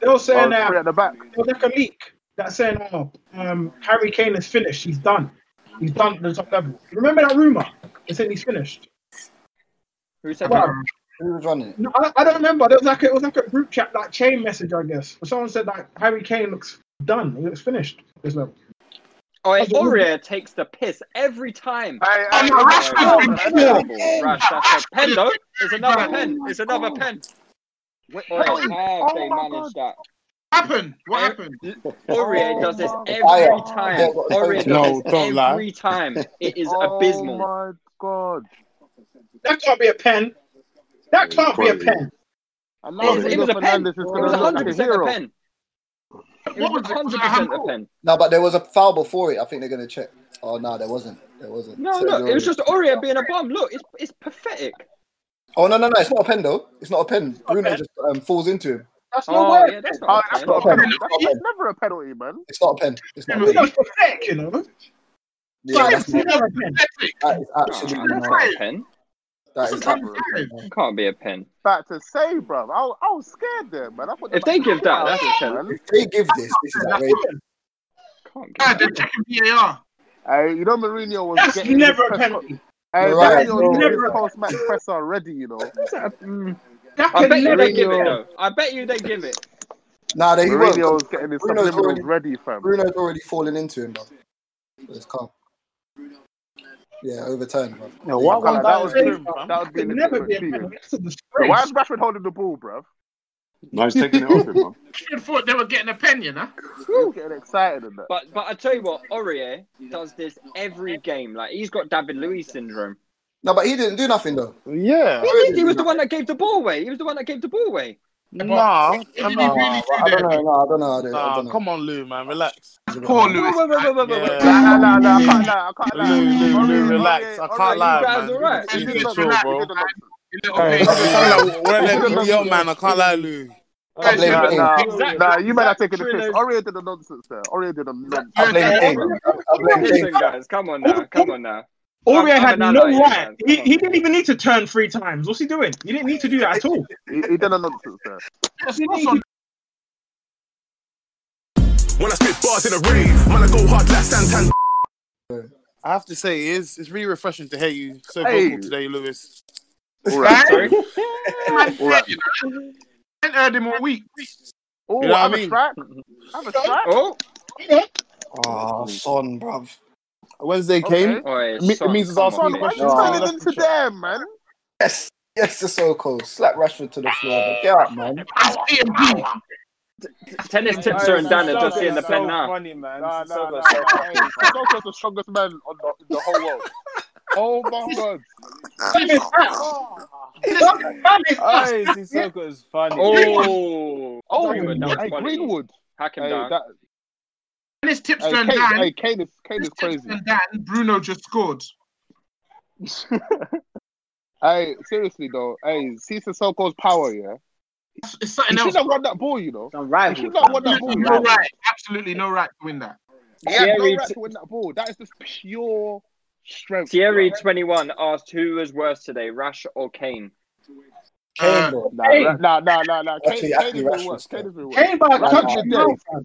[SPEAKER 13] they were saying
[SPEAKER 21] Oh,
[SPEAKER 13] that
[SPEAKER 21] three at the back.
[SPEAKER 13] there was like a leak that saying, oh, um, Harry Kane is finished. He's done. He's done at the top level. You Remember that rumor? They said he's finished.
[SPEAKER 7] Who said
[SPEAKER 13] Well,
[SPEAKER 7] that?
[SPEAKER 8] Who was running it?
[SPEAKER 13] No, I, I don't remember. There was like a, it was like a group chat, like chain message, I guess. Where someone said like Harry Kane looks done. He looks finished. at This level.
[SPEAKER 7] Oh, Aurier takes the piss every time.
[SPEAKER 13] I know, Rashford's
[SPEAKER 7] Oh,
[SPEAKER 13] been
[SPEAKER 7] that's
[SPEAKER 13] doing it.
[SPEAKER 7] terrible. Rash, that's a pen, though. It's another pen. It's another pen. Wait, oh,
[SPEAKER 6] Oh,
[SPEAKER 7] how
[SPEAKER 6] oh
[SPEAKER 7] they
[SPEAKER 6] my
[SPEAKER 7] managed that?
[SPEAKER 6] Happened. What happened?
[SPEAKER 7] Aurier does this every
[SPEAKER 6] Fire.
[SPEAKER 7] time. Aurier does
[SPEAKER 24] No,
[SPEAKER 7] this
[SPEAKER 24] don't
[SPEAKER 7] every
[SPEAKER 24] lie.
[SPEAKER 7] time. It is
[SPEAKER 21] Oh
[SPEAKER 7] abysmal.
[SPEAKER 21] my god.
[SPEAKER 13] That can't be a pen. That can't be a pen.
[SPEAKER 21] And
[SPEAKER 7] It, is- it was a pen.
[SPEAKER 21] Fernandes
[SPEAKER 7] It
[SPEAKER 21] is
[SPEAKER 7] was
[SPEAKER 21] gonna look like a
[SPEAKER 7] 100% a
[SPEAKER 21] hero.
[SPEAKER 7] pen. It
[SPEAKER 6] was
[SPEAKER 7] was 100% a pen.
[SPEAKER 8] No, but there was a foul before it. I think they're gonna check. Oh no, there wasn't. There wasn't.
[SPEAKER 7] No,
[SPEAKER 8] Sergio
[SPEAKER 7] look, it was
[SPEAKER 8] Aurier.
[SPEAKER 7] just Aurier being a bomb. Look, it's, it's pathetic.
[SPEAKER 8] Oh no, no, no! It's not a pen though. It's not a pen. Bruno just um, falls into him.
[SPEAKER 13] That's
[SPEAKER 7] no Oh, way. yeah, that's not a
[SPEAKER 8] It's
[SPEAKER 7] pen.
[SPEAKER 8] not a pen. It's not a
[SPEAKER 21] It's
[SPEAKER 8] pen.
[SPEAKER 21] never a penalty, man.
[SPEAKER 8] It's not a pen. It's not a
[SPEAKER 13] It's
[SPEAKER 8] pen.
[SPEAKER 13] not pathetic, you know.
[SPEAKER 8] Yeah, that's not-
[SPEAKER 13] Never a pen.
[SPEAKER 8] that is absolutely
[SPEAKER 7] That's
[SPEAKER 8] not.
[SPEAKER 7] not a pen.
[SPEAKER 8] That is not.
[SPEAKER 7] It can't be a pen.
[SPEAKER 21] Back to save, bro. I, was- I was scared there, man. I thought
[SPEAKER 7] If they give that, that's a pen.
[SPEAKER 8] If they give this, this is outrageous.
[SPEAKER 6] Ah, they're checking VAR.
[SPEAKER 21] Uh, you know, Mourinho was
[SPEAKER 6] That's
[SPEAKER 21] getting his
[SPEAKER 6] never a
[SPEAKER 21] press-
[SPEAKER 6] penalty.
[SPEAKER 21] Hey,
[SPEAKER 6] You're right.
[SPEAKER 21] Mourinho was
[SPEAKER 6] Never
[SPEAKER 21] getting
[SPEAKER 6] a
[SPEAKER 21] his post-match press already, you know.
[SPEAKER 7] mm. I bet you they give it though. I bet you they give it.
[SPEAKER 8] Nah, they
[SPEAKER 21] Mourinho
[SPEAKER 8] won't.
[SPEAKER 21] was getting his
[SPEAKER 8] Bruno's
[SPEAKER 21] subliminals
[SPEAKER 8] already-
[SPEAKER 21] ready, fam.
[SPEAKER 8] Bruno's already fallen into him, bro. It's calm. Yeah, overturned, bro.
[SPEAKER 21] No, why won't That was that- grim, bruv. that would be an
[SPEAKER 6] never
[SPEAKER 21] equivalent
[SPEAKER 6] be a
[SPEAKER 21] cheating.
[SPEAKER 6] penalty. That's a disgrace.
[SPEAKER 21] Why is Rashford holding the ball, bruv?
[SPEAKER 25] No, he's taking it off him, man.
[SPEAKER 6] I thought they were getting a penny, huh?
[SPEAKER 21] He's getting excited and that.
[SPEAKER 7] But but I tell you what, Aurier does this every game. Like he's got David Luiz syndrome.
[SPEAKER 8] No, but he didn't do nothing though.
[SPEAKER 7] Yeah. He, did. He was the one that gave the ball away. He was the one that gave the ball away.
[SPEAKER 13] Nah,
[SPEAKER 8] Nah, I don't know. Nah, I don't know. how to- I
[SPEAKER 13] Nah,
[SPEAKER 8] don't know.
[SPEAKER 13] come on, Lou, man, relax.
[SPEAKER 8] Poor
[SPEAKER 13] Lou.
[SPEAKER 7] Wait, wait, wait, wait, wait, wait.
[SPEAKER 13] Nah, nah,
[SPEAKER 21] nah,
[SPEAKER 13] I can't lie. I can't lie. Lou, Lou, Lou, relax. I can't lie,
[SPEAKER 7] you guys
[SPEAKER 13] man.
[SPEAKER 7] all right?
[SPEAKER 13] You
[SPEAKER 7] You
[SPEAKER 13] need
[SPEAKER 7] did
[SPEAKER 13] to
[SPEAKER 7] not
[SPEAKER 13] chill,
[SPEAKER 7] relax,
[SPEAKER 13] bro.
[SPEAKER 7] you did
[SPEAKER 13] Hey, I'm like, one of them
[SPEAKER 21] You did
[SPEAKER 13] idiot
[SPEAKER 21] not-
[SPEAKER 13] man. I can't lie, Lou.
[SPEAKER 21] Nah, nah, nah,
[SPEAKER 13] Exactly.
[SPEAKER 21] nah, you man are taking the
[SPEAKER 13] Exactly.
[SPEAKER 21] piss. Aurier did the nonsense there. Aurier did the nonsense.
[SPEAKER 7] I blame Dave.
[SPEAKER 8] I
[SPEAKER 7] Listen, guys, come on now, come on now.
[SPEAKER 6] Aurier
[SPEAKER 7] I'm-
[SPEAKER 6] had
[SPEAKER 7] I'm an
[SPEAKER 6] no
[SPEAKER 7] ally,
[SPEAKER 6] right.
[SPEAKER 7] guys.
[SPEAKER 6] He, he didn't even need to turn three times. What's he doing? He didn't need to do that at all.
[SPEAKER 21] he, he did a nonsense there.
[SPEAKER 26] When I spit bars in a rave, man, I go hard like Santan.
[SPEAKER 13] I have to say, it is, it's really refreshing to hear you so
[SPEAKER 26] Hey.
[SPEAKER 13] vocal today, Lewis.
[SPEAKER 6] All right, sorry.
[SPEAKER 13] All right.
[SPEAKER 6] I haven't heard him all week.
[SPEAKER 21] Oh,
[SPEAKER 13] You know what I
[SPEAKER 21] have a
[SPEAKER 13] mean?
[SPEAKER 21] strap. Have a strap.
[SPEAKER 7] Oh.
[SPEAKER 8] Ah,
[SPEAKER 13] Oh, son, bruv. Wednesday came.
[SPEAKER 7] Oi,
[SPEAKER 13] It me- it
[SPEAKER 8] son,
[SPEAKER 13] means it's
[SPEAKER 8] come on,
[SPEAKER 13] asking
[SPEAKER 8] mate.
[SPEAKER 13] questions.
[SPEAKER 8] No.
[SPEAKER 13] Turn it
[SPEAKER 21] into them, man.
[SPEAKER 8] Yes, yes, the so called. Slap Rashford to the floor. bro. Get out, man.
[SPEAKER 7] Tennis tips are in Dan and just seeing the pen now.
[SPEAKER 21] Funny man. Nah, nah, nah, nah, hey, Sissoko's the strongest man on the, in the whole world. Oh my god. Oh. Ah,
[SPEAKER 13] Hey,
[SPEAKER 7] Sissoko
[SPEAKER 13] is funny.
[SPEAKER 7] Oh,
[SPEAKER 21] Oh,
[SPEAKER 7] Greenwood, that was
[SPEAKER 21] hey,
[SPEAKER 7] funny.
[SPEAKER 21] Greenwood.
[SPEAKER 7] Hack him
[SPEAKER 21] Hey,
[SPEAKER 7] down.
[SPEAKER 21] that-
[SPEAKER 6] And his tips
[SPEAKER 21] Hey,
[SPEAKER 6] turned
[SPEAKER 21] Kane-
[SPEAKER 6] down.
[SPEAKER 21] hey, Kane is Kane is crazy.
[SPEAKER 6] And Dan, Bruno just scored.
[SPEAKER 21] Hey, seriously though, hey, see Sissoko's power, yeah.
[SPEAKER 6] It's something
[SPEAKER 21] he
[SPEAKER 6] else.
[SPEAKER 21] should have won that ball, you know.
[SPEAKER 6] Right.
[SPEAKER 21] He should have won that ball.
[SPEAKER 6] No
[SPEAKER 21] you know.
[SPEAKER 6] right. Absolutely no right to win that.
[SPEAKER 21] He had no
[SPEAKER 7] Thierry
[SPEAKER 21] right
[SPEAKER 7] t-
[SPEAKER 21] to win that ball. That is just pure strength.
[SPEAKER 7] Thierry
[SPEAKER 21] bro.
[SPEAKER 7] twenty one asked who was worse today, Rash or Kane.
[SPEAKER 21] Kane, bro. Nah,
[SPEAKER 7] Kane.
[SPEAKER 21] Ra- nah, nah, nah, nah. Kane,
[SPEAKER 7] Actually,
[SPEAKER 21] Kane,
[SPEAKER 7] actually,
[SPEAKER 21] is the
[SPEAKER 7] Rashford's
[SPEAKER 21] worst. Kane is the worst.
[SPEAKER 6] Kane by a
[SPEAKER 21] Rashford
[SPEAKER 6] country
[SPEAKER 21] dead.
[SPEAKER 6] mile,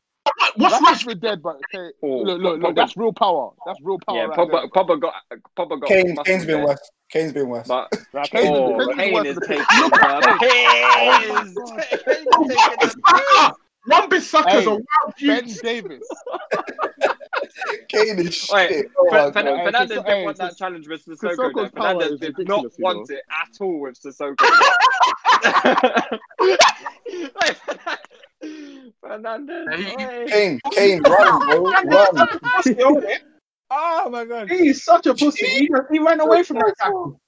[SPEAKER 6] What's
[SPEAKER 21] Rashford dead? But Kane, look, look, look, that's real power. That's real power.
[SPEAKER 7] Oh, Yeah,
[SPEAKER 21] right there.
[SPEAKER 7] Pogba, Oh, Pogba got uh, Pogba got.
[SPEAKER 8] Kane,
[SPEAKER 7] muscle
[SPEAKER 8] Kane's been
[SPEAKER 7] there.
[SPEAKER 8] worse. Kane's been worse.
[SPEAKER 7] But
[SPEAKER 8] Kane's been-
[SPEAKER 7] oh,
[SPEAKER 8] Kane's been
[SPEAKER 7] Kane
[SPEAKER 8] worse
[SPEAKER 7] is
[SPEAKER 8] than
[SPEAKER 7] taking
[SPEAKER 8] Look at
[SPEAKER 7] the piss.
[SPEAKER 6] Rumbis suckers
[SPEAKER 21] Hey,
[SPEAKER 6] are wild
[SPEAKER 21] Ben
[SPEAKER 6] dudes.
[SPEAKER 21] Davis.
[SPEAKER 8] Kane is shit.
[SPEAKER 7] Wait,
[SPEAKER 8] Oh my
[SPEAKER 7] Fer-
[SPEAKER 8] God.
[SPEAKER 7] Fer-
[SPEAKER 21] Sissoko-
[SPEAKER 7] Fernandez didn't
[SPEAKER 21] hey,
[SPEAKER 7] want that challenge with Sissoko.
[SPEAKER 21] Sissoko's
[SPEAKER 7] though.
[SPEAKER 21] power
[SPEAKER 7] Fernandez
[SPEAKER 21] is
[SPEAKER 7] did not
[SPEAKER 21] ridiculous, you
[SPEAKER 7] want
[SPEAKER 21] know.
[SPEAKER 7] it at all with Sissoko. Fernandez.
[SPEAKER 8] Kane, Kane, run, bro, run.
[SPEAKER 13] Oh my god.
[SPEAKER 6] He's such a pussy. He, he ran away from that tackle.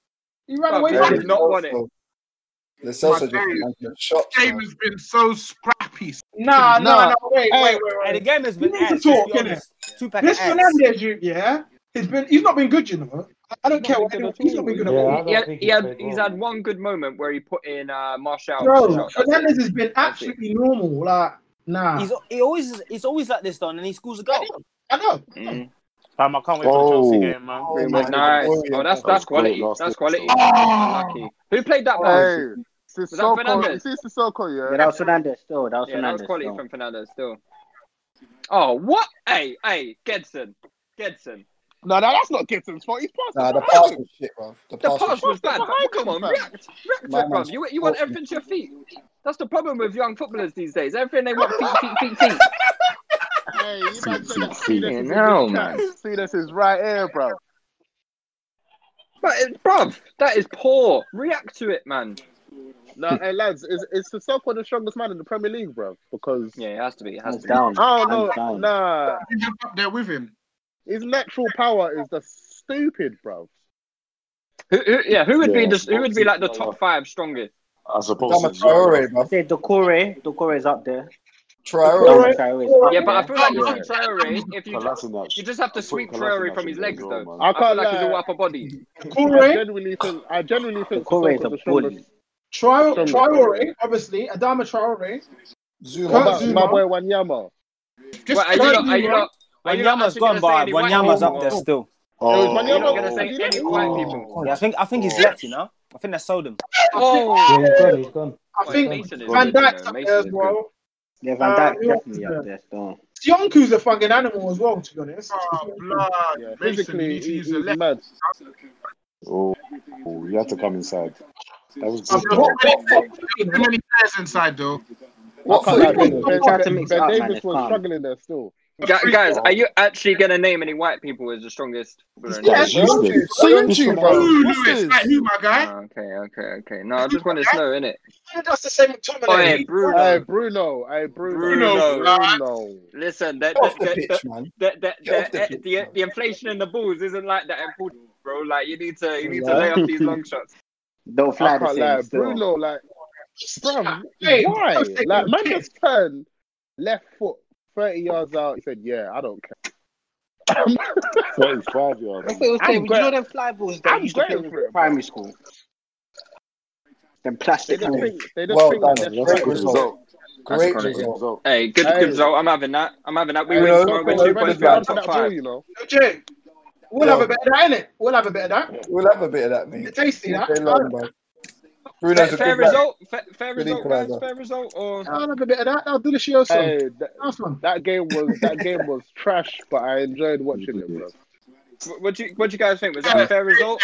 [SPEAKER 6] He ran away
[SPEAKER 7] Bruv,
[SPEAKER 6] from
[SPEAKER 7] he
[SPEAKER 6] it.
[SPEAKER 7] did not want it.
[SPEAKER 8] The
[SPEAKER 6] My
[SPEAKER 8] Celso just
[SPEAKER 6] game-
[SPEAKER 8] been shot.
[SPEAKER 6] game has been so scrappy. Nah, nah, nah. Wait, wait, wait, wait.
[SPEAKER 13] And the game has been
[SPEAKER 6] you need to
[SPEAKER 13] ass, let's
[SPEAKER 6] talk,
[SPEAKER 13] be
[SPEAKER 6] innit?
[SPEAKER 13] honest. Two pack
[SPEAKER 6] This
[SPEAKER 13] ass.
[SPEAKER 6] Fernandez, you, yeah, he's been. He's not been good, you know. I don't care what anyone. He's not been good at all.
[SPEAKER 7] he had, he had, he's had one good moment where he put in uh, Marshall.
[SPEAKER 6] Bro,
[SPEAKER 7] Marshall, that's it.
[SPEAKER 6] Fernandez has been absolutely normal. Like,
[SPEAKER 12] Ah.
[SPEAKER 6] nah.
[SPEAKER 13] He's-
[SPEAKER 12] He always it's always like this, Don, and he scores a goal.
[SPEAKER 6] I know.
[SPEAKER 13] Fam, I can't wait for the Chelsea game, man.
[SPEAKER 7] Oh, nice. Oh, that's that's quality. That's quality.
[SPEAKER 6] Oh,
[SPEAKER 7] Lucky. Who played that
[SPEAKER 21] Hey,
[SPEAKER 7] ball? Was that
[SPEAKER 21] Sissoko. You
[SPEAKER 7] Fernandez?
[SPEAKER 21] see Sissoko, yeah.
[SPEAKER 7] Yeah, that was
[SPEAKER 12] Fernandez still. That was
[SPEAKER 7] Yeah, that was
[SPEAKER 12] Fernandez
[SPEAKER 7] quality
[SPEAKER 12] still.
[SPEAKER 7] from Fernandez still. Oh, what? Hey, hey, Gedson. Gedson.
[SPEAKER 21] No, no, that's not Gibson's fault. He's passed.
[SPEAKER 8] Nah, the pass was shit, bro. The
[SPEAKER 7] The
[SPEAKER 8] pass was
[SPEAKER 7] pass
[SPEAKER 8] shit.
[SPEAKER 7] was bad. but Come on, react, react to
[SPEAKER 8] My
[SPEAKER 7] it, bruv.
[SPEAKER 8] man's
[SPEAKER 7] You, you want everything to your feet. That's the problem with young footballers these days. Everything they want feet, feet, feet, feet.
[SPEAKER 21] Fucking
[SPEAKER 10] Oh,
[SPEAKER 7] hell, man.
[SPEAKER 21] See, this is right here, bro.
[SPEAKER 7] But, it, bruv, that is poor. React to it, man.
[SPEAKER 21] No, hey lads, is is Sissoko the strongest man in the Premier League, bro? Because
[SPEAKER 7] yeah, it has to be. It has
[SPEAKER 21] Hands
[SPEAKER 7] to be.
[SPEAKER 21] down. Oh, no,
[SPEAKER 7] Hands down.
[SPEAKER 21] nah.
[SPEAKER 6] He's up there with him.
[SPEAKER 21] His natural power is the stupid, bro.
[SPEAKER 7] Who, who, yeah, who would be
[SPEAKER 21] Yeah,
[SPEAKER 7] the, who would be like the
[SPEAKER 21] no,
[SPEAKER 7] top five strongest?
[SPEAKER 25] I suppose.
[SPEAKER 12] Dama
[SPEAKER 25] it's-
[SPEAKER 12] Traore, man. Say Dokore. Dokore is up there.
[SPEAKER 7] Traore.
[SPEAKER 12] Traore.
[SPEAKER 7] Yeah, but I feel like you
[SPEAKER 12] Yeah.
[SPEAKER 7] see Traore, if you
[SPEAKER 25] Kolasinac.
[SPEAKER 7] you just have to sweep Traore from his legs though.
[SPEAKER 21] I
[SPEAKER 7] feel
[SPEAKER 21] can't
[SPEAKER 7] like he's
[SPEAKER 21] lie.
[SPEAKER 7] all upper body.
[SPEAKER 21] I genuinely think I genuinely think
[SPEAKER 6] Corey
[SPEAKER 21] Sissoko's
[SPEAKER 6] is a
[SPEAKER 21] the strongest.
[SPEAKER 6] Trial,
[SPEAKER 21] Strongest.
[SPEAKER 6] Traore, obviously. Adama Traore.
[SPEAKER 21] What about
[SPEAKER 6] Kurt
[SPEAKER 21] my boy
[SPEAKER 6] Zuma.
[SPEAKER 21] Wanyama.
[SPEAKER 6] Just
[SPEAKER 7] Wait, are
[SPEAKER 6] Kurt
[SPEAKER 7] you not- are you
[SPEAKER 6] Zuma.
[SPEAKER 7] not- are you not
[SPEAKER 12] Wanyama's
[SPEAKER 7] actually gonna
[SPEAKER 12] gone,
[SPEAKER 7] say
[SPEAKER 12] but
[SPEAKER 7] any white
[SPEAKER 12] Wanyama's
[SPEAKER 7] people?
[SPEAKER 12] up there still.
[SPEAKER 7] Oh. You're not
[SPEAKER 21] Wanyama-
[SPEAKER 7] gonna say any white people.
[SPEAKER 12] Yeah, I think I think he's left, you know. I think they sold him.
[SPEAKER 7] Oh.
[SPEAKER 12] Yeah, he's
[SPEAKER 6] gone,
[SPEAKER 12] he's gone.
[SPEAKER 6] I
[SPEAKER 7] Wait,
[SPEAKER 6] think
[SPEAKER 7] Mason is
[SPEAKER 6] Van
[SPEAKER 7] good, you
[SPEAKER 6] Dijk's
[SPEAKER 7] know,
[SPEAKER 6] up
[SPEAKER 7] Mason
[SPEAKER 6] there
[SPEAKER 7] is
[SPEAKER 6] as well.
[SPEAKER 12] Yeah, Van
[SPEAKER 6] Uh,
[SPEAKER 12] Dyke
[SPEAKER 6] who else
[SPEAKER 12] definitely
[SPEAKER 6] is
[SPEAKER 12] up there still.
[SPEAKER 13] Sionku's a fucking animal as well, to be honest.
[SPEAKER 6] Oh, blood. Mason, you need to use the left.
[SPEAKER 21] Oh, oh, you had to come inside. That was
[SPEAKER 6] There's
[SPEAKER 21] good.
[SPEAKER 6] too many- too many players inside, though.
[SPEAKER 7] What
[SPEAKER 21] I
[SPEAKER 7] for?
[SPEAKER 21] can't lie, Ben-
[SPEAKER 7] Try to
[SPEAKER 21] Ben-
[SPEAKER 7] mix
[SPEAKER 21] Ben
[SPEAKER 7] it up, man,
[SPEAKER 21] Davis
[SPEAKER 7] it's
[SPEAKER 21] was
[SPEAKER 7] calm.
[SPEAKER 21] struggling there still.
[SPEAKER 7] Gu- Guys, are you actually gonna name any white people as the strongest?
[SPEAKER 21] Yeah, it's useless. So you two, bro.
[SPEAKER 6] Who, Lewis? Like, who, my guy?
[SPEAKER 7] Ah, okay, okay, okay. No, I just wanted to know, innit?
[SPEAKER 6] That's the same with
[SPEAKER 7] Oh, hey, Bruno.
[SPEAKER 21] Hey, Bruno. Hey, Bruno.
[SPEAKER 7] Bruno,
[SPEAKER 21] Bruno.
[SPEAKER 7] Listen, that,
[SPEAKER 21] Get off
[SPEAKER 7] that,
[SPEAKER 21] the
[SPEAKER 7] that,
[SPEAKER 21] pitch,
[SPEAKER 7] that,
[SPEAKER 21] man.
[SPEAKER 7] that, that,
[SPEAKER 21] Get off
[SPEAKER 7] that,
[SPEAKER 21] the
[SPEAKER 7] that- the, the inflation in the balls isn't like that important, bro. Like you need to you need
[SPEAKER 21] Yeah.
[SPEAKER 7] to lay off these long shots.
[SPEAKER 21] Don't
[SPEAKER 7] fly
[SPEAKER 21] I
[SPEAKER 7] the
[SPEAKER 21] can't
[SPEAKER 7] same
[SPEAKER 21] lie,
[SPEAKER 7] still.
[SPEAKER 21] Bruno, like, bro,
[SPEAKER 7] Hey,
[SPEAKER 21] why?
[SPEAKER 7] don't take
[SPEAKER 21] Like,
[SPEAKER 7] the
[SPEAKER 21] man just turned left foot 30 yards out. He said, yeah, I don't care. 35 yards.
[SPEAKER 8] That's what it was saying. You know them fly balls that
[SPEAKER 21] I'm
[SPEAKER 8] you used to play
[SPEAKER 21] grateful
[SPEAKER 8] with in primary school? Them plastic
[SPEAKER 21] They just
[SPEAKER 8] balls.
[SPEAKER 21] think- they just Well think done. that's That's a great great result. result.
[SPEAKER 7] That's
[SPEAKER 8] Great
[SPEAKER 7] a great
[SPEAKER 8] result.
[SPEAKER 7] Hey, good,
[SPEAKER 8] Hey.
[SPEAKER 7] good result. I'm having that. I'm having that. We
[SPEAKER 8] Hey,
[SPEAKER 7] win
[SPEAKER 8] yo,
[SPEAKER 7] tomorrow. We're
[SPEAKER 8] yo,
[SPEAKER 7] two
[SPEAKER 8] yo,
[SPEAKER 7] points
[SPEAKER 8] yo,
[SPEAKER 7] behind
[SPEAKER 8] yo,
[SPEAKER 7] top
[SPEAKER 8] yo,
[SPEAKER 7] five.
[SPEAKER 21] You know.
[SPEAKER 13] Jay, we'll have a bit of that, innit? We'll have a bit of that.
[SPEAKER 8] We'll have a bit of that, mate.
[SPEAKER 13] Tasty, that.
[SPEAKER 7] Fair,
[SPEAKER 13] Bruno's a
[SPEAKER 7] fair
[SPEAKER 13] good lad.
[SPEAKER 7] result. Fair, fair
[SPEAKER 13] Good
[SPEAKER 7] result,
[SPEAKER 13] equaliser.
[SPEAKER 7] guys. Fair result. Or
[SPEAKER 13] I'll have a bit of that. I'll do the show soon.
[SPEAKER 21] Hey, that, that game was that game was trash, but I enjoyed watching it, bro.
[SPEAKER 7] Wh- what do you what do you guys think? Was that a fair result?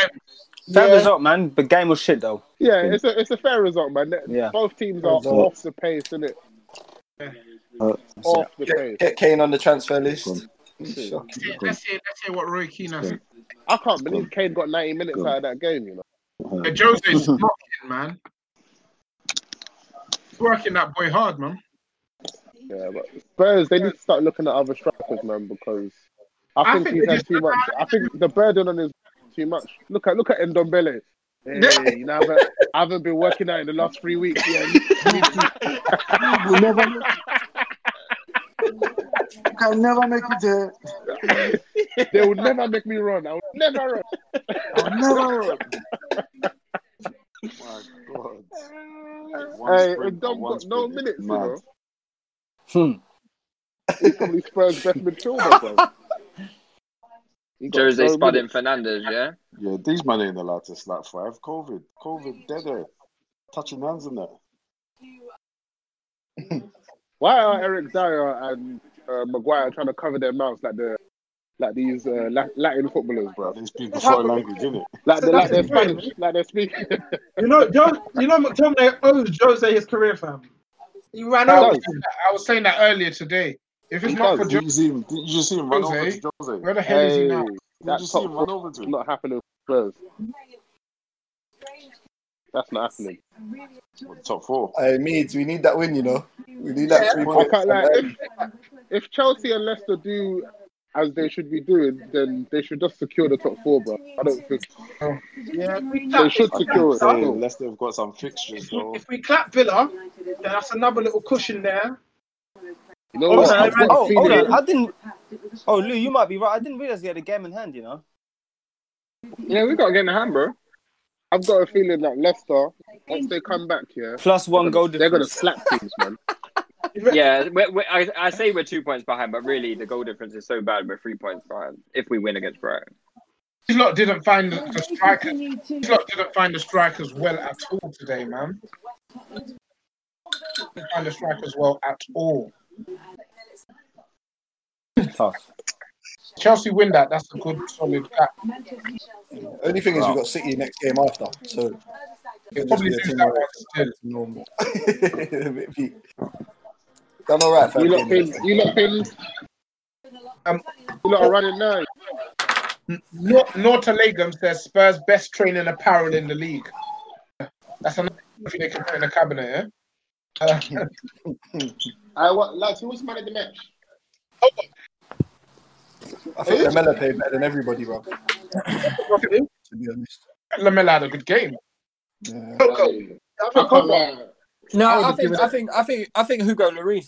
[SPEAKER 12] Fair
[SPEAKER 21] Yeah.
[SPEAKER 12] result, man. But game was shit though.
[SPEAKER 21] Yeah, it's a it's a fair result, man. That-
[SPEAKER 12] Yeah.
[SPEAKER 21] Both teams
[SPEAKER 12] Fair
[SPEAKER 21] are
[SPEAKER 12] result.
[SPEAKER 21] off the pace, innit? Off the pace.
[SPEAKER 8] Get, Oh, get Kane on the transfer list.
[SPEAKER 21] Shocking.
[SPEAKER 6] Let's hear, let's hear what Roy Keane has.
[SPEAKER 21] I can't believe Kane got 90 minutes out of that game, you know.
[SPEAKER 6] But Jose's knocking, man. He's working that boy hard, man.
[SPEAKER 21] Yeah, but Spurs, they need to start looking at other strikers, man, because I
[SPEAKER 6] I
[SPEAKER 21] think,
[SPEAKER 6] think
[SPEAKER 21] he's
[SPEAKER 6] they
[SPEAKER 21] had too much. I think the burden on his too much. Look at look at Ndombele. Hey, you know, I haven't, I haven't been working out in the last three weeks. Yeah, you- you- you never know.
[SPEAKER 8] You can never make it there.
[SPEAKER 21] they will never make me run. I will never run.
[SPEAKER 8] I'll never run.
[SPEAKER 21] My God.
[SPEAKER 8] One
[SPEAKER 21] hey,
[SPEAKER 8] sprint,
[SPEAKER 21] and Dom
[SPEAKER 8] one
[SPEAKER 21] got no minutes, you
[SPEAKER 8] Mad.
[SPEAKER 21] know. He's probably Spurs' best midfielder, bro. He got
[SPEAKER 7] Jose
[SPEAKER 21] no
[SPEAKER 7] Spudding
[SPEAKER 21] minutes.
[SPEAKER 7] Fernandez, yeah.
[SPEAKER 21] Yeah, these men ain't allowed to slap five. COVID. COVID dead air. Touching hands in there. Why are Eric Dyer and uh, Maguire trying to cover their mouths like the like these uh, La- Latin footballers, bro? They speak
[SPEAKER 6] the foreign language,
[SPEAKER 21] innit? Like, they like they're Spanish, like they're speaking.
[SPEAKER 13] You know, Joe, you know, McTominay owes Jose his career, fam. He ran
[SPEAKER 6] I
[SPEAKER 13] over.
[SPEAKER 6] was, I was saying that earlier today. If it's not for
[SPEAKER 21] Did you see
[SPEAKER 6] Jose,
[SPEAKER 21] him? Did you see him run over
[SPEAKER 6] Jose,
[SPEAKER 21] to Jose?
[SPEAKER 6] where the hell is he now?
[SPEAKER 21] Hey, That
[SPEAKER 6] you see him
[SPEAKER 21] top
[SPEAKER 6] run
[SPEAKER 21] four
[SPEAKER 6] over to?
[SPEAKER 21] Not happening. Spurs. That's not happening.
[SPEAKER 8] Top four. Hey, Meads, we need that win, you know. We need that three
[SPEAKER 21] I
[SPEAKER 8] points.
[SPEAKER 21] can't lie.
[SPEAKER 8] man.
[SPEAKER 21] If, if Chelsea and Leicester do as they should be doing, then they should just secure the top four, bro. I don't think
[SPEAKER 13] Yeah, if we
[SPEAKER 21] they
[SPEAKER 13] clap,
[SPEAKER 21] should secure it.
[SPEAKER 13] Villa,
[SPEAKER 21] Leicester have got some fixtures, though.
[SPEAKER 13] if we clap Villa, then that's another little cushion there.
[SPEAKER 21] You
[SPEAKER 12] Oh,
[SPEAKER 21] know what? I've got a
[SPEAKER 12] oh, hold
[SPEAKER 21] feeling-
[SPEAKER 12] on. I didn't. Oh, Lou, you might be right. I didn't realize he had a game in hand. You know.
[SPEAKER 21] Yeah, we got a game in hand, bro. I've got a feeling that Leicester, once they come back here,
[SPEAKER 12] Plus one goal
[SPEAKER 21] they're gonna
[SPEAKER 12] difference.
[SPEAKER 21] slap teams, man.
[SPEAKER 7] yeah, we we I, I say we're two points behind, but really the goal difference is so bad. We're three points behind if we win against Brighton.
[SPEAKER 6] These lot didn't find the, the strikers. These lot didn't find the strikers well at all today, man. Didn't find the strikers well at all.
[SPEAKER 12] Tough.
[SPEAKER 6] Chelsea win that. That's a good solid gap.
[SPEAKER 8] Only thing is, we've got City next game after. So. It'll just
[SPEAKER 6] Probably
[SPEAKER 8] be
[SPEAKER 6] do
[SPEAKER 8] a team
[SPEAKER 6] that one
[SPEAKER 8] that's normal. It'll be- Done all right, fam.
[SPEAKER 21] You lot been, you lot been,
[SPEAKER 6] Um,
[SPEAKER 21] you lot are running now.
[SPEAKER 6] Norta Legum says Spurs best training apparel in the league. That's another thing they can put in the cabinet. Yeah. Uh,
[SPEAKER 21] I what, lads, who was man of the match?
[SPEAKER 8] I think Lamella played better than everybody, bro.
[SPEAKER 6] to
[SPEAKER 8] be honest.
[SPEAKER 6] Lamella had a good game.
[SPEAKER 21] I can't lie.
[SPEAKER 12] No,
[SPEAKER 21] I
[SPEAKER 12] I,
[SPEAKER 21] would've
[SPEAKER 12] think
[SPEAKER 21] given
[SPEAKER 12] I
[SPEAKER 21] it-
[SPEAKER 12] think I think I think Hugo Lloris.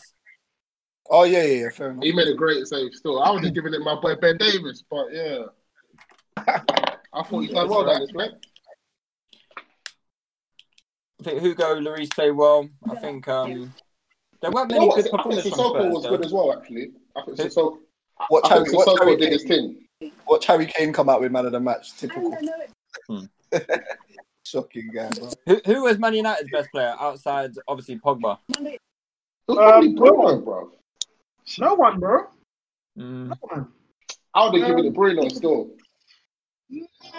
[SPEAKER 8] Oh yeah, yeah, yeah, fair enough.
[SPEAKER 21] He made a great save. Still, I would have given it my boy Ben Davis, but yeah, I thought he done well down this man.
[SPEAKER 12] I think Hugo Lloris played well. I think um, there weren't
[SPEAKER 21] You
[SPEAKER 12] many
[SPEAKER 21] know
[SPEAKER 12] good
[SPEAKER 21] what? I think
[SPEAKER 12] performances from
[SPEAKER 21] Sissoko
[SPEAKER 12] Spurs.
[SPEAKER 21] was
[SPEAKER 12] though.
[SPEAKER 21] good as well, actually. I think Sissoko.
[SPEAKER 8] Watch
[SPEAKER 21] I think
[SPEAKER 8] Harry, watch
[SPEAKER 21] Sissoko
[SPEAKER 8] Harry
[SPEAKER 21] did his
[SPEAKER 8] Kane. Watch Harry Kane come out with man of the match. Typical. Hmm. Shocking guy, bro.
[SPEAKER 12] Who, who was Man United's best player outside, obviously Pogba?
[SPEAKER 21] It was probably Bruno, bro.
[SPEAKER 13] Um, No one, bro.
[SPEAKER 7] Mm.
[SPEAKER 13] No one.
[SPEAKER 21] I would have given it Bruno still.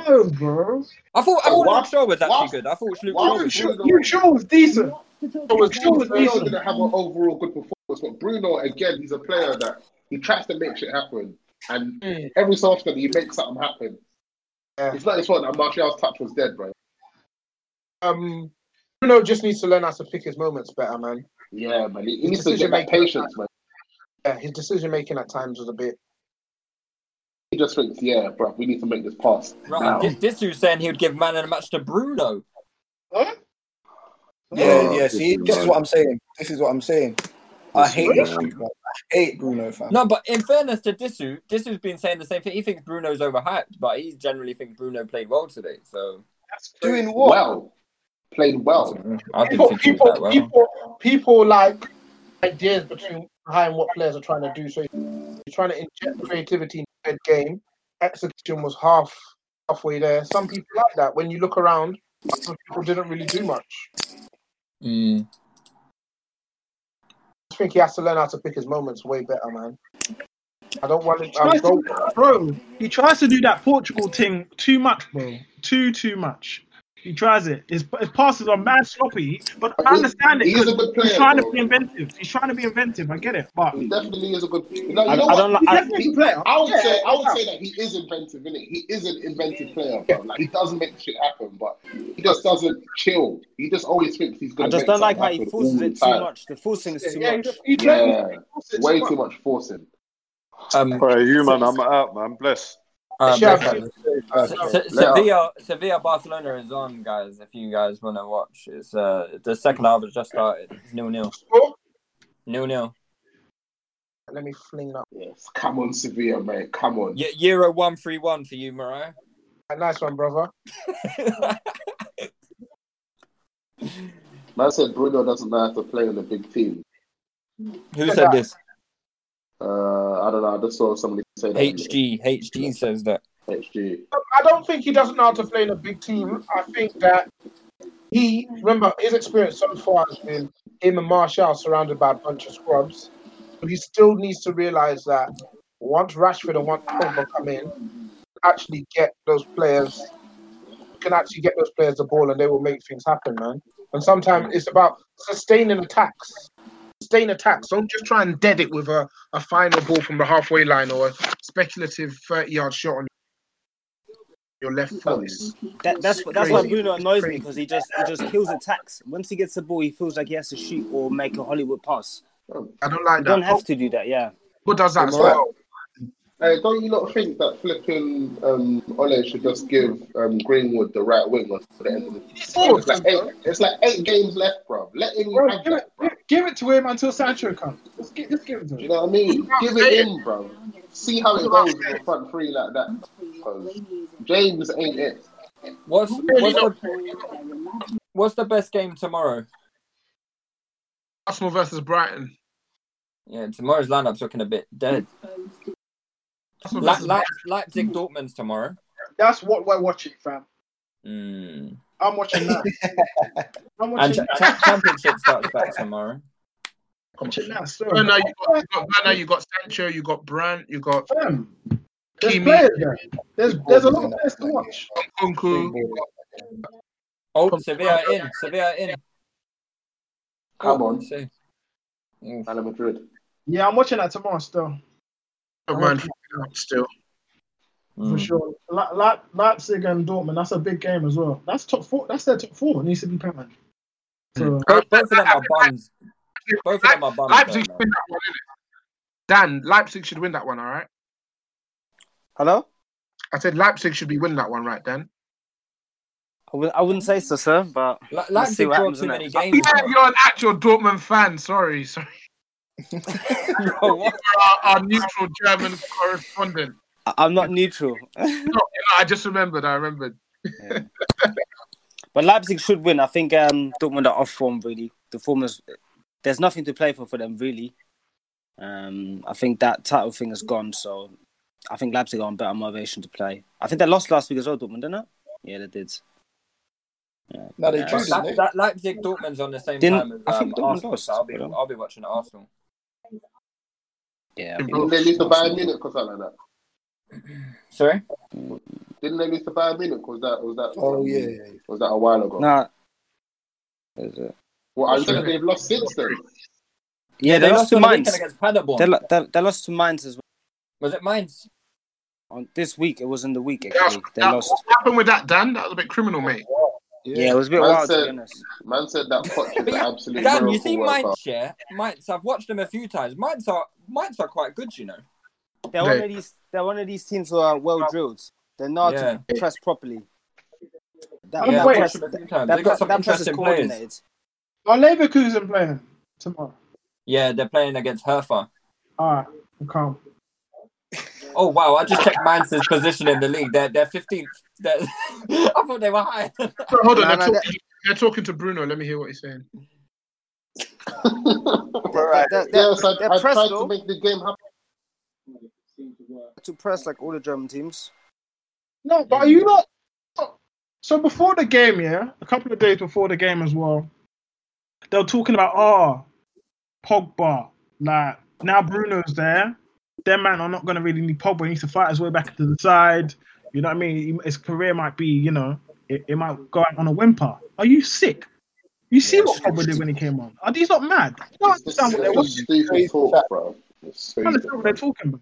[SPEAKER 13] No, bro.
[SPEAKER 7] I thought I
[SPEAKER 21] Oh,
[SPEAKER 7] thought
[SPEAKER 21] why-
[SPEAKER 7] Luke Shaw was actually
[SPEAKER 21] why-
[SPEAKER 7] good. I thought Luke
[SPEAKER 21] why
[SPEAKER 7] Shaw
[SPEAKER 21] would
[SPEAKER 7] was
[SPEAKER 21] you-
[SPEAKER 7] good.
[SPEAKER 13] Luke Shaw was decent.
[SPEAKER 21] But
[SPEAKER 13] Shaw was
[SPEAKER 21] Bruno
[SPEAKER 13] decent.
[SPEAKER 21] didn't have an overall good performance. But Bruno, again, he's a player that he tries to make shit happen, and every so often he makes something happen. It's like this one. And Martial's touch was dead, bro.
[SPEAKER 6] Um, Bruno just needs to learn how to pick his moments better, man.
[SPEAKER 21] Yeah, man. He, he
[SPEAKER 6] His
[SPEAKER 21] needs to get that
[SPEAKER 6] decision-making
[SPEAKER 21] patience, man.
[SPEAKER 6] Yeah, his decision making at times was a bit.
[SPEAKER 21] He just thinks, yeah, bro, we need to make this pass.
[SPEAKER 7] Right,
[SPEAKER 21] now.
[SPEAKER 7] this, this dude's saying he would give man of the match to Bruno.
[SPEAKER 21] Oh,
[SPEAKER 8] Yeah, yeah. See,
[SPEAKER 21] good
[SPEAKER 8] this is
[SPEAKER 21] man.
[SPEAKER 8] what I'm saying. This is what I'm saying. I
[SPEAKER 21] This
[SPEAKER 8] hate
[SPEAKER 21] man.
[SPEAKER 8] this shit, bro. I hate Bruno, fam.
[SPEAKER 7] No, but in fairness to Disu, Disu's been saying the same thing. He thinks Bruno's overhyped, but he generally thinks Bruno played well today. So
[SPEAKER 13] Doing
[SPEAKER 21] what? Well, played well.
[SPEAKER 7] I didn't
[SPEAKER 13] People,
[SPEAKER 7] think he was that
[SPEAKER 13] people, people,
[SPEAKER 7] well.
[SPEAKER 13] people like ideas between behind what players are trying to do. So he's trying to inject creativity in the game. Execution was half halfway there. Some people like that. When you look around, other people didn't really do much.
[SPEAKER 7] Mm.
[SPEAKER 6] I think he has to learn how to pick his moments way better, man. I don't want to.
[SPEAKER 13] tries
[SPEAKER 6] I'm go-
[SPEAKER 13] to- bro, he tries to do that Portugal thing too much, bro. Too, too much. He tries it. His, his passes are mad sloppy, but I understand it.
[SPEAKER 21] He's a
[SPEAKER 13] 'cause
[SPEAKER 21] good player,
[SPEAKER 13] He's trying
[SPEAKER 21] bro.
[SPEAKER 13] to be inventive. He's trying to be inventive. I get it, but
[SPEAKER 21] He definitely is a good. No, you
[SPEAKER 13] I-
[SPEAKER 21] know
[SPEAKER 13] I
[SPEAKER 21] what?
[SPEAKER 13] don't like-
[SPEAKER 21] He's
[SPEAKER 13] I-
[SPEAKER 21] definitely a good player. I would
[SPEAKER 13] Yeah,
[SPEAKER 21] say I would
[SPEAKER 13] yeah.
[SPEAKER 21] say that he is inventive, innit? He is an inventive player, bro. Like he does make shit happen, but he just doesn't chill. He just always thinks he's
[SPEAKER 12] I
[SPEAKER 21] gonna.
[SPEAKER 12] just
[SPEAKER 21] make
[SPEAKER 12] don't like
[SPEAKER 21] something
[SPEAKER 12] how he
[SPEAKER 21] happen
[SPEAKER 12] forces
[SPEAKER 21] all
[SPEAKER 12] it
[SPEAKER 21] the
[SPEAKER 12] too
[SPEAKER 21] time.
[SPEAKER 12] much. The forcing is too
[SPEAKER 21] Yeah,
[SPEAKER 12] much.
[SPEAKER 21] Yeah, way too much forcing.
[SPEAKER 7] Um,
[SPEAKER 10] Sorry, you man, I'm out, man. Bless.
[SPEAKER 7] Uh,
[SPEAKER 10] Bless
[SPEAKER 7] bless
[SPEAKER 10] you.
[SPEAKER 12] Uh,
[SPEAKER 7] Se- Se-
[SPEAKER 10] Let
[SPEAKER 7] Sevilla, Sevilla, Barcelona is on, guys. If you guys want to watch, it's uh the second half has just started. It's nil nil. Nil nil.
[SPEAKER 6] Let me fling it up.
[SPEAKER 21] Yes. Come on, Sevilla, mate. Come on.
[SPEAKER 7] Ye- Euro one three one for you, Mariah.
[SPEAKER 6] Nice one, brother.
[SPEAKER 21] Man said Bruno doesn't know how to play on a big team.
[SPEAKER 7] Who said this?
[SPEAKER 21] Uh, I don't know. I just saw somebody say that.
[SPEAKER 7] HG HG says that.
[SPEAKER 21] HG.
[SPEAKER 6] I don't think he doesn't know how to play in a big team. I think that he remember his experience so far has been him and Marshall surrounded by a bunch of scrubs, but he still needs to realize that once Rashford and once Pogba come in, actually get those players can actually get those players the ball and they will make things happen, man. And sometimes it's about sustaining attacks.
[SPEAKER 13] sustain attacks. Don't just try and dead it with a, a final ball from the halfway line or a speculative 30 yard shot on your left foot. It's-
[SPEAKER 12] That, that's what- that's why
[SPEAKER 13] Crazy.
[SPEAKER 12] Bruno annoys me because he just he just kills attacks. Once he gets the ball, he feels like he has to shoot or make a Hollywood pass.
[SPEAKER 13] I don't like
[SPEAKER 12] you Don't
[SPEAKER 13] that.
[SPEAKER 12] have to do that. Yeah.
[SPEAKER 13] Who does
[SPEAKER 21] that as well? Hey, uh, don't you lot think that flipping um, Ole should just give um, Greenwood the right wing on the end of the it's like, eight, it's like eight games left, bro. Let him have that, bro.
[SPEAKER 13] Give it to him until Sancho comes. Let's give, let's give it to him.
[SPEAKER 21] You know what I mean? Give it in, bro. See how it goes with the front three like that. 'Cause James ain't it.
[SPEAKER 7] What's what's the, what's the best game tomorrow?
[SPEAKER 13] Arsenal versus Brighton.
[SPEAKER 7] Yeah, tomorrow's lineup's looking a bit dead. Le- Le- Leipzig Dortmund's tomorrow.
[SPEAKER 13] That's what we're watching, fam.
[SPEAKER 7] Mm.
[SPEAKER 13] I'm watching that. I'm
[SPEAKER 7] And
[SPEAKER 13] watching
[SPEAKER 7] cha- cha- Championship starts back tomorrow.
[SPEAKER 13] that. Well, now you got, you got, well, now you got Sancho, you got Brandt, you got
[SPEAKER 6] There's
[SPEAKER 13] Kimi.
[SPEAKER 6] players there. There's there's a lot of
[SPEAKER 13] players to watch. Kunku.
[SPEAKER 7] Oh, Sevilla in. Sevilla in. Oh,
[SPEAKER 21] Come on.
[SPEAKER 7] Real
[SPEAKER 21] Madrid.
[SPEAKER 13] Yeah, I'm watching that tomorrow still.
[SPEAKER 27] Don't mind fucking up still.
[SPEAKER 13] for sure. Le- Le- Leipzig and Dortmund, that's a big game as well. That's top four. That's their top four. It needs to be planned.
[SPEAKER 27] Hmm.
[SPEAKER 13] So,
[SPEAKER 7] Both, both of them are bums. Both of them are bums.
[SPEAKER 13] Leipzig
[SPEAKER 7] though,
[SPEAKER 13] should win that one, innit? Dan, Leipzig should win that one, all right?
[SPEAKER 12] Hello.
[SPEAKER 13] I said Leipzig should be winning that one, right, Dan?
[SPEAKER 12] I w- I wouldn't say so, sir, but let's see what happens. innit?
[SPEAKER 13] Yeah, you're an actual Dortmund fan. Sorry, sorry.
[SPEAKER 12] our,
[SPEAKER 13] our neutral German correspondent.
[SPEAKER 12] I- I'm not neutral,
[SPEAKER 13] No, you know, I just remembered. I remembered.
[SPEAKER 12] but Leipzig should win. I think um, Dortmund are off form really. The form is there's nothing to play for for them really. Um, I think that title thing is gone, so I think Leipzig are on better motivation to play. I think they lost last week as well, Dortmund, didn't they? Yeah, they did. Yeah. uh,
[SPEAKER 8] No, they
[SPEAKER 12] Yeah.
[SPEAKER 8] drew,
[SPEAKER 7] That, that Leipzig Dortmund's on the same
[SPEAKER 12] Didn't-
[SPEAKER 7] time as
[SPEAKER 12] I
[SPEAKER 7] um,
[SPEAKER 12] think Dortmund
[SPEAKER 7] Arsenal,
[SPEAKER 12] lost,
[SPEAKER 7] so I'll be,
[SPEAKER 12] but, um,
[SPEAKER 7] I'll be watching Arsenal.
[SPEAKER 12] Yeah.
[SPEAKER 21] Didn't they lose to Bayern Munich or something like
[SPEAKER 12] Sorry?
[SPEAKER 21] that? Didn't they lose to Bayern Munich? Was that was that?
[SPEAKER 12] Oh, yeah, yeah,
[SPEAKER 21] Was that a while ago?
[SPEAKER 12] Nah. Is it?
[SPEAKER 21] Well, I'm saying they've lost since then.
[SPEAKER 12] Yeah, they, lost, to
[SPEAKER 21] on the
[SPEAKER 12] Mainz.
[SPEAKER 21] weekend against Paderborn.
[SPEAKER 12] They, lo- they, they lost to Mainz as well.
[SPEAKER 7] Was it Mainz?
[SPEAKER 12] On this week, it was in the week
[SPEAKER 6] That's-
[SPEAKER 12] actually. They
[SPEAKER 6] that-
[SPEAKER 12] lost.
[SPEAKER 6] What happened with that, Dan? That was a bit criminal, mate.
[SPEAKER 12] Yeah, it was a bit
[SPEAKER 21] Man
[SPEAKER 12] wild to
[SPEAKER 21] said-
[SPEAKER 12] be honest.
[SPEAKER 21] Man said that Poch is an absolute
[SPEAKER 7] Dan,
[SPEAKER 21] miracle
[SPEAKER 7] you see
[SPEAKER 21] worker.
[SPEAKER 7] Mainz, yeah? Mainz, I've watched them a few times. Mainz are, Mainz are quite good, you know.
[SPEAKER 12] They're one of these. They're one of these teams who are well drilled. They know how to
[SPEAKER 7] Yeah.
[SPEAKER 12] press properly. That,
[SPEAKER 7] Yeah,
[SPEAKER 12] that
[SPEAKER 7] I've
[SPEAKER 12] press,
[SPEAKER 7] watched them a few
[SPEAKER 12] that,
[SPEAKER 7] times. They've
[SPEAKER 12] that,
[SPEAKER 7] got some
[SPEAKER 12] that press is
[SPEAKER 7] interesting players.
[SPEAKER 12] coordinated.
[SPEAKER 13] Are Oh, Leverkusen playing tomorrow?
[SPEAKER 7] Yeah, they're playing against Hertha.
[SPEAKER 13] All right, I'm calm.
[SPEAKER 7] Oh, wow. I just checked Mainz's position in the league. They're, they're 15th. They're, I thought they were higher.
[SPEAKER 6] Hold on,
[SPEAKER 7] No,
[SPEAKER 6] they're,
[SPEAKER 7] no,
[SPEAKER 6] talking, they're talking to Bruno. Let me hear what he's saying.
[SPEAKER 21] Right. Yes, I, I tried to make the game happen.
[SPEAKER 12] to press like all the German teams.
[SPEAKER 13] No, but are you not? So before the game, yeah, a couple of days before the game as well, they were talking about oh, Pogba. Like now Bruno's there. Their man are not going to really need Pogba. He needs to fight his way back to the side. You know what I mean? His career might be, you know, it, it might go out on a whimper. Are you sick? You see what Pogba did when he came on? Are these not mad? I don't understand what they're
[SPEAKER 21] It's
[SPEAKER 13] watching.
[SPEAKER 21] stupid talk, bro. It's
[SPEAKER 13] I don't
[SPEAKER 21] stupid.
[SPEAKER 13] understand what they're talking about.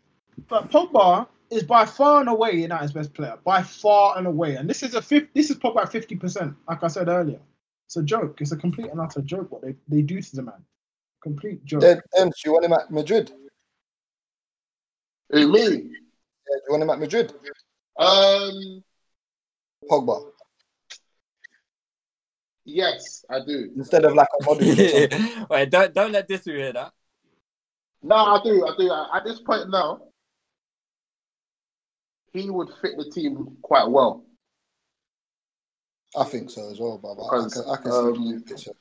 [SPEAKER 13] But Pogba is by far and away United's best player, by far and away. And this is a fifth. This is Pogba at fifty percent, like I said earlier. It's a joke. It's a complete and utter joke what they, they do to the man. Complete joke.
[SPEAKER 8] Then, um, do you want him at Madrid?
[SPEAKER 21] Who, me?
[SPEAKER 8] Yeah, do you want him at Madrid?
[SPEAKER 21] Um,
[SPEAKER 8] Pogba.
[SPEAKER 21] Yes, I do.
[SPEAKER 8] Instead of like a modern.
[SPEAKER 7] Wait, don't, don't let this hear that.
[SPEAKER 21] No, I do. I do. At this point now, he would fit the team quite well.
[SPEAKER 8] I think so as well, Baba. I
[SPEAKER 21] Because,
[SPEAKER 8] can, I can
[SPEAKER 21] um,
[SPEAKER 8] see the picture.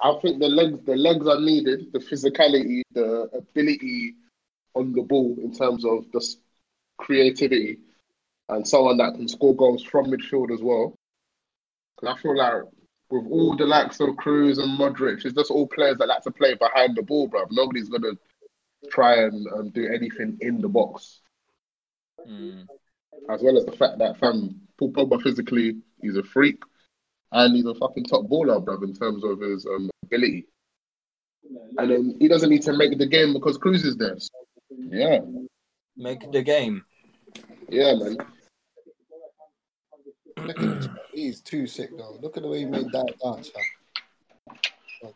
[SPEAKER 21] I think the legs, the legs are needed, the physicality, the ability on the ball in terms of the s- creativity, and someone that can score goals from midfield as well. Because I feel like with all the likes of Cruz and Modric, it's just all players that like to play behind the ball, bruv. Nobody's gonna try and um, do anything in the box. As well as the fact that fam Paul Pogba physically, he's a freak, and he's a fucking top baller, bruv, in terms of his um, ability. And then he doesn't need to make the game because Cruz is there. So, yeah,
[SPEAKER 7] Make the game.
[SPEAKER 21] yeah, man.
[SPEAKER 8] He's too sick though. Look at the way he made that dance. Man.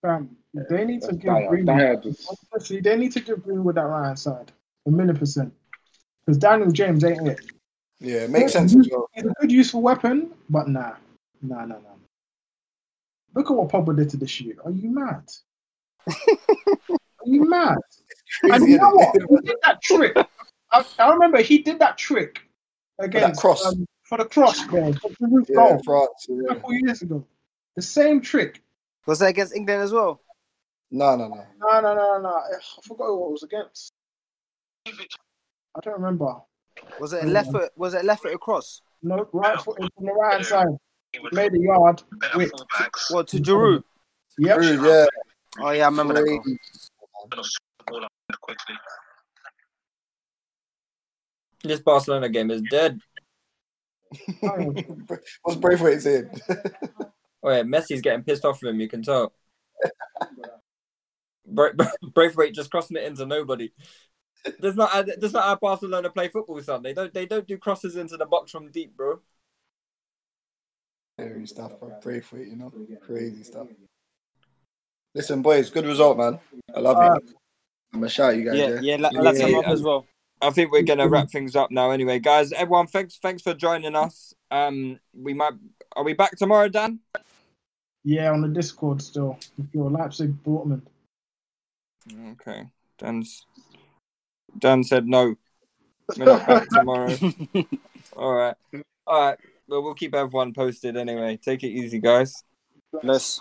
[SPEAKER 13] Fam, they need to
[SPEAKER 8] That's
[SPEAKER 13] give
[SPEAKER 8] dire-
[SPEAKER 21] dire
[SPEAKER 13] Greenwood. Honestly, they need to give Greenwood that right hand side. A million percent. Because Daniel James ain't it.
[SPEAKER 8] Yeah, it makes
[SPEAKER 13] Yeah,
[SPEAKER 8] sense as well.
[SPEAKER 13] He's a good useful weapon, but nah. Nah, nah, nah. Look at what Pogba did to this year. Are you mad? Are you mad? And you know what? He did that trick. I, I remember he did that trick against
[SPEAKER 8] cross.
[SPEAKER 13] um, for the cross goal. For the roof
[SPEAKER 8] Yeah,
[SPEAKER 13] goal.
[SPEAKER 8] France.
[SPEAKER 13] A
[SPEAKER 8] Yeah.
[SPEAKER 13] couple years ago. The same trick.
[SPEAKER 12] Was that against England as well?
[SPEAKER 8] No, no, no.
[SPEAKER 13] No, no, no, no. Ugh, I forgot who it was against. I don't remember.
[SPEAKER 12] Was it a left foot? Was it a left foot across?
[SPEAKER 13] No, right foot from the right hand side. Made a yard. Wait.
[SPEAKER 12] What to Giroud?
[SPEAKER 13] Yep.
[SPEAKER 8] yeah.
[SPEAKER 12] Oh yeah, I remember that. Goal.
[SPEAKER 7] This Barcelona game is dead.
[SPEAKER 8] What's Braithwaite saying?
[SPEAKER 7] Oh yeah, Messi's getting pissed off of him. You can tell. Bra- Bra- Braithwaite just crossing it into nobody. That's not how- that's not how Barcelona play football, son. They don't they don't do crosses into the box from deep, bro.
[SPEAKER 8] Scary stuff, bro. Braithwaite, you know, crazy stuff. Listen, boys, good result, man. I love
[SPEAKER 7] Uh,
[SPEAKER 8] it. I'm gonna shout you guys. Yeah,
[SPEAKER 7] well. I think we're
[SPEAKER 8] Mm-hmm.
[SPEAKER 7] gonna wrap things up now. Anyway, guys, everyone, thanks thanks for joining us. Um, we might are we back tomorrow, Dan?
[SPEAKER 13] Yeah, on the Discord still. If you're Leipzig Dortmund.
[SPEAKER 7] Okay, Dan's Dan said no. We're not back tomorrow. All right, all right. Well, we'll keep everyone posted anyway. Take it easy, guys.
[SPEAKER 12] Bless.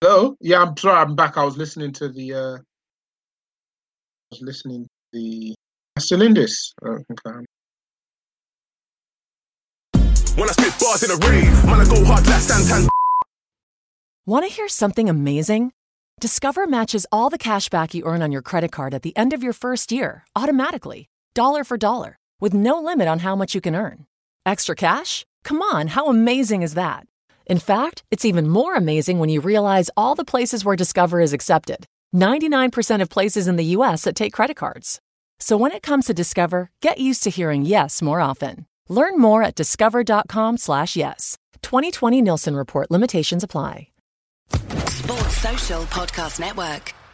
[SPEAKER 6] Hello. Yeah, I'm sorry. I'm back. I was listening to the. Uh, I was listening to the. I'm still in this. I don't think I'm-
[SPEAKER 4] When I spit bars in the rave, man, I go hard like Santan.
[SPEAKER 15] Want to hear something amazing? Discover matches all the cash back you earn on your credit card at the end of your first year automatically, dollar for dollar, with no limit on how much you can earn. Extra cash? Come on, how amazing is that? In fact, it's even more amazing when you realize all the places where Discover is accepted 99% of places in the US that take credit cards. So when it comes to Discover, get used to hearing yes more often. Learn more at discover.com/slash yes. 2020 Nielsen Report limitations apply.
[SPEAKER 17] Sports Social Podcast Network.